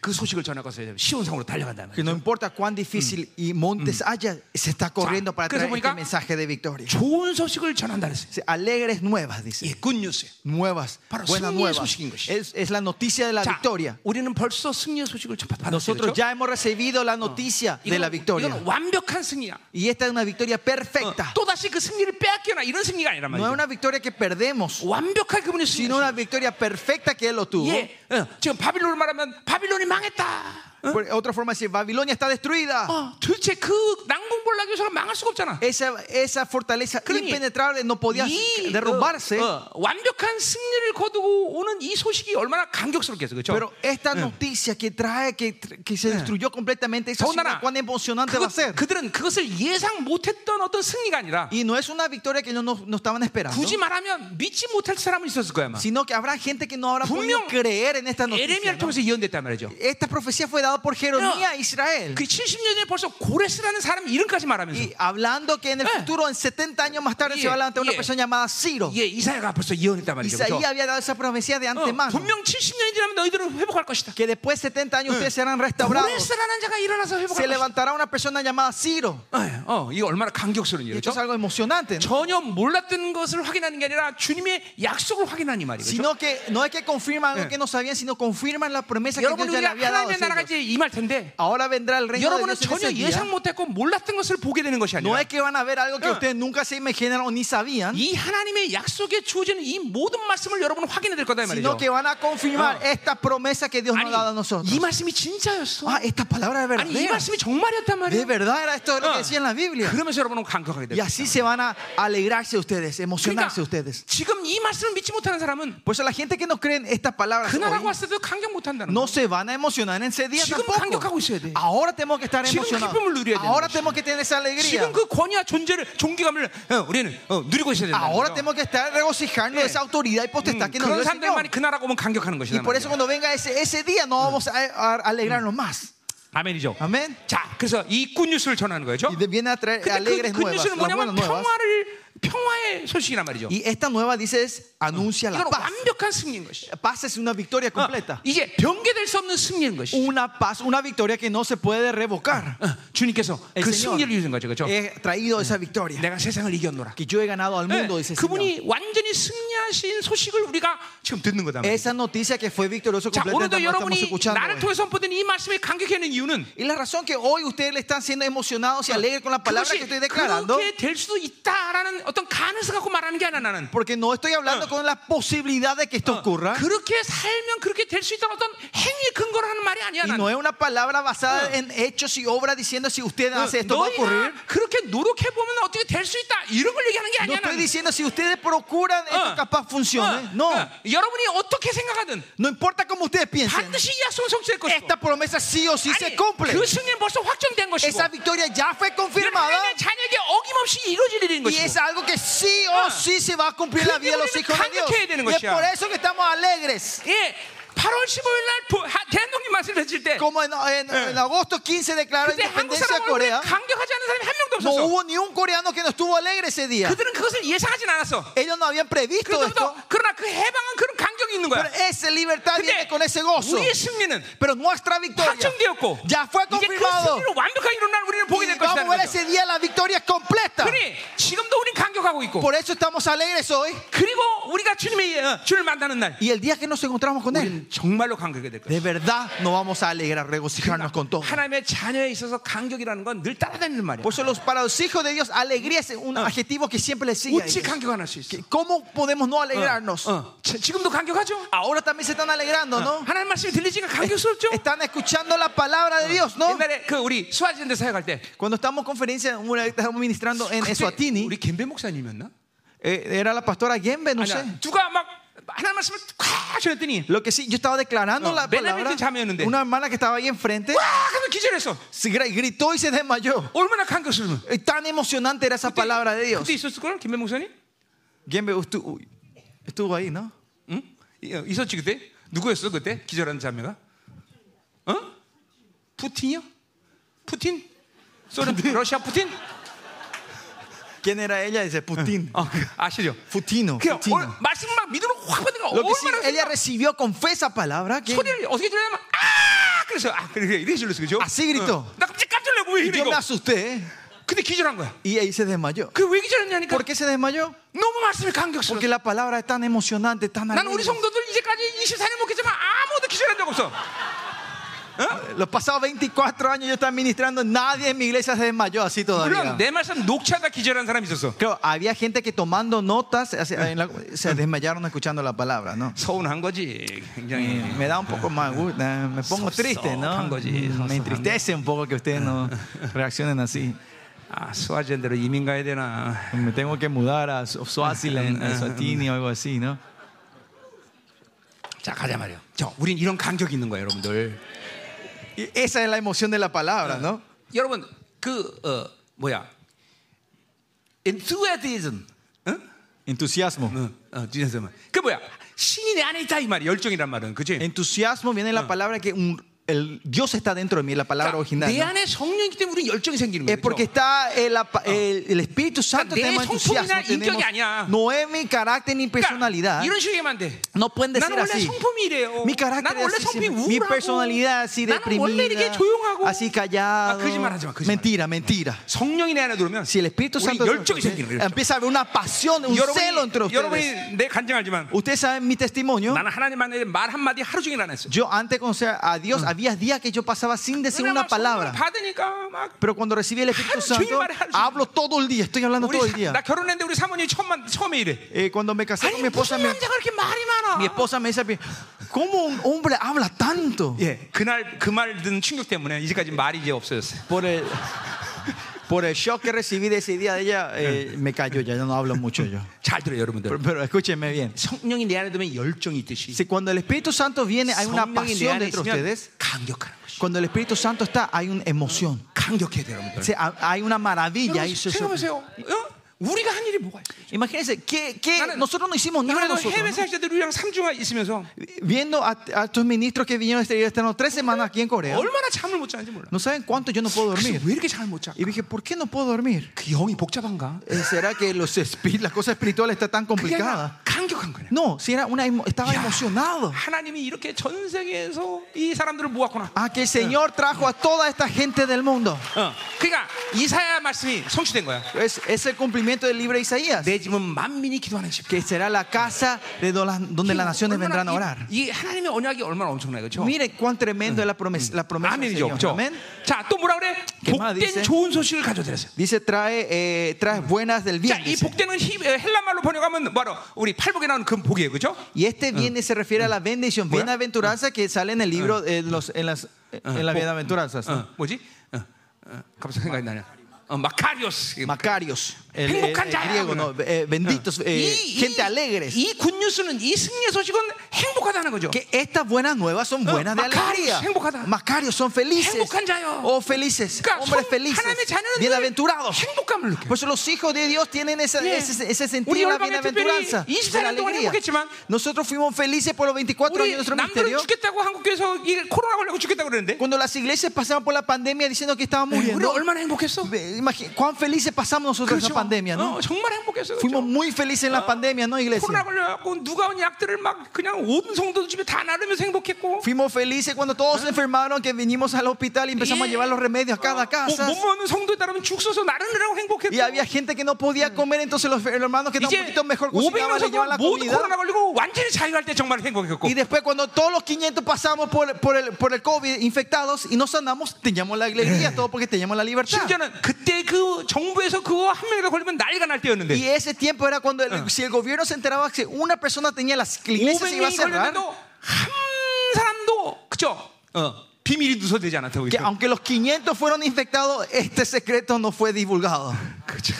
Speaker 1: 그 소식을 전하고서 시온성으로 달려간다는
Speaker 2: Que
Speaker 1: 거예요.
Speaker 2: no importa cuán difícil y montes haya, se está corriendo para
Speaker 1: 그래서
Speaker 2: traer este
Speaker 1: 보니까
Speaker 2: mensaje de victoria.
Speaker 1: 좋은 소식을 전한다 그랬어요.
Speaker 2: Dice, Alegres nuevas, dice.
Speaker 1: 예, 굿뉴스예요.
Speaker 2: Nuevas,
Speaker 1: Para
Speaker 2: buenas
Speaker 1: 승리의
Speaker 2: nuevas.
Speaker 1: 소식인 것이.
Speaker 2: Es, es la noticia de la
Speaker 1: 자,
Speaker 2: victoria.
Speaker 1: 우리는 벌써 승리의 소식을 받았어요.
Speaker 2: Nosotros
Speaker 1: 그렇죠?
Speaker 2: ya hemos recibido la noticia de la
Speaker 1: 이건,
Speaker 2: victoria.
Speaker 1: 이건 완벽한 승리야.
Speaker 2: Y esta es una victoria perfecta.
Speaker 1: 또 다시 그 승리를 빼앗기거나 이런 승리가 아니란
Speaker 2: No es
Speaker 1: 말이에요.
Speaker 2: una victoria que perdemos,
Speaker 1: 완벽하게 그분이
Speaker 2: sino
Speaker 1: 승리했어요.
Speaker 2: una victoria perfecta que Él lo tuvo.
Speaker 1: 예, 어, 지금 바빌론을 말하면 바빌론이 망했다.
Speaker 2: Por- Otra forma de decir, Babilonia está destruida.
Speaker 1: 어, do대체 그 난공불락교사가 망할 수가 없잖아.
Speaker 2: Esa, esa fortaleza
Speaker 1: 그러니
Speaker 2: impenetrable no podía
Speaker 1: 이,
Speaker 2: derrumbarse.
Speaker 1: 어, 어, 완벽한 승리를 거두고 오는 이 소식이 얼마나 감격스럽겠어,
Speaker 2: Pero
Speaker 1: 그렇죠?
Speaker 2: esta noticia que trae que, que se destruyó completamente, esa
Speaker 1: 더군다나
Speaker 2: ciudad, cuán emocionante va a ser.
Speaker 1: 그들은 그것을 예상 못했던 어떤 승리가 아니라
Speaker 2: Y no es una victoria que no, no, no estaban esperando,
Speaker 1: 굳이 말하면 믿지 못할 사람은 있었을 거야, 아마.
Speaker 2: sino que habrá gente que no habrá podido
Speaker 1: 분명
Speaker 2: creer en esta noticia.
Speaker 1: 에레미야를
Speaker 2: ¿no?
Speaker 1: 통해서 예언됐단 말이죠.
Speaker 2: Esta profecía fue dada por Jeremías a Israel.
Speaker 1: 그 70년 전에 벌써 고레스라는 사람 이름까지 말하면서
Speaker 2: Y hablando que en el
Speaker 1: Eh.
Speaker 2: futuro, en 70 años más tarde, se va a levantar una
Speaker 1: Yeah. Oh.
Speaker 2: persona llamada Ciro.
Speaker 1: 예, 이사야가 벌써 예언했단 말이죠. 그렇죠?
Speaker 2: Isaías había dado esa profecía de
Speaker 1: 어,
Speaker 2: antemano.
Speaker 1: 분명 70년이 지나면 너희들은 회복할 것이다.
Speaker 2: Que después de 70 años ustedes serán restaurados.
Speaker 1: 고레스라는 자가 일어나서
Speaker 2: Se
Speaker 1: 회복할 것이다.
Speaker 2: levantará una persona llamada Ciro.
Speaker 1: 예, 어, 이거 얼마나 감격스러운
Speaker 2: Y
Speaker 1: 일이죠.
Speaker 2: esto es algo emocionante. ¿no?
Speaker 1: 전혀 몰랐던 것을 확인하는 게 아니라 주님의 약속을 확인하는 이 말이죠.
Speaker 2: Sino que no es que confirman algo que no sabían, sino confirman la promesa que Dios
Speaker 1: 여러분
Speaker 2: ya
Speaker 1: 우리
Speaker 2: le había dado. a
Speaker 1: 하나님의 나라가
Speaker 2: ellos.
Speaker 1: 이제 임할 텐데
Speaker 2: Ahora vendrá el reino de
Speaker 1: 여러분은
Speaker 2: Dios en
Speaker 1: 전혀
Speaker 2: ese día.
Speaker 1: 예상 못했고 몰랐던 것을 보게 되는 것이
Speaker 2: No
Speaker 1: 아니라
Speaker 2: es que van a ver algo que
Speaker 1: Eh.
Speaker 2: ustedes nunca se imaginaron o ni sabían,
Speaker 1: 이 하나님의 약속에 주어지는 이 모든 말씀을 여러분은 확인해 될 거다 이
Speaker 2: sino
Speaker 1: 말이죠.
Speaker 2: que van a confirmar
Speaker 1: Eh.
Speaker 2: esta promesa que Dios nos ha dado a
Speaker 1: 아니 이
Speaker 2: nosotros.
Speaker 1: 말씀이 진짜였어.
Speaker 2: Ah, esta palabra es
Speaker 1: 아니 이
Speaker 2: verdadera.
Speaker 1: 말씀이 정말이었단
Speaker 2: De
Speaker 1: 말이야.
Speaker 2: verdad era esto lo
Speaker 1: Eh.
Speaker 2: que decía en la Biblia.
Speaker 1: 그러면서 여러분은 감격하게 돼.
Speaker 2: Y así se van a alegrarse ustedes,
Speaker 1: 그러니까
Speaker 2: emocionarse ustedes.
Speaker 1: 지금 이 말씀을 믿지 못하는 사람은
Speaker 2: Por eso la gente que no cree en estas palabras
Speaker 1: 그 나라가
Speaker 2: hoy,
Speaker 1: 왔을 때도 감격 못한다는
Speaker 2: no
Speaker 1: 거야.
Speaker 2: se van a emocionar en ese día
Speaker 1: 지금
Speaker 2: tampoco.
Speaker 1: 감격하고 있어야 돼.
Speaker 2: Ahora tenemos que estar
Speaker 1: 지금
Speaker 2: emocionados.
Speaker 1: 기쁨을 누려야 되는
Speaker 2: Ahora
Speaker 1: 것이야.
Speaker 2: tenemos que tener esa alegría.
Speaker 1: 지금 그 권위와 존재를 존귀감을 어, 우리는 어, 누리고 있어야 된다.
Speaker 2: Ahora tenemos que estar regocijarnos de esa autoridad y potestad que nos dio
Speaker 1: 그런
Speaker 2: el
Speaker 1: 사람들만이
Speaker 2: Señor.
Speaker 1: 그 나라가 오면 감격하는 것이다. 뭐
Speaker 2: Y por eso cuando venga ese, ese día no vamos a, a alegrarnos más.
Speaker 1: 아멘이죠.
Speaker 2: Amén.
Speaker 1: 자, 그래서 이 굿뉴스를 전하는 거죠.
Speaker 2: Y de- viene a traer
Speaker 1: 근데
Speaker 2: alegres
Speaker 1: 그
Speaker 2: nuevas,
Speaker 1: 굿뉴스는
Speaker 2: las buenas
Speaker 1: 뭐냐면
Speaker 2: nuevas.
Speaker 1: 평화를 평화의 소식이란 말이죠.
Speaker 2: Y esta nueva dice es, anuncia la
Speaker 1: 이건
Speaker 2: paz.
Speaker 1: 완벽한 승리인 것이.
Speaker 2: Paz es una victoria
Speaker 1: 어,
Speaker 2: completa.
Speaker 1: 이제 변개될 수 없는 승리인 것이.
Speaker 2: Una paz, una victoria que no se puede revocar.
Speaker 1: 어, 주님께서
Speaker 2: El
Speaker 1: 그
Speaker 2: Señor.
Speaker 1: 승리를 주신 거죠, 그렇죠?
Speaker 2: He traído esa victoria.
Speaker 1: 내가 세상을 이겼노라.
Speaker 2: Que yo he ganado al
Speaker 1: 네,
Speaker 2: mundo, dice el Señor.
Speaker 1: 그분이 완전히 승리한 승리하신 소식을 우리가 지금 듣는 거다. 말이에요.
Speaker 2: Esa noticia que fue victorioso
Speaker 1: 자,
Speaker 2: completamente
Speaker 1: 오늘도
Speaker 2: estamos
Speaker 1: 여러분이
Speaker 2: escuchando.
Speaker 1: 나를
Speaker 2: hoy.
Speaker 1: 통해서 선포된 이 말씀에 감격하는 이유는
Speaker 2: Y la razón que hoy ustedes le están siendo emocionados y alegres con la palabra que
Speaker 1: 그것이
Speaker 2: estoy declarando,
Speaker 1: 그렇게 될 수도 있다라는 어떤 가능성 갖고 말하는 게 아니라 나는
Speaker 2: porque no estoy
Speaker 1: Ah.
Speaker 2: hablando con la posibilidad de que esto ocurra.
Speaker 1: 그렇게 살면 그렇게 될 수 있다는 어떤 행위 근거를 하는 말이 아니야
Speaker 2: Y
Speaker 1: 나는.
Speaker 2: no es una palabra
Speaker 1: Ah.
Speaker 2: basada en hechos y obras diciendo si ustedes hacen esto va a
Speaker 1: 어,
Speaker 2: ocurrir.
Speaker 1: 너희가 그렇게 노력해 보면 어떻게 될 수 있다 이런 걸 얘기하는 게
Speaker 2: No
Speaker 1: 아니야.
Speaker 2: estoy
Speaker 1: 나는.
Speaker 2: diciendo si ustedes procuran
Speaker 1: Ah.
Speaker 2: esto capaz funcione. No,
Speaker 1: 어, 어, 여러분이 어떻게 생각하든
Speaker 2: no importa cómo ustedes piensen.
Speaker 1: 반드시 이 약속은 성취될 것이고.
Speaker 2: Esta promesa sí o sí se
Speaker 1: 아니,
Speaker 2: cumple.
Speaker 1: 그 승리는 벌써 확정된 것이고.
Speaker 2: Esa victoria ya fue confirmada
Speaker 1: 하나님의 자녀에게 어김없이 이루어질 일인
Speaker 2: y
Speaker 1: 것이고.
Speaker 2: es algo que sí
Speaker 1: Ah.
Speaker 2: o sí se va a cumplir en la vida de los hijos de Dios. Y es por eso que estamos alegres.
Speaker 1: 예, 8월 15일 날 부- 하- 대통령 말씀을 했을 때
Speaker 2: Como en, en- en agosto 15 declaró
Speaker 1: 그때 한국
Speaker 2: independencia de
Speaker 1: 사람은
Speaker 2: Corea,
Speaker 1: 강경하지 않은 사람이 한 명도
Speaker 2: no
Speaker 1: 없었어.
Speaker 2: hubo ni un coreano que no estuvo alegre ese día.
Speaker 1: 그들은 그것을 예상하진 않았어.
Speaker 2: Ellos no habían previsto esto.
Speaker 1: 그래도 그러나 그 해방은 그런 강경이 있는 거야.
Speaker 2: Pero esa libertad
Speaker 1: 근데
Speaker 2: viene con ese gozo.
Speaker 1: 우리의 승리는
Speaker 2: Pero nuestra victoria
Speaker 1: 확정되었고
Speaker 2: ya fue
Speaker 1: 이제 그
Speaker 2: confirmado.
Speaker 1: 승리를 완벽하게 이룬 날 우리는 보게 될
Speaker 2: Y vamos a ver
Speaker 1: 것이라는 거죠.
Speaker 2: ese día la victoria completa.
Speaker 1: 그러니 지금도 우린 강격하고 있고
Speaker 2: Por eso estamos alegres hoy.
Speaker 1: 그리고 우리가 주님의 어, 주를 만나는 날
Speaker 2: Y el día que nos encontramos con Él,
Speaker 1: 우리는 정말로 강격이 될 거야.
Speaker 2: de verdad nos vamos a alegrar, regocijarnos con todo.
Speaker 1: 하나님의 자녀에 있어서 강격이라는 건 늘 따라다니는 말이야.
Speaker 2: Por eso los, para los hijos de Dios, alegría es un adjetivo que siempre les sigue. a
Speaker 1: 어찌
Speaker 2: ellos.
Speaker 1: 강격할 수 있어?
Speaker 2: ¿Cómo podemos no alegrarnos?
Speaker 1: 어, 어. 자, 지금도 강격하죠?
Speaker 2: Ahora también se están alegrando, ¿no?
Speaker 1: 하나님 말씀이 들리지가 강격스럽죠?
Speaker 2: Están escuchando la palabra de Dios, ¿no?
Speaker 1: 옛날에 그 우리 수아진대 사역할 때
Speaker 2: Cuando estamos en conferencia, una vez estábamos ministrando en
Speaker 1: 그때
Speaker 2: Eswatini,
Speaker 1: 우리 겐베 목사님이었나?
Speaker 2: eh, era la pastora Gembe, no sé.
Speaker 1: 아니야. 누가 막 하나님 말씀을 콱 전했더니
Speaker 2: Lo que sí, yo estaba declarando
Speaker 1: No,
Speaker 2: la
Speaker 1: Belén
Speaker 2: palabra.
Speaker 1: Benítez llame였는데.
Speaker 2: Una hermana que estaba ahí enfrente
Speaker 1: 아, 그러면 기절했어.
Speaker 2: se gra- gritó y se desmayó.
Speaker 1: 얼마나 강격스러운.
Speaker 2: Eh, Tan emocionante era esa palabra de Dios.
Speaker 1: 그때 있었을 걸 김배 목사님?
Speaker 2: Gembe, ustu- uy, estuvo ahí, ¿no?
Speaker 1: 응? 이- 어, 있었지 그때? 누구였어 그때? 기절한 자매가? 어? 푸틴이요? 푸틴? 소련 러시아 푸틴?
Speaker 2: ¿Quién era ella? Dice Putin.
Speaker 1: 어, 아시죠?
Speaker 2: Futino.
Speaker 1: 그냥
Speaker 2: Futino.
Speaker 1: 얼- 말씀 막 믿음으로 확 받으니까
Speaker 2: Lo que sí,
Speaker 1: 얼마나
Speaker 2: ella recibió con fe esa palabra. que-
Speaker 1: 소리를 어떻게 들려면 아! 그래서 아 그래 그래 이래 질렀어 그죠?
Speaker 2: 아, 시그리토.
Speaker 1: 어. 나 깜짝 깜짝 놀래 왜
Speaker 2: Y
Speaker 1: 이래
Speaker 2: yo
Speaker 1: 이거?
Speaker 2: me asusté
Speaker 1: 근데 기절한 거야.
Speaker 2: y ahí se desmayó.
Speaker 1: 그 왜 기절했냐니까.
Speaker 2: ¿Por qué se desmayó?
Speaker 1: 너무 말씀이
Speaker 2: Porque
Speaker 1: 감격스러워.
Speaker 2: la palabra es tan emocionante, tan
Speaker 1: 난 우리
Speaker 2: alegre.
Speaker 1: 성도들 이제까지 24년 먹겠지만 아무도 기절한 적 없어.
Speaker 2: Los pasados 24 años yo estaba ministrando, nadie en mi iglesia se desmayó así todavía.
Speaker 1: 물론 내 말씀 녹취하다 기절한 사람이 있었어.
Speaker 2: Claro, había gente que tomando notas hace- en la- se desmayaron escuchando la palabra, ¿no?
Speaker 1: 서운한 거지. 굉장히.
Speaker 2: Me da un poco más, gu- eh, me pongo triste, ¿no?
Speaker 1: Sofocando allí,
Speaker 2: Me entristece un poco que ustedes no reaccionen así.
Speaker 1: 아, 수아젠대로 이민 가야 되나.
Speaker 2: Me tengo que mudar a Swa- Swaziland, a Swatini o algo así, ¿no?
Speaker 1: 자, 가자 말이요. 저, 우린 이런 감격이 있는 거예요, 여러분들.
Speaker 2: Y esa es la emoción de la palabra, ¿no?
Speaker 1: 여러분, 그 어, 뭐야? enthusiasm. 응?
Speaker 2: Entusiasmo.
Speaker 1: 응, 어, enthusiasm. 그 뭐야? 신이 내 안에 있다 이 말이 열정이란 말은. 그지
Speaker 2: Entusiasmo viene de la palabra que un- el Dios está dentro de mí, la palabra original.
Speaker 1: 그러니까 내
Speaker 2: ¿no?
Speaker 1: 안에 성령이기 때문에 우리 열정이 생기는
Speaker 2: Es
Speaker 1: 거예요.
Speaker 2: porque
Speaker 1: 그죠?
Speaker 2: está el, apa- el- el Espíritu Santo,
Speaker 1: 내
Speaker 2: tenemos entusiasmo.
Speaker 1: 성품이나 인격이
Speaker 2: tenemos-
Speaker 1: 아니야.
Speaker 2: no es mi carácter ni
Speaker 1: 그러니까
Speaker 2: personalidad.
Speaker 1: 이런 식으로 하면 안 돼.
Speaker 2: No pueden decir
Speaker 1: 나는 원래
Speaker 2: así.
Speaker 1: 성품이 이래요.
Speaker 2: Mi carácter
Speaker 1: 나는
Speaker 2: es
Speaker 1: 원래
Speaker 2: así,
Speaker 1: 성품이
Speaker 2: siempre.
Speaker 1: 우울하고.
Speaker 2: mi personalidad así
Speaker 1: 나는 원래 이렇게
Speaker 2: deprimida,
Speaker 1: 조용하고.
Speaker 2: así
Speaker 1: 아,
Speaker 2: callado.
Speaker 1: 거짓말 하지 마, 거짓말.
Speaker 2: mentira, mentira.
Speaker 1: 성령이 내 안에 들어오면
Speaker 2: Si el Espíritu
Speaker 1: 우리
Speaker 2: Santo
Speaker 1: 열정이 생기는 거예요. 열정.
Speaker 2: empieza a haber una pasión, un celo entre
Speaker 1: 여러분이,
Speaker 2: ustedes.
Speaker 1: 여러분이 내 간증 알지만
Speaker 2: ustedes saben mi testimonio.
Speaker 1: 나는 하나님 만에 말 한마디 하루 종일 안 했어.
Speaker 2: Yo antes conocer a Dios, había días que yo pasaba sin decir
Speaker 1: 왜냐면
Speaker 2: una palabra.
Speaker 1: 성령을 받으니까 막
Speaker 2: Pero cuando recibí el Espíritu
Speaker 1: Haru 종일
Speaker 2: Santo,
Speaker 1: 말해, 하루 종일.
Speaker 2: hablo todo el día, estoy hablando
Speaker 1: 우리
Speaker 2: todo el
Speaker 1: 사, 나
Speaker 2: día.
Speaker 1: 결혼했는데 우리 사모님이 처음 처음에 이래.
Speaker 2: Eh, cuando me casé
Speaker 1: 아니
Speaker 2: con mi esposa,
Speaker 1: 무슨
Speaker 2: me,
Speaker 1: 남자가 그렇게 말이 많아.
Speaker 2: Mi esposa me dice, ¿cómo un hombre habla tanto?
Speaker 1: 예, 그날 그 말 든 충격 때문에 이제까지 말이 이제 없어졌어요.
Speaker 2: Por el, por el shock que recibí de ese día de ella, eh, me cayó ya, ya no hablo mucho yo.
Speaker 1: 잘 들어요, 여러분들.
Speaker 2: Pero, pero escúchenme bien.
Speaker 1: 성령이 내 안에 들면 열정이 있듯이
Speaker 2: Si cuando el Espíritu Santo viene, hay una
Speaker 1: 성령이 내
Speaker 2: pasión
Speaker 1: 안에
Speaker 2: dentro de
Speaker 1: 있으면
Speaker 2: ustedes.
Speaker 1: 강격하는 것이.
Speaker 2: Cuando el Espíritu Santo está, hay una emoción.
Speaker 1: 강격해야 돼요, 여러분들.
Speaker 2: Se- ha- hay una maravilla. Hay su- su-
Speaker 1: 생각해보세요. 어? 우리가 한 일이 뭐가 있어요?
Speaker 2: Imagínense, ¿qué, qué?
Speaker 1: 나는-
Speaker 2: nosotros no hicimos ni una
Speaker 1: 나는
Speaker 2: nosotros.
Speaker 1: 해외
Speaker 2: ¿no?
Speaker 1: 사역자들 우리랑 3주가 있으면서
Speaker 2: Viendo a, a estos ministros que vinieron este día, están tres semanas aquí en Corea.
Speaker 1: 얼마나 잠을 못 자는지 몰라.
Speaker 2: No saben cuánto yo no puedo
Speaker 1: 그래서
Speaker 2: dormir.
Speaker 1: 왜 이렇게 잠을 못 자?
Speaker 2: Y dije, ¿por qué no puedo dormir?
Speaker 1: 그 영이 복잡한가?
Speaker 2: Eh, ¿Será que los espí- las cosas espirituales están tan
Speaker 1: 그게
Speaker 2: complicadas?
Speaker 1: 아니라 감격한 거네.
Speaker 2: No, si era una, emo- estaba
Speaker 1: Ya. 어.
Speaker 2: emocionado.
Speaker 1: 하나님이 이렇게 전 세계에서 이 사람들을 모았구나.
Speaker 2: Ah, que el Señor trajo a toda esta gente del mundo.
Speaker 1: 어. 그러니까 이사야 말씀이 성취된 거야.
Speaker 2: Es, es el cumplimiento del libro de Isaías,
Speaker 1: 내 집은 만민이 gido하는 집.
Speaker 2: que será la casa de do- la- donde las naciones vendrán a orar.
Speaker 1: 이, 이 하나님의 언약이 얼마나 엄청나요, 그렇죠?
Speaker 2: Mire cuán tremendo es la promesa, la promesa del
Speaker 1: 아멘이죠,
Speaker 2: Señor.
Speaker 1: 그렇죠?
Speaker 2: Amén.
Speaker 1: 자, 또 뭐라 그래?
Speaker 2: ¿Qué más
Speaker 1: 복된
Speaker 2: dice?
Speaker 1: 좋은 소식을 가져드렸어요.
Speaker 2: Dice, trae, eh, traes buenas del
Speaker 1: 자,
Speaker 2: bien.
Speaker 1: 이
Speaker 2: dice.
Speaker 1: 복되는 히- 에, 헬라말로 번역하면 뭐로 우리 팔복에 나오는 그 복이에요, 그렇죠?
Speaker 2: Y este bien se refiere a la bendición,
Speaker 1: Bueno.
Speaker 2: bienaventuranza que sale en el libro, en, los, en las, en las bienaventuranzas. ¿no?
Speaker 1: 어, 뭐지? 어, 어, 갑자기 생각이 나냐? 어, 마카리오스.
Speaker 2: Macarios, el, el- el
Speaker 1: 행복한 자야,
Speaker 2: griego, ¿no? Eh, benditos, eh, gente alegres.
Speaker 1: 이 굿뉴스는 이 승리의 소식은 행복하다는 거죠.
Speaker 2: que estas buenas nuevas son buenas de
Speaker 1: Macarios,
Speaker 2: alegría.
Speaker 1: 행복하다.
Speaker 2: Macarios son felices.
Speaker 1: 행복한 자요.
Speaker 2: Oh, felices.
Speaker 1: 그러니까
Speaker 2: Hombres
Speaker 1: 성-
Speaker 2: felices.
Speaker 1: 하나님의 자녀는 늘
Speaker 2: Bienaventurados.
Speaker 1: 행복감을 느껴요.
Speaker 2: Por eso los hijos de Dios tienen esa,
Speaker 1: 예.
Speaker 2: ese, ese
Speaker 1: 우리
Speaker 2: sentido de la
Speaker 1: 열방의
Speaker 2: bienaventuranza.
Speaker 1: 특별히
Speaker 2: de la
Speaker 1: 24년 동안
Speaker 2: alegría.
Speaker 1: 행복했지만
Speaker 2: Nosotros fuimos felices por los 24
Speaker 1: 우리
Speaker 2: años de nuestro
Speaker 1: 남들은
Speaker 2: ministerio.
Speaker 1: 죽겠다고 한국교회에서 이 코로나 걸리고 죽겠다고 그러는데
Speaker 2: Cuando las iglesias pasaban por la pandemia diciendo que estaban
Speaker 1: 우리
Speaker 2: muriendo,
Speaker 1: 얼마나 행복했어?
Speaker 2: ve- imagi- cuán felices pasamos nosotros en
Speaker 1: 그렇죠.
Speaker 2: la pandemia, ¿no? Ah,
Speaker 1: 어, 정말 행복했어.
Speaker 2: Fuimos
Speaker 1: 그렇죠?
Speaker 2: muy felices en la pandemia, ¿no,
Speaker 1: 코로나
Speaker 2: iglesia?
Speaker 1: 걸려갖고 누가 온 약들을 막 그냥 온 성도들 집에 다 나르면서 행복했고 뭐,
Speaker 2: Fuimos felices cuando todos se enfermaron, que vinimos al hospital y empezamos a
Speaker 1: 예.
Speaker 2: llevar los remedios a cada
Speaker 1: 뭐,
Speaker 2: casa.
Speaker 1: 못 먹는 성도에 따르면 죽서서 나르느라고 행복했고
Speaker 2: Y había gente que no podía comer, entonces los hermanos que estaban un
Speaker 1: 이제
Speaker 2: poquito mejor
Speaker 1: 500명
Speaker 2: cocinaban y
Speaker 1: 성도가
Speaker 2: llevaban la
Speaker 1: 모두 코로나
Speaker 2: comida.
Speaker 1: 걸리고 완전히 자유할 때 정말 행복했고
Speaker 2: Y después cuando todos los 500 pasamos por, por, el, por el COVID infectados y nos sanamos, teníamos la alegría, todo porque teníamos la libertad.
Speaker 1: 심지어는 그때 그 정부에서 그거 한 명이라도 걸리면 난리가 날 때였는데
Speaker 2: Y ese tiempo era cuando el- si el gobierno se enteraba que una persona tenía las iglesias se iba a
Speaker 1: 500명이
Speaker 2: cerrar,
Speaker 1: 걸렸는데도 한 사람도 그죠? 어, 비밀이 누설되지 않았다고
Speaker 2: que
Speaker 1: 그죠?
Speaker 2: aunque los 500 fueron infectados, este secreto no fue divulgado.
Speaker 1: 그죠?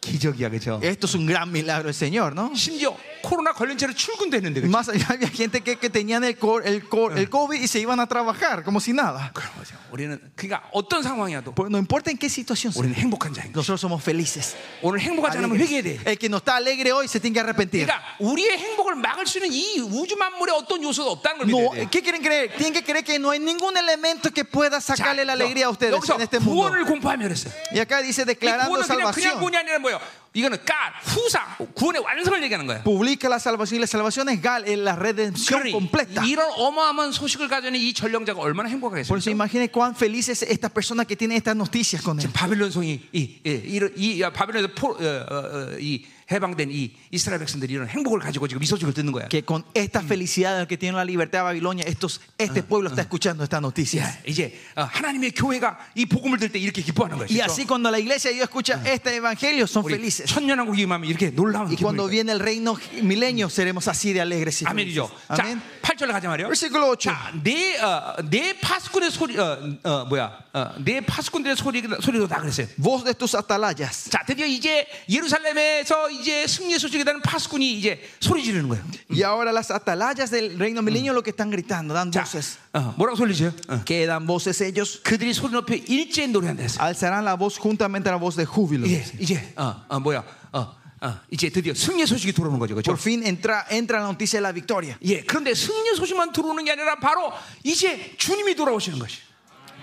Speaker 1: 기적이야 그죠?
Speaker 2: Esto es un gran milagro del Señor, ¿no?
Speaker 1: 예. 심지어 코로나 걸린 채로 출근도 했는데
Speaker 2: Y
Speaker 1: 그죠?
Speaker 2: Más allá había gente que, que tenían el, co- el, co- el COVID y se iban a trabajar como si nada.
Speaker 1: 그런 거죠. 우리는 그러니까 어떤 상황이어도
Speaker 2: Pues no importa en qué situación sea.
Speaker 1: 우리는 행복한 자인 거죠.
Speaker 2: Nosotros somos felices.
Speaker 1: 오늘 행복하지 않으면
Speaker 2: Alegres.
Speaker 1: 회개해야 돼.
Speaker 2: El que no está alegre hoy se tiene que arrepentir.
Speaker 1: 그러니까 우리의 행복을 막을 수 있는 이 우주 만물의 어떤 요소도 없다는 걸
Speaker 2: No, eh,
Speaker 1: 믿어야 돼.
Speaker 2: ¿Qué quieren creer? Tienen que creer que no hay ningún elemento que pueda sacarle la alegría a ustedes
Speaker 1: 여기서
Speaker 2: en este mundo.
Speaker 1: 구원을 공포하며 그랬어요.
Speaker 2: Y acá dice
Speaker 1: 이
Speaker 2: declarando
Speaker 1: 구원은 그냥 그냥
Speaker 2: salvación.
Speaker 1: 구원이 아니라 뭐예요? 이거는 까 후사 구원의 완성을 얘기하는 거예요.
Speaker 2: Publica la salvación y la salvación es gal, es la redención
Speaker 1: 그러니
Speaker 2: completa.
Speaker 1: 이런 어마어마한 소식을 가져는 이 전령자가 얼마나
Speaker 2: Por eso
Speaker 1: 행복하겠어요?
Speaker 2: imaginen cuán felices estas personas que tienen estas noticias con él.
Speaker 1: 바빌론 성이 이, 예, 이런- 이, 이 바빌론에서 포, 어, 어, 어, 이 해방된 이 이스라엘 백성들이 이런 행복을 가지고 지금 이 so식을 듣는 거야.
Speaker 2: Que con esta felicidad que tiene la libertad de Babilonia, estos, este pueblo está escuchando estas noticias.
Speaker 1: 야, 이제 어, 하나님의 교회가 이 복음을 들 때 이렇게 기뻐하는 거야.
Speaker 2: Y así cuando la iglesia de Dios escucha este evangelio, son
Speaker 1: 우리
Speaker 2: felices.
Speaker 1: 천년왕국이 임하면 이렇게 놀라운
Speaker 2: Y cuando
Speaker 1: 기쁨이
Speaker 2: viene el reino milenio seremos así de alegres. y
Speaker 1: 아멘이죠.
Speaker 2: felices.
Speaker 1: 자,
Speaker 2: Amén.
Speaker 1: 8절 가자 말이요.
Speaker 2: Versículo 8.
Speaker 1: 자, 내, 어, 내 파수꾼의 소리, 어, 어, 뭐야, 어, 내 파수꾼들의 소리, 소리도 다 그랬어요.
Speaker 2: Voz de tus atalayas.
Speaker 1: 자, 드디어 이제 예루살렘에서 이제 승리의 소식에 대한 파수꾼이 이제 소리 지르는 거예요.
Speaker 2: Y ahora las atalayas del reino milenio lo que están gritando, dan
Speaker 1: 자,
Speaker 2: voces.
Speaker 1: 어, 뭐라고 소리지요? 어.
Speaker 2: Que dan voces ellos.
Speaker 1: 그들이 소리 높여 일제히 노래한다 했어요.
Speaker 2: Alzarán la voz juntamente a la voz de júbilo.
Speaker 1: 아, 이제, 이제, 어, 어, 뭐야, 어, 어, 이제 드디어 승리의 소식이 들어오는 거죠, 그렇죠?
Speaker 2: Por fin entra, entra la noticia de la victoria.
Speaker 1: 예, 그런데 승리의 소식만 들어오는 게 아니라 바로 이제 주님이 돌아오시는 것이.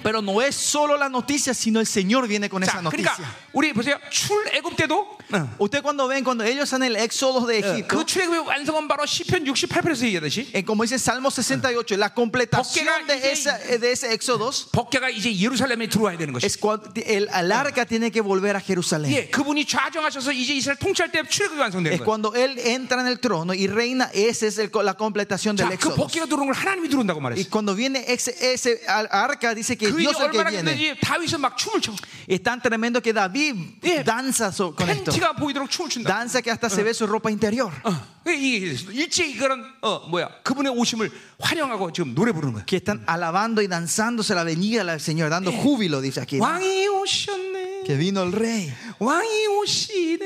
Speaker 2: Pero no es solo la noticia, sino el Señor viene con
Speaker 1: 자,
Speaker 2: esa
Speaker 1: 그러니까
Speaker 2: noticia.
Speaker 1: 우리 보세요. 출애굽 때도 어,
Speaker 2: Usted cuando ven, cuando ellos están en el éxodo de Egipto,
Speaker 1: 그 출애굽의 완성은 바로 시편 68편에서 얘기하듯이
Speaker 2: eh, como dice Salmo 68, la completación de, esa- de ese éxodo
Speaker 1: 법궤가 이제 예루살렘에 들어와야 되는 것이.
Speaker 2: es cuando el, el arca tiene que volver a Jerusalén.
Speaker 1: 예, 그분이 좌정하셔서 이제 이스라엘 통치할 때 출애굽이 완성되는
Speaker 2: Es
Speaker 1: 거예요.
Speaker 2: cuando él entra en el trono y reina, esa es el- la completación
Speaker 1: 자,
Speaker 2: del
Speaker 1: 그
Speaker 2: éxodo.
Speaker 1: 법궤가 들어온 걸 하나님이 들어온다고
Speaker 2: Y
Speaker 1: 말했어요.
Speaker 2: cuando viene ese, ese al- arca, dice que
Speaker 1: 그 일이
Speaker 2: Dios es el que
Speaker 1: 얼마나
Speaker 2: viene.
Speaker 1: 힘든지 다윗은 막 춤을 춰.
Speaker 2: Es tan tremendo que David
Speaker 1: Yeah.
Speaker 2: danza so- con esto.
Speaker 1: 팬티가 보이도록 춤을 춘다.
Speaker 2: Danza que hasta se ve su ropa interior.
Speaker 1: 어, 이게 일제히 그런 어 뭐야 그분의 오심을 환영하고 지금 노래 부르는 거야.
Speaker 2: Que están alabando y danzándose la venida del Señor, dando júbilo, dice aquí. ¿no?
Speaker 1: 왕이 오셨네.
Speaker 2: Que vino el rey.
Speaker 1: 왕이 오시네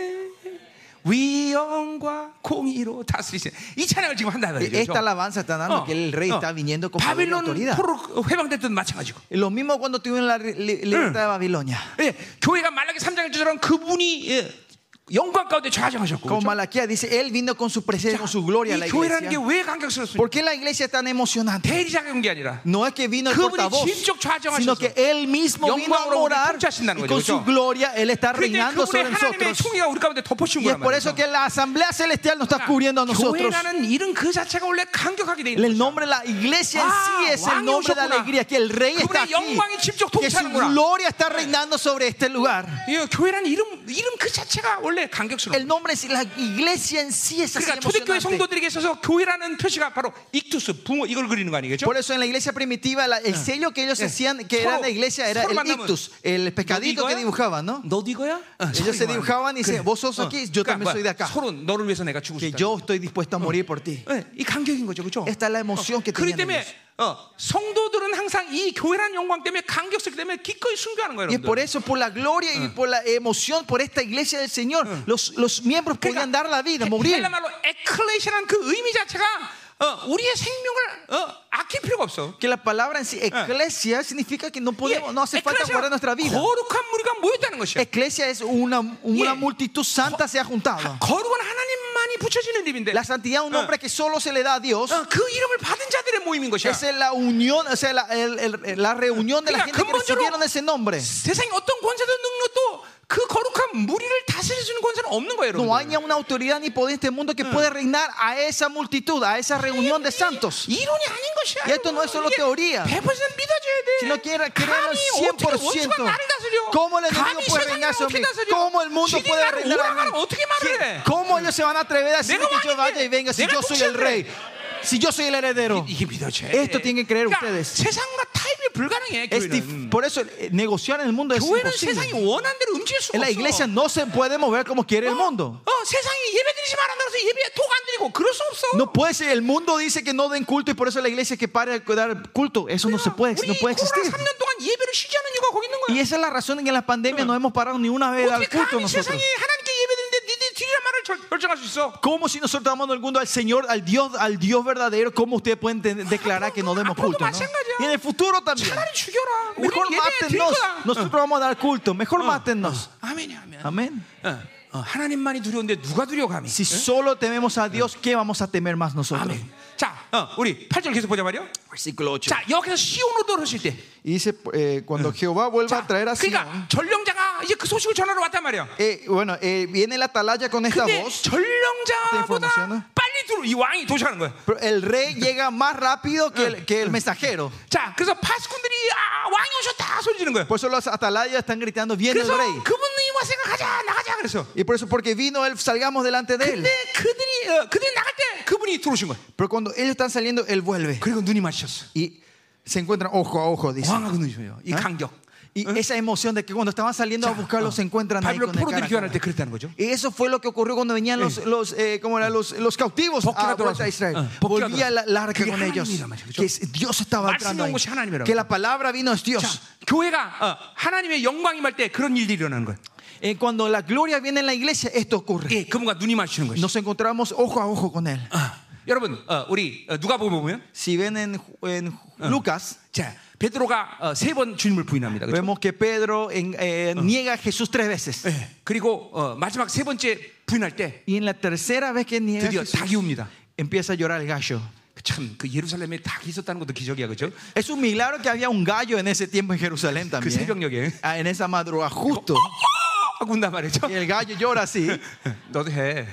Speaker 1: 위엄과 공의로 다스리시네 이 찬양을 지금 한다는 거죠
Speaker 2: Esta alabanza está dando que el rey está viniendo con poder y
Speaker 1: 바빌론
Speaker 2: autoridad.
Speaker 1: 포로 회방됐던 마찬가지고
Speaker 2: Y Lo mismo cuando tuvieron la li- li- libertad de Babilonia.
Speaker 1: 예, 교회가 말라기 3장 1절처럼 그분이 예, 영광 가운데 좌정하셨고
Speaker 2: Como
Speaker 1: 그렇죠?
Speaker 2: Malaquía dice, Él vino con su presencia, con su gloria a la
Speaker 1: 이 교회라는
Speaker 2: iglesia.
Speaker 1: 게 왜 감격스럽습니까?
Speaker 2: ¿Por qué la iglesia es tan emocionante?
Speaker 1: 대리자가 온게 아니라
Speaker 2: No es que vino el
Speaker 1: 그분이
Speaker 2: portavoz,
Speaker 1: 직접 좌정하셔서
Speaker 2: sino que Él mismo vino a
Speaker 1: 영광으로 우리를
Speaker 2: morar
Speaker 1: 통치하신다는
Speaker 2: y
Speaker 1: 거죠,
Speaker 2: con su
Speaker 1: 그렇죠?
Speaker 2: gloria Él está
Speaker 1: 그런데
Speaker 2: reinando
Speaker 1: 그분의
Speaker 2: sobre
Speaker 1: 하나님의
Speaker 2: nosotros.
Speaker 1: 총리가 우리 가운데 덮어씌운
Speaker 2: Y
Speaker 1: 거란
Speaker 2: es por
Speaker 1: 말이죠
Speaker 2: eso que la asamblea celestial nos está cubriendo a nosotros.
Speaker 1: 교회라는 이름 그 자체가 원래 감격하게 돼 있는
Speaker 2: El
Speaker 1: 거죠
Speaker 2: nombre de la iglesia en
Speaker 1: Ah,
Speaker 2: sí es el
Speaker 1: 왕이
Speaker 2: nombre de
Speaker 1: 오셨구나.
Speaker 2: alegría, que el rey está
Speaker 1: 그분의
Speaker 2: aquí,
Speaker 1: 영광이 직접
Speaker 2: que su
Speaker 1: 통치하는구나.
Speaker 2: gloria está reinando sobre este lugar.
Speaker 1: 예, 교회라는 이름 이름 그 자체가 원래 감격스러워
Speaker 2: El nombre es la iglesia en sí es así
Speaker 1: 그러니까 초대교회
Speaker 2: emocionante.
Speaker 1: 성도들에게 있어서 교회라는 표시가 바로 ictus 붕어 이걸 그리는 거 아니겠죠?
Speaker 2: Por eso en la iglesia primitiva la- el sello que ellos hacían, que era
Speaker 1: Solo-
Speaker 2: la iglesia, era
Speaker 1: solo
Speaker 2: el
Speaker 1: mandamos.
Speaker 2: ictus, el pescadito
Speaker 1: digo,
Speaker 2: que
Speaker 1: ¿eh? Ah,
Speaker 2: dibujaban, ¿no?
Speaker 1: 너도 이거야? 어,
Speaker 2: Ellos se dibujaban y decían,
Speaker 1: 뭐
Speaker 2: vos
Speaker 1: Ah.
Speaker 2: sos aquí, yo también soy de acá.
Speaker 1: 그러니까 서로 너를 위해서 내가 죽고
Speaker 2: Que
Speaker 1: 싶다.
Speaker 2: yo estoy dispuesto a morir por ti.
Speaker 1: 예, 이 감격인 거죠, 그렇죠?
Speaker 2: Esta es la emoción que
Speaker 1: 그렇기
Speaker 2: tenían
Speaker 1: 때문에
Speaker 2: ellos.
Speaker 1: 어, 성도들은 항상 이 교회라는 영광 때문에 감격스럽기 때문에 기꺼이 순교하는 거예요,
Speaker 2: Y es por
Speaker 1: 여러분들.
Speaker 2: eso, por la gloria y por la emoción, por esta iglesia del Señor, los, los miembros podían dar la vida,
Speaker 1: 그러니까
Speaker 2: morir.
Speaker 1: 헬라 말로 에클레시라는 그 의미 자체가 어, 우리의 생명을 어, 아낄 필요가 없어.
Speaker 2: Que la palabra en sí, iglesia, significa que no podemos,
Speaker 1: 뭐,
Speaker 2: no hace falta
Speaker 1: 에클레시아가
Speaker 2: guardar nuestra vida.
Speaker 1: 거룩한 무리가 모였다는 것이야.
Speaker 2: Iglesia es una, una
Speaker 1: Yeah.
Speaker 2: multitud santa se ha juntado.
Speaker 1: 거룩은 하나님만이 붙여지는 일인데
Speaker 2: La santidad es un nombre que solo se le da a Dios.
Speaker 1: 어, 그 이름을 받은 자들의 모임인 것이야.
Speaker 2: Esa es la unión, o sea, la, el- el- la reunión de la
Speaker 1: Mira,
Speaker 2: gente que
Speaker 1: 근본적으로-
Speaker 2: recibieron ese nombre.
Speaker 1: 세상에 어떤 권세도 능력도 그 거룩한 무리를 다스릴 수 있는 권세는 없는 거예요,
Speaker 2: No
Speaker 1: 여러분.
Speaker 2: hay una autoridad ni poder en este mundo que pueda reinar a esa multitud, a esa reunión de santos.
Speaker 1: 이론이 아닌 것이야.
Speaker 2: Y esto no es solo
Speaker 1: 이게
Speaker 2: teoría.
Speaker 1: 100% 믿어줘야 돼.
Speaker 2: Si no quiere creerlo
Speaker 1: 감히 어떻게 원수가
Speaker 2: 100%,
Speaker 1: 나를 다스려?
Speaker 2: ¿cómo el enemigo
Speaker 1: 감히
Speaker 2: puede
Speaker 1: 세상이
Speaker 2: reinar sobre
Speaker 1: 어떻게
Speaker 2: mí?
Speaker 1: 다스려?
Speaker 2: ¿Cómo el mundo
Speaker 1: 지들이
Speaker 2: puede
Speaker 1: 나를
Speaker 2: reinar a mí?
Speaker 1: 오라가라 어떻게 말을
Speaker 2: ¿Qué-
Speaker 1: 해?
Speaker 2: ¿Cómo ellos se van a atrever a decir
Speaker 1: Nega
Speaker 2: que yo
Speaker 1: 왕인데,
Speaker 2: vaya y venga si
Speaker 1: nega
Speaker 2: yo soy el
Speaker 1: 통치인데.
Speaker 2: rey? Si yo soy el heredero.
Speaker 1: 이게 믿어줘야 돼.
Speaker 2: Esto tienen que creer
Speaker 1: 그러니까
Speaker 2: ustedes.
Speaker 1: 세상과 타협이 불가능해.
Speaker 2: Es dif-
Speaker 1: 교회는.
Speaker 2: por eso eh, negociar en el mundo es
Speaker 1: 교회는 세상이
Speaker 2: imposible.
Speaker 1: 원하는 대로 움직일 수가
Speaker 2: En la
Speaker 1: 없어.
Speaker 2: iglesia no se puede mover como quiere el mundo.
Speaker 1: 어, 세상이 예배드리지 말한다고 해서 예배에 톡안 드리고 그럴 수 없어.
Speaker 2: No puede ser, el mundo dice que no den culto y por eso la iglesia que pare de dar culto. Eso no se puede,
Speaker 1: 우리
Speaker 2: no puede
Speaker 1: 코로나
Speaker 2: existir.
Speaker 1: 3년 동안 예배를 쉬지 않은 이유가 거기 있는
Speaker 2: Y
Speaker 1: 거야.
Speaker 2: esa es la razón en que en la pandemia no hemos parado ni una vez de
Speaker 1: 어떻게
Speaker 2: dar culto
Speaker 1: 감히
Speaker 2: 그 nosotros.
Speaker 1: 세상에 하나님께 예배드리는데 니들이 드리란 말을 결- 결정할 수 있어?
Speaker 2: ¿Cómo si nosotros damos el mundo al Señor, al Dios, al Dios verdadero, cómo ustedes pueden te- declarar que no demos
Speaker 1: Apuro,
Speaker 2: culto? no?
Speaker 1: masengaria.
Speaker 2: Y en el futuro también.
Speaker 1: 차라리 죽여라. 우리
Speaker 2: Mejor
Speaker 1: 예배 드릴
Speaker 2: mátennos.
Speaker 1: 거다.
Speaker 2: Nosotros vamos a dar culto. Mejor mátennos.
Speaker 1: 아멘이 아멘.
Speaker 2: Amén.
Speaker 1: 어, 어, 하나님만이 두려운데 누가 두려워 감히?
Speaker 2: Si solo tememos a Dios, ¿qué vamos a temer más nosotros?
Speaker 1: 아멘. 자, 어, 우리 8절 계속 보자 말이요.
Speaker 2: Versículo 8.
Speaker 1: 자, 여기서 시온으로 돌아오실 때,
Speaker 2: Y dice, eh, cuando Jehová vuelva
Speaker 1: 자,
Speaker 2: a traer a Sion,
Speaker 1: 그러니까 전령자가 이제 그 소식을 전하러 왔단 말이야.
Speaker 2: eh, bueno, eh, viene la atalaya con esta
Speaker 1: 근데
Speaker 2: voz.
Speaker 1: 전령자보다 빨리 들어 이 왕이 도착하는 거야.
Speaker 2: pero El rey llega más rápido que el, que el mensajero.
Speaker 1: 자, 그래서 파수꾼들이 아, 왕이 오셨다 소리 지는 거야.
Speaker 2: Por eso los atalayas están gritando, viene el
Speaker 1: 그래서
Speaker 2: rey.
Speaker 1: 뭐 그분이 와서 가자 나가자 그래서.
Speaker 2: Y por eso, porque vino él, salgamos delante de él.
Speaker 1: 근데 그들이 어, 그들이 나갈 때 그분이 들어오신 거야.
Speaker 2: Pero cuando ellos están saliendo, él vuelve.
Speaker 1: 그리고 눈이 마주쳤어.
Speaker 2: Y se encuentran ojo a ojo, dice.
Speaker 1: 왕하고 눈이 마주쳐요. 어? 이 감격. 어.
Speaker 2: Y esa emoción de que cuando estaban saliendo a buscarlo, se encuentran ahí
Speaker 1: 바빌로
Speaker 2: con el
Speaker 1: 포로들이
Speaker 2: cara a
Speaker 1: 교환할 때
Speaker 2: cara.
Speaker 1: 그랬다는 거죠.
Speaker 2: Y eso fue lo que ocurrió cuando venían los, los, eh, ¿cómo era? los, los cautivos
Speaker 1: Porque
Speaker 2: a
Speaker 1: la
Speaker 2: vuelta
Speaker 1: adoración.
Speaker 2: a Israel.
Speaker 1: Ah, porque la
Speaker 2: Volvía la, la arca
Speaker 1: Que
Speaker 2: con
Speaker 1: Hananim이란
Speaker 2: ellos.
Speaker 1: 말이죠, 그죠?
Speaker 2: Que es- Dios estaba
Speaker 1: Marcelo
Speaker 2: entrando ahí.
Speaker 1: 것이 하나님이라고.
Speaker 2: Que la palabra vino es
Speaker 1: 자,
Speaker 2: Dios.
Speaker 1: 교회가 어, 하나님의 영광이 말 때 그런 일들이 일어나는 거예요.
Speaker 2: Eh, cuando la gloria viene en la iglesia, esto ocurre.
Speaker 1: 예, 그분과 눈이 마주치는 것이.
Speaker 2: Nos encontramos ojo a ojo con él.
Speaker 1: 아, 여러분, 어, 우리 누가 보면
Speaker 2: Si ven en, en Lucas,
Speaker 1: 자, 베드로가 어, 세 번 주님을 부인합니다. 그렇죠?
Speaker 2: vemos que Pedro en- eh, niega a Jesús tres veces.
Speaker 1: 예, 그리고 어, 마지막 세 번째 부인할 때
Speaker 2: Y en la tercera vez que niega a
Speaker 1: 드디어
Speaker 2: Jesús,
Speaker 1: 닭이 웁니다.
Speaker 2: empieza a llorar el gallo.
Speaker 1: 참 그 예루살렘에 닭이 있었다는 것도 기적이야, 그렇죠?
Speaker 2: Es un milagro que había un gallo en ese tiempo en Jerusalén
Speaker 1: 그
Speaker 2: también.
Speaker 1: 새벽녘에
Speaker 2: Ah, en esa madrugada, justo.
Speaker 1: 하고 운단 말이죠.
Speaker 2: Y el gallo llora así.
Speaker 1: 너도 해.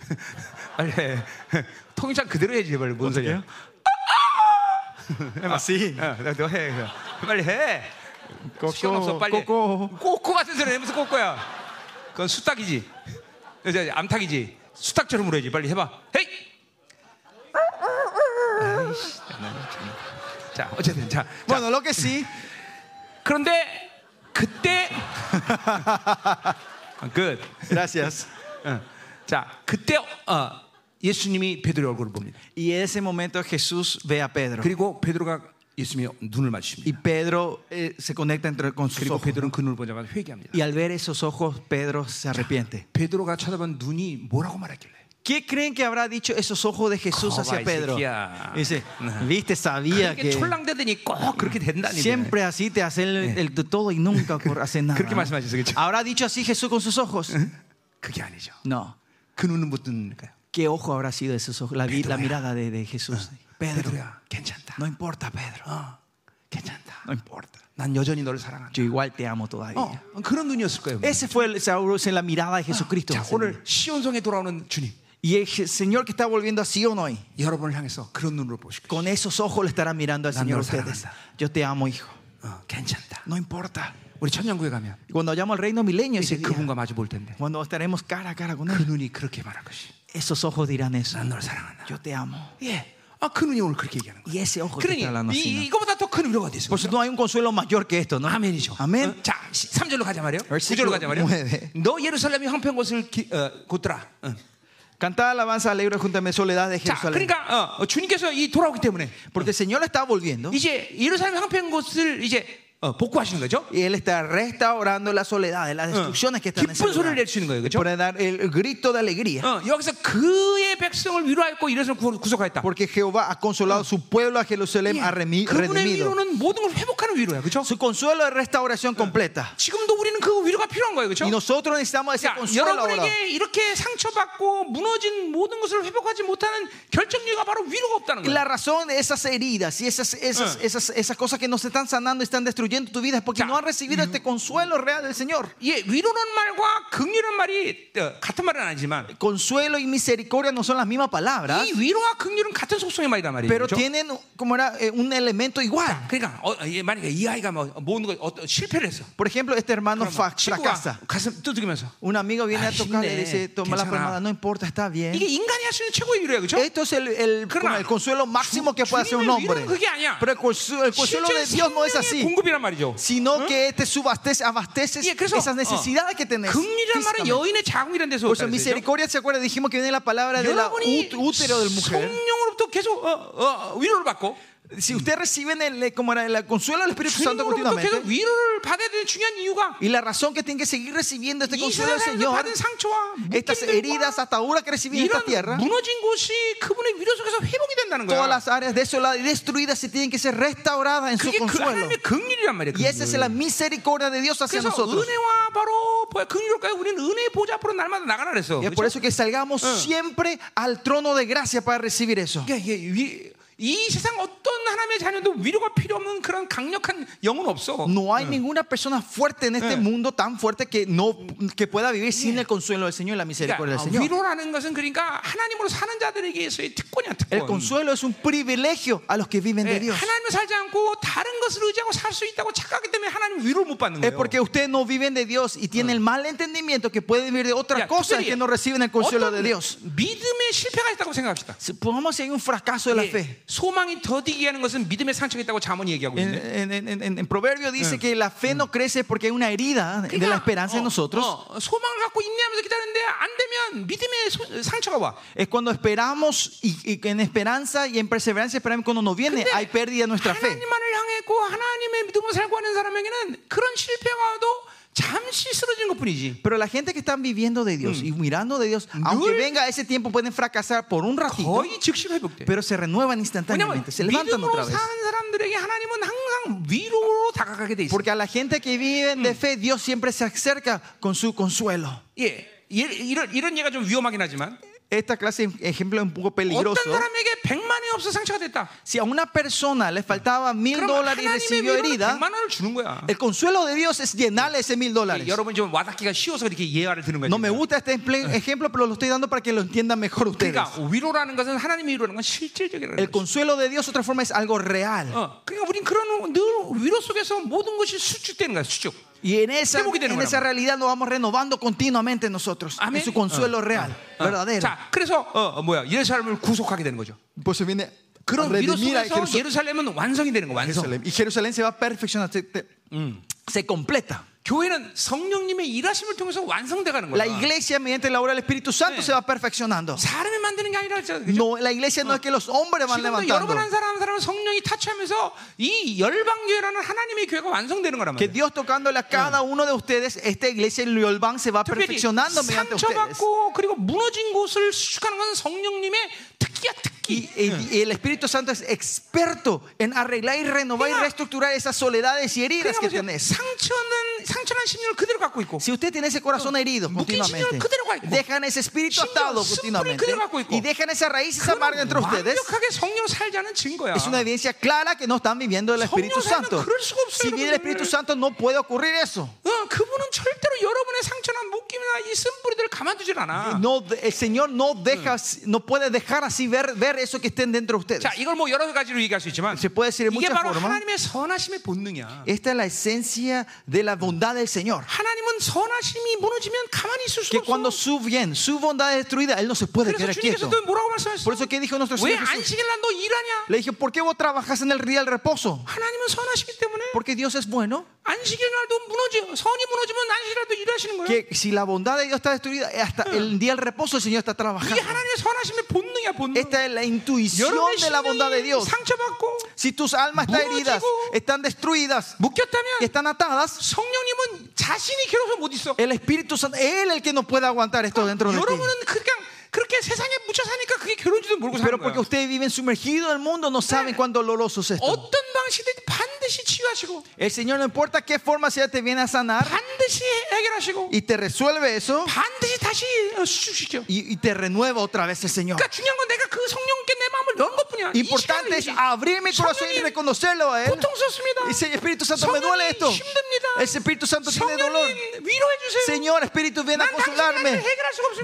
Speaker 1: 빨리 해. 통일장 그대로 해 제발 뭔 소리야?
Speaker 2: Así.
Speaker 1: 어, 너도 해. 그냥. 빨리 해.
Speaker 2: 꼬꼬,
Speaker 1: 시간 없어 빨리. 해.
Speaker 2: 꼬꼬.
Speaker 1: 꼬꼬 같은 소리 내면서 꼬꼬야. 그건 수탉이지. 이제 암탉이지. 수탉처럼 물어야지. 빨리 해봐. 헤이. 아이씨, 나 진짜. 자 어쨌든 자, 자
Speaker 2: Bueno, lo que sí,
Speaker 1: 그런데 그때 어, 끝.
Speaker 2: gracias.
Speaker 1: 어. 자 그때 어, 예수님이 베드로의 얼굴을 봅니다.
Speaker 2: Y en ese momento Jesús ve a Pedro.
Speaker 1: 그리고 베드로가 예수님의 눈을 마주칩니다.
Speaker 2: Y Pedro eh, se conecta entre, con sus
Speaker 1: 그리고
Speaker 2: ojos.
Speaker 1: 베드로는 그 눈을 보자마자 회개합니다.
Speaker 2: Y al ver esos ojos, Pedro se arrepiente.
Speaker 1: 베드로가 쳐다본 눈이 뭐라고 말했길래?
Speaker 2: ¿Qué creen que habrá dicho esos ojos de Jesús
Speaker 1: Coba,
Speaker 2: hacia Pedro?
Speaker 1: Ezequiel.
Speaker 2: Dice, viste, sabía
Speaker 1: 이게
Speaker 2: que
Speaker 1: 촐랑대더니 꼭 그렇게 된다니.
Speaker 2: siempre así te
Speaker 1: Eh.
Speaker 2: hace el, el de todo y nunca por- hace nada.
Speaker 1: Creo que más, más, eso que yo- ¿Eh?
Speaker 2: Habrá dicho así Jesús con sus ojos.
Speaker 1: 그게 아니죠.
Speaker 2: No.
Speaker 1: 그 눈은 못 뜨니까요.
Speaker 2: ¿Qué ojo habrá sido esos ojos? La, vi-
Speaker 1: eh.
Speaker 2: la mirada de, de Jesús.
Speaker 1: Ah,
Speaker 2: Pedro,
Speaker 1: 베드로야, 괜찮다.
Speaker 2: no importa, Pedro.
Speaker 1: 어, 괜찮다.
Speaker 2: No importa.
Speaker 1: 난 여전히 너를 사랑한다.
Speaker 2: Yo igual te amo todavía.
Speaker 1: 어, 그런 눈이었을 거예요.
Speaker 2: Ese fue el, Sauros en la
Speaker 1: Ah,
Speaker 2: mirada de Jesucristo.
Speaker 1: 자, 오늘 시온성에 돌아오는 주님,
Speaker 2: Y el Je- Señor que está volviendo a Sion hoy,
Speaker 1: 여러분을 향해서 그런 눈으로 보실 거예요.
Speaker 2: con esos ojos le estará mirando al
Speaker 1: La
Speaker 2: Señor a
Speaker 1: mirada.
Speaker 2: ustedes. Yo te amo, hijo.
Speaker 1: 어, 괜찮다.
Speaker 2: No importa.
Speaker 1: 우리 천년구에 가면
Speaker 2: Y Cuando vayamos al reino milenio, ese
Speaker 1: 이제
Speaker 2: día,
Speaker 1: 그분과 마주 볼 텐데
Speaker 2: cuando estaremos cara a cara con
Speaker 1: 그
Speaker 2: Él,
Speaker 1: 눈이 그렇게 말할 것이.
Speaker 2: esos ojos dirán eso.
Speaker 1: 난 너를 사랑한다.
Speaker 2: Yo te amo.
Speaker 1: 예. 아, 그 눈이 오늘 그렇게 얘기하는 거예요.
Speaker 2: Y ese ojo que
Speaker 1: 그러니
Speaker 2: está hablando así.
Speaker 1: 이,
Speaker 2: ¿no?
Speaker 1: 이거보다 더 큰 위로가 됐어요.
Speaker 2: Por supuesto, no hay un consuelo mayor que esto, ¿no?
Speaker 1: 아멘이죠.
Speaker 2: Amén.
Speaker 1: 어? 자, 3절로 가자 말이요. 에
Speaker 2: Versículo
Speaker 1: 9절로 가자 말이요.
Speaker 2: nueve.
Speaker 1: 너 예루살렘이 황폐한 곳을 기- 어, 곧더라. 응.
Speaker 2: Cantad alabanza, alegre, juntame soledad de
Speaker 1: 자,
Speaker 2: Jerusalén.
Speaker 1: 그러니까 어, 주님께서 이 돌아오기 때문에
Speaker 2: Porque el Señor está volviendo
Speaker 1: 이제 예루살렘 황폐한 곳을 이제 어, 복구하시는 거죠.
Speaker 2: y Él está restaurando la soledad,
Speaker 1: Ah.
Speaker 2: las destrucciones que están en ese
Speaker 1: 기쁜 소리를
Speaker 2: lugar.
Speaker 1: 내주시는 거예요, 그렇죠?
Speaker 2: Para dar el grito de alegría.
Speaker 1: 어, 여기서 그의 백성을 위로하였고 이래서 구- 구속하였다.
Speaker 2: Porque Jehová ha consolado su pueblo a Jerusalén,
Speaker 1: 예,
Speaker 2: ha remi-
Speaker 1: 그분의
Speaker 2: redimido.
Speaker 1: 위로는 모든 걸 회복하는 위로야, 그렇죠?
Speaker 2: Su consuelo es restauración completa.
Speaker 1: 지금도 우리는 그 위로가 필요한 거예요,
Speaker 2: Y
Speaker 1: 그렇죠?
Speaker 2: nosotros necesitamos ese
Speaker 1: 자,
Speaker 2: consuelo ahora.
Speaker 1: 여러분에게 이렇게 상처받고 무너진 모든 것을 회복하지 못하는 결정력이 바로 위로가 없다는
Speaker 2: Y
Speaker 1: 거예요.
Speaker 2: la razón de esas heridas y esas, esas, esas, esas cosas que no se están sanando y están destruyendo tu vida es porque
Speaker 1: Ya.
Speaker 2: no han recibido este consuelo real del Señor.
Speaker 1: 예, 위로는 말과 긍휼한 말이 어, 같은 말은 아니지만
Speaker 2: Consuelo y misericordia no son las mismas palabras,
Speaker 1: 이 위로와 긍휼은 같은 속성의 말이란 말이에요.
Speaker 2: pero
Speaker 1: 그렇죠?
Speaker 2: tienen como era, eh, un elemento igual.
Speaker 1: 그러니까 어, 어, 예, 만약에 이 아이가 뭐 모든 걸 어떤 실패를 했어.
Speaker 2: Por ejemplo, este hermano
Speaker 1: 그러면
Speaker 2: fa-
Speaker 1: 친구가
Speaker 2: fracasa.
Speaker 1: 가슴 두드리면서
Speaker 2: Un amigo viene
Speaker 1: Ay,
Speaker 2: a tocarle y
Speaker 1: 힘내.
Speaker 2: le dice, toma la
Speaker 1: 괜찮아.
Speaker 2: palmada, no importa, está bien.
Speaker 1: 이게 인간이 할 수 있는 최고의 위로야, 그렇죠?
Speaker 2: Esto es el, el-
Speaker 1: Claro.
Speaker 2: como el consuelo máximo que puede hacer un
Speaker 1: 주님의
Speaker 2: hombre.
Speaker 1: 위로는 그게 아니야.
Speaker 2: Pero el consuelo, el consuelo de Dios no es así,
Speaker 1: 공급이란 말이죠.
Speaker 2: sino que este subastece, abastece
Speaker 1: 예, 그래서
Speaker 2: esas necesidades que tenés.
Speaker 1: 긍휼이란 말은
Speaker 2: físicamente.
Speaker 1: 여인의 자궁이란 데서 그렇죠?
Speaker 2: Por eso,
Speaker 1: 왔다는 거죠.
Speaker 2: misericordia, ¿se acuerda? Dijimos que viene la palabra de la
Speaker 1: 여러분이
Speaker 2: ú- útero del mujer.
Speaker 1: 성령으로부터 계속 어, 어, 위로를 받고
Speaker 2: Si ustedes reciben el, eh, como era, el consuelo del Espíritu Santo
Speaker 1: 주님으로부터
Speaker 2: continuamente,
Speaker 1: 계속 위로를 받아야 되는 중요한 이유가
Speaker 2: y la razón que tienen que seguir recibiendo este
Speaker 1: 이
Speaker 2: consuelo del
Speaker 1: 세상에서
Speaker 2: Señor,
Speaker 1: 받은 상처와
Speaker 2: estas
Speaker 1: 묶임들과
Speaker 2: heridas, ataduras que recibí en esta tierra,
Speaker 1: 이런 무너진 곳이 그분의 위로 속에서 회복이 된다는
Speaker 2: todas
Speaker 1: 거야.
Speaker 2: las áreas desoladas y destruidas se tienen que ser restauradas en su
Speaker 1: 그게 그
Speaker 2: consuelo.
Speaker 1: 하나님의 긍휼이란 말이야.
Speaker 2: Y esa es
Speaker 1: 긍휼.
Speaker 2: la misericordia de Dios hacia
Speaker 1: 그래서
Speaker 2: nosotros.
Speaker 1: 은혜와 바로 뭐야, 긍휼일까요? 우리는 은혜의 보좌 앞으로 날마다 나가라 그랬어.
Speaker 2: Y es por
Speaker 1: 그렇죠?
Speaker 2: eso que salgamos siempre al trono de gracia para recibir eso.
Speaker 1: 그러니까 이게 위- 이 세상 어떤 하나님의 자녀도 위로가 필요 없는 그런 강력한 영은 없어.
Speaker 2: No hay ninguna persona fuerte en este
Speaker 1: Eh.
Speaker 2: mundo tan fuerte que, no, que pueda vivir sin el consuelo del Señor y la misericordia
Speaker 1: 그러니까
Speaker 2: del Señor.
Speaker 1: 위로라는 것은 그러니까 하나님으로 사는 자들에게서의 특권이야
Speaker 2: El
Speaker 1: 특권.
Speaker 2: consuelo es un privilegio a los que viven
Speaker 1: 예,
Speaker 2: de Dios.
Speaker 1: 하나님을 살지 않고 다른 것을 의지하고 살 수 있다고 착각하기 때문에 하나님 위로를 못 받는
Speaker 2: Es
Speaker 1: 거예요.
Speaker 2: porque ustedes no viven de Dios y tienen el mal entendimiento que pueden vivir de
Speaker 1: Ya,
Speaker 2: otras cosas
Speaker 1: 특별히
Speaker 2: que no reciben el consuelo de
Speaker 1: 어떤
Speaker 2: Dios.
Speaker 1: 믿음의 실패가 있다고 생각합시다.
Speaker 2: Supongamos si hay un fracaso de la
Speaker 1: 예,
Speaker 2: fe.
Speaker 1: 소망이 더디게 하는 것은 믿음의 상처가 있다고 자문이 얘기하고
Speaker 2: En,
Speaker 1: 있네.
Speaker 2: en, en- en- en Proverbio dice que la fe no crece porque hay una herida de la esperanza en
Speaker 1: 어,
Speaker 2: nosotros.
Speaker 1: 어, 소망을 갖고 인내하면서 기다리는데 안 되면 믿음의 소- 상처가 와.
Speaker 2: Es cuando esperamos y, y en esperanza y en perseverancia esperamos cuando no viene hay pérdida en nuestra fe.
Speaker 1: 하나님만을 향했고 하나님의 믿음으로 살고 하는 사람에게는 그런 실패가 와도 잠시 쓰러지는 것뿐이지.
Speaker 2: Pero la gente que están viviendo de Dios y mirando de Dios, aunque
Speaker 1: Nur-
Speaker 2: venga ese tiempo pueden fracasar por un ratito,
Speaker 1: 거의 즉시 회복돼.
Speaker 2: pero se renuevan
Speaker 1: 왜냐면
Speaker 2: instantáneamente, se levantan otra
Speaker 1: 믿음으로
Speaker 2: vez.
Speaker 1: 사는 사람들에게 하나님은 항상 위로로 다가가게 돼 있어.
Speaker 2: Porque a la gente que vive de fe, Dios siempre se acerca con su consuelo.
Speaker 1: 예, 예, 이런 이런 얘가 좀 위험하긴 하지만
Speaker 2: Esta clase de ejemplo es un poco peligroso.
Speaker 1: 어떤 사람에게 백만이 없어 상처가 됐다.
Speaker 2: Si a una persona le faltaba mil
Speaker 1: 그럼
Speaker 2: dólares y
Speaker 1: 하나님의
Speaker 2: recibió
Speaker 1: 위로는
Speaker 2: herida,
Speaker 1: 백만 원을 주는 거야.
Speaker 2: el consuelo de Dios es llenarle ese mil dólares.
Speaker 1: 여러분 좀 와닿기가 쉬워서 이렇게 예화를 드는 거예요.
Speaker 2: No me gusta este emple- ejemplo, pero lo estoy dando para que lo entiendan mejor ustedes.
Speaker 1: 그러니까 위로라는 것은 하나님의 위로라는 건 실질적이라는
Speaker 2: El
Speaker 1: 거죠.
Speaker 2: consuelo de Dios, otra forma, es algo real.
Speaker 1: 어, 그러니까 우린 그런 늘 위로 속에서 모든 것이 수축되는 거야, 수축. 어.
Speaker 2: Y en esa,
Speaker 1: 회복이 되는
Speaker 2: en esa
Speaker 1: 거란
Speaker 2: realidad nos vamos renovando continuamente nosotros.
Speaker 1: Amén.
Speaker 2: Es su consuelo real,
Speaker 1: 어,
Speaker 2: verdadero.
Speaker 1: 자, 그래서 어, 어, 뭐야? 예루살렘을 구속하게 되는 거죠.
Speaker 2: Por eso viene
Speaker 1: 그런
Speaker 2: a
Speaker 1: 위로
Speaker 2: redimir a
Speaker 1: 속에서
Speaker 2: Jerusalén.
Speaker 1: 예루살렘은 완성이 되는 거, 완성.
Speaker 2: Jerusalén. Y Jerusalén se va a perfeccionar, se, te- se completa.
Speaker 1: 교회는 성령님의 일하심을 통해서 완성돼 가는
Speaker 2: La
Speaker 1: 거야.
Speaker 2: iglesia, mediante la obra del Espíritu Santo,
Speaker 1: ah. Sí.
Speaker 2: se va perfeccionando.
Speaker 1: 사람이 만드는 게 아니라 그죠?
Speaker 2: No, la iglesia no es que los hombres van
Speaker 1: 지금도
Speaker 2: levantando.
Speaker 1: 여러분 한 사람 한 사람은 성령이 타치하면서 이 열방교회라는 하나님의 교회가 완성되는 거란
Speaker 2: Que
Speaker 1: 말이에요.
Speaker 2: Dios tocándole a cada uno de ustedes, esta iglesia en Liolban se va
Speaker 1: 특별히
Speaker 2: perfeccionando mediante ustedes.
Speaker 1: 상처받고 그리고 무너진 곳을 수축하는 건 성령님의 특기야 특기.
Speaker 2: Y, y- y el Espíritu Santo es experto en arreglar y renovar y
Speaker 1: Mira.
Speaker 2: reestructurar esas soledades y heridas
Speaker 1: 그러니까
Speaker 2: que
Speaker 1: 보세요.
Speaker 2: tenés.
Speaker 1: 상처는 상처난 심령을 그대로 갖고 있고
Speaker 2: Si usted tiene ese corazón herido
Speaker 1: Mukin
Speaker 2: continuamente,
Speaker 1: 신념을 그대로 갖고 있고,
Speaker 2: dejan ese espíritu
Speaker 1: 신념,
Speaker 2: atado
Speaker 1: 습관을
Speaker 2: continuamente
Speaker 1: 그대로 갖고 있고,
Speaker 2: y dejan esa raíz, esa
Speaker 1: 그건
Speaker 2: amarga entre ustedes,
Speaker 1: 완벽하게 성령 살자는 증거야.
Speaker 2: es una evidencia clara que no están viviendo el Espíritu
Speaker 1: 성령
Speaker 2: Santo.
Speaker 1: 살면 그럴 수가 없어요,
Speaker 2: Si viene el
Speaker 1: 여러분들.
Speaker 2: Espíritu Santo, no puede ocurrir eso.
Speaker 1: 어, 그분은 절대로 여러분의 상처나 묶임이나 이 쓴뿌리들을 가만두질 않아.
Speaker 2: No, el Señor no deja, no puede dejar así ver, ver eso que estén dentro de ustedes.
Speaker 1: 자, 이걸 뭐 여러 가지로 얘기할 수 있지만
Speaker 2: Se puede decir de
Speaker 1: 이게
Speaker 2: muchas
Speaker 1: 바로
Speaker 2: formas.
Speaker 1: 하나님의 선하심의 본능이야.
Speaker 2: Esta es la esencia de la bondad del Señor.
Speaker 1: 하나님은 선하심이 무너지면 가만히 있을 수
Speaker 2: Que
Speaker 1: 없어.
Speaker 2: cuando su bien, su bondad es destruida, Él no se puede
Speaker 1: 그래서
Speaker 2: quedar quieto.
Speaker 1: 주님께서도 뭐라고 말씀하셨어?
Speaker 2: Por eso que dijo nuestro
Speaker 1: 왜
Speaker 2: Señor Jesús,
Speaker 1: 안식일 날 너 일하냐?
Speaker 2: le dijo, ¿por qué vos trabajas en el día del reposo?
Speaker 1: 하나님은 선하시기 때문에
Speaker 2: Porque Dios es bueno.
Speaker 1: 안식일 날도 무너져 선이 무너지면 안식일날도 일하시는 거야.
Speaker 2: Que si la bondad de Dios está destruida, hasta el día del reposo el Señor está
Speaker 1: 이게
Speaker 2: trabajando.
Speaker 1: 하나님의 선하심의 본능이야 본능.
Speaker 2: Esta es la intuición
Speaker 1: 여러분의
Speaker 2: de la bondad de
Speaker 1: 심령이
Speaker 2: Dios.
Speaker 1: 상처받고
Speaker 2: Si tus almas están heridas, están destruidas
Speaker 1: 묶였다면
Speaker 2: y están atadas,
Speaker 1: 성령님은 자신이 괴로워서 못 있어.
Speaker 2: el Espíritu Santo, Él el que no puede aguantar esto dentro de ti.
Speaker 1: 여러분은 그냥 그렇게 세상에 묻혀 사니까 그게 괴로운지도 모르고 사는
Speaker 2: Pero porque
Speaker 1: 거야.
Speaker 2: ustedes viven sumergidos en el mundo, no saben cuán doloroso es esto.
Speaker 1: 어떤 방식이든 반드시 치유하시고
Speaker 2: El Señor no importa qué forma sea, te viene a sanar
Speaker 1: 반드시 해결하시고
Speaker 2: y te resuelve eso
Speaker 1: 반드시 다시 어, 수축시켜.
Speaker 2: y, y te renueva otra vez el Señor.
Speaker 1: 그러니까 중요한 건 내가 그 성령께 내 마음을 연 것뿐이야. 이 시간을 아, 예.
Speaker 2: Importante es
Speaker 1: 위해서.
Speaker 2: abrir mi corazón y reconocerlo a Él.
Speaker 1: 고통스럽습니다.
Speaker 2: Y Dice, Espíritu Santo, me duele esto. El Espíritu Santo tiene dolor.
Speaker 1: 성령님 위로해 주세요.
Speaker 2: Señor, Espíritu, ven a consolarme.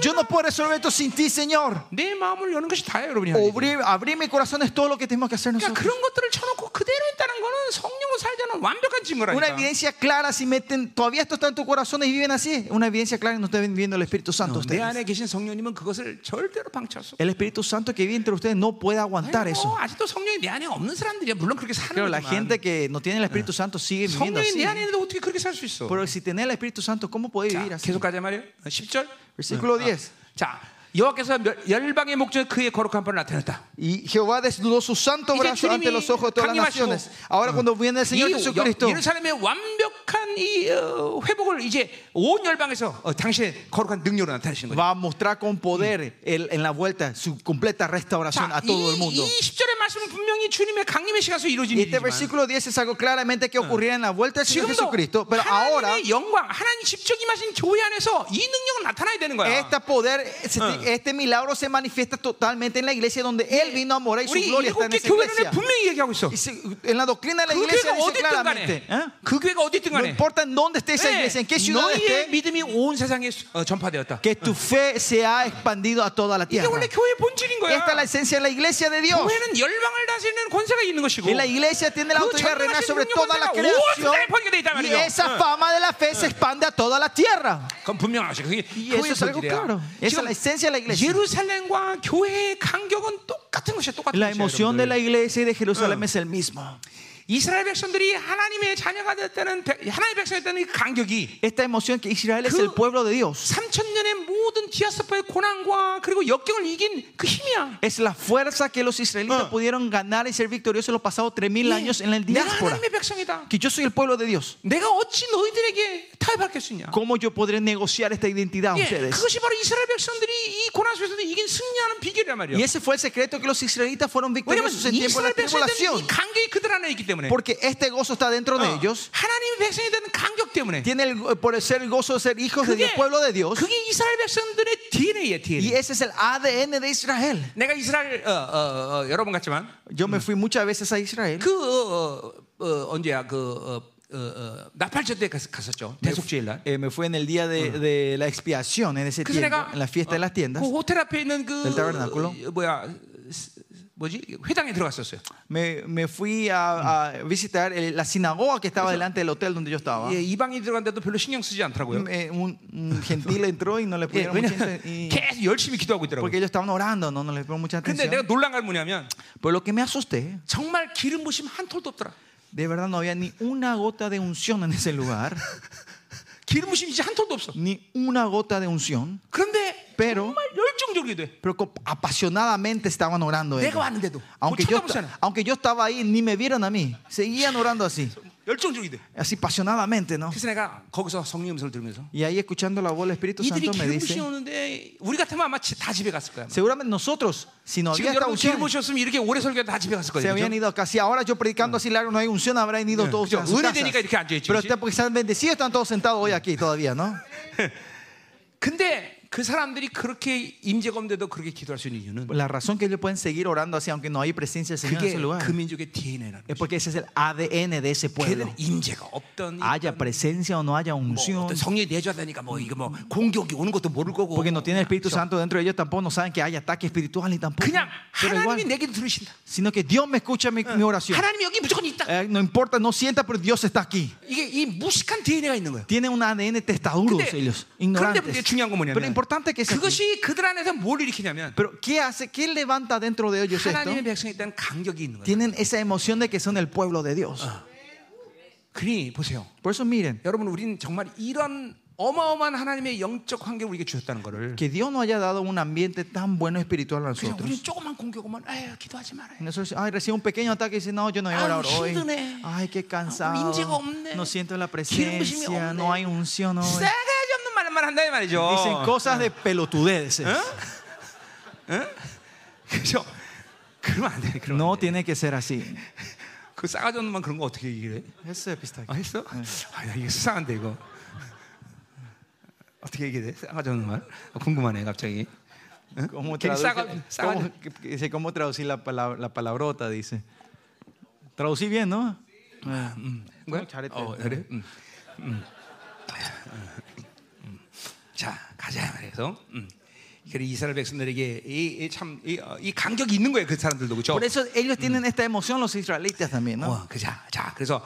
Speaker 2: Yo no puedo resolver esto sin ti, Señor.
Speaker 1: 내 마음을 여는 것이 다예요, 여러분이. 하는 일이.
Speaker 2: Abrir, abrir mi corazón es todo lo que tenemos que hacer
Speaker 1: 그러니까
Speaker 2: nosotros.
Speaker 1: 그런 것들을 쳐놓고 그대로 있다는 거는 성령으로 살자는 완벽한
Speaker 2: Una
Speaker 1: 증거라니까.
Speaker 2: evidencia clara, si meten, todavía esto está en tu corazón y viven así, una evidencia clara que no están viviendo el Espíritu Santo.
Speaker 1: 어, 내
Speaker 2: ustedes.
Speaker 1: 안에 계신 성령님은 그것을 절대로 방치할 수 없어.
Speaker 2: El Espíritu Santo que vive entre ustedes no puede aguantar eso.
Speaker 1: 뭐, 아직도 성령이 내 안에 없는 사람들이야. 물론 그렇게 사는
Speaker 2: Pero la
Speaker 1: 거지만.
Speaker 2: gente que no tiene el Espíritu Santo sigue viviendo
Speaker 1: 성령이
Speaker 2: así.
Speaker 1: 내 안에 있는데 어떻게 그렇게 살 수 있어?
Speaker 2: Pero si tenés el Espíritu Santo, ¿cómo puede
Speaker 1: 자,
Speaker 2: vivir así?
Speaker 1: 계속 가자 말이에요. 어, 10절.
Speaker 2: Versículo 10.
Speaker 1: 자, 여호와께서 멸- 열방의 목적에 그의 거룩한 발을 나타냈다.
Speaker 2: Y Jehová desnudó su santo
Speaker 1: Dice
Speaker 2: brazo ante
Speaker 1: 주님이
Speaker 2: los ojos de todas
Speaker 1: 강림하시고,
Speaker 2: las naciones. Ahora cuando viene el
Speaker 1: 이
Speaker 2: Señor Jesucristo,
Speaker 1: 여- 예루살렘의 완벽한 이 어, 회복을 이제 온 열방에서 어, 당신의 거룩한 능력으로 나타내시는 거죠.
Speaker 2: va a mostrar con poder el- en la vuelta su completa restauración
Speaker 1: 자,
Speaker 2: a
Speaker 1: 이,
Speaker 2: todo el mundo.
Speaker 1: 이 10절의 말씀은 분명히 주님의 강림의 시간에서 이루어진
Speaker 2: Y este
Speaker 1: 일이지만
Speaker 2: versículo 10 es algo claramente que ocurría en la vuelta del Señor
Speaker 1: 지금도
Speaker 2: Jesucristo, pero ahora
Speaker 1: 하나님의 영광, 하나님 직접 임하신 교회 안에서 이 능력은 나타나야 되는 거야.
Speaker 2: este poder, este, este milagro se manifiesta totalmente en la iglesia donde Él vino a morar y su
Speaker 1: 우리
Speaker 2: gloria
Speaker 1: 일곱
Speaker 2: está en
Speaker 1: 개
Speaker 2: esa
Speaker 1: 교회를
Speaker 2: iglesia.
Speaker 1: 분명히 얘기하고 있어.
Speaker 2: Y se- en la doctrina de la
Speaker 1: 그
Speaker 2: iglesia
Speaker 1: 교회가
Speaker 2: dice
Speaker 1: 어디든
Speaker 2: claramente,
Speaker 1: 간에,
Speaker 2: ¿eh?
Speaker 1: 그 교회가 어디든
Speaker 2: no
Speaker 1: 간에.
Speaker 2: importa en dónde esté esa
Speaker 1: 네,
Speaker 2: iglesia, Eh, en qué ciudad
Speaker 1: 너희의
Speaker 2: esté,
Speaker 1: 믿음이 온 세상에 수- 어, 전파되었다.
Speaker 2: que tu fe se ha expandido a toda la
Speaker 1: 이게
Speaker 2: tierra.
Speaker 1: 원래 교회의 본질인 거야.
Speaker 2: Esta es la esencia de la iglesia de Dios.
Speaker 1: 교회는 열방을 다스리는 권세가 있는 것이고
Speaker 2: Y la iglesia tiene la
Speaker 1: 그
Speaker 2: autoridad de reinar sobre
Speaker 1: 전능하신
Speaker 2: toda la
Speaker 1: 능력은
Speaker 2: creación.
Speaker 1: 세상에 번개돼 있단
Speaker 2: Y
Speaker 1: 말이죠.
Speaker 2: esa fama de la fe se expande a toda la tierra.
Speaker 1: 그건 분명하죠. 그게
Speaker 2: Y eso
Speaker 1: 교회의
Speaker 2: es algo claro.
Speaker 1: 본질이야.
Speaker 2: Esa es
Speaker 1: 지금
Speaker 2: la esencia de la iglesia.
Speaker 1: 예루살렘과 교회의 간격은 똑같은 것이야. 똑같은
Speaker 2: La
Speaker 1: 것이야,
Speaker 2: emoción de
Speaker 1: 여러분들.
Speaker 2: la iglesia y de Jerusalén es el mismo.
Speaker 1: 이스라엘 백성들이 하나님의 자녀가 됐다는 백- 하나님의 백성이었다는 이 간격이
Speaker 2: Esta emoción que Israel es el pueblo de Dios.
Speaker 1: 3천년의 모든 디아스포의 고난과 그리고 역경을 이긴 그 힘이야.
Speaker 2: Es la fuerza que los israelitas pudieron ganar y ser victoriosos en los pasados 3.000 años en la
Speaker 1: 내가
Speaker 2: diáspora.
Speaker 1: 하나님의 백성이다.
Speaker 2: Que yo soy el pueblo de Dios.
Speaker 1: 내가 어찌 너희들에게 타협하겠느냐?
Speaker 2: ¿Cómo yo podré negociar esta identidad a
Speaker 1: 예,
Speaker 2: ustedes?
Speaker 1: 그것이 바로 이스라엘 백성들이 이 고난 속에서도 이긴 승리하는 비결이란
Speaker 2: Y
Speaker 1: 말이에요.
Speaker 2: ese fue el secreto que los israelitas fueron
Speaker 1: 왜냐면
Speaker 2: victoriosos en tiempo
Speaker 1: 이스라엘
Speaker 2: de la
Speaker 1: 백성들은
Speaker 2: tribulación.
Speaker 1: 이 간격이 그들 안에 있기 때문에 어,
Speaker 2: Porque este gozo está dentro
Speaker 1: Ah.
Speaker 2: de ellos.
Speaker 1: 하나님의 백성이 되는 간격 때문에
Speaker 2: Tiene el- por el ser el gozo de ser hijos de Dios,
Speaker 1: 예, 그게,
Speaker 2: pueblo de Dios.
Speaker 1: 그게 이스라엘 백성들의 DNA예요.
Speaker 2: Y
Speaker 1: DNA.
Speaker 2: ese es el ADN de Israel.
Speaker 1: 내가 이스라엘 어, 어, 어, 여러분 같지만
Speaker 2: Yo me fui muchas veces a Israel.
Speaker 1: 그 어, 어, 어, 언제야 그 어, 어, 어, 나팔절 때 갔- 갔었죠 대속주일날.
Speaker 2: Eh, me fui en el día de, de la expiación, en ese
Speaker 1: 그래서
Speaker 2: tiempo,
Speaker 1: 내가
Speaker 2: en la fiesta de las tiendas.
Speaker 1: 그 호텔 앞에 있는 그
Speaker 2: Del tabernáculo.
Speaker 1: 어, 뭐야 스- 뭐지 회당에 들어갔었어요.
Speaker 2: Me, me fui a, a visitar el- la sinagoga que estaba delante del hotel donde yo estaba.
Speaker 1: 예, 이방이 들어간데도 별로 신경 쓰지 않더라고요.
Speaker 2: Me- un, un gentil entró y no le
Speaker 1: 예,
Speaker 2: pusieron
Speaker 1: 왜냐
Speaker 2: mucha atención.
Speaker 1: 계속 열심히 기도하고 있더라고요.
Speaker 2: Porque ellos estaban orando, no, no les pusieron mucha
Speaker 1: 근데
Speaker 2: atención.
Speaker 1: 내가 놀란 건 뭐냐면
Speaker 2: Por lo que me asusté,
Speaker 1: 정말 기름 부심 한 톨도 없더라.
Speaker 2: de verdad no había ni una gota de unción en ese lugar.
Speaker 1: 기름 부심 이제 한 톨도 없어.
Speaker 2: Ni una gota de unción.
Speaker 1: 그런데
Speaker 2: Pero
Speaker 1: 정말 열정적으로 기도해.
Speaker 2: pero co- apasionadamente estaban orando. ellos.
Speaker 1: 내가 왔는데도 뭐
Speaker 2: Aunque yo,
Speaker 1: 쳐다보지 않아.
Speaker 2: aunque yo estaba ahí, ni me vieron a mí. Seguían orando así.
Speaker 1: 열정적이 돼.
Speaker 2: así apasionadamente, ¿no?
Speaker 1: 그래서 내가 거기서 성령 음성을 들으면서
Speaker 2: Y ahí escuchando la voz del Espíritu
Speaker 1: 이들이
Speaker 2: Santo me
Speaker 1: 기름 부신
Speaker 2: dice,
Speaker 1: 오는데 우리 같으면 아마 지- 다 집에 갔을 거야. 아마.
Speaker 2: seguramente nosotros, si no
Speaker 1: 지금
Speaker 2: había
Speaker 1: 어,
Speaker 2: esta
Speaker 1: 여러분 기름
Speaker 2: unción,
Speaker 1: 부셨으면 이렇게 오래 설교해도 다 집에 갔을
Speaker 2: se
Speaker 1: 거예요.
Speaker 2: habían
Speaker 1: 그죠?
Speaker 2: ido acá. Si ahora yo predicando así largo no hay unción, habrán ido todos
Speaker 1: 그죠?
Speaker 2: a sus casas.
Speaker 1: 은혜되니까 이렇게 앉아있지,
Speaker 2: Pero
Speaker 1: 그치?
Speaker 2: está- porque están bendecidos, están todos sentados hoy aquí todavía, ¿no?
Speaker 1: 근데 그 사람들이 그렇게 임재가 없는데도 그렇게 기도할 수 있는 이유는
Speaker 2: La razón que ellos pueden seguir orando así, aunque no hay presencia del Señor en
Speaker 1: 그게
Speaker 2: ese lugar,
Speaker 1: 그 민족의 DNA라는
Speaker 2: es
Speaker 1: 거죠.
Speaker 2: porque ese es el ADN de ese pueblo.
Speaker 1: 걔들은 임재가 없던
Speaker 2: Haya presencia o no haya
Speaker 1: 뭐
Speaker 2: unción,
Speaker 1: 어떤 성령이 내주하다니까 뭐 이게 뭐 공격이 오는 것도 모를 거고
Speaker 2: porque no tiene el Espíritu
Speaker 1: 그죠?
Speaker 2: Santo dentro de ellos, tampoco no saben que hay ataque espiritual ni tampoco.
Speaker 1: 그렇죠. 그냥
Speaker 2: Pero
Speaker 1: 하나님이
Speaker 2: igual,
Speaker 1: 내 기도 들으신다.
Speaker 2: sino que Dios me escucha mi, mi oración.
Speaker 1: 하나님 이 여기 무조건 있다.
Speaker 2: Eh, no importa, no sienta, pero Dios está aquí.
Speaker 1: 이게 이 무식한 DNA가 있는 거예요.
Speaker 2: Tienen un ADN testaduros
Speaker 1: 근데-
Speaker 2: ellos,
Speaker 1: 그런데
Speaker 2: ignorantes.
Speaker 1: 문제 중요한 건 뭐냐면
Speaker 2: Pero importante que es aquí.
Speaker 1: 그것이 그들 안에서 뭘 일으키냐면
Speaker 2: Pero ¿qué hace? ¿Qué levanta dentro de ellos esto?
Speaker 1: 하나님의 백성에 대한 감격이 있는 거예요.
Speaker 2: Tienen esa emoción de que son el pueblo de Dios.
Speaker 1: 그니 보세요.
Speaker 2: Por eso miren,
Speaker 1: 여러분 우리는 정말 이런 어마어마한 하나님의 영적 환경을 우리에게 주셨다는 거를
Speaker 2: que Dios nos haya dado un ambiente tan bueno espiritual a
Speaker 1: 그냥
Speaker 2: nosotros.
Speaker 1: 우리는 조그만 공격 오면 에휴 기도하지 말아요.
Speaker 2: Y nosotros, ay, recibo un pequeño ataque y dice, no, yo no voy
Speaker 1: Ay,
Speaker 2: a orar hoy.
Speaker 1: 힘드네.
Speaker 2: Ay, eh. Ah, qué cansado.
Speaker 1: 인재가 없네.
Speaker 2: No siento la
Speaker 1: 기름 부심이
Speaker 2: presencia, no
Speaker 1: 없네.
Speaker 2: hay unción
Speaker 1: 어.
Speaker 2: hoy.
Speaker 1: 싸가지 없는 말만 한다 이 말이죠.
Speaker 2: Dicen cosas de pelotudeces.
Speaker 1: 그죠? 그러면 안 돼. 그러면
Speaker 2: No
Speaker 1: 안 돼.
Speaker 2: tiene que ser así.
Speaker 1: 그 싸가지 없는 말 그런 거 어떻게 얘기를 해?
Speaker 2: Ese pistaque.
Speaker 1: 아, 했어? 아, 야, 이게 수상한데 이거 어떻게 얘기해? 싸가지 없는 말? 아, 궁금하네 갑자기. 응?
Speaker 2: ¿Cómo,
Speaker 1: 괜히
Speaker 2: traduce-
Speaker 1: 싸가- 싸가지
Speaker 2: cómo- que- dice, ¿Cómo traducir la, palabra, la palabrota? Dice. Traducí bien, ¿no? Ah,
Speaker 1: 뭐야?
Speaker 2: 잘했다.
Speaker 1: 어, 그래? 음. 음. 음. 자, 가자 그래서. 음. 그래 이스라엘 백성들에게 이참이 어, 이 감격이 있는 거예요 그 사람들도 그렇죠.
Speaker 2: Por eso ellos tienen esta emoción los israelitas también, ¿no?
Speaker 1: 어, 그자. 자, 그래서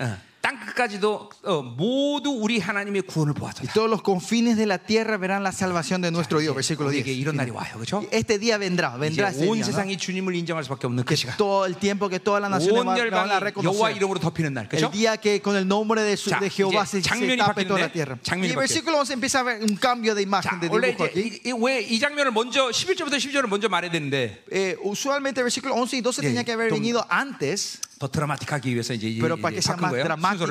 Speaker 1: 어, 땅 끝까지도 어, 모두 우리 하나님의 구원을 보았다.
Speaker 2: Y todos los confines de la tierra verán la salvación de nuestro Dios. Versículo
Speaker 1: 우리에게
Speaker 2: 10.
Speaker 1: 이런 날이 와요, 그렇죠?
Speaker 2: Este día vendrá,
Speaker 1: 이제
Speaker 2: vendrá ese
Speaker 1: 온
Speaker 2: día, ¿no?
Speaker 1: 세상이 주님을 인정할 수밖에 없는 그 시간.
Speaker 2: todo el tiempo que todas las naciones
Speaker 1: 온
Speaker 2: van, van a
Speaker 1: 열방이 여호와
Speaker 2: reconocer.
Speaker 1: 이름으로 덮이는 날, 그렇죠?
Speaker 2: El día que con el nombre de, su-
Speaker 1: 자,
Speaker 2: de Jehová
Speaker 1: 이제
Speaker 2: se, se
Speaker 1: 장면이
Speaker 2: tape toda la
Speaker 1: 바뀌는데,
Speaker 2: tierra.
Speaker 1: 장면이
Speaker 2: Y el
Speaker 1: 바뀌어요.
Speaker 2: versículo 11 empieza a ver un cambio de imagen,
Speaker 1: 자,
Speaker 2: de
Speaker 1: 원래
Speaker 2: dibujo aquí.
Speaker 1: 이제 왜이 장면을 먼저 11절부터 12절을 먼저 말해야 되는데
Speaker 2: Eh, usualmente el versículo 11 y
Speaker 1: 예,
Speaker 2: 12 tenía que haber
Speaker 1: 좀-
Speaker 2: venido antes,
Speaker 1: 더 드라마틱하기 위해서 이제 이-
Speaker 2: pero para
Speaker 1: 이제
Speaker 2: que sea
Speaker 1: 바꾼
Speaker 2: más
Speaker 1: 거예요. 순서를.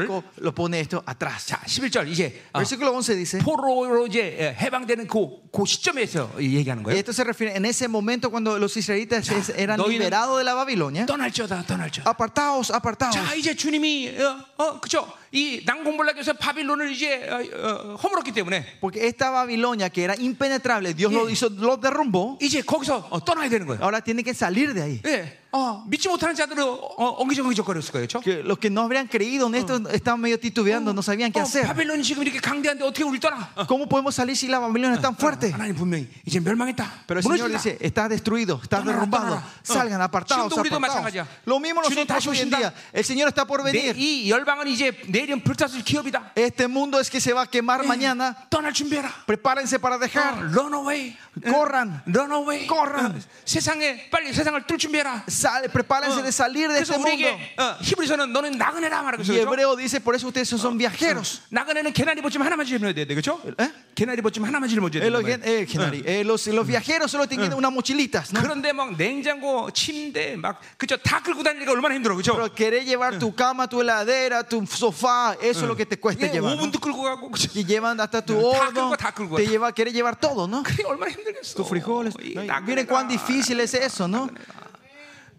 Speaker 2: dramático, lo pone esto atrás.
Speaker 1: 자, 11절 이제 어,
Speaker 2: Versículo 11 dice,
Speaker 1: 포로로 이제 예, 해방되는 그, 그 시점에서 얘기하는
Speaker 2: y
Speaker 1: 거예요.
Speaker 2: esto se refiere en ese momento cuando los israelitas es- eran
Speaker 1: 너희는-
Speaker 2: liberados de la Babilonia.
Speaker 1: 떠날지어다, 떠날지어다.
Speaker 2: Apartaos, apartaos.
Speaker 1: 자, 이제 주님이 어, 어 그죠? 이 난공불락에서 바빌론을 이제 어, 어, 허물었기 때문에
Speaker 2: Porque esta Babilonia que era impenetrable, Dios lo
Speaker 1: 예.
Speaker 2: hizo, lo derrumbó.
Speaker 1: 이제 거기서 어, 떠나야 되는 거예요.
Speaker 2: Ahora tiene que salir de ahí.
Speaker 1: 예, 어, 믿지 못하는 자들은 어, 엉기적엉기적거렸을 거예요, 그렇죠?
Speaker 2: Que los que no habrían creído en esto estaban medio
Speaker 1: Oh.
Speaker 2: titubeando, no sabían qué
Speaker 1: 어,
Speaker 2: hacer.
Speaker 1: 바빌론이 지금 이렇게 강대한데 어떻게 우리 떠나? 어,
Speaker 2: ¿Cómo podemos salir si la Babilonia es tan fuerte?
Speaker 1: 하나님 분명히 이제 멸망했다.
Speaker 2: Pero el Señor
Speaker 1: 무너진다.
Speaker 2: dice, está destruido, está
Speaker 1: Tómala,
Speaker 2: derrumbado.
Speaker 1: tómala.
Speaker 2: Salgan,
Speaker 1: Ah.
Speaker 2: apartados,
Speaker 1: Siendo unido,
Speaker 2: apartados.
Speaker 1: más allá.
Speaker 2: Lo mismo
Speaker 1: Siendo
Speaker 2: nosotros
Speaker 1: tacho,
Speaker 2: hoy en
Speaker 1: siendo-
Speaker 2: día. El Señor está por
Speaker 1: 내,
Speaker 2: venir.
Speaker 1: 이 열방은 이제 내일은 불타서 기업이다.
Speaker 2: Este mundo es que se va a quemar
Speaker 1: Eh.
Speaker 2: mañana.
Speaker 1: 떠날 준비해라.
Speaker 2: Prepárense para
Speaker 1: 어,
Speaker 2: dejar.
Speaker 1: run away.
Speaker 2: Corran.
Speaker 1: run away.
Speaker 2: Corran.
Speaker 1: 어, 세상에 빨리 세상을 뚫 준비해라.
Speaker 2: Sale,
Speaker 1: Ah.
Speaker 2: prepárense de salir de
Speaker 1: 그래서
Speaker 2: este mundo.
Speaker 1: 우리에게 어, 히브리서는 너는 나그네라 말하고
Speaker 2: Y
Speaker 1: 있어요. 그죠?
Speaker 2: Hebreo dice, por eso ustedes son viajeros.
Speaker 1: 나그네는 개나리 벗지만 하나만 짊어야 돼. 그렇죠?
Speaker 2: 에?
Speaker 1: 개나리 벗지만 하나만 짊어야 돼.
Speaker 2: Eh, los, gen- eh, genari- Ah. eh, los, los viajeros solo tienen unas mochilitas, ¿no?
Speaker 1: 그런데 막 냉장고, 침대 막 그죠? 다 끌고 다니니까 얼마나 힘들어. 그렇죠?
Speaker 2: Pero querer llevar tu cama, tu heladera, tu sofá, eso es lo que te cuesta
Speaker 1: 이게 뭐
Speaker 2: llevar. ¿no?
Speaker 1: 5분도 예, 끌고 그렇죠? 가고 그죠?
Speaker 2: Y llevan hasta tu
Speaker 1: 다
Speaker 2: horno,
Speaker 1: 끌고, 다 끌고
Speaker 2: te
Speaker 1: 가.
Speaker 2: lleva, quiere llevar todo, ¿no?
Speaker 1: 그게 얼마나 힘들겠어.
Speaker 2: Tus frijoles.
Speaker 1: 이
Speaker 2: ¿no? Y
Speaker 1: 나그네가,
Speaker 2: Miren cuán difícil es eso, ¿no?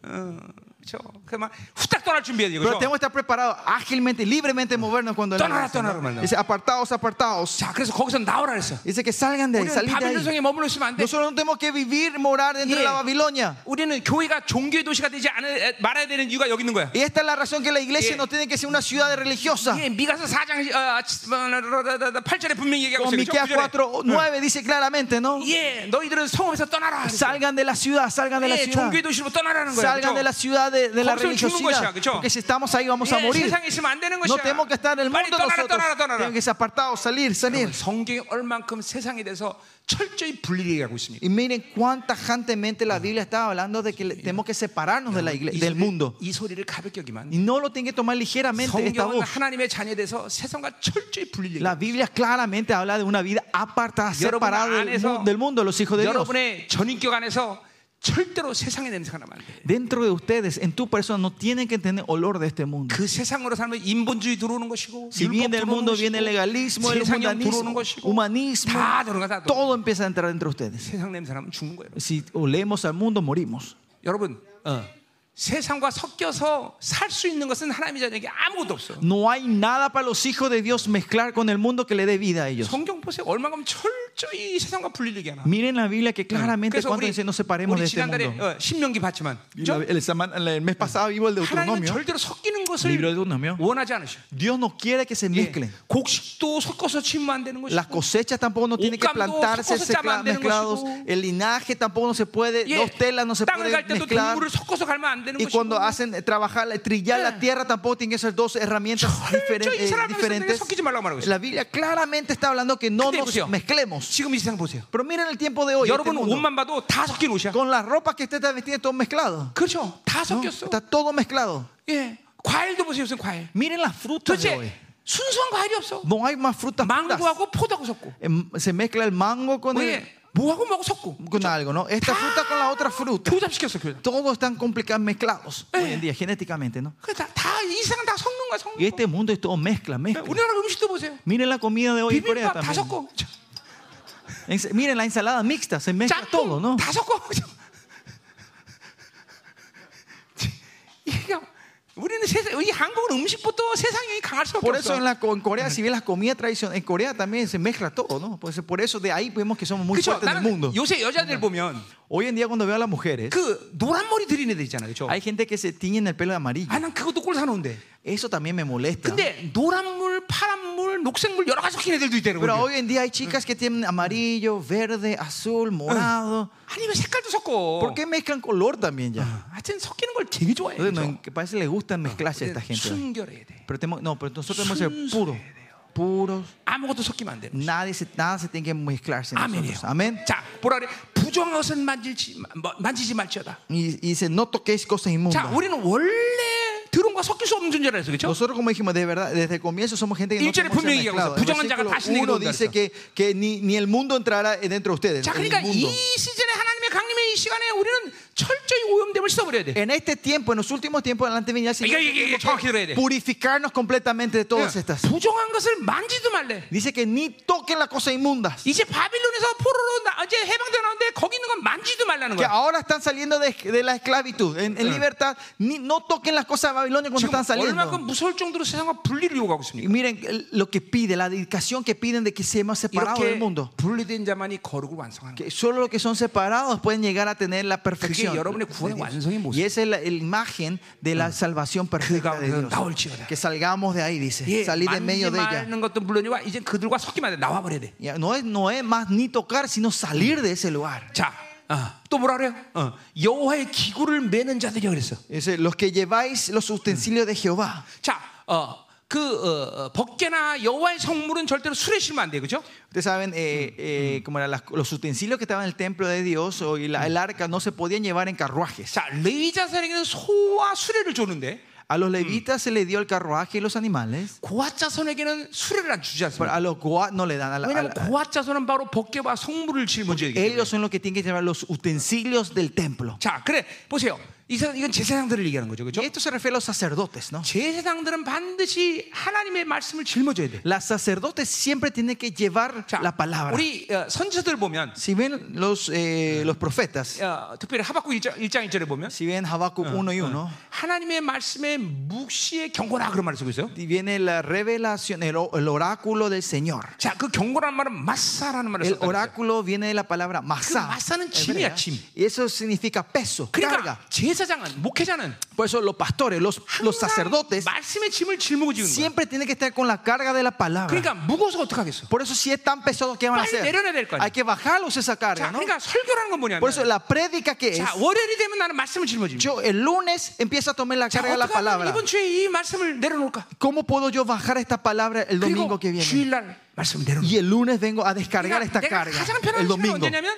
Speaker 1: 그렇죠. 그만 후딱 떠날 준비해야 돼.
Speaker 2: Pero
Speaker 1: 그렇죠?
Speaker 2: tenemos que estar preparados ágilmente, libremente movernos cuando Él
Speaker 1: Tonara,
Speaker 2: regrese, ¿no?
Speaker 1: tonara, hermano.
Speaker 2: Dice, apartados, apartados.
Speaker 1: 자, 그래서 거기서 나오라 그랬어.
Speaker 2: Dice que salgan de ahí,
Speaker 1: 우리는
Speaker 2: salid de
Speaker 1: 바빌론
Speaker 2: ahí.
Speaker 1: 성에 머물러 있으면 안 돼.
Speaker 2: Nosotros no tenemos que vivir, morar dentro de
Speaker 1: Yeah.
Speaker 2: la Babilonia.
Speaker 1: 우리는 교회가 종교의 도시가 되지 않을 말아야 되는 이유가 여기 있는 거야.
Speaker 2: Y esta es la razón que la
Speaker 1: Yeah.
Speaker 2: iglesia no tiene que ser una ciudad religiosa.
Speaker 1: 예, 미가서 4장 아, 어, 8절에 분명히 얘기하고
Speaker 2: Como
Speaker 1: 있어요. 그죠?
Speaker 2: Miqueas
Speaker 1: 그
Speaker 2: 4,
Speaker 1: 전에.
Speaker 2: 9 dice claramente, ¿no?
Speaker 1: 예, 너희들은 성읍에서 떠나라.
Speaker 2: Salgan de la ciudad, salgan de la
Speaker 1: 예,
Speaker 2: ciudad.
Speaker 1: 종교의 도시로 떠나라는 거야.
Speaker 2: Salgan de la ciudad de, de la
Speaker 1: Corazón chungo 것이야,
Speaker 2: religiosidad.
Speaker 1: 그쵸?
Speaker 2: Porque si estamos ahí vamos a
Speaker 1: 예,
Speaker 2: morir.
Speaker 1: 세상에 있으면 안 되는 것이야.
Speaker 2: No tenemos que estar en el
Speaker 1: 빨리
Speaker 2: mundo
Speaker 1: 떠나라,
Speaker 2: nosotros.
Speaker 1: 떠나라, 떠나라.
Speaker 2: Tenemos que ser apartados, salir, salir.
Speaker 1: 성경이 얼만큼 세상에 대해서 철저히 분리를 얘기하고 있습니까?
Speaker 2: Y miren cuán tajantemente la Biblia está hablando de que le- tenemos que separarnos de la igle-
Speaker 1: 이
Speaker 2: del
Speaker 1: 소리-
Speaker 2: mundo.
Speaker 1: 이 소리를 가볍게 여기만.
Speaker 2: Y no lo tienen que tomar ligeramente esta
Speaker 1: 성경은
Speaker 2: voz.
Speaker 1: 하나님의 자녀에 대해서 세상과 철저히 분리를
Speaker 2: La Biblia claramente habla de una vida apartada,
Speaker 1: 여러분
Speaker 2: separada del,
Speaker 1: 안에서
Speaker 2: mu- del mundo, los hijos de Dios.
Speaker 1: 여러분의 전인격 안에서 절대로 세상의 냄새가 나면 안 돼.
Speaker 2: Dentro de ustedes, en tu persona, no tienen que tener olor de este mundo.
Speaker 1: 그 세상으로 살면 인본주의 들어오는 것이고
Speaker 2: Si
Speaker 1: 율법
Speaker 2: viene del
Speaker 1: 들어오는
Speaker 2: mundo, viene el
Speaker 1: 그 것이고
Speaker 2: legalismo, el
Speaker 1: 세상형 들어오는
Speaker 2: mundanismo,
Speaker 1: 것이고
Speaker 2: humanismo.
Speaker 1: 다 들어가 다 들어가.
Speaker 2: Todo empieza a entrar dentro de ustedes.
Speaker 1: 세상 냄새 나면 죽는 거예요. 여러분.
Speaker 2: Si olemos al mundo, morimos.
Speaker 1: 여러분, 세상과 섞여서 살 수 있는 것은 하나님의 자녀에게 아무것도 없어.
Speaker 2: No hay nada para los hijos de Dios mezclar con el mundo que le dé vida a ellos.
Speaker 1: 성경 보세요. 얼마나 면 철저히 이 세상과 분리되게 음, 하나.
Speaker 2: Miren la Biblia que claramente
Speaker 1: 그래서
Speaker 2: cuando
Speaker 1: 우리,
Speaker 2: dice no separemos
Speaker 1: 우리
Speaker 2: de este
Speaker 1: 지난달에
Speaker 2: mundo.
Speaker 1: 어, 신명기 봤지만
Speaker 2: Y la- el, semana- el mes pasado vivo el
Speaker 1: 하나님은
Speaker 2: Deuteronomio.
Speaker 1: 절대로 섞이는
Speaker 2: Libro de
Speaker 1: 것을
Speaker 2: Deuteronomio.
Speaker 1: 원하지 않으셔.
Speaker 2: Dios no quiere que se
Speaker 1: 예.
Speaker 2: mezclen.
Speaker 1: 곡식도 섞어서 치면 안 되는 것이고
Speaker 2: Las cosechas tampoco no tienen que
Speaker 1: Ocampo,
Speaker 2: plantarse
Speaker 1: cosas
Speaker 2: secla-
Speaker 1: llaman de
Speaker 2: mezclados.
Speaker 1: negocio.
Speaker 2: El linaje tampoco no se puede.
Speaker 1: 예.
Speaker 2: Dos telas no se
Speaker 1: 땅을 갈
Speaker 2: pueden
Speaker 1: 때도
Speaker 2: mezclar.
Speaker 1: 동물을 섞어서 갈면 안 되는
Speaker 2: Y
Speaker 1: 것이고
Speaker 2: cuando hacen eh, trabajar, eh, trillar la tierra, tampoco tienen que ser dos herramientas diferen-
Speaker 1: 철저히 이
Speaker 2: eh,
Speaker 1: 사람 안에서 내가
Speaker 2: diferentes.
Speaker 1: 섞이지 말라고 말하고 있어.
Speaker 2: La Biblia claramente está hablando que no
Speaker 1: 근데
Speaker 2: nos
Speaker 1: 보세요.
Speaker 2: mezclemos.
Speaker 1: 지금 이 세상 보세요.
Speaker 2: Pero miren el tiempo de hoy. este
Speaker 1: 여러분
Speaker 2: mundo.
Speaker 1: 옷만 봐도 다 섞인 옷이야.
Speaker 2: Con la ropa que usted está vestida, todo mezclado.
Speaker 1: 그렇죠. 다
Speaker 2: ¿no?
Speaker 1: 섞였어.
Speaker 2: Está todo mezclado.
Speaker 1: 예. 과일도 보세요. 무슨 과일.
Speaker 2: Miren las frutas de hoy.
Speaker 1: 도대체 순수한 과일이 없어.
Speaker 2: No hay más frutas puras.
Speaker 1: 망고하고 포도하고 섞고.
Speaker 2: Em, Se mezcla el mango con, el-
Speaker 1: 예. 뭐하고 뭐하고 섞고.
Speaker 2: con algo, ¿no? Esta fruta con la otra fruta.
Speaker 1: 교잡시켰어, 교잡.
Speaker 2: Todos están complicados, mezclados
Speaker 1: Eh.
Speaker 2: hoy en día, genéticamente, ¿no?
Speaker 1: 그 다, 다, 이 세상 다 섞는 거야, 섞는
Speaker 2: Y
Speaker 1: 거.
Speaker 2: este mundo es todo mezcla,
Speaker 1: 야,
Speaker 2: mezcla.
Speaker 1: 우리나라 음식도 보세요.
Speaker 2: Miren la comida de hoy en Corea
Speaker 1: 비빔밥 다
Speaker 2: también.
Speaker 1: 섞고. 자,
Speaker 2: Ense- Miren la ensalada mixta, se
Speaker 1: 네,
Speaker 2: mezcla todo,
Speaker 1: 짬뽕
Speaker 2: ¿no?
Speaker 1: 다 섞고. 이게 우리는 세상, 이 한국은 음식부터 세상이 강할 수밖에
Speaker 2: Por eso
Speaker 1: 없어.
Speaker 2: en, la, co- en Corea, si ves las comidas tradicionales, en Corea también se mezcla todo, ¿no? Pues por eso de ahí vemos que somos muy
Speaker 1: 그렇죠.
Speaker 2: fuertes en el mundo.
Speaker 1: 나는 요새 여자들 보면
Speaker 2: Hoy en día cuando veo a las mujeres,
Speaker 1: 그 노란 머리 들인 애들 있잖아요. 그렇죠?
Speaker 2: hay gente que se tiñen el pelo de amarillo.
Speaker 1: 아, 난 그것도 꼴 사놓은데.
Speaker 2: Eso también me molesta.
Speaker 1: 근데 노란 물, 파란 물, 녹색 물 여러 가지 섞인 애들도 있다는
Speaker 2: Pero
Speaker 1: 거예요.
Speaker 2: hoy en día hay chicas que tienen amarillo, verde, azul, morado.
Speaker 1: 아니면 색깔도 섞어.
Speaker 2: ¿Por qué mezclan color también ya?
Speaker 1: 하여튼 섞이는 걸 되게 좋아해요.
Speaker 2: Entonces,
Speaker 1: 그렇죠?
Speaker 2: no, que parece que les gusta mezclarse a esta
Speaker 1: 근데
Speaker 2: gente.
Speaker 1: 순결해야 돼.
Speaker 2: Pero tenemos- no, pero nosotros tenemos que ser puros. Puros.
Speaker 1: 아무것도 섞이면 안 되는. 거죠.
Speaker 2: Nadie se, nada se tiene que mezclarse. en
Speaker 1: 음, 네, 아멘이에요.
Speaker 2: Nosotros. Amén.
Speaker 1: 자, 보라 그래. 부정것은 만질지 마- 뭐, 만지지 말지어다.
Speaker 2: Y, y dice, no toquéis cosas
Speaker 1: 자,
Speaker 2: inmundas.
Speaker 1: 우리는 원래 드론과 섞일 수 없는 존재라서 그렇죠?
Speaker 2: Nosotros, como dijimos, de verdad, desde el comienzo somos gente que no
Speaker 1: 일절에
Speaker 2: tenemos que ser
Speaker 1: 분명히 얘기하고
Speaker 2: mezclados.
Speaker 1: 있어요. 부정한 자가 다시 내게
Speaker 2: Uno
Speaker 1: 들어온다
Speaker 2: dice que, que ni, ni el mundo entrará dentro de ustedes.
Speaker 1: 자,
Speaker 2: el
Speaker 1: 그러니까 이
Speaker 2: inmundo.
Speaker 1: 시즌에 하나님의 강림의 이 시간에 우리는 철저히 오염됨을 씻어버려야 돼.
Speaker 2: En este tiempo, en los últimos tiempos, delante venía el
Speaker 1: 이게
Speaker 2: Señor.
Speaker 1: 이게, 이게 정확히 들어야 돼.
Speaker 2: Purificarnos completamente de todas estas.
Speaker 1: 그러니까 부정한 것을 만지도 말래.
Speaker 2: Dice que ni toquen las cosas inmundas.
Speaker 1: 이제 바빌론에서 포로로 나, 이제 해방되어 나오는데 거기 있는 건 만지도 말라는
Speaker 2: Que
Speaker 1: 거야.
Speaker 2: ahora están saliendo de, de la esclavitud, en, en libertad. Ni, no toquen las cosas de Babilonia cuando
Speaker 1: 지금
Speaker 2: están
Speaker 1: 얼마큼
Speaker 2: saliendo.
Speaker 1: 무서울 정도로 세상과 분리를 요구하고
Speaker 2: Y
Speaker 1: 있습니까?
Speaker 2: miren el- lo que pide, la dedicación que piden de que se hemos
Speaker 1: 음,
Speaker 2: separado del
Speaker 1: 이렇게
Speaker 2: mundo.
Speaker 1: 분리된 자만이 거룩을 완성하는 거야.
Speaker 2: Que solo los que son separados pueden llegar a tener la perfección.
Speaker 1: 그게 여러분의 구원의
Speaker 2: de Dios.
Speaker 1: 완성의 모습.
Speaker 2: Y esa es la, la imagen de la salvación perfecta de
Speaker 1: 가운데서
Speaker 2: Dios.
Speaker 1: 나올지어다.
Speaker 2: Que salgamos de ahí, dice.
Speaker 1: 예,
Speaker 2: Salir de medio de ella.
Speaker 1: 만지는 것도 물론이와 이제 그들과 섞이면 안 돼. 나와버려야 돼.
Speaker 2: Ya, No es, no es más ni tocar, sino salir de ese lugar.
Speaker 1: 자, 어, 또 뭐라 그래요? 어, 여호와의 기구를 매는 자들이라고 그랬어.
Speaker 2: Dice, los que lleváis los utensilios de Jehová.
Speaker 1: 자, 어, 그 어, 어, 벗개나 여호와의 성물은 절대로 술에 실면 안 돼, 그죠?
Speaker 2: Ustedes saben, eh, eh, como eran las- los utensilios que estaban en el templo de Dios o, y la- el arca no se podían llevar en carruajes.
Speaker 1: 자, 레이자산에게는 소와 수레를 줬는데
Speaker 2: A los levitas se les dio el carruaje y los animales.
Speaker 1: 고아자손에게는 수레를 안 주지
Speaker 2: Pero
Speaker 1: 않습니까?
Speaker 2: a los goat no le dan. A la- a
Speaker 1: 왜냐하면
Speaker 2: la-
Speaker 1: 고아자손은 바로 벗개와 성물을 짊어져야 되기 때문에.
Speaker 2: ellos son los que tienen que llevar los utensilios del templo.
Speaker 1: 자, 그래 보세요. 이 세- 이건 제사장들을 얘기하는 거죠,
Speaker 2: Y
Speaker 1: 그죠?
Speaker 2: esto se refiere a los sacerdotes, ¿no?
Speaker 1: 제사장들은 반드시 하나님의 말씀을 짊어져야 돼.
Speaker 2: Los sacerdotes siempre tienen que llevar
Speaker 1: 자,
Speaker 2: la palabra.
Speaker 1: 우리 어, 선지자들 보면
Speaker 2: Si ven los, eh, los profetas,
Speaker 1: 어, 특별히 하박국 1장, 일장일절에 보면
Speaker 2: si ven Habacuc 1 y 1,
Speaker 1: 하나님의 말씀에 묵시에 경고라 그런 말을 쓰고 있어요.
Speaker 2: y viene la revelación, el o- el oráculo del Señor.
Speaker 1: 자, 그 경고란 말은 마사라는 말을
Speaker 2: El
Speaker 1: 썼다는 거죠.
Speaker 2: oráculo viene de la palabra masa.
Speaker 1: 그 마사는 짐이야, 짐.
Speaker 2: Y eso significa peso,
Speaker 1: 그러니까
Speaker 2: carga.
Speaker 1: 제사장은 목회자는
Speaker 2: Por eso los pastores, los, los
Speaker 1: 항상
Speaker 2: sacerdotes,
Speaker 1: 말씀의 짐을 짊어고 지는 거야.
Speaker 2: siempre tienen que estar con la carga de la palabra.
Speaker 1: 그러니까 무거워서 어떡하겠어?
Speaker 2: Por eso si es tan pesado, ¿qué van a
Speaker 1: 빨리
Speaker 2: hacer?
Speaker 1: 내려놔야 될거 아니야.
Speaker 2: Hay que bajarlos
Speaker 1: 자,
Speaker 2: esa carga, ¿no?
Speaker 1: 그러니까 설교라는 건 뭐냐면
Speaker 2: Por eso la prédica que es,
Speaker 1: 자, 월요일이 되면 나는 말씀을 짊어집니다.
Speaker 2: yo el lunes empiezo a tomar la
Speaker 1: 자,
Speaker 2: carga de la
Speaker 1: 어떻게 하면
Speaker 2: palabra.
Speaker 1: 이번 주에 이 말씀을 내려놓을까?
Speaker 2: ¿Cómo puedo yo bajar esta palabra el domingo
Speaker 1: 그리고
Speaker 2: que viene?
Speaker 1: 주일날 말씀을 내려놓을까?
Speaker 2: Y el lunes vengo a descargar
Speaker 1: 그러니까
Speaker 2: esta
Speaker 1: 내가
Speaker 2: carga
Speaker 1: 가장 편한 시간은
Speaker 2: el domingo.
Speaker 1: 언제냐면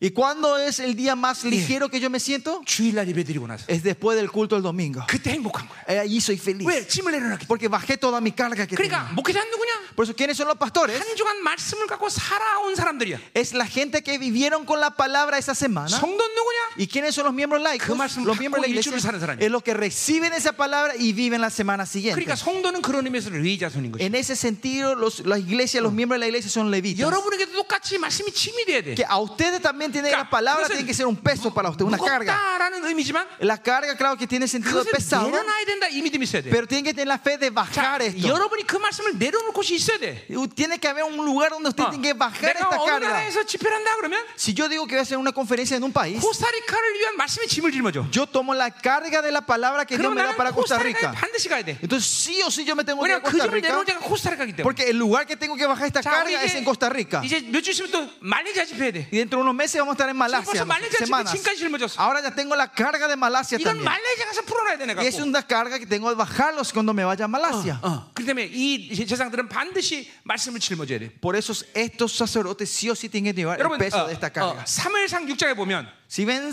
Speaker 2: ¿Y cuándo es el día más ligero que yo me siento?
Speaker 1: 주일날 예배드리고 나서
Speaker 2: Es después del culto del domingo.
Speaker 1: 그때 행복한 거야.
Speaker 2: Eh, Ahí soy feliz.
Speaker 1: 왜 짐을 내려놨기 때문에.
Speaker 2: Porque bajé toda mi carga que
Speaker 1: 그러니까
Speaker 2: tenía.
Speaker 1: 목회자는 누구냐?
Speaker 2: Por eso, ¿quiénes son los pastores?
Speaker 1: 한 주간 말씀을 갖고 살아온 사람들이야.
Speaker 2: Es la gente que vivieron con la palabra esa semana.
Speaker 1: 성도는 누구냐?
Speaker 2: ¿Y quiénes son los miembros
Speaker 1: 그
Speaker 2: laicos?
Speaker 1: 말씀
Speaker 2: Los miembros de
Speaker 1: 갖고
Speaker 2: la
Speaker 1: 일주를 사는
Speaker 2: iglesia
Speaker 1: 사람이에요.
Speaker 2: es los que reciben esa palabra y viven la semana siguiente.
Speaker 1: 그러니까 성도는 그런 의미에서 레이자손인 것이죠.
Speaker 2: En ese sentido, los, la iglesia, los miembros de la iglesia son levitas.
Speaker 1: 음. 여러분에게도 똑같이 말씀이 침이돼야 돼.
Speaker 2: Que a ustedes también tiene
Speaker 1: Claro,
Speaker 2: la palabra,
Speaker 1: entonces,
Speaker 2: tiene que ser un peso para usted, una carga.
Speaker 1: 무겁다라는 의미지만
Speaker 2: La carga, claro que tiene sentido de
Speaker 1: 그것을
Speaker 2: pesado,
Speaker 1: 내려놔야 된다 이 믿음이 있어야 돼.
Speaker 2: pero tienen que tener la fe de
Speaker 1: 자,
Speaker 2: bajar esto.
Speaker 1: 여러분이 그 말씀을 내려놓을 곳이 있어야 돼.
Speaker 2: Tiene que haber un lugar donde
Speaker 1: 어,
Speaker 2: usted tiene que bajar
Speaker 1: 내가
Speaker 2: esta
Speaker 1: 어느
Speaker 2: carga.
Speaker 1: 나라에서 집회를 한다 그러면
Speaker 2: Si yo digo que voy a hacer una conferencia en un país,
Speaker 1: 코스타리카를 위한 말씀의 짐을 짊어져.
Speaker 2: yo tomo la carga de la palabra que Dios
Speaker 1: 그럼
Speaker 2: me da para
Speaker 1: 나는
Speaker 2: Costa
Speaker 1: 코스타리카에
Speaker 2: Rica.
Speaker 1: 반드시 가야 돼.
Speaker 2: Entonces sí o sí yo me tengo que ir a
Speaker 1: 왜냐면 그
Speaker 2: Costa
Speaker 1: 짐을
Speaker 2: Rica,
Speaker 1: 내려올 때가 코스타리카기 때문에.
Speaker 2: porque el lugar que tengo que bajar esta
Speaker 1: 자, 우리
Speaker 2: carga es en Costa Rica.
Speaker 1: 이제 몇 주 있으면 또 말레이시아 집회해야 돼.
Speaker 2: Y dentro de unos meses vamos a estar en pues, Malasia,
Speaker 1: 벌써 말레이시아 집회
Speaker 2: semanas.
Speaker 1: 지금까지 짊어졌어.
Speaker 2: Ahora ya tengo la carga de Malasia
Speaker 1: 이건
Speaker 2: también.
Speaker 1: 말레이시아 가서 풀어놔야 돼 내가.
Speaker 2: Y es una carga que tengo que bajarlos cuando me vaya a Malasia.
Speaker 1: 어. 그렇기 때문에 이 제사장들은 반드시 말씀을 짊어져야 돼.
Speaker 2: Por eso estos sacerdotes sí o sí tienen que llevar el
Speaker 1: 여러분, 어,
Speaker 2: peso de esta carga.
Speaker 1: 사무엘상 6장에 보면
Speaker 2: Si ven 2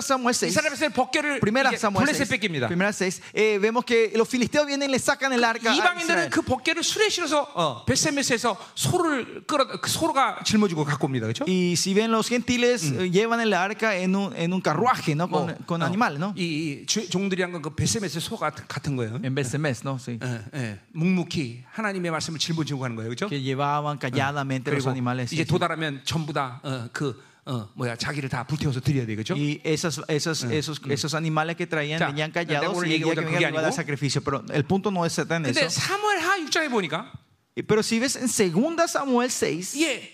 Speaker 2: Samuel
Speaker 1: 이
Speaker 2: 6,
Speaker 1: 사람에서 벗겨를
Speaker 2: Primera Samuel
Speaker 1: 블레셋
Speaker 2: 6,
Speaker 1: 뺏깁니다.
Speaker 2: primera 6 eh, vemos que los filisteos vienen y le sacan el arca. a
Speaker 1: 이방인들은
Speaker 2: Israel.
Speaker 1: 그 벗겨를 술에 실어서 베세메스에서 소를 끌어 그 소가 짊어지고 갖고 옵니다. 그렇죠?
Speaker 2: Y si ven los gentiles, eh, llevan el arca en un, en un carruaje, ¿no? Con, con animal, ¿no?
Speaker 1: 뭐, 어, 이, 이 주- 종들이란 건그 베세메스 소 같은, 같은 거예요.
Speaker 2: En vez de mes, ¿no? Sí.
Speaker 1: 예, 예. 묵묵히 하나님의 말씀을 짊어지고 가는 거예요. 그렇죠?
Speaker 2: Que llevaban calladamente los
Speaker 1: 그리고
Speaker 2: animales. sí,
Speaker 1: 이제
Speaker 2: sí.
Speaker 1: 도달하면 전부 다그 어, 뭐야 자기를 다 불태워서 드려야 그렇죠? 되겠죠?
Speaker 2: Y esas, esas, esos, esos animales que traían
Speaker 1: Ya.
Speaker 2: venían
Speaker 1: Ya,
Speaker 2: callados
Speaker 1: ya,
Speaker 2: y
Speaker 1: ya,
Speaker 2: ella que
Speaker 1: ya,
Speaker 2: venía
Speaker 1: ya,
Speaker 2: le iba a dar
Speaker 1: ya.
Speaker 2: sacrificio. Pero el punto no es tan
Speaker 1: 근데
Speaker 2: eso.
Speaker 1: 사무엘하 6장에 보니까
Speaker 2: Y- Pero si ves en 2 Samuel 6,
Speaker 1: 예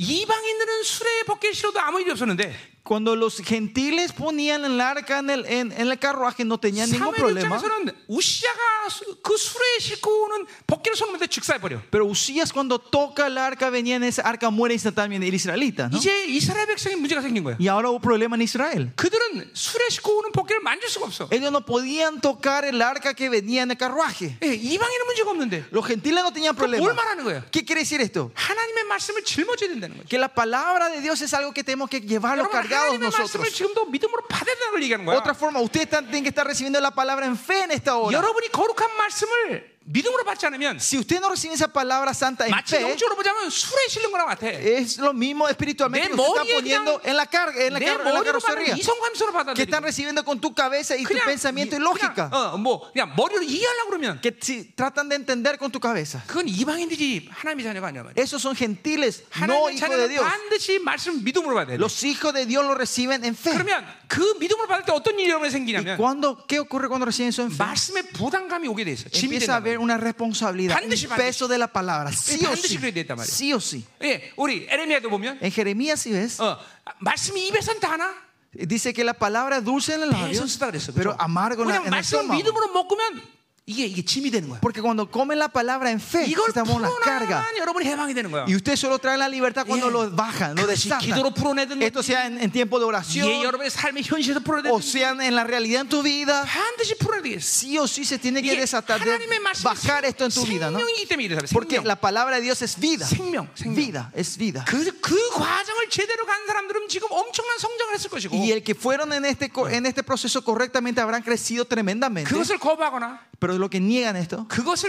Speaker 1: 이방인들은 술에 벗길 싫어도 아무 일이 없었는데
Speaker 2: cuando los gentiles ponían el arca en el, en, en el carruaje no tenían ningún
Speaker 1: 사무엘
Speaker 2: problema.
Speaker 1: 입장에서는 우시아가 수- 그 술에 싣고 오는 벗기를 쏟는데 즉사해버려.
Speaker 2: Pero Usías cuando toca el arca venía en ese arca muere instantáneamente el israelita. ¿no?
Speaker 1: 이제 이스라엘 백성에 문제가 생긴 거야.
Speaker 2: Y ahora hubo problema en Israel.
Speaker 1: 그들은 술에 싣고 오는 벗기를 만질 수가 없어.
Speaker 2: Ellos no podían tocar el arca que venía en el carruaje.
Speaker 1: 예, 이방인은 문제가 없는데
Speaker 2: Los gentiles no tenían
Speaker 1: 그럼 뭘
Speaker 2: problema.
Speaker 1: 말하는 거야?
Speaker 2: ¿Qué quiere decir esto?
Speaker 1: 하나님의 말씀을 짊어져야 된다는 거죠.
Speaker 2: Que la palabra de Dios es algo que tenemos que llevarlo
Speaker 1: 여러분
Speaker 2: cargados
Speaker 1: 하나님의 말씀을
Speaker 2: nosotros.
Speaker 1: 지금도 믿음으로 받아야 된다는 걸 얘기하는 거야.
Speaker 2: Otra forma, ustedes están- tienen que estar recibiendo la palabra en fe en esta hora.
Speaker 1: 여러분이 거룩한 말씀을 믿음으로 받지 않으면
Speaker 2: Si usted no recibe esa palabra santa en
Speaker 1: 마치
Speaker 2: fe,
Speaker 1: 영적으로 보자면 술에 실린 거랑 같아. 내
Speaker 2: es lo mismo espiritualmente
Speaker 1: 내
Speaker 2: que usted está
Speaker 1: 머리에
Speaker 2: poniendo
Speaker 1: 그냥-
Speaker 2: en la carga, en la, car- en la
Speaker 1: 머리로 받는
Speaker 2: carrocería.
Speaker 1: 이성 감수로
Speaker 2: Que
Speaker 1: 받아들이고
Speaker 2: están recibiendo con tu cabeza y tu pensamiento y lógica.
Speaker 1: 그냥, 어, 뭐 그냥 머리로 이해하려고 그러면
Speaker 2: Que si- tratan de entender con tu cabeza.
Speaker 1: 그건 이방인들이 하나님의 자녀가 아니란 말이야.
Speaker 2: Esos son gentiles,
Speaker 1: 하나님의
Speaker 2: no hijos de
Speaker 1: 자녀는
Speaker 2: Dios.
Speaker 1: 반드시 말씀 믿음으로 받아야 돼.
Speaker 2: Los hijos de Dios lo reciben en fe.
Speaker 1: 그러면 그 믿음으로 받을 때 어떤 일이 여러분에
Speaker 2: ¿Y
Speaker 1: 생기냐면
Speaker 2: cuándo, qué ocurre cuando reciben eso en fe?
Speaker 1: 말씀에 부담감이 오게 돼 있어. 짐이
Speaker 2: Empieza a
Speaker 1: 된다.
Speaker 2: haber una responsabilidad,
Speaker 1: 반드시,
Speaker 2: un peso de la palabra. Sí o
Speaker 1: 반드시
Speaker 2: sí.
Speaker 1: 그래야 된단 말이야.
Speaker 2: Sí o sí.
Speaker 1: 예, 우리 에레미야도 보면
Speaker 2: En Jeremías, si ves,
Speaker 1: 어, 말씀이 입에선 다 하나
Speaker 2: dice que la palabra es dulce en el labio,
Speaker 1: 배에선 쓰다 아, 그랬어. 그렇죠?
Speaker 2: pero amargo en la-
Speaker 1: 그냥
Speaker 2: en el
Speaker 1: 말씀
Speaker 2: estómago.
Speaker 1: 믿음으로 먹으면 이게 이게 짐이 되는 거야.
Speaker 2: Porque cuando comen la palabra en fe,
Speaker 1: 이걸
Speaker 2: estamos la carga.
Speaker 1: 풀어놔야만 여러분이 해방이 되는 거야.
Speaker 2: Y usted solo trae la libertad cuando
Speaker 1: Yeah.
Speaker 2: lo bajan, lo
Speaker 1: 그것이
Speaker 2: desatan.
Speaker 1: 기도로 풀어내든
Speaker 2: Esto sea en, en tiempo de oración,
Speaker 1: 이게 여러분의 삶의 현실에서
Speaker 2: o
Speaker 1: 풀어내든
Speaker 2: sea en la realidad en tu vida.
Speaker 1: 반드시 풀어야 되겠어.
Speaker 2: Sí o sí se tiene que
Speaker 1: 이게
Speaker 2: desatar, de-
Speaker 1: 하나님의 말씀이
Speaker 2: bajar esto en tu vida, ¿no?
Speaker 1: 생명이기 때문에 이래
Speaker 2: Porque
Speaker 1: 생명.
Speaker 2: la palabra de Dios es vida.
Speaker 1: 생명, 생명.
Speaker 2: Vida, es vida.
Speaker 1: 그, 그 과정을 제대로 간 사람들은 지금 엄청난 성장을 했을 것이고
Speaker 2: Y el que fueron en este, co- en este proceso correctamente habrán crecido tremendamente.
Speaker 1: 그것을 거부하거나
Speaker 2: Pero lo que niegan esto,
Speaker 1: 그것을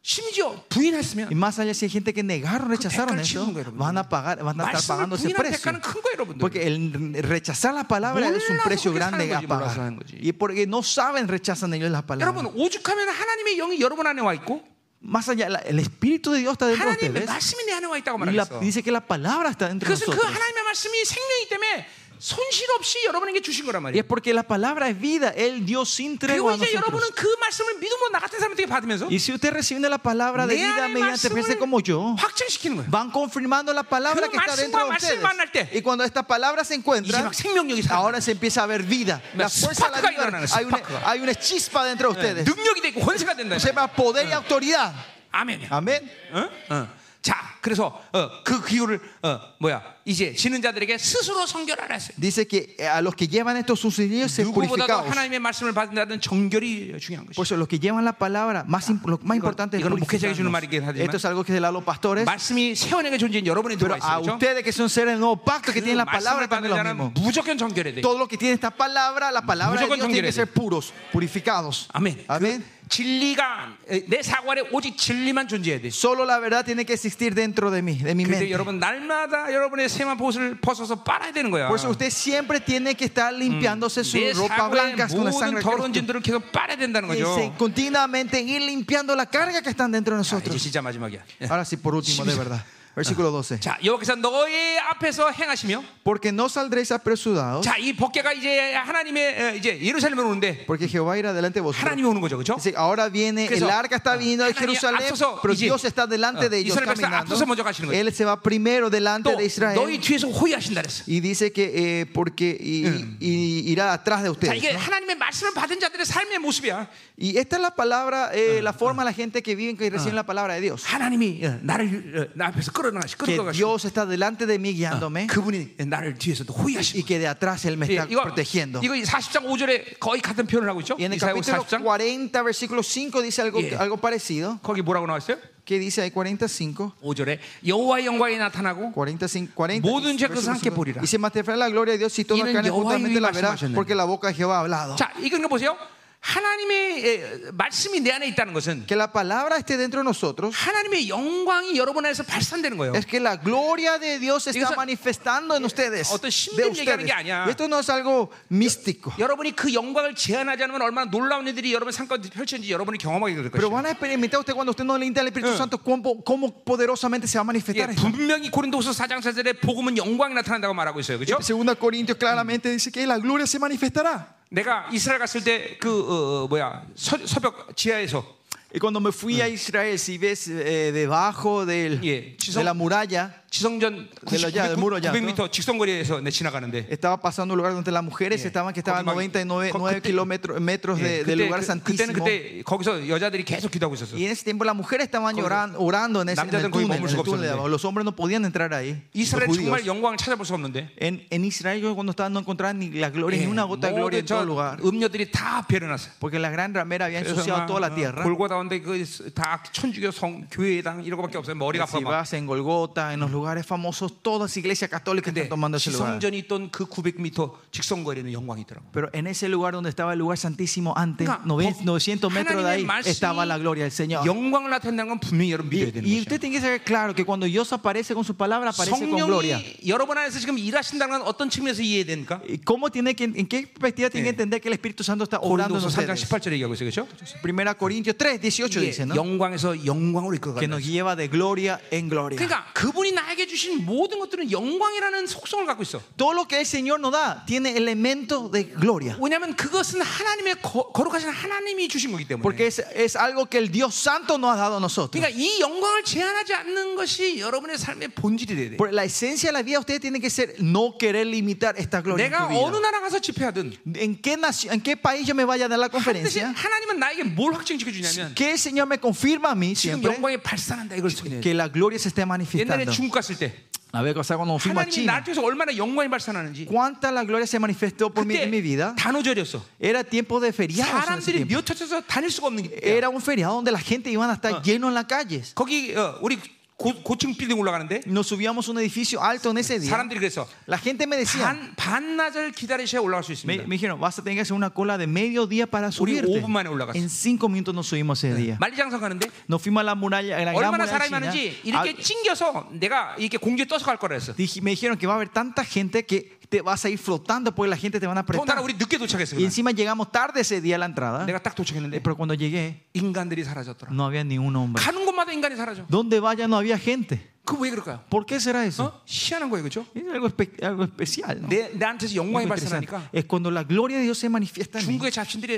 Speaker 1: 심지어 부인했으면
Speaker 2: y más allá si hay gente que negaron, rechazaron
Speaker 1: 대가를
Speaker 2: eso,
Speaker 1: 치르는 거예요, 여러분들.
Speaker 2: van a pagar, van a
Speaker 1: 말씀을
Speaker 2: estar pagando ese
Speaker 1: 부인한
Speaker 2: precio.
Speaker 1: 대가는 큰 거예요 여러분들
Speaker 2: Porque el rechazar la palabra es un
Speaker 1: 몰라서
Speaker 2: precio
Speaker 1: 그렇게
Speaker 2: grande a
Speaker 1: 사는 거지, 몰라서
Speaker 2: pagar.
Speaker 1: 하는 거지.
Speaker 2: Y porque no saben, rechazan ellos la palabra.
Speaker 1: 여러분 오죽하면 하나님의 영이 여러분 안에 와 있고
Speaker 2: Más allá, la- el Espíritu de Dios
Speaker 1: 그
Speaker 2: está dentro de
Speaker 1: 하나님의
Speaker 2: ustedes.
Speaker 1: 말씀이 내 안에 와 있다고
Speaker 2: Y la-
Speaker 1: 말했어
Speaker 2: dice que la palabra está dentro de
Speaker 1: 그것은 그
Speaker 2: nosotros.
Speaker 1: 하나님의 말씀이 생명이기 때문에 손실 없이 여러분에게 주신 거란
Speaker 2: Y
Speaker 1: 말이에요
Speaker 2: es porque la palabra es vida. Él dio
Speaker 1: 예,
Speaker 2: sin
Speaker 1: 그리고
Speaker 2: tregua a
Speaker 1: 이제
Speaker 2: nosotros.
Speaker 1: 여러분은 그 말씀을 믿음으로 나 같은 사람한테 받으면서
Speaker 2: Y si usted recibe la palabra de
Speaker 1: 내
Speaker 2: vida
Speaker 1: 안의
Speaker 2: mediante
Speaker 1: 말씀을
Speaker 2: verse como yo,
Speaker 1: 확증시키는 거예요
Speaker 2: van confirmando la palabra
Speaker 1: 그
Speaker 2: que está dentro de
Speaker 1: 말씀과 말씀을 만날 때
Speaker 2: ustedes. Y cuando esta palabra
Speaker 1: 이제
Speaker 2: se encuentra,
Speaker 1: 막 생명력이 살아나는
Speaker 2: ahora se empieza a ver vida.
Speaker 1: 막
Speaker 2: La fuerza de la
Speaker 1: 스파크가 일어나는
Speaker 2: vida. Hay una,
Speaker 1: 스파크가.
Speaker 2: hay una chispa dentro de
Speaker 1: 네,
Speaker 2: ustedes.
Speaker 1: 능력이 되고 권세가 된다
Speaker 2: Se llama poder y autoridad.
Speaker 1: 아멘
Speaker 2: Amén.
Speaker 1: 어? 어. 자, 그래서 어, 그 기호를 어, 뭐야 이제 지는 자들에게 스스로 성결하라 했어요.
Speaker 2: Dice que eh, a los que llevan estos sucedidos se
Speaker 1: 네, 누구보다도
Speaker 2: purificados.
Speaker 1: 하나님의 말씀을 받는다는 정결이 중요한
Speaker 2: Por
Speaker 1: 것이죠.
Speaker 2: eso, los que llevan la palabra, más imp- lo más importante es
Speaker 1: 이거는 목회자에게 주는
Speaker 2: purificarnos.
Speaker 1: 말이긴 하지만
Speaker 2: Esto es algo que se le da a los pastores.
Speaker 1: 말씀이 세원에게 존재인 여러분이
Speaker 2: Pero
Speaker 1: 들어와
Speaker 2: a
Speaker 1: 있어요. 그렇죠?
Speaker 2: ustedes que son seres del nuevo pacto, que
Speaker 1: 그
Speaker 2: tienen la
Speaker 1: 말씀을
Speaker 2: palabra,
Speaker 1: 받는 뭐.
Speaker 2: también lo
Speaker 1: 자는
Speaker 2: mismo.
Speaker 1: 무조건 정결해야 돼.
Speaker 2: Todo lo que tiene esta palabra, la palabra de
Speaker 1: Mucho
Speaker 2: Dios tiene que
Speaker 1: congenerate.
Speaker 2: ser puros, purificados.
Speaker 1: 아멘.
Speaker 2: Amén.
Speaker 1: 그 진리가 에, 내 사고 안에 오직 진리만 존재해야 돼.
Speaker 2: Solo la verdad tiene que existir dentro de mí, de mi
Speaker 1: 근데
Speaker 2: mente.
Speaker 1: 여러분 날마다 여러분의 세만 옷을 벗어서 빨아야 되는 거야.
Speaker 2: Por eso usted siempre tiene que estar limpiándose su
Speaker 1: 내
Speaker 2: ropa
Speaker 1: 사고의
Speaker 2: blanca con la
Speaker 1: 모든
Speaker 2: sangre. de
Speaker 1: 더러운
Speaker 2: Cristo.
Speaker 1: 진들을 계속 빨아야 된다는
Speaker 2: Y se-
Speaker 1: 거죠.
Speaker 2: continuamente ir limpiando la carga que están dentro
Speaker 1: 자, 아,
Speaker 2: de
Speaker 1: 이제
Speaker 2: nosotros.
Speaker 1: 진짜 마지막이야. 예.
Speaker 2: Ahora sí, por último, de verdad. Versículo 12.
Speaker 1: 자, 여호와께서 너희 앞에서 행하시며,
Speaker 2: Porque no saldréis apresurados,
Speaker 1: 자, 이 법계가 이제 하나님의 에, 이제 예루살렘으로 오는데
Speaker 2: porque Jehová irá delante de vosotros.
Speaker 1: 하나님이 오는 거죠, 그렇죠?
Speaker 2: Dice, ahora viene, el
Speaker 1: 그래서,
Speaker 2: arca está viniendo de
Speaker 1: 하나님
Speaker 2: Jerusalén,
Speaker 1: 앞서서
Speaker 2: pero
Speaker 1: 이제,
Speaker 2: Dios está delante
Speaker 1: 어,
Speaker 2: de ellos
Speaker 1: 이스라엘 백성 앞서서 먼저 가시는
Speaker 2: caminando.
Speaker 1: 거예요.
Speaker 2: Él se va primero delante
Speaker 1: 또 너희
Speaker 2: de Israel
Speaker 1: 뒤에서 호위하신다 그랬어.
Speaker 2: y dice que eh, porque y- y- y irá atrás de
Speaker 1: 자,
Speaker 2: ustedes.
Speaker 1: 이게
Speaker 2: ¿no?
Speaker 1: 하나님의 말씀을 받은 자들의 삶의 모습이야.
Speaker 2: Y esta es la palabra, eh, la forma de la gente que vive que recibe la palabra de Dios.
Speaker 1: 하나님이 어, 나를 어, 나 앞에서 끌어나시,
Speaker 2: Que
Speaker 1: 끌어가시고
Speaker 2: Dios está delante de mí guiándome
Speaker 1: 그분이 나를 뒤에서도
Speaker 2: y
Speaker 1: 호위하시고.
Speaker 2: que de atrás Él me
Speaker 1: 예,
Speaker 2: está
Speaker 1: 이거
Speaker 2: protegiendo.
Speaker 1: 이거 40장 5절에 거의 같은 표현을 하고 있죠.
Speaker 2: Y en el
Speaker 1: 이사야
Speaker 2: capítulo
Speaker 1: 40장
Speaker 2: 40, versículo 5 dice algo,
Speaker 1: Yeah.
Speaker 2: algo parecido.
Speaker 1: 거기 뭐라고 나와 있어요?
Speaker 2: Que dice ahí 45.
Speaker 1: 5절에 여호와의 영광이 나타나고
Speaker 2: 45, 40.
Speaker 1: 모든 죄악을 함께 보리라.
Speaker 2: Y se manifestará la gloria de Dios si todos
Speaker 1: 이는
Speaker 2: carne
Speaker 1: 여호와의
Speaker 2: justamente la verá,
Speaker 1: 말씀하셨네.
Speaker 2: porque la boca de Jehová ha hablado.
Speaker 1: 자, 이건 거 보세요. 하나님의 에, 말씀이 내 안에 있다는 것은
Speaker 2: Que la palabra esté dentro de nosotros
Speaker 1: 하나님의 영광이 여러분 안에서 발산되는 거예요.
Speaker 2: es que la gloria de Dios se está
Speaker 1: 이것은
Speaker 2: manifestando en ustedes.
Speaker 1: 어떤
Speaker 2: de
Speaker 1: 신비를 얘기하는
Speaker 2: ustedes.
Speaker 1: 게 아니야.
Speaker 2: Y esto no es algo místico.
Speaker 1: 여러분이 그 영광을 제한하지 않으면 얼마나 놀라운 일들이 여러분 상권 펼쳐진지 여러분이 경험하게 될
Speaker 2: Pero
Speaker 1: 것이에요.
Speaker 2: van a experimentar usted cuando usted no le insta al Espíritu Santo cómo, cómo poderosamente se va
Speaker 1: 예,
Speaker 2: a manifestar. esto.
Speaker 1: 분명히 고린도후서 4장 4절에 복음은 영광이 나타난다고 말하고 있어요. 예, 그죠?
Speaker 2: Segunda Corintios claramente dice que la gloria se manifestará.
Speaker 1: 내가 이스라엘 갔을 때 그 뭐야 서, 서벽 지하에서
Speaker 2: Y cuando me fui a Israel, si ves eh, debajo del,
Speaker 1: Yeah.
Speaker 2: de la muralla,
Speaker 1: 지성전 예, 90, 900m 직선거리에서 내 지나가는데
Speaker 2: estaba pasando un lugar donde las mujeres estaban, que estaban
Speaker 1: 거기 막-
Speaker 2: 99
Speaker 1: 거-
Speaker 2: nueve
Speaker 1: 그때-
Speaker 2: kilómetros, metros
Speaker 1: 예,
Speaker 2: de- del
Speaker 1: 그때,
Speaker 2: lugar
Speaker 1: 그- 그때는 예.
Speaker 2: santísimo.
Speaker 1: 그때 거기서 여자들이 계속 기도하고 있었어.
Speaker 2: Y en ese tiempo las mujeres estaban
Speaker 1: 거기서
Speaker 2: llorando, orando en ese en el
Speaker 1: 남자들은 거기
Speaker 2: túnel, en el
Speaker 1: 머물 수가
Speaker 2: túnel de
Speaker 1: 없었는데.
Speaker 2: abajo. Los hombres no podían entrar ahí. los
Speaker 1: 이스라엘
Speaker 2: judíos.
Speaker 1: 정말 영광을 찾아볼 수 없는데.
Speaker 2: En, en Israel yo cuando estaba no encontraba ni la gloria,
Speaker 1: 예,
Speaker 2: ni una gota de gloria
Speaker 1: 모든
Speaker 2: en todo
Speaker 1: 저
Speaker 2: lugar.
Speaker 1: 음녀들이 다 베려놨어.
Speaker 2: Porque la gran ramera había
Speaker 1: 그래서 어,
Speaker 2: ensuciado toda la tierra.
Speaker 1: 골고다운데 그다 천주교 성 교회당 이런 거밖에 없어요. 머리가 아파.
Speaker 2: Si
Speaker 1: 막.
Speaker 2: vas en Golgota, en los lugares famosos, todas las iglesias católicas están
Speaker 1: 근데
Speaker 2: tomando ese lugar.
Speaker 1: 지성전이 있던 그 900m 직선거리는 영광이더라고.
Speaker 2: Pero en ese lugar donde estaba el lugar santísimo antes,
Speaker 1: 그러니까
Speaker 2: 900,
Speaker 1: 거-
Speaker 2: 900 metros de
Speaker 1: 하나님의
Speaker 2: ahí,
Speaker 1: 말씀이
Speaker 2: estaba la gloria del Señor.
Speaker 1: 영광을 나타낸다는 건 분명히 여러분 믿어야 되는
Speaker 2: Y,
Speaker 1: 거죠.
Speaker 2: y usted tiene que saber claro que cuando Dios aparece con su palabra, aparece con gloria.
Speaker 1: 성령이 여러분 안에서 지금 일하신다는 건 어떤 측면에서 이해됩니까?
Speaker 2: ¿Y ¿Cómo tiene que, en qué perspectiva tiene que entender que el Espíritu Santo está orando en
Speaker 1: 고린도서 3장
Speaker 2: ustedes?
Speaker 1: 18절에 얘기하고 있어요. 그렇죠?
Speaker 2: Primera Corintios 3, 18
Speaker 1: 이게
Speaker 2: dice, ¿no?
Speaker 1: 영광에서 영광으로 이끌어간다.
Speaker 2: Que nos lleva de gloria en gloria.
Speaker 1: 그러니까 그분이 나에게 주신 모든 것들은 영광이라는 속성을 갖고 있어.
Speaker 2: Todo lo que el Señor nos da tiene elementos de gloria.
Speaker 1: 왜냐하면 그것은 하나님의 거, 거룩하신 하나님이 주신 거기 때문에.
Speaker 2: Porque es, es algo que el Dios Santo nos ha dado a nosotros.
Speaker 1: 그러니까 이 영광을 제한하지 않는 것이 여러분의 삶의 본질이 돼야 돼.
Speaker 2: Por la esencia de la vida, ustedes tienen que ser no querer limitar esta gloria. En,
Speaker 1: 내가
Speaker 2: tu vida.
Speaker 1: 어느 나라 가서 집회하든
Speaker 2: ¿En qué, nación- en qué país yo me vaya a dar la
Speaker 1: 반드시
Speaker 2: conferencia?
Speaker 1: 하나님은 나에게 뭘 확증시켜 주냐면
Speaker 2: Que el Señor me confirma a mí
Speaker 1: 지금
Speaker 2: siempre
Speaker 1: 영광이 발산한다 이걸 소리해.
Speaker 2: que la gloria se esté
Speaker 1: 옛날에
Speaker 2: manifestando.
Speaker 1: 중국 갔을 때
Speaker 2: A ver, o sea, cuando fuimos a
Speaker 1: 하나님이 나를
Speaker 2: China,
Speaker 1: 통해서 얼마나 영광이 발산하는지
Speaker 2: ¿cuánta la gloria se manifestó por mí en mi
Speaker 1: 그때
Speaker 2: vida?
Speaker 1: 단오절이었어.
Speaker 2: Era tiempo de feriados en ese
Speaker 1: 사람들이
Speaker 2: tiempo.
Speaker 1: 미어터져서 다닐 수가 없는 게
Speaker 2: Era un feriado donde la gente iban a estar lleno en las calles.
Speaker 1: 거기 어, 우리 고, 고층 빌딩 올라가는데
Speaker 2: Nos subíamos a un edificio alto en ese día.
Speaker 1: 사람들이 그래서
Speaker 2: La gente me decía,
Speaker 1: 반, 반나절 기다리셔야 올라갈 수
Speaker 2: me,
Speaker 1: 있습니다.
Speaker 2: me dijeron, vas a tener que hacer una cola de medio día para
Speaker 1: 우리
Speaker 2: subirte.
Speaker 1: 5분 만에 올라갔어.
Speaker 2: En cinco minutos nos subimos ese día.
Speaker 1: 만리장성 가는데
Speaker 2: Nos fuimos a la muralla, a la gran
Speaker 1: 얼마나
Speaker 2: muralla
Speaker 1: 사람이 많은지
Speaker 2: china. Ah,
Speaker 1: 이렇게 찡겨서 내가 이렇게 공중에 떠서 갈 거라 했어.
Speaker 2: Dije- me dijeron que va a haber tanta gente que te vas a ir flotando porque la gente te van a
Speaker 1: 더군다나
Speaker 2: apretar.
Speaker 1: 우리 늦게 도착했어.
Speaker 2: Y encima llegamos tarde ese día a la entrada.
Speaker 1: 내가 딱
Speaker 2: Eh,
Speaker 1: 도착했는데
Speaker 2: Pero cuando llegué,
Speaker 1: 인간들이 사라졌더라.
Speaker 2: no había ni un hombre.
Speaker 1: 가는 곳마다 인간이 사라져.
Speaker 2: Donde vaya no había gente.
Speaker 1: 그 왜 그럴까요?
Speaker 2: ¿Por qué será eso?
Speaker 1: 어? 희한한 거예요, 그렇죠?
Speaker 2: Es algo, espe- algo especial. ¿no?
Speaker 1: 내 나한테서
Speaker 2: Algo
Speaker 1: 음. 영광이 음.
Speaker 2: interesante.
Speaker 1: 발산하니까
Speaker 2: Es cuando la gloria de Dios se manifiesta en mí.
Speaker 1: 중국의 잡신들이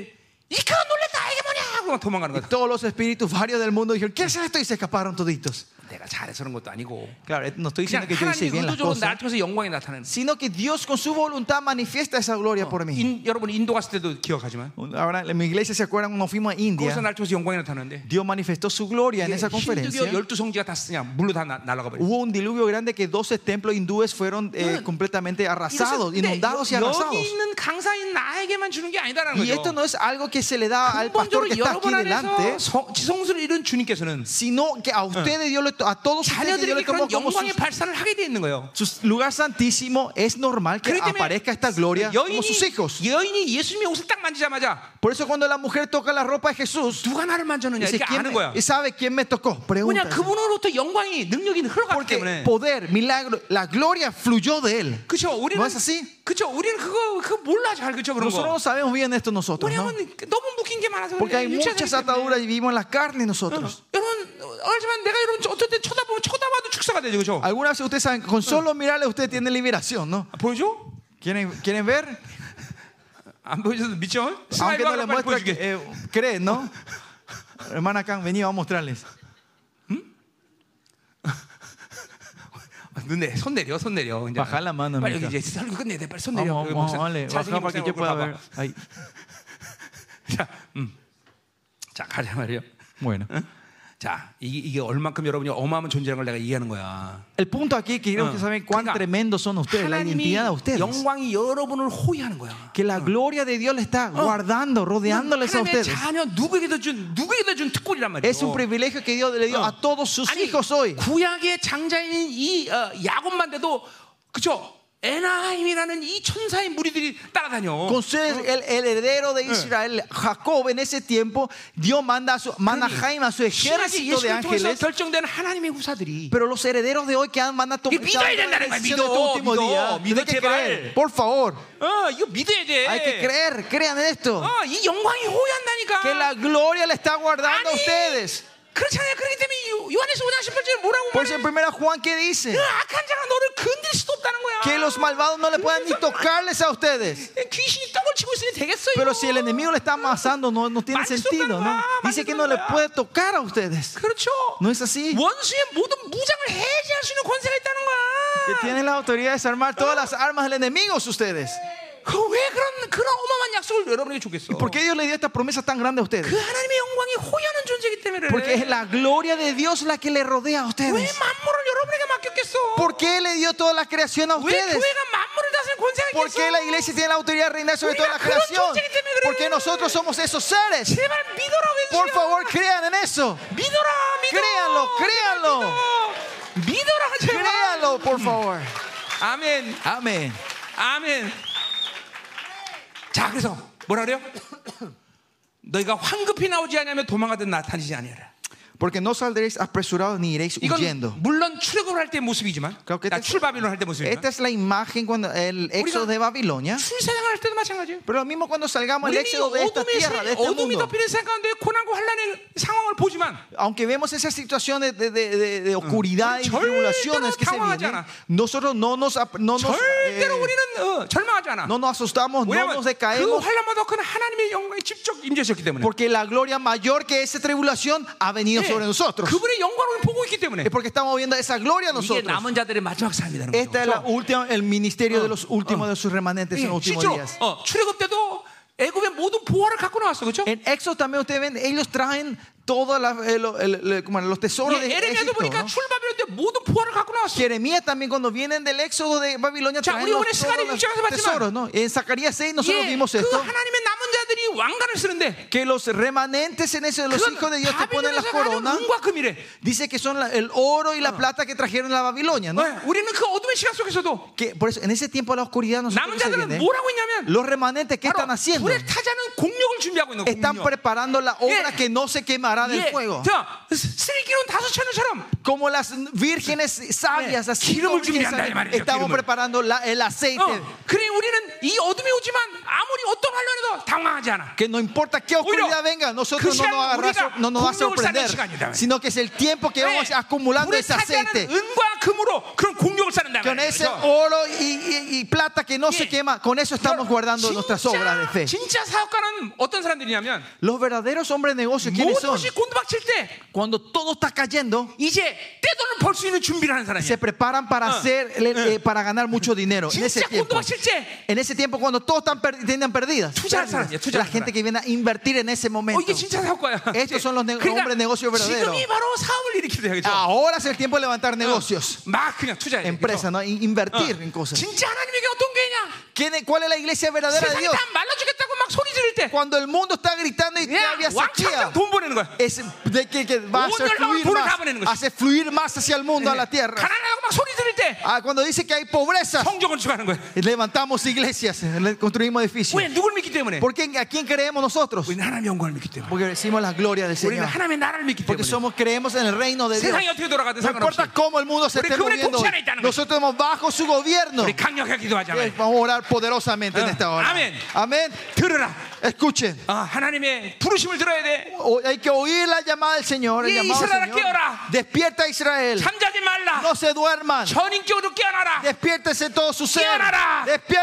Speaker 1: 이거 놀랬다 이게 뭐냐 하고 막 도망가는 거야.
Speaker 2: Todos los espíritus varios del mundo dijeron, ¿qué es esto? Y se escaparon toditos.
Speaker 1: 내가 잘해서 그런 것도 아니고
Speaker 2: Claro, eh, no estoy
Speaker 1: 그냥
Speaker 2: diciendo que yo hice
Speaker 1: 하나님이
Speaker 2: bien las
Speaker 1: 의도적으로 나를
Speaker 2: cosas,
Speaker 1: 통해서 영광이 나타나는 거예요.
Speaker 2: sino que Dios con su voluntad manifiesta esa gloria por mí.
Speaker 1: 인, 여러분 인도 갔을 때도 기억하지만
Speaker 2: Ahora, en mi iglesia se acuerdan cuando fuimos a India.
Speaker 1: 거기서 날 통해서 영광이 나타나는데
Speaker 2: Dios manifestó su gloria en esa
Speaker 1: 힌두교
Speaker 2: conferencia.
Speaker 1: 열두 성지가 다 쓰냐 물로 다 나- 날아가 버려.
Speaker 2: Hubo un diluvio grande que 12 templos hindúes fueron eh,
Speaker 1: 이거는-
Speaker 2: completamente arrasados,
Speaker 1: 이것은 근데
Speaker 2: inundados y
Speaker 1: 여-
Speaker 2: arrasados.
Speaker 1: 여기 있는 강사인 나에게만 주는 게 아니다라는
Speaker 2: Y esto
Speaker 1: 거죠.
Speaker 2: no es algo que se le da al pastor
Speaker 1: 근본적으로
Speaker 2: que está aquí
Speaker 1: 여러분
Speaker 2: delante,
Speaker 1: 안에서 성- 지성수를 잃은 주님께서는
Speaker 2: sino que a ustedes Dios le to- a a todos ustedes que Dios
Speaker 1: 자녀들에게
Speaker 2: le
Speaker 1: 그런
Speaker 2: tomó como
Speaker 1: 영광의
Speaker 2: sus-
Speaker 1: 발산을 하게 돼 있는 거예요.
Speaker 2: su lugar santísimo, es normal que
Speaker 1: 그렇기 때문에
Speaker 2: aparezca esta gloria como sus hijos.
Speaker 1: 여인이, 여인이 예수님의 옷을 딱 만지자마자
Speaker 2: Por eso cuando la mujer toca la ropa de Jesús,
Speaker 1: 누가 나를 만졌느냐
Speaker 2: dice,
Speaker 1: 이렇게
Speaker 2: "¿Quién
Speaker 1: 아는
Speaker 2: me-
Speaker 1: 거야.
Speaker 2: y sabe quién me tocó.
Speaker 1: 왜냐
Speaker 2: Pregunta.
Speaker 1: 그분으로부터 영광이 능력이 흘러갔기
Speaker 2: Porque
Speaker 1: 때문에.
Speaker 2: poder, milagro, la gloria fluyó de él.
Speaker 1: 그렇죠. 우리는
Speaker 2: ¿No es así?
Speaker 1: 그렇죠. 우리는 그거 그 몰라 잘 그렇죠 그런
Speaker 2: Nosotros
Speaker 1: 거.
Speaker 2: no sabemos bien esto nosotros, ¿no?
Speaker 1: 왜냐면 너무 묶인 게 많아서
Speaker 2: Porque hay
Speaker 1: 육체적이기
Speaker 2: muchas
Speaker 1: 때문에.
Speaker 2: ataduras y vivimos en la carne nosotros.
Speaker 1: 여러분 어, 알지만 내가 여러분 어떨 때 쳐다보면 쳐다봐도 축사가 되죠 그렇죠.
Speaker 2: Algunas veces ustedes saben, con solo mirarle ustedes tienen liberación, ¿no?
Speaker 1: 아, 보여줘?
Speaker 2: ¿Quieren, quieren ver?
Speaker 1: 안 보여줘도 믿죠?
Speaker 2: Aunque
Speaker 1: 스나이버
Speaker 2: no
Speaker 1: 하나
Speaker 2: les
Speaker 1: 빨리
Speaker 2: muestre,
Speaker 1: 보여주게.
Speaker 2: eh, creen, ¿no? Hermana Khan, vení, vamos a mostrarles.
Speaker 1: 아, 눈 내, 손 내려, 손 내려. 그냥.
Speaker 2: 바카 라마는
Speaker 1: 빨리 여기
Speaker 2: 뭡니까?
Speaker 1: 이제 설교 끝내야 돼. 빨리 손 내려.
Speaker 2: Vamos,
Speaker 1: 여기
Speaker 2: vamos,
Speaker 1: 목사-
Speaker 2: vale,
Speaker 1: 잘생긴
Speaker 2: baja para que
Speaker 1: 목사님
Speaker 2: yo pueda
Speaker 1: 얼굴
Speaker 2: ver. Ahí.
Speaker 1: 봐봐. 자, 음. 자, 가자 말이요.
Speaker 2: Bueno.
Speaker 1: 자, 이게, 이게 얼만큼 여러분이 어마어마한 존재라는 걸 내가 얘기하는 거야.
Speaker 2: El punto aquí que quiero que saben cuán
Speaker 1: Claro.
Speaker 2: tremendos son ustedes, la
Speaker 1: 하나님이
Speaker 2: identidad de ustedes.
Speaker 1: 영광이 여러분을 호위하는 거야.
Speaker 2: Que la gloria de Dios le está
Speaker 1: Oh.
Speaker 2: guardando,
Speaker 1: 네,
Speaker 2: rodeándoles a
Speaker 1: 하나님의
Speaker 2: ustedes.
Speaker 1: 자녀 누구에게도 준 누구에게도 준 특권이란 말이야.
Speaker 2: Es un privilegio que Dios le dio
Speaker 1: Oh.
Speaker 2: a todos sus hijos hoy.
Speaker 1: 구약의 장자인 이 어, 야곱만 돼도 그죠? 에나임이라는 이 천사의 무리들이 따라다녀.
Speaker 2: Con ser el, el heredero
Speaker 1: Eh.
Speaker 2: de Israel, Jacob, en ese tiempo, Dios manda a, su, manda a Jaime, a su
Speaker 1: 신학이
Speaker 2: ejército de
Speaker 1: 예수를 통해서
Speaker 2: ángeles.
Speaker 1: 결정된 하나님의 후사들이
Speaker 2: Pero los herederos de hoy que han- van a tomar
Speaker 1: Y pido ahí
Speaker 2: la
Speaker 1: del Naranjo,
Speaker 2: decisión
Speaker 1: pido,
Speaker 2: de este último
Speaker 1: pido,
Speaker 2: día,
Speaker 1: pido,
Speaker 2: tenés que
Speaker 1: chaval.
Speaker 2: creer. Por favor,
Speaker 1: 어, 이거 그 믿어야 돼.
Speaker 2: hay que creer, crean esto.
Speaker 1: 어, 이 영광이 호연다니까.
Speaker 2: Que la gloria le está guardando a
Speaker 1: Ani.
Speaker 2: ustedes.
Speaker 1: 그렇잖아요. 그렇기 때문에 요- 요한에서 5장 18절에 뭐라고
Speaker 2: Por eso
Speaker 1: 말해?
Speaker 2: en primera Juan que dice
Speaker 1: 그 악한 자가 너를 건드릴 수도 없다는 거야. 예,
Speaker 2: que los malvados no le puedan ni tocarles a ustedes.
Speaker 1: 귀신이 떡을 치고 있으니 되겠어요.
Speaker 2: Pero si el enemigo le está amasando, no, no tiene
Speaker 1: Maldito
Speaker 2: sentido, ¿no?
Speaker 1: malvado,
Speaker 2: Dice que no le
Speaker 1: maldito
Speaker 2: puede tocar a ustedes.
Speaker 1: 그렇죠.
Speaker 2: ¿No es así?
Speaker 1: 원수의 모든 무장을 해제할 수 있는 권세가 있다는
Speaker 2: Que
Speaker 1: 거야.
Speaker 2: tienen la autoridad de desarmar todas las armas del enemigo ustedes.
Speaker 1: 그왜 그런 그런 어마어마한 약속을 여러분에게 주겠어?
Speaker 2: ¿Por qué Dios le dio esta promesa tan grande a
Speaker 1: 그
Speaker 2: ustedes?
Speaker 1: 하나님의 영광이 호연한 존재이기 때문에.
Speaker 2: Porque es la gloria de Dios la que le
Speaker 1: 왜
Speaker 2: rodea a ustedes.
Speaker 1: 만물을 여러분에게 맡겼겠어?
Speaker 2: ¿Por qué le dio toda la creación a
Speaker 1: 왜
Speaker 2: ustedes?
Speaker 1: 교회가 만물을 다스릴 권세가
Speaker 2: ¿Por
Speaker 1: 있겠어?
Speaker 2: qué la iglesia tiene la autoridad de reinar sobre
Speaker 1: Mira,
Speaker 2: toda la
Speaker 1: ¿cómo
Speaker 2: creación?
Speaker 1: tú te- te me crees?
Speaker 2: Porque nosotros somos esos seres.
Speaker 1: 제발 믿어라고 해주세요.
Speaker 2: Por favor, crean en eso.
Speaker 1: 믿어라, 믿어.
Speaker 2: Créanlo, créanlo.
Speaker 1: 믿어. 믿어라, 제발.
Speaker 2: Créanlo, por favor.
Speaker 1: 아멘,
Speaker 2: Amén.
Speaker 1: 아멘. 자, 그래서 뭐라 그래요? 너희가 황급히 나오지 아니하면 도망가든 나타나지 아니하라.
Speaker 2: Porque no saldréis apresurados ni iréis
Speaker 1: 이건
Speaker 2: huyendo.
Speaker 1: 물론 출애굽을 할 때 모습이지만,
Speaker 2: 그렇게
Speaker 1: 아,
Speaker 2: 뜻-
Speaker 1: 출바빌론 할 때 모습이지만,
Speaker 2: Esta es la imagen cuando el éxodo de Babilonia.
Speaker 1: 출세상을 할 때도 마찬가지예요.
Speaker 2: Pero lo mismo cuando salgamos el
Speaker 1: 우리는 이
Speaker 2: éxodo de esta
Speaker 1: 어둠의
Speaker 2: tierra,
Speaker 1: 세-
Speaker 2: de este
Speaker 1: 어둠이
Speaker 2: mundo.
Speaker 1: 덮이는 세상 가운데 고난과 환란의 상황을 보지만
Speaker 2: Aunque vemos esas situaciones de, de- de- de oscuridad y tribulaciones que se vienen, nosotros no nos, ap- no
Speaker 1: 뭐
Speaker 2: nos, eh,
Speaker 1: 절대로 우리는 어, 절망하지 않아.
Speaker 2: no nos asustamos, no
Speaker 1: 왜냐면
Speaker 2: nos
Speaker 1: 그
Speaker 2: decaemos.
Speaker 1: 환란마다 큰 하나님의 영광이 직접 임재하셨기 때문에.
Speaker 2: Porque la gloria mayor que esa tribulación ha venido
Speaker 1: 예,
Speaker 2: sobre nosotros.
Speaker 1: 그분의 영광을 보고 있기 때문에.
Speaker 2: Es porque estamos viendo esa gloria
Speaker 1: 이게
Speaker 2: nosotros.
Speaker 1: 남은 자들의 마지막 삶이라는 거죠.
Speaker 2: Esta es la última, el ministerio de los últimos de sus remanentes en
Speaker 1: 그렇죠?
Speaker 2: los
Speaker 1: 예,
Speaker 2: últimos
Speaker 1: 실제로
Speaker 2: días.
Speaker 1: 어, 출애굽 때도 애굽의 모든 보화를 갖고 나왔어, 그렇죠?
Speaker 2: En Éxodo también ustedes ven, ellos traen eh, todos los tesoros de
Speaker 1: 예, 에레미야도
Speaker 2: Egipto.
Speaker 1: 보니까
Speaker 2: ¿no?
Speaker 1: 출바빌론 때 모든 보화를 갖고 나왔어.
Speaker 2: Jeremías también cuando vienen del éxodo de Babilonia
Speaker 1: 자,
Speaker 2: traen
Speaker 1: 우리
Speaker 2: los,
Speaker 1: 오늘
Speaker 2: todos
Speaker 1: 스가랴
Speaker 2: los
Speaker 1: 육장에서 봤지만-
Speaker 2: tesoros, ¿no? En Zacarías 6 nosotros
Speaker 1: 예,
Speaker 2: vimos
Speaker 1: 그
Speaker 2: esto,
Speaker 1: 하나님의 남은 자들이 왕관을 쓰는데
Speaker 2: que los remanentes en eso, los
Speaker 1: 그건
Speaker 2: hijos de Dios te ponen las
Speaker 1: 바빌론에서 가져온
Speaker 2: coronas,
Speaker 1: 은과 금이래.
Speaker 2: dice que son la- el oro y la plata que trajeron a la Babilonia, ¿no?
Speaker 1: 네, 우리는 그 어둠의 시간 속에서도
Speaker 2: Que por eso en ese tiempo de la oscuridad
Speaker 1: 남은
Speaker 2: nosotros se
Speaker 1: 자들은
Speaker 2: viene,
Speaker 1: 뭐라고 있냐면
Speaker 2: los remanentes ¿qué están
Speaker 1: 바로
Speaker 2: haciendo?
Speaker 1: 불에 타지 않은 공력을 준비하고 있는 거예요.
Speaker 2: Están
Speaker 1: 공력.
Speaker 2: preparando la obra
Speaker 1: 예.
Speaker 2: que no se quemará del
Speaker 1: 예,
Speaker 2: fuego.
Speaker 1: 자, 쓰레기로는 다섯 천원처럼
Speaker 2: Como las vírgenes sabias, las cinco
Speaker 1: 기름을
Speaker 2: vírgenes
Speaker 1: 준비한다, 이
Speaker 2: sabias,
Speaker 1: 말이죠,
Speaker 2: estamos
Speaker 1: 기름을.
Speaker 2: preparando la- el aceite.
Speaker 1: 어, 그래 우리는 이 어둠이 오지만 아무리 어떤 환란에도 당황하지 않아.
Speaker 2: Que no importa qué
Speaker 1: Oiro,
Speaker 2: oscuridad venga, nosotros no
Speaker 1: que
Speaker 2: nos, agarra-
Speaker 1: sean
Speaker 2: no nos va a
Speaker 1: unidas,
Speaker 2: sorprender,
Speaker 1: juntos en el
Speaker 2: sino que es el tiempo que vamos
Speaker 1: 네,
Speaker 2: acumulando
Speaker 1: 불에
Speaker 2: ese
Speaker 1: 타지 않은
Speaker 2: aceite.
Speaker 1: 은과 금으로 그런 공력을 쌓는다.
Speaker 2: Con ese
Speaker 1: 말이죠.
Speaker 2: oro y, y- y plata que no
Speaker 1: 예.
Speaker 2: se quema, con eso estamos guardando nuestras obras de fe.
Speaker 1: 진짜 사업가는 어떤 사람들이냐면
Speaker 2: Los verdaderos hombres de negocio, ¿quiénes
Speaker 1: 모든
Speaker 2: son?
Speaker 1: 것이 곤두박칠 때
Speaker 2: Cuando todo está cayendo,
Speaker 1: 이제 떼돈을 벌 수 있는 준비를 하는 사람이야.
Speaker 2: se preparan para, hacer, le- eh, para ganar mucho dinero. En ese
Speaker 1: 진짜
Speaker 2: tiempo.
Speaker 1: 곤두박칠 때
Speaker 2: En ese tiempo, cuando todos están per- tengan perdidas,
Speaker 1: 투자하는
Speaker 2: pérdidas,
Speaker 1: 사람이야, 투자하는
Speaker 2: la gente
Speaker 1: 사람.
Speaker 2: que viene a invertir en ese
Speaker 1: 어,
Speaker 2: momento.
Speaker 1: 이게 진짜 사업가야. 그러니까
Speaker 2: Estos son los ne- hombres de negocio verdadero.
Speaker 1: 지금이 바로 사업을 일으킬 때야. 그죠? 어,
Speaker 2: Ahora es el tiempo de levantar negocios,
Speaker 1: 막 그냥 투자해.
Speaker 2: empresas, ¿no? In- Ah. invertir en cosas.
Speaker 1: 진짜 하나님에게 어떤 교회냐?
Speaker 2: ¿Quién- ¿Cuál es la iglesia verdadera de
Speaker 1: 세상이
Speaker 2: Dios?
Speaker 1: 다 말라 죽겠다고 막 소리 지를 때
Speaker 2: Cuando el mundo está gritando y
Speaker 1: 그냥
Speaker 2: había
Speaker 1: 왕창
Speaker 2: sequía,
Speaker 1: 돈 보내는 거야.
Speaker 2: es de que, que va a hacer
Speaker 1: Todo el
Speaker 2: fluir
Speaker 1: mundo
Speaker 2: más,
Speaker 1: está poniendo cosas.
Speaker 2: hace fluir más hacia el mundo, a la tierra.
Speaker 1: 가난하다고 막 소리 들을 때
Speaker 2: Ah, cuando dice que hay pobreza,
Speaker 1: 성전 건축하는 거야.
Speaker 2: levantamos iglesias, le- construimos edificios.
Speaker 1: 왜 누굴 믿기 때문에?
Speaker 2: ¿Por qué? ¿A quién creemos nosotros?
Speaker 1: 우리는 하나님의 영광을 믿기 때문에.
Speaker 2: Porque decimos la gloria del
Speaker 1: 우리는
Speaker 2: Señor.
Speaker 1: 하나님의 나라를 믿기
Speaker 2: Porque
Speaker 1: 때문에.
Speaker 2: somos, creemos en el reino de Dios.
Speaker 1: 세상이 어떻게 돌아가든
Speaker 2: No
Speaker 1: 상관없이
Speaker 2: importa cómo el mundo se
Speaker 1: Porque
Speaker 2: esté
Speaker 1: cubre
Speaker 2: moviendo,
Speaker 1: tu
Speaker 2: hoy,
Speaker 1: chana y tal,
Speaker 2: nosotros estamos bajo su gobierno.
Speaker 1: 우리 강력하게 기도하자.
Speaker 2: Bien, Vamos a orar poderosamente en
Speaker 1: Ah,
Speaker 2: esta hora.
Speaker 1: amén.
Speaker 2: Amén.
Speaker 1: 들으라.
Speaker 2: Escuchen.
Speaker 1: 아, 하나님의 부르심을 들어야 돼.
Speaker 2: O- hay que oír la llamada del Señor. el
Speaker 1: Y
Speaker 2: llamado del
Speaker 1: Israel,
Speaker 2: Señor.
Speaker 1: ¿a qué hora?
Speaker 2: Despierta Israel.
Speaker 1: 잠자지 말라.
Speaker 2: No 네. se duerman.
Speaker 1: 전인격으로 깨어나라.
Speaker 2: Despiértense todo su ser.
Speaker 1: Quiebra.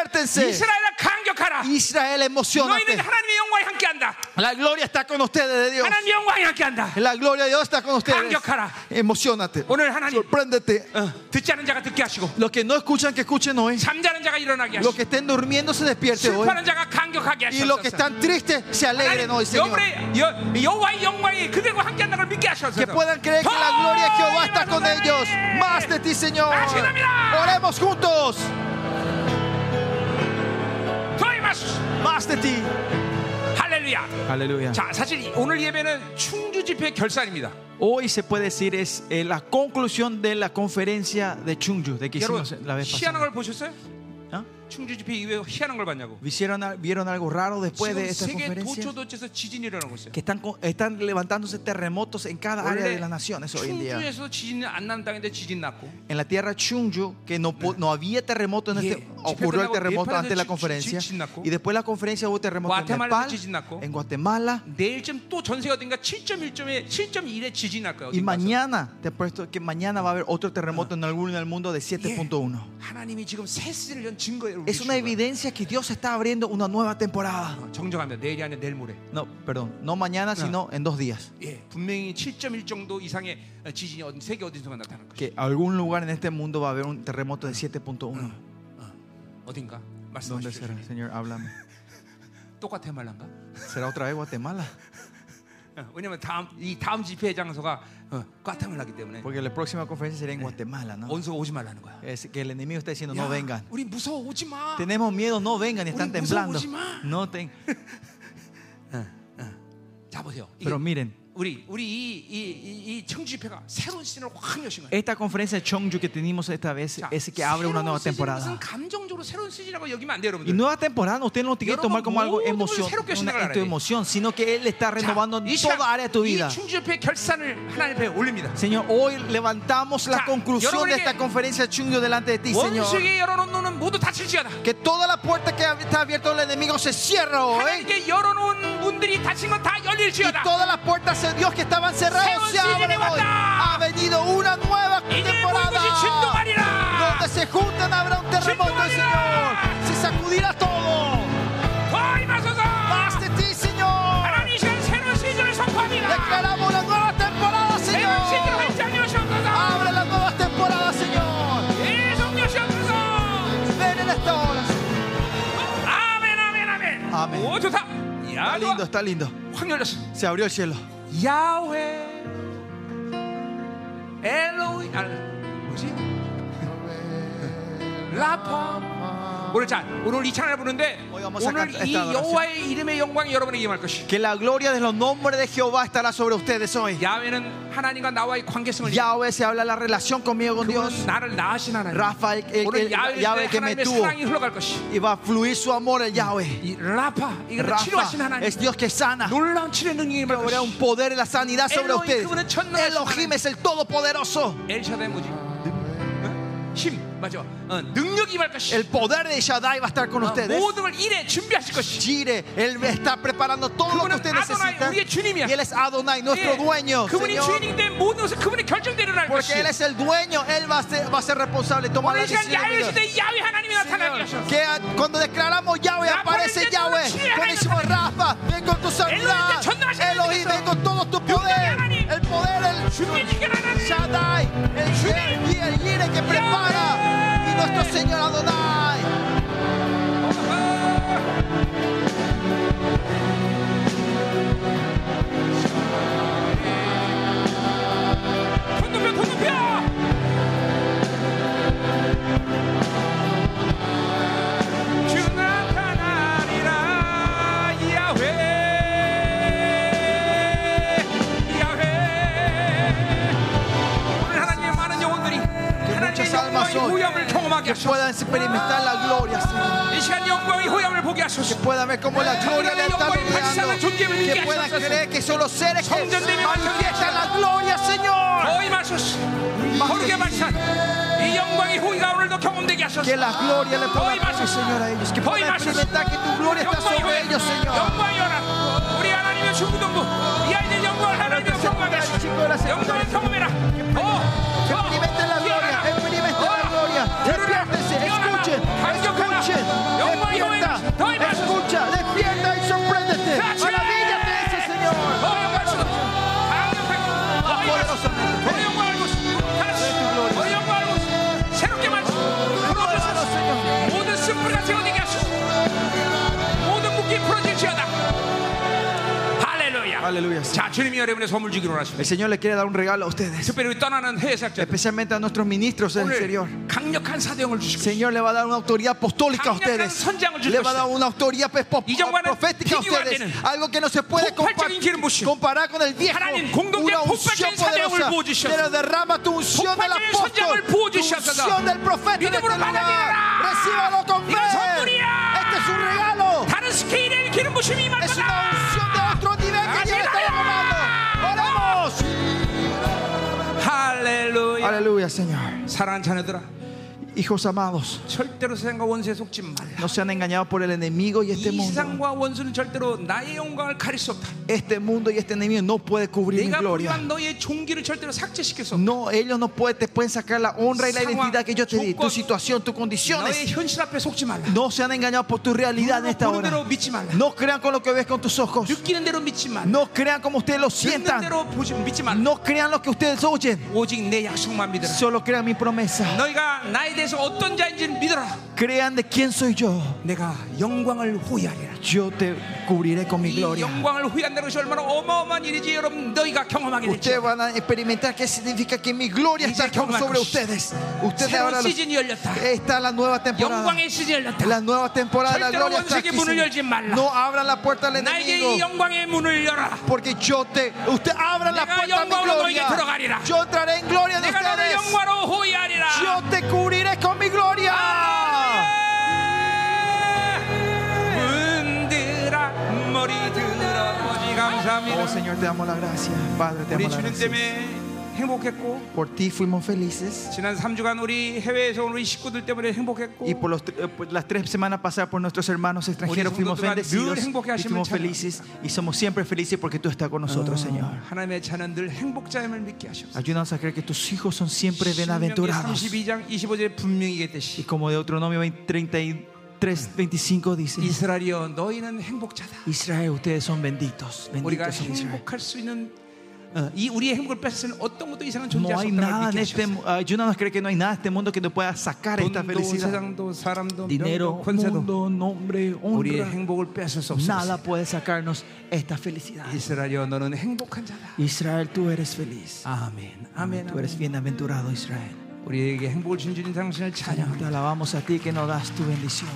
Speaker 2: Despiértense.
Speaker 1: 이스라엘아 강격하라.
Speaker 2: Israel,
Speaker 1: 너희는
Speaker 2: emocionate.
Speaker 1: 하나님의 영광에 함께한다.
Speaker 2: La gloria está con ustedes de Dios.
Speaker 1: 하나님의 영광에 함께한다.
Speaker 2: La gloria de Dios está con ustedes.
Speaker 1: Cambio,
Speaker 2: Emocionate.
Speaker 1: 오늘 하나님
Speaker 2: Sorpréndete.
Speaker 1: 어, 듣지 않은 자가 듣게 하시고
Speaker 2: Los que no escuchan, que escuchen hoy.
Speaker 1: 잠자는 자가 일어나게 하시고
Speaker 2: Los que estén durmiendo, se despierten hoy.
Speaker 1: 슬퍼하는 자가 강격하게
Speaker 2: Y los que
Speaker 1: 하시옵소서.
Speaker 2: están tristes, se alegren hoy, Señor.
Speaker 1: 하나님, 여호와의 여 여호와의 영광이 그들과 함께한다는 걸 믿게 하셔서
Speaker 2: Que puedan creer que la gloria de Jehová está con ellos. Más de ti, Señor. Oremos juntos.
Speaker 1: 더이마스
Speaker 2: Más de ti.
Speaker 1: 할렐루야
Speaker 2: Aleluya.
Speaker 1: 자 사실 이- 오늘 예배는 충주 집회 결산입니다
Speaker 2: Hoy se puede decir es eh, la conclusión de la conferencia de Chungju de que
Speaker 1: 여러분
Speaker 2: hicimos la vez
Speaker 1: 희한한
Speaker 2: pasada.
Speaker 1: 걸 보셨어요?
Speaker 2: ¿Ah?
Speaker 1: 충주 집회 이후에 희한한 걸 봤냐고
Speaker 2: ¿Vieron, al- vieron algo raro después de
Speaker 1: 지금
Speaker 2: esta
Speaker 1: 세계
Speaker 2: conferencia?
Speaker 1: 도처도처에서 지진이 일어나고 있어요
Speaker 2: Que están, co- están levantándose terremotos en cada área de
Speaker 1: 원래
Speaker 2: las naciones hoy en día.
Speaker 1: 충주에서 지진이 안 나는 땅인데 지진 났고
Speaker 2: En la tierra Chungju, que no, po- no había terremoto, en
Speaker 1: Yeah.
Speaker 2: este, ocurrió el terremoto antes de la conferencia. Y después de la conferencia hubo terremoto en Nepal, en Guatemala.
Speaker 1: 내일쯤 또 전세가 어딘가 7.1점에 7.1에 지진이 날 거예요
Speaker 2: Y
Speaker 1: 어딘가에서.
Speaker 2: mañana, te apuesto que mañana va a haber otro terremoto en algún en el mundo de
Speaker 1: 예.
Speaker 2: 7.1.
Speaker 1: 하나님이 지금 새 시대를 연 증거예요 우리
Speaker 2: Es una
Speaker 1: 주님은.
Speaker 2: evidencia que Dios está abriendo una nueva temporada.
Speaker 1: 어, 정정합니다 내일이 아니라 내일 모레
Speaker 2: No, perdón, no mañana, sino en dos días.
Speaker 1: 예, 분명히 7.1 정도 이상의 지진이 어디- 세계 어딘가 나타날 거예요
Speaker 2: Que algún lugar en este mundo va a haber un terremoto de 7.1.
Speaker 1: 어딘가
Speaker 2: ¿Dónde
Speaker 1: 말씀하시죠
Speaker 2: será,
Speaker 1: 주님.
Speaker 2: Señor? Háblame.
Speaker 1: 똑같아 말란가?
Speaker 2: ¿Será otra vez Guatemala?
Speaker 1: 어, 왜냐면 다음 이 다음 집회 장소가 어, 과테말라기 때문에
Speaker 2: Porque la próxima conferencia será en Guatemala, ¿no?
Speaker 1: 원수가 오지 말라는 거야.
Speaker 2: Es que el enemigo está diciendo,
Speaker 1: 야,
Speaker 2: no vengan.
Speaker 1: 우리 무서워 오지 마.
Speaker 2: Tenemos miedo, no vengan, y están
Speaker 1: Uy,
Speaker 2: temblando.
Speaker 1: 무서워, 오지 마.
Speaker 2: No ten-
Speaker 1: 자 보세요. 이게
Speaker 2: Pero miren,
Speaker 1: 우리 우리 이이이 청주 집회가 새로운 시즌을 확 여신 거야.
Speaker 2: esta conferencia de Chongju que tenemos esta vez
Speaker 1: 자,
Speaker 2: es que abre una nueva
Speaker 1: 새로운 시즌은
Speaker 2: temporada.
Speaker 1: 무슨 감정적으로 새로운 시즌이라고 여기면 안 돼요,
Speaker 2: Y
Speaker 1: 여러분들.
Speaker 2: nueva temporada, usted no tiene que
Speaker 1: Yo
Speaker 2: tomar como algo
Speaker 1: no- no-
Speaker 2: emoción,
Speaker 1: no- no-
Speaker 2: una-
Speaker 1: no-
Speaker 2: en tu emoción, sino que Él está
Speaker 1: 자,
Speaker 2: renovando
Speaker 1: 이
Speaker 2: toda área de tu vida.
Speaker 1: 이 청주 집회 결산을 하나님 앞에 올립니다.
Speaker 2: Señor, hoy levantamos
Speaker 1: 자,
Speaker 2: la conclusión
Speaker 1: 여러분에게
Speaker 2: de esta conferencia Chungyo delante de ti, Señor.
Speaker 1: 원수에게 열어놓은 눈은 모두 닫힐 지어다.
Speaker 2: Que toda la puerta que ab- está abierta al enemigo se cierra hoy.
Speaker 1: 하나님께 열어놓은 문들이 닫힌 건 다 열릴
Speaker 2: Y
Speaker 1: 지어다.
Speaker 2: todas las puertas de Dios que estaban cerradas
Speaker 1: Señor,
Speaker 2: se
Speaker 1: sí,
Speaker 2: abren hoy.
Speaker 1: levanta.
Speaker 2: Ha venido una nueva
Speaker 1: 이제 모든 것이
Speaker 2: temporada.
Speaker 1: 진동하리라.
Speaker 2: Donde se juntan habrá un terremoto,
Speaker 1: Chindomarira.
Speaker 2: Señor. Se sacudirá todo.
Speaker 1: 더 임하소서.
Speaker 2: Más de ti, Señor.
Speaker 1: 하나님 이 시간 새로운 시즌을 선포합니다.
Speaker 2: Declaramos la nueva temporada,
Speaker 1: 새로운 시즌을
Speaker 2: Señor.
Speaker 1: 한장여시옵소서
Speaker 2: Abre las nuevas temporadas, Señor.
Speaker 1: 계속 여시옵소서
Speaker 2: Ven en esta hora. Señor.
Speaker 1: 아멘 아멘 아멘.
Speaker 2: 아멘.
Speaker 1: 오 좋다.
Speaker 2: Está
Speaker 1: 야
Speaker 2: lindo,
Speaker 1: 좋아.
Speaker 2: está lindo.
Speaker 1: 확 열렸어.
Speaker 2: Se abrió el cielo.
Speaker 1: 야훼 엘로이 아 뭐지? 라파 오늘 자 오늘 이 찬양을 부르는데
Speaker 2: Hoy vamos a
Speaker 1: 오늘
Speaker 2: cantar
Speaker 1: 이
Speaker 2: esta adoración.
Speaker 1: 여호와의 이름의 영광이 여러분에게 임할 것이
Speaker 2: Que la gloria de los nombres de Jehová estará sobre ustedes hoy.
Speaker 1: 야훼는 하나님과 나와의 관계성을
Speaker 2: Yahweh se habla de la relación conmigo con
Speaker 1: 그분은
Speaker 2: Dios.
Speaker 1: 나를 낳으신 하나님
Speaker 2: Rafa, el, el-
Speaker 1: 오늘
Speaker 2: el- Yahweh
Speaker 1: 야훼
Speaker 2: que me
Speaker 1: 하나님의
Speaker 2: tuvo.
Speaker 1: 사랑이 흘러갈 것이
Speaker 2: Y va a fluir su amor el Yahweh.
Speaker 1: 이 라파 이거는 치료하신
Speaker 2: Rafa
Speaker 1: 하나님
Speaker 2: es Dios que sana.
Speaker 1: 놀라운 치료의 능력이 임할
Speaker 2: Habrá
Speaker 1: 것이
Speaker 2: un poder de la sanidad sobre
Speaker 1: Elohim,
Speaker 2: ustedes.
Speaker 1: 그분은 천나라신
Speaker 2: Elohim
Speaker 1: 하나님.
Speaker 2: es el Todopoderoso.
Speaker 1: 엘샤다의 뭐지? 어? 힘 맞아 어, 능력이 임할 것이
Speaker 2: El poder de Shaddai va a estar con
Speaker 1: 어,
Speaker 2: ustedes.
Speaker 1: 모든 걸 일에 준비하실 것이
Speaker 2: Gire, Él está preparando todo lo
Speaker 1: 그분은
Speaker 2: que usted
Speaker 1: 아도나이,
Speaker 2: necesita.
Speaker 1: 우리의 주님이야.
Speaker 2: Y Él es Adonai, nuestro dueño.
Speaker 1: 네. 예. 그분이
Speaker 2: Señor.
Speaker 1: 주인이기 때문에 모든 것을 그분의 결정대로 할
Speaker 2: Porque
Speaker 1: 것이
Speaker 2: Él es el dueño, Él va a ser, va a ser responsable y tomar
Speaker 1: 오늘
Speaker 2: la
Speaker 1: 이 시간
Speaker 2: decisión.
Speaker 1: 야외 시대 야외 하나님이 나타나게 하셔
Speaker 2: Que a- cuando declaramos Yahweh
Speaker 1: Ya,
Speaker 2: aparece
Speaker 1: ponete todo
Speaker 2: Yahweh.
Speaker 1: chía,
Speaker 2: Cuando decimos Rafa, ven con tu sanidad.
Speaker 1: Elohim, 천나라신
Speaker 2: Elohim,
Speaker 1: 하나님께서.
Speaker 2: ven con todo tu
Speaker 1: 능력의
Speaker 2: poder.
Speaker 1: 하나님.
Speaker 2: El poder,
Speaker 1: 주님이
Speaker 2: el
Speaker 1: 이끌어 하나님.
Speaker 2: Shaddai, el
Speaker 1: 주님.
Speaker 2: Yir, el Yire que prepara. Y nuestro Señor Adonai.
Speaker 1: 돈 높여 돈 높여 주 나타나리라 야호 경험하게
Speaker 2: que
Speaker 1: 하소서.
Speaker 2: puedan experimentar la gloria, Señor.
Speaker 1: 이 시간 영광의 호양을 보게
Speaker 2: Que
Speaker 1: 하소서.
Speaker 2: puedan ver cómo la gloria le está rodeando. Que puedan creer que son los seres que manifiestan la gloria, Señor.
Speaker 1: 거의 마소서. 거룩의 말씀. 이 영광의 호의가 오늘도 경험되게
Speaker 2: Que
Speaker 1: 하소서.
Speaker 2: la gloria le pueda pasar, Señor, a ellos. Que
Speaker 1: 거의
Speaker 2: puedan
Speaker 1: 마소서.
Speaker 2: experimentar que tu gloria está
Speaker 1: 영광의
Speaker 2: sobre
Speaker 1: 호의.
Speaker 2: ellos, Señor.
Speaker 1: 영광의 연합. 우리 하나님의 중부동부. 이 아이들 영광을 하나님의 경험하게 하소서. 영광을 경험해라. 어, 어,
Speaker 2: Experimenten la gloria,
Speaker 1: 뛰어나라.
Speaker 2: experimenten la gloria. Despiértense, escuchen, escuchen, despierta, escucha, despierta y sorpréndete. Maravíllate de ese Señor.
Speaker 1: Oh,
Speaker 2: Aleluya.
Speaker 1: 자, 주님이 여러분의 선물 주기로 하십니다.
Speaker 2: El Señor le quiere dar un regalo a ustedes,
Speaker 1: 특별히 우리 떠나는 해외 사역자들
Speaker 2: especialmente a nuestros ministros del exterior.
Speaker 1: 오늘 강력한 사대형을
Speaker 2: El
Speaker 1: 주시고
Speaker 2: Señor le va a dar una autoridad apostólica a ustedes. Le va a dar una autoridad pues, po- profética a ustedes. Algo que no se puede compar- comparar con el viejo. Una unción poderosa. Pero derrama tu unción del apóstol. Tu unción del profeta. en este lugar. Recíbalo con fe. Este es un regalo.
Speaker 1: 다른 스케일의 기름 부심이 임할
Speaker 2: Es una
Speaker 1: 거다.
Speaker 2: unción de otro nivel que Dios está derramando. Oramos.
Speaker 1: 할렐루야.
Speaker 2: Aleluya, Señor.
Speaker 1: 사랑하는 자녀들아,
Speaker 2: Hijos amados,
Speaker 1: 절대로 세상과 원수에 속지 말라.
Speaker 2: no sean engañados por el enemigo y este
Speaker 1: 이
Speaker 2: mundo.
Speaker 1: 세상과 원수는 절대로 나의 영광을 가릴 수 없다.
Speaker 2: Este mundo y este enemigo no puede cubrir mi
Speaker 1: 내가
Speaker 2: gloria.
Speaker 1: 부여한 너의 종기를 절대로 삭제시킬 수 없다.
Speaker 2: No, ellos no pueden, te pueden sacar la honra y la
Speaker 1: Sanguá,
Speaker 2: identidad que yo te di, tu
Speaker 1: chocón.
Speaker 2: situación, tus condiciones.
Speaker 1: 너의 현실 앞에 속지 말라.
Speaker 2: No se han engañado por tu realidad en
Speaker 1: 눈으로
Speaker 2: esta
Speaker 1: 보는 대로
Speaker 2: hora.
Speaker 1: 믿지 말라.
Speaker 2: No crean con lo que ves con tus ojos.
Speaker 1: 느끼는 대로 믿지 말라.
Speaker 2: No crean como ustedes lo
Speaker 1: 듣는
Speaker 2: sientan.
Speaker 1: 대로 보지 믿지 말라.
Speaker 2: No crean lo que ustedes oyen.
Speaker 1: 오직 내 약속만 믿으라.
Speaker 2: Solo crean mi promesa.
Speaker 1: 너희가 나에 대해서 어떤 자인지 믿어라.
Speaker 2: Crean de quién soy yo.
Speaker 1: 내가 영광을 호위하리라.
Speaker 2: Yo te cubriré con mi
Speaker 1: 이
Speaker 2: gloria.
Speaker 1: 영광을 호위한다는 것이 얼마나 어마어마한 일이지 여러분 너희가 경험하게 될지.
Speaker 2: Ustedes van a experimentar qué significa que mi gloria
Speaker 1: Y
Speaker 2: está
Speaker 1: se toma
Speaker 2: sobre
Speaker 1: cruz.
Speaker 2: ustedes. Ustedes
Speaker 1: 새로운
Speaker 2: ahora lo-
Speaker 1: 시즌이 열렸다.
Speaker 2: Está la nueva temporada.
Speaker 1: 영광의 시즌이 열렸다.
Speaker 2: La nueva temporada de la
Speaker 1: 절대로
Speaker 2: gloria está aquí,
Speaker 1: 원수에게 문을
Speaker 2: Señor.
Speaker 1: 열지 말라.
Speaker 2: No abran la puerta al
Speaker 1: 나에게 이
Speaker 2: enemigo.
Speaker 1: 영광의 문을 열어라.
Speaker 2: Porque yo te. Usted abra la
Speaker 1: 내가
Speaker 2: puerta a mi
Speaker 1: 영광으로
Speaker 2: gloria.
Speaker 1: 너에게 들어가리라.
Speaker 2: Yo entraré en gloria de
Speaker 1: 내가 너를
Speaker 2: ustedes.
Speaker 1: 영광으로 호위하리라.
Speaker 2: Yo te cubriré con mi gloria.
Speaker 1: 문들아 머리 들어 아버지
Speaker 2: Oh
Speaker 1: 감사합니다.
Speaker 2: Señor, te damos la gracia. Padre, te
Speaker 1: 우리
Speaker 2: damos
Speaker 1: 주님
Speaker 2: la gracia.
Speaker 1: 때문에 행복했고
Speaker 2: Por ti fuimos felices.
Speaker 1: 지난 3주간 우리 해외에서 온 우리 식구들 때문에 행복했고
Speaker 2: Y por, los, eh, por las tres semanas pasadas por nuestros hermanos extranjeros
Speaker 1: Oye,
Speaker 2: fuimos
Speaker 1: 성도들아,
Speaker 2: bendecidos
Speaker 1: 늘 행복해
Speaker 2: y
Speaker 1: 하시면
Speaker 2: fuimos
Speaker 1: 참
Speaker 2: felices y somos siempre felices porque tú estás con
Speaker 1: Ah.
Speaker 2: nosotros, Señor.
Speaker 1: 하나님의 자녀들 행복자임을 믿게 하셨습니다.
Speaker 2: Ayúdanos a creer que tus hijos son siempre
Speaker 1: 신명기
Speaker 2: bienaventurados.
Speaker 1: 32장 25절에 분명히
Speaker 2: Y
Speaker 1: 얘기했듯이
Speaker 2: como Deuteronomio 20, 33, 25 dice,
Speaker 1: 이스라엘이여 너희는 행복자다.
Speaker 2: Israel, ustedes son benditos.
Speaker 1: 우리가
Speaker 2: Benditos son Israel.
Speaker 1: 행복할 수 있는 어, 이 우리의 행복을 뺏는 어떤 것도 이상한 존재
Speaker 2: No
Speaker 1: 할수
Speaker 2: hay
Speaker 1: 없다고
Speaker 2: nada en
Speaker 1: 믿게
Speaker 2: este
Speaker 1: 하셨습니다.
Speaker 2: mundo. Ayúdanos a creer que no hay nada en este mundo que nos pueda sacar esta
Speaker 1: 돈도
Speaker 2: felicidad.
Speaker 1: 세상도 사람도
Speaker 2: Dinero,
Speaker 1: 명도, 권세도
Speaker 2: mundo, nombre,
Speaker 1: 우리의
Speaker 2: honra.
Speaker 1: 행복을 뺏을 수 없습니다.
Speaker 2: Nada puede sacarnos esta felicidad.
Speaker 1: 이스라엘이여 너는 행복한 자다.
Speaker 2: Israel, tú eres feliz.
Speaker 1: 아멘. 아멘.
Speaker 2: Tú eres
Speaker 1: 아멘.
Speaker 2: bienaventurado, Israel.
Speaker 1: 우리에게 행복을 준 주님 당신을 찬양합니다.
Speaker 2: Te alabamos a ti que nos das tu bendición.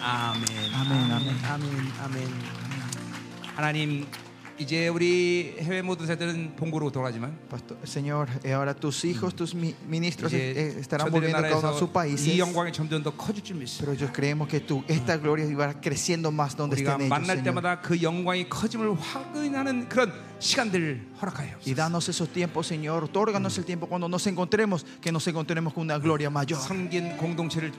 Speaker 1: 아멘.
Speaker 2: 아멘, 아멘.
Speaker 1: 아멘. 아멘. 하나님 이제 우리 해외 모든 세들은 본고로 돌아가지만
Speaker 2: Pastor- Señor, eh, ahora tus hijos, tus mi- ministros eh,
Speaker 1: 이제
Speaker 2: estarán
Speaker 1: 저들
Speaker 2: volviendo cada uno a
Speaker 1: 나라에서
Speaker 2: sus
Speaker 1: 이
Speaker 2: países.
Speaker 1: 영광이 점점 더 커질 줄 믿습니다.
Speaker 2: Pero ellos creemos que tú, esta gloria va creciendo más donde
Speaker 1: 우리가
Speaker 2: estén ellos,
Speaker 1: 만날
Speaker 2: Señor.
Speaker 1: 때마다 그 영광이 커짐을 확인하는 그런 시간들을 허락하여
Speaker 2: Y danos esos tiempos, Señor. Otórganos el tiempo cuando nos encontremos, que nos encontremos con una gloria mayor.
Speaker 1: 섬긴 공동체를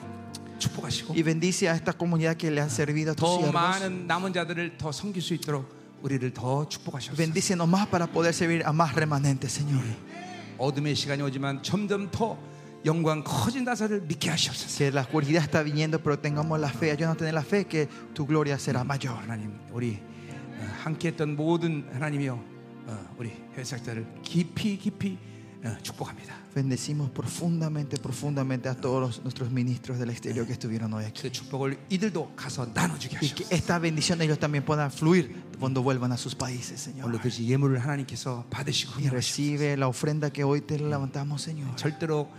Speaker 1: 축복하시고
Speaker 2: Y bendice a esta comunidad que le han servido a tus
Speaker 1: 더
Speaker 2: siervos.
Speaker 1: 많은 남은 자들을 더 섬길 수 있도록 우리를 더 축복하셨습니다.
Speaker 2: Bendícenos más para poder servir a más remanentes, Señor.
Speaker 1: 어둠의 시간이 오지만 점점 더 영광 커진다서를 믿게 하시옵소서.
Speaker 2: Que la oscuridad está viniendo, pero tengamos la fe. Ayúdanos a tener la fe que tu gloria será mayor.
Speaker 1: 하나님, 우리 어, 함께했던 모든 하나님이여, 어, 우리 회사자를 깊이 깊이 어, 축복합니다.
Speaker 2: Bendecimos profundamente, profundamente a todos los- nuestros ministros del exterior que estuvieron hoy aquí.
Speaker 1: 그 축복을 이들도 가서 나눠주게
Speaker 2: Y que
Speaker 1: 하시옵소서.
Speaker 2: esta bendición ellos también puedan fluir cuando vuelvan a sus países, Señor.
Speaker 1: 오늘 드신 예물을 하나님께서 받으시고
Speaker 2: Y
Speaker 1: 하시옵소서.
Speaker 2: recibe la ofrenda que hoy te levantamos, Señor.
Speaker 1: 절대로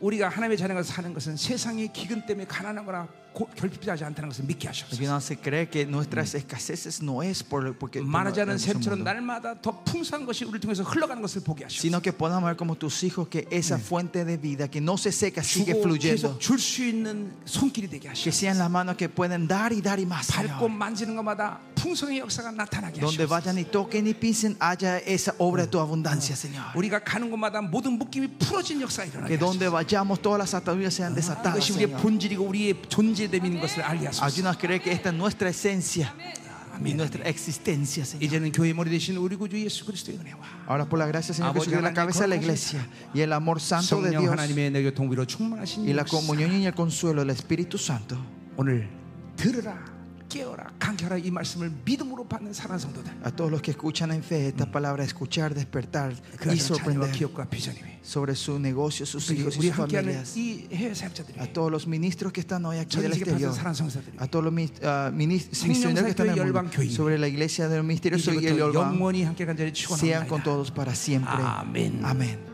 Speaker 1: 우리가 하나님의 자녀가 사는 것은 세상의 기근 때문에 가난하거나 고- 결핍하지 않다는 것을 믿게 하셨어요.
Speaker 2: Porque no se cree que nuestras escaseces no es por,
Speaker 1: 예,
Speaker 2: porque, por
Speaker 1: 마르지 않은
Speaker 2: ese
Speaker 1: 샘처럼
Speaker 2: mundo,
Speaker 1: 날마다 더 풍성한 것이 우리를 통해서 흘러가는 것을 보게 하셨어요.
Speaker 2: sino que podamos ver como tus hijos que esa fuente de vida que no se seca sigue
Speaker 1: 주고 계속
Speaker 2: fluyendo.
Speaker 1: 줄 수 있는 손길이 되게
Speaker 2: Que
Speaker 1: 하시고
Speaker 2: sean las manos que pueden dar y dar y más. Señor.
Speaker 1: 밟고 만지는 것마다 풍성의 역사가 나타나게
Speaker 2: Donde
Speaker 1: 하시고
Speaker 2: vayan y toquen y pisen, haya esa obra de tu abundancia, Señor.
Speaker 1: 우리가 가는 곳마다 모든 묶임이 풀어진 역사가 일어나게
Speaker 2: Que
Speaker 1: 하시고
Speaker 2: donde vayamos todas las ataduras sean desatadas.
Speaker 1: 그것이 우리의
Speaker 2: Señor.
Speaker 1: 본질이고 우리의 존재됨인 것을 알게 하소서
Speaker 2: Ayúdanos a creer que esta es nuestra esencia
Speaker 1: 아멘
Speaker 2: y nuestra existencia, Señor.
Speaker 1: 이제는 교회 머리 되신 우리 구주 예수 그리스도의 은혜와
Speaker 2: Ahora por la gracia, Señor,
Speaker 1: Abuelo,
Speaker 2: que de la
Speaker 1: grande,
Speaker 2: cabeza de la
Speaker 1: corpo,
Speaker 2: iglesia y el amor santo de
Speaker 1: 성령
Speaker 2: Dios
Speaker 1: 하나님의 내게 동비로 충만하신
Speaker 2: y la
Speaker 1: 역사
Speaker 2: comunión y el consuelo del Espíritu Santo.
Speaker 1: 오늘 들으라 깨어라 강결하라 이 말씀을 믿음으로 받는 사랑 성도들
Speaker 2: A todos los que escuchan en fe esta palabra, escuchar, despertar
Speaker 1: 그
Speaker 2: y
Speaker 1: 아들 자녀와
Speaker 2: sorprender
Speaker 1: 기업과 비전이 위
Speaker 2: sobre su negocio, sus
Speaker 1: 우리,
Speaker 2: hijos y
Speaker 1: 우리
Speaker 2: sus
Speaker 1: 함께하는
Speaker 2: familias.
Speaker 1: 이 해외
Speaker 2: A
Speaker 1: 사역자들이
Speaker 2: todos los ministros que están hoy aquí del
Speaker 1: 전 세계 받은
Speaker 2: exterior.
Speaker 1: 사랑 성사들이
Speaker 2: A todos los mis- ah, minis- misioneros que están en el mundo.
Speaker 1: 열방교회.
Speaker 2: Sobre la iglesia de los misteriosos y el
Speaker 1: 이제부터
Speaker 2: Olván.
Speaker 1: 영원히 함께 간절히
Speaker 2: Sean
Speaker 1: 축원합니다.
Speaker 2: con todos para siempre.
Speaker 1: 아멘.
Speaker 2: Amén.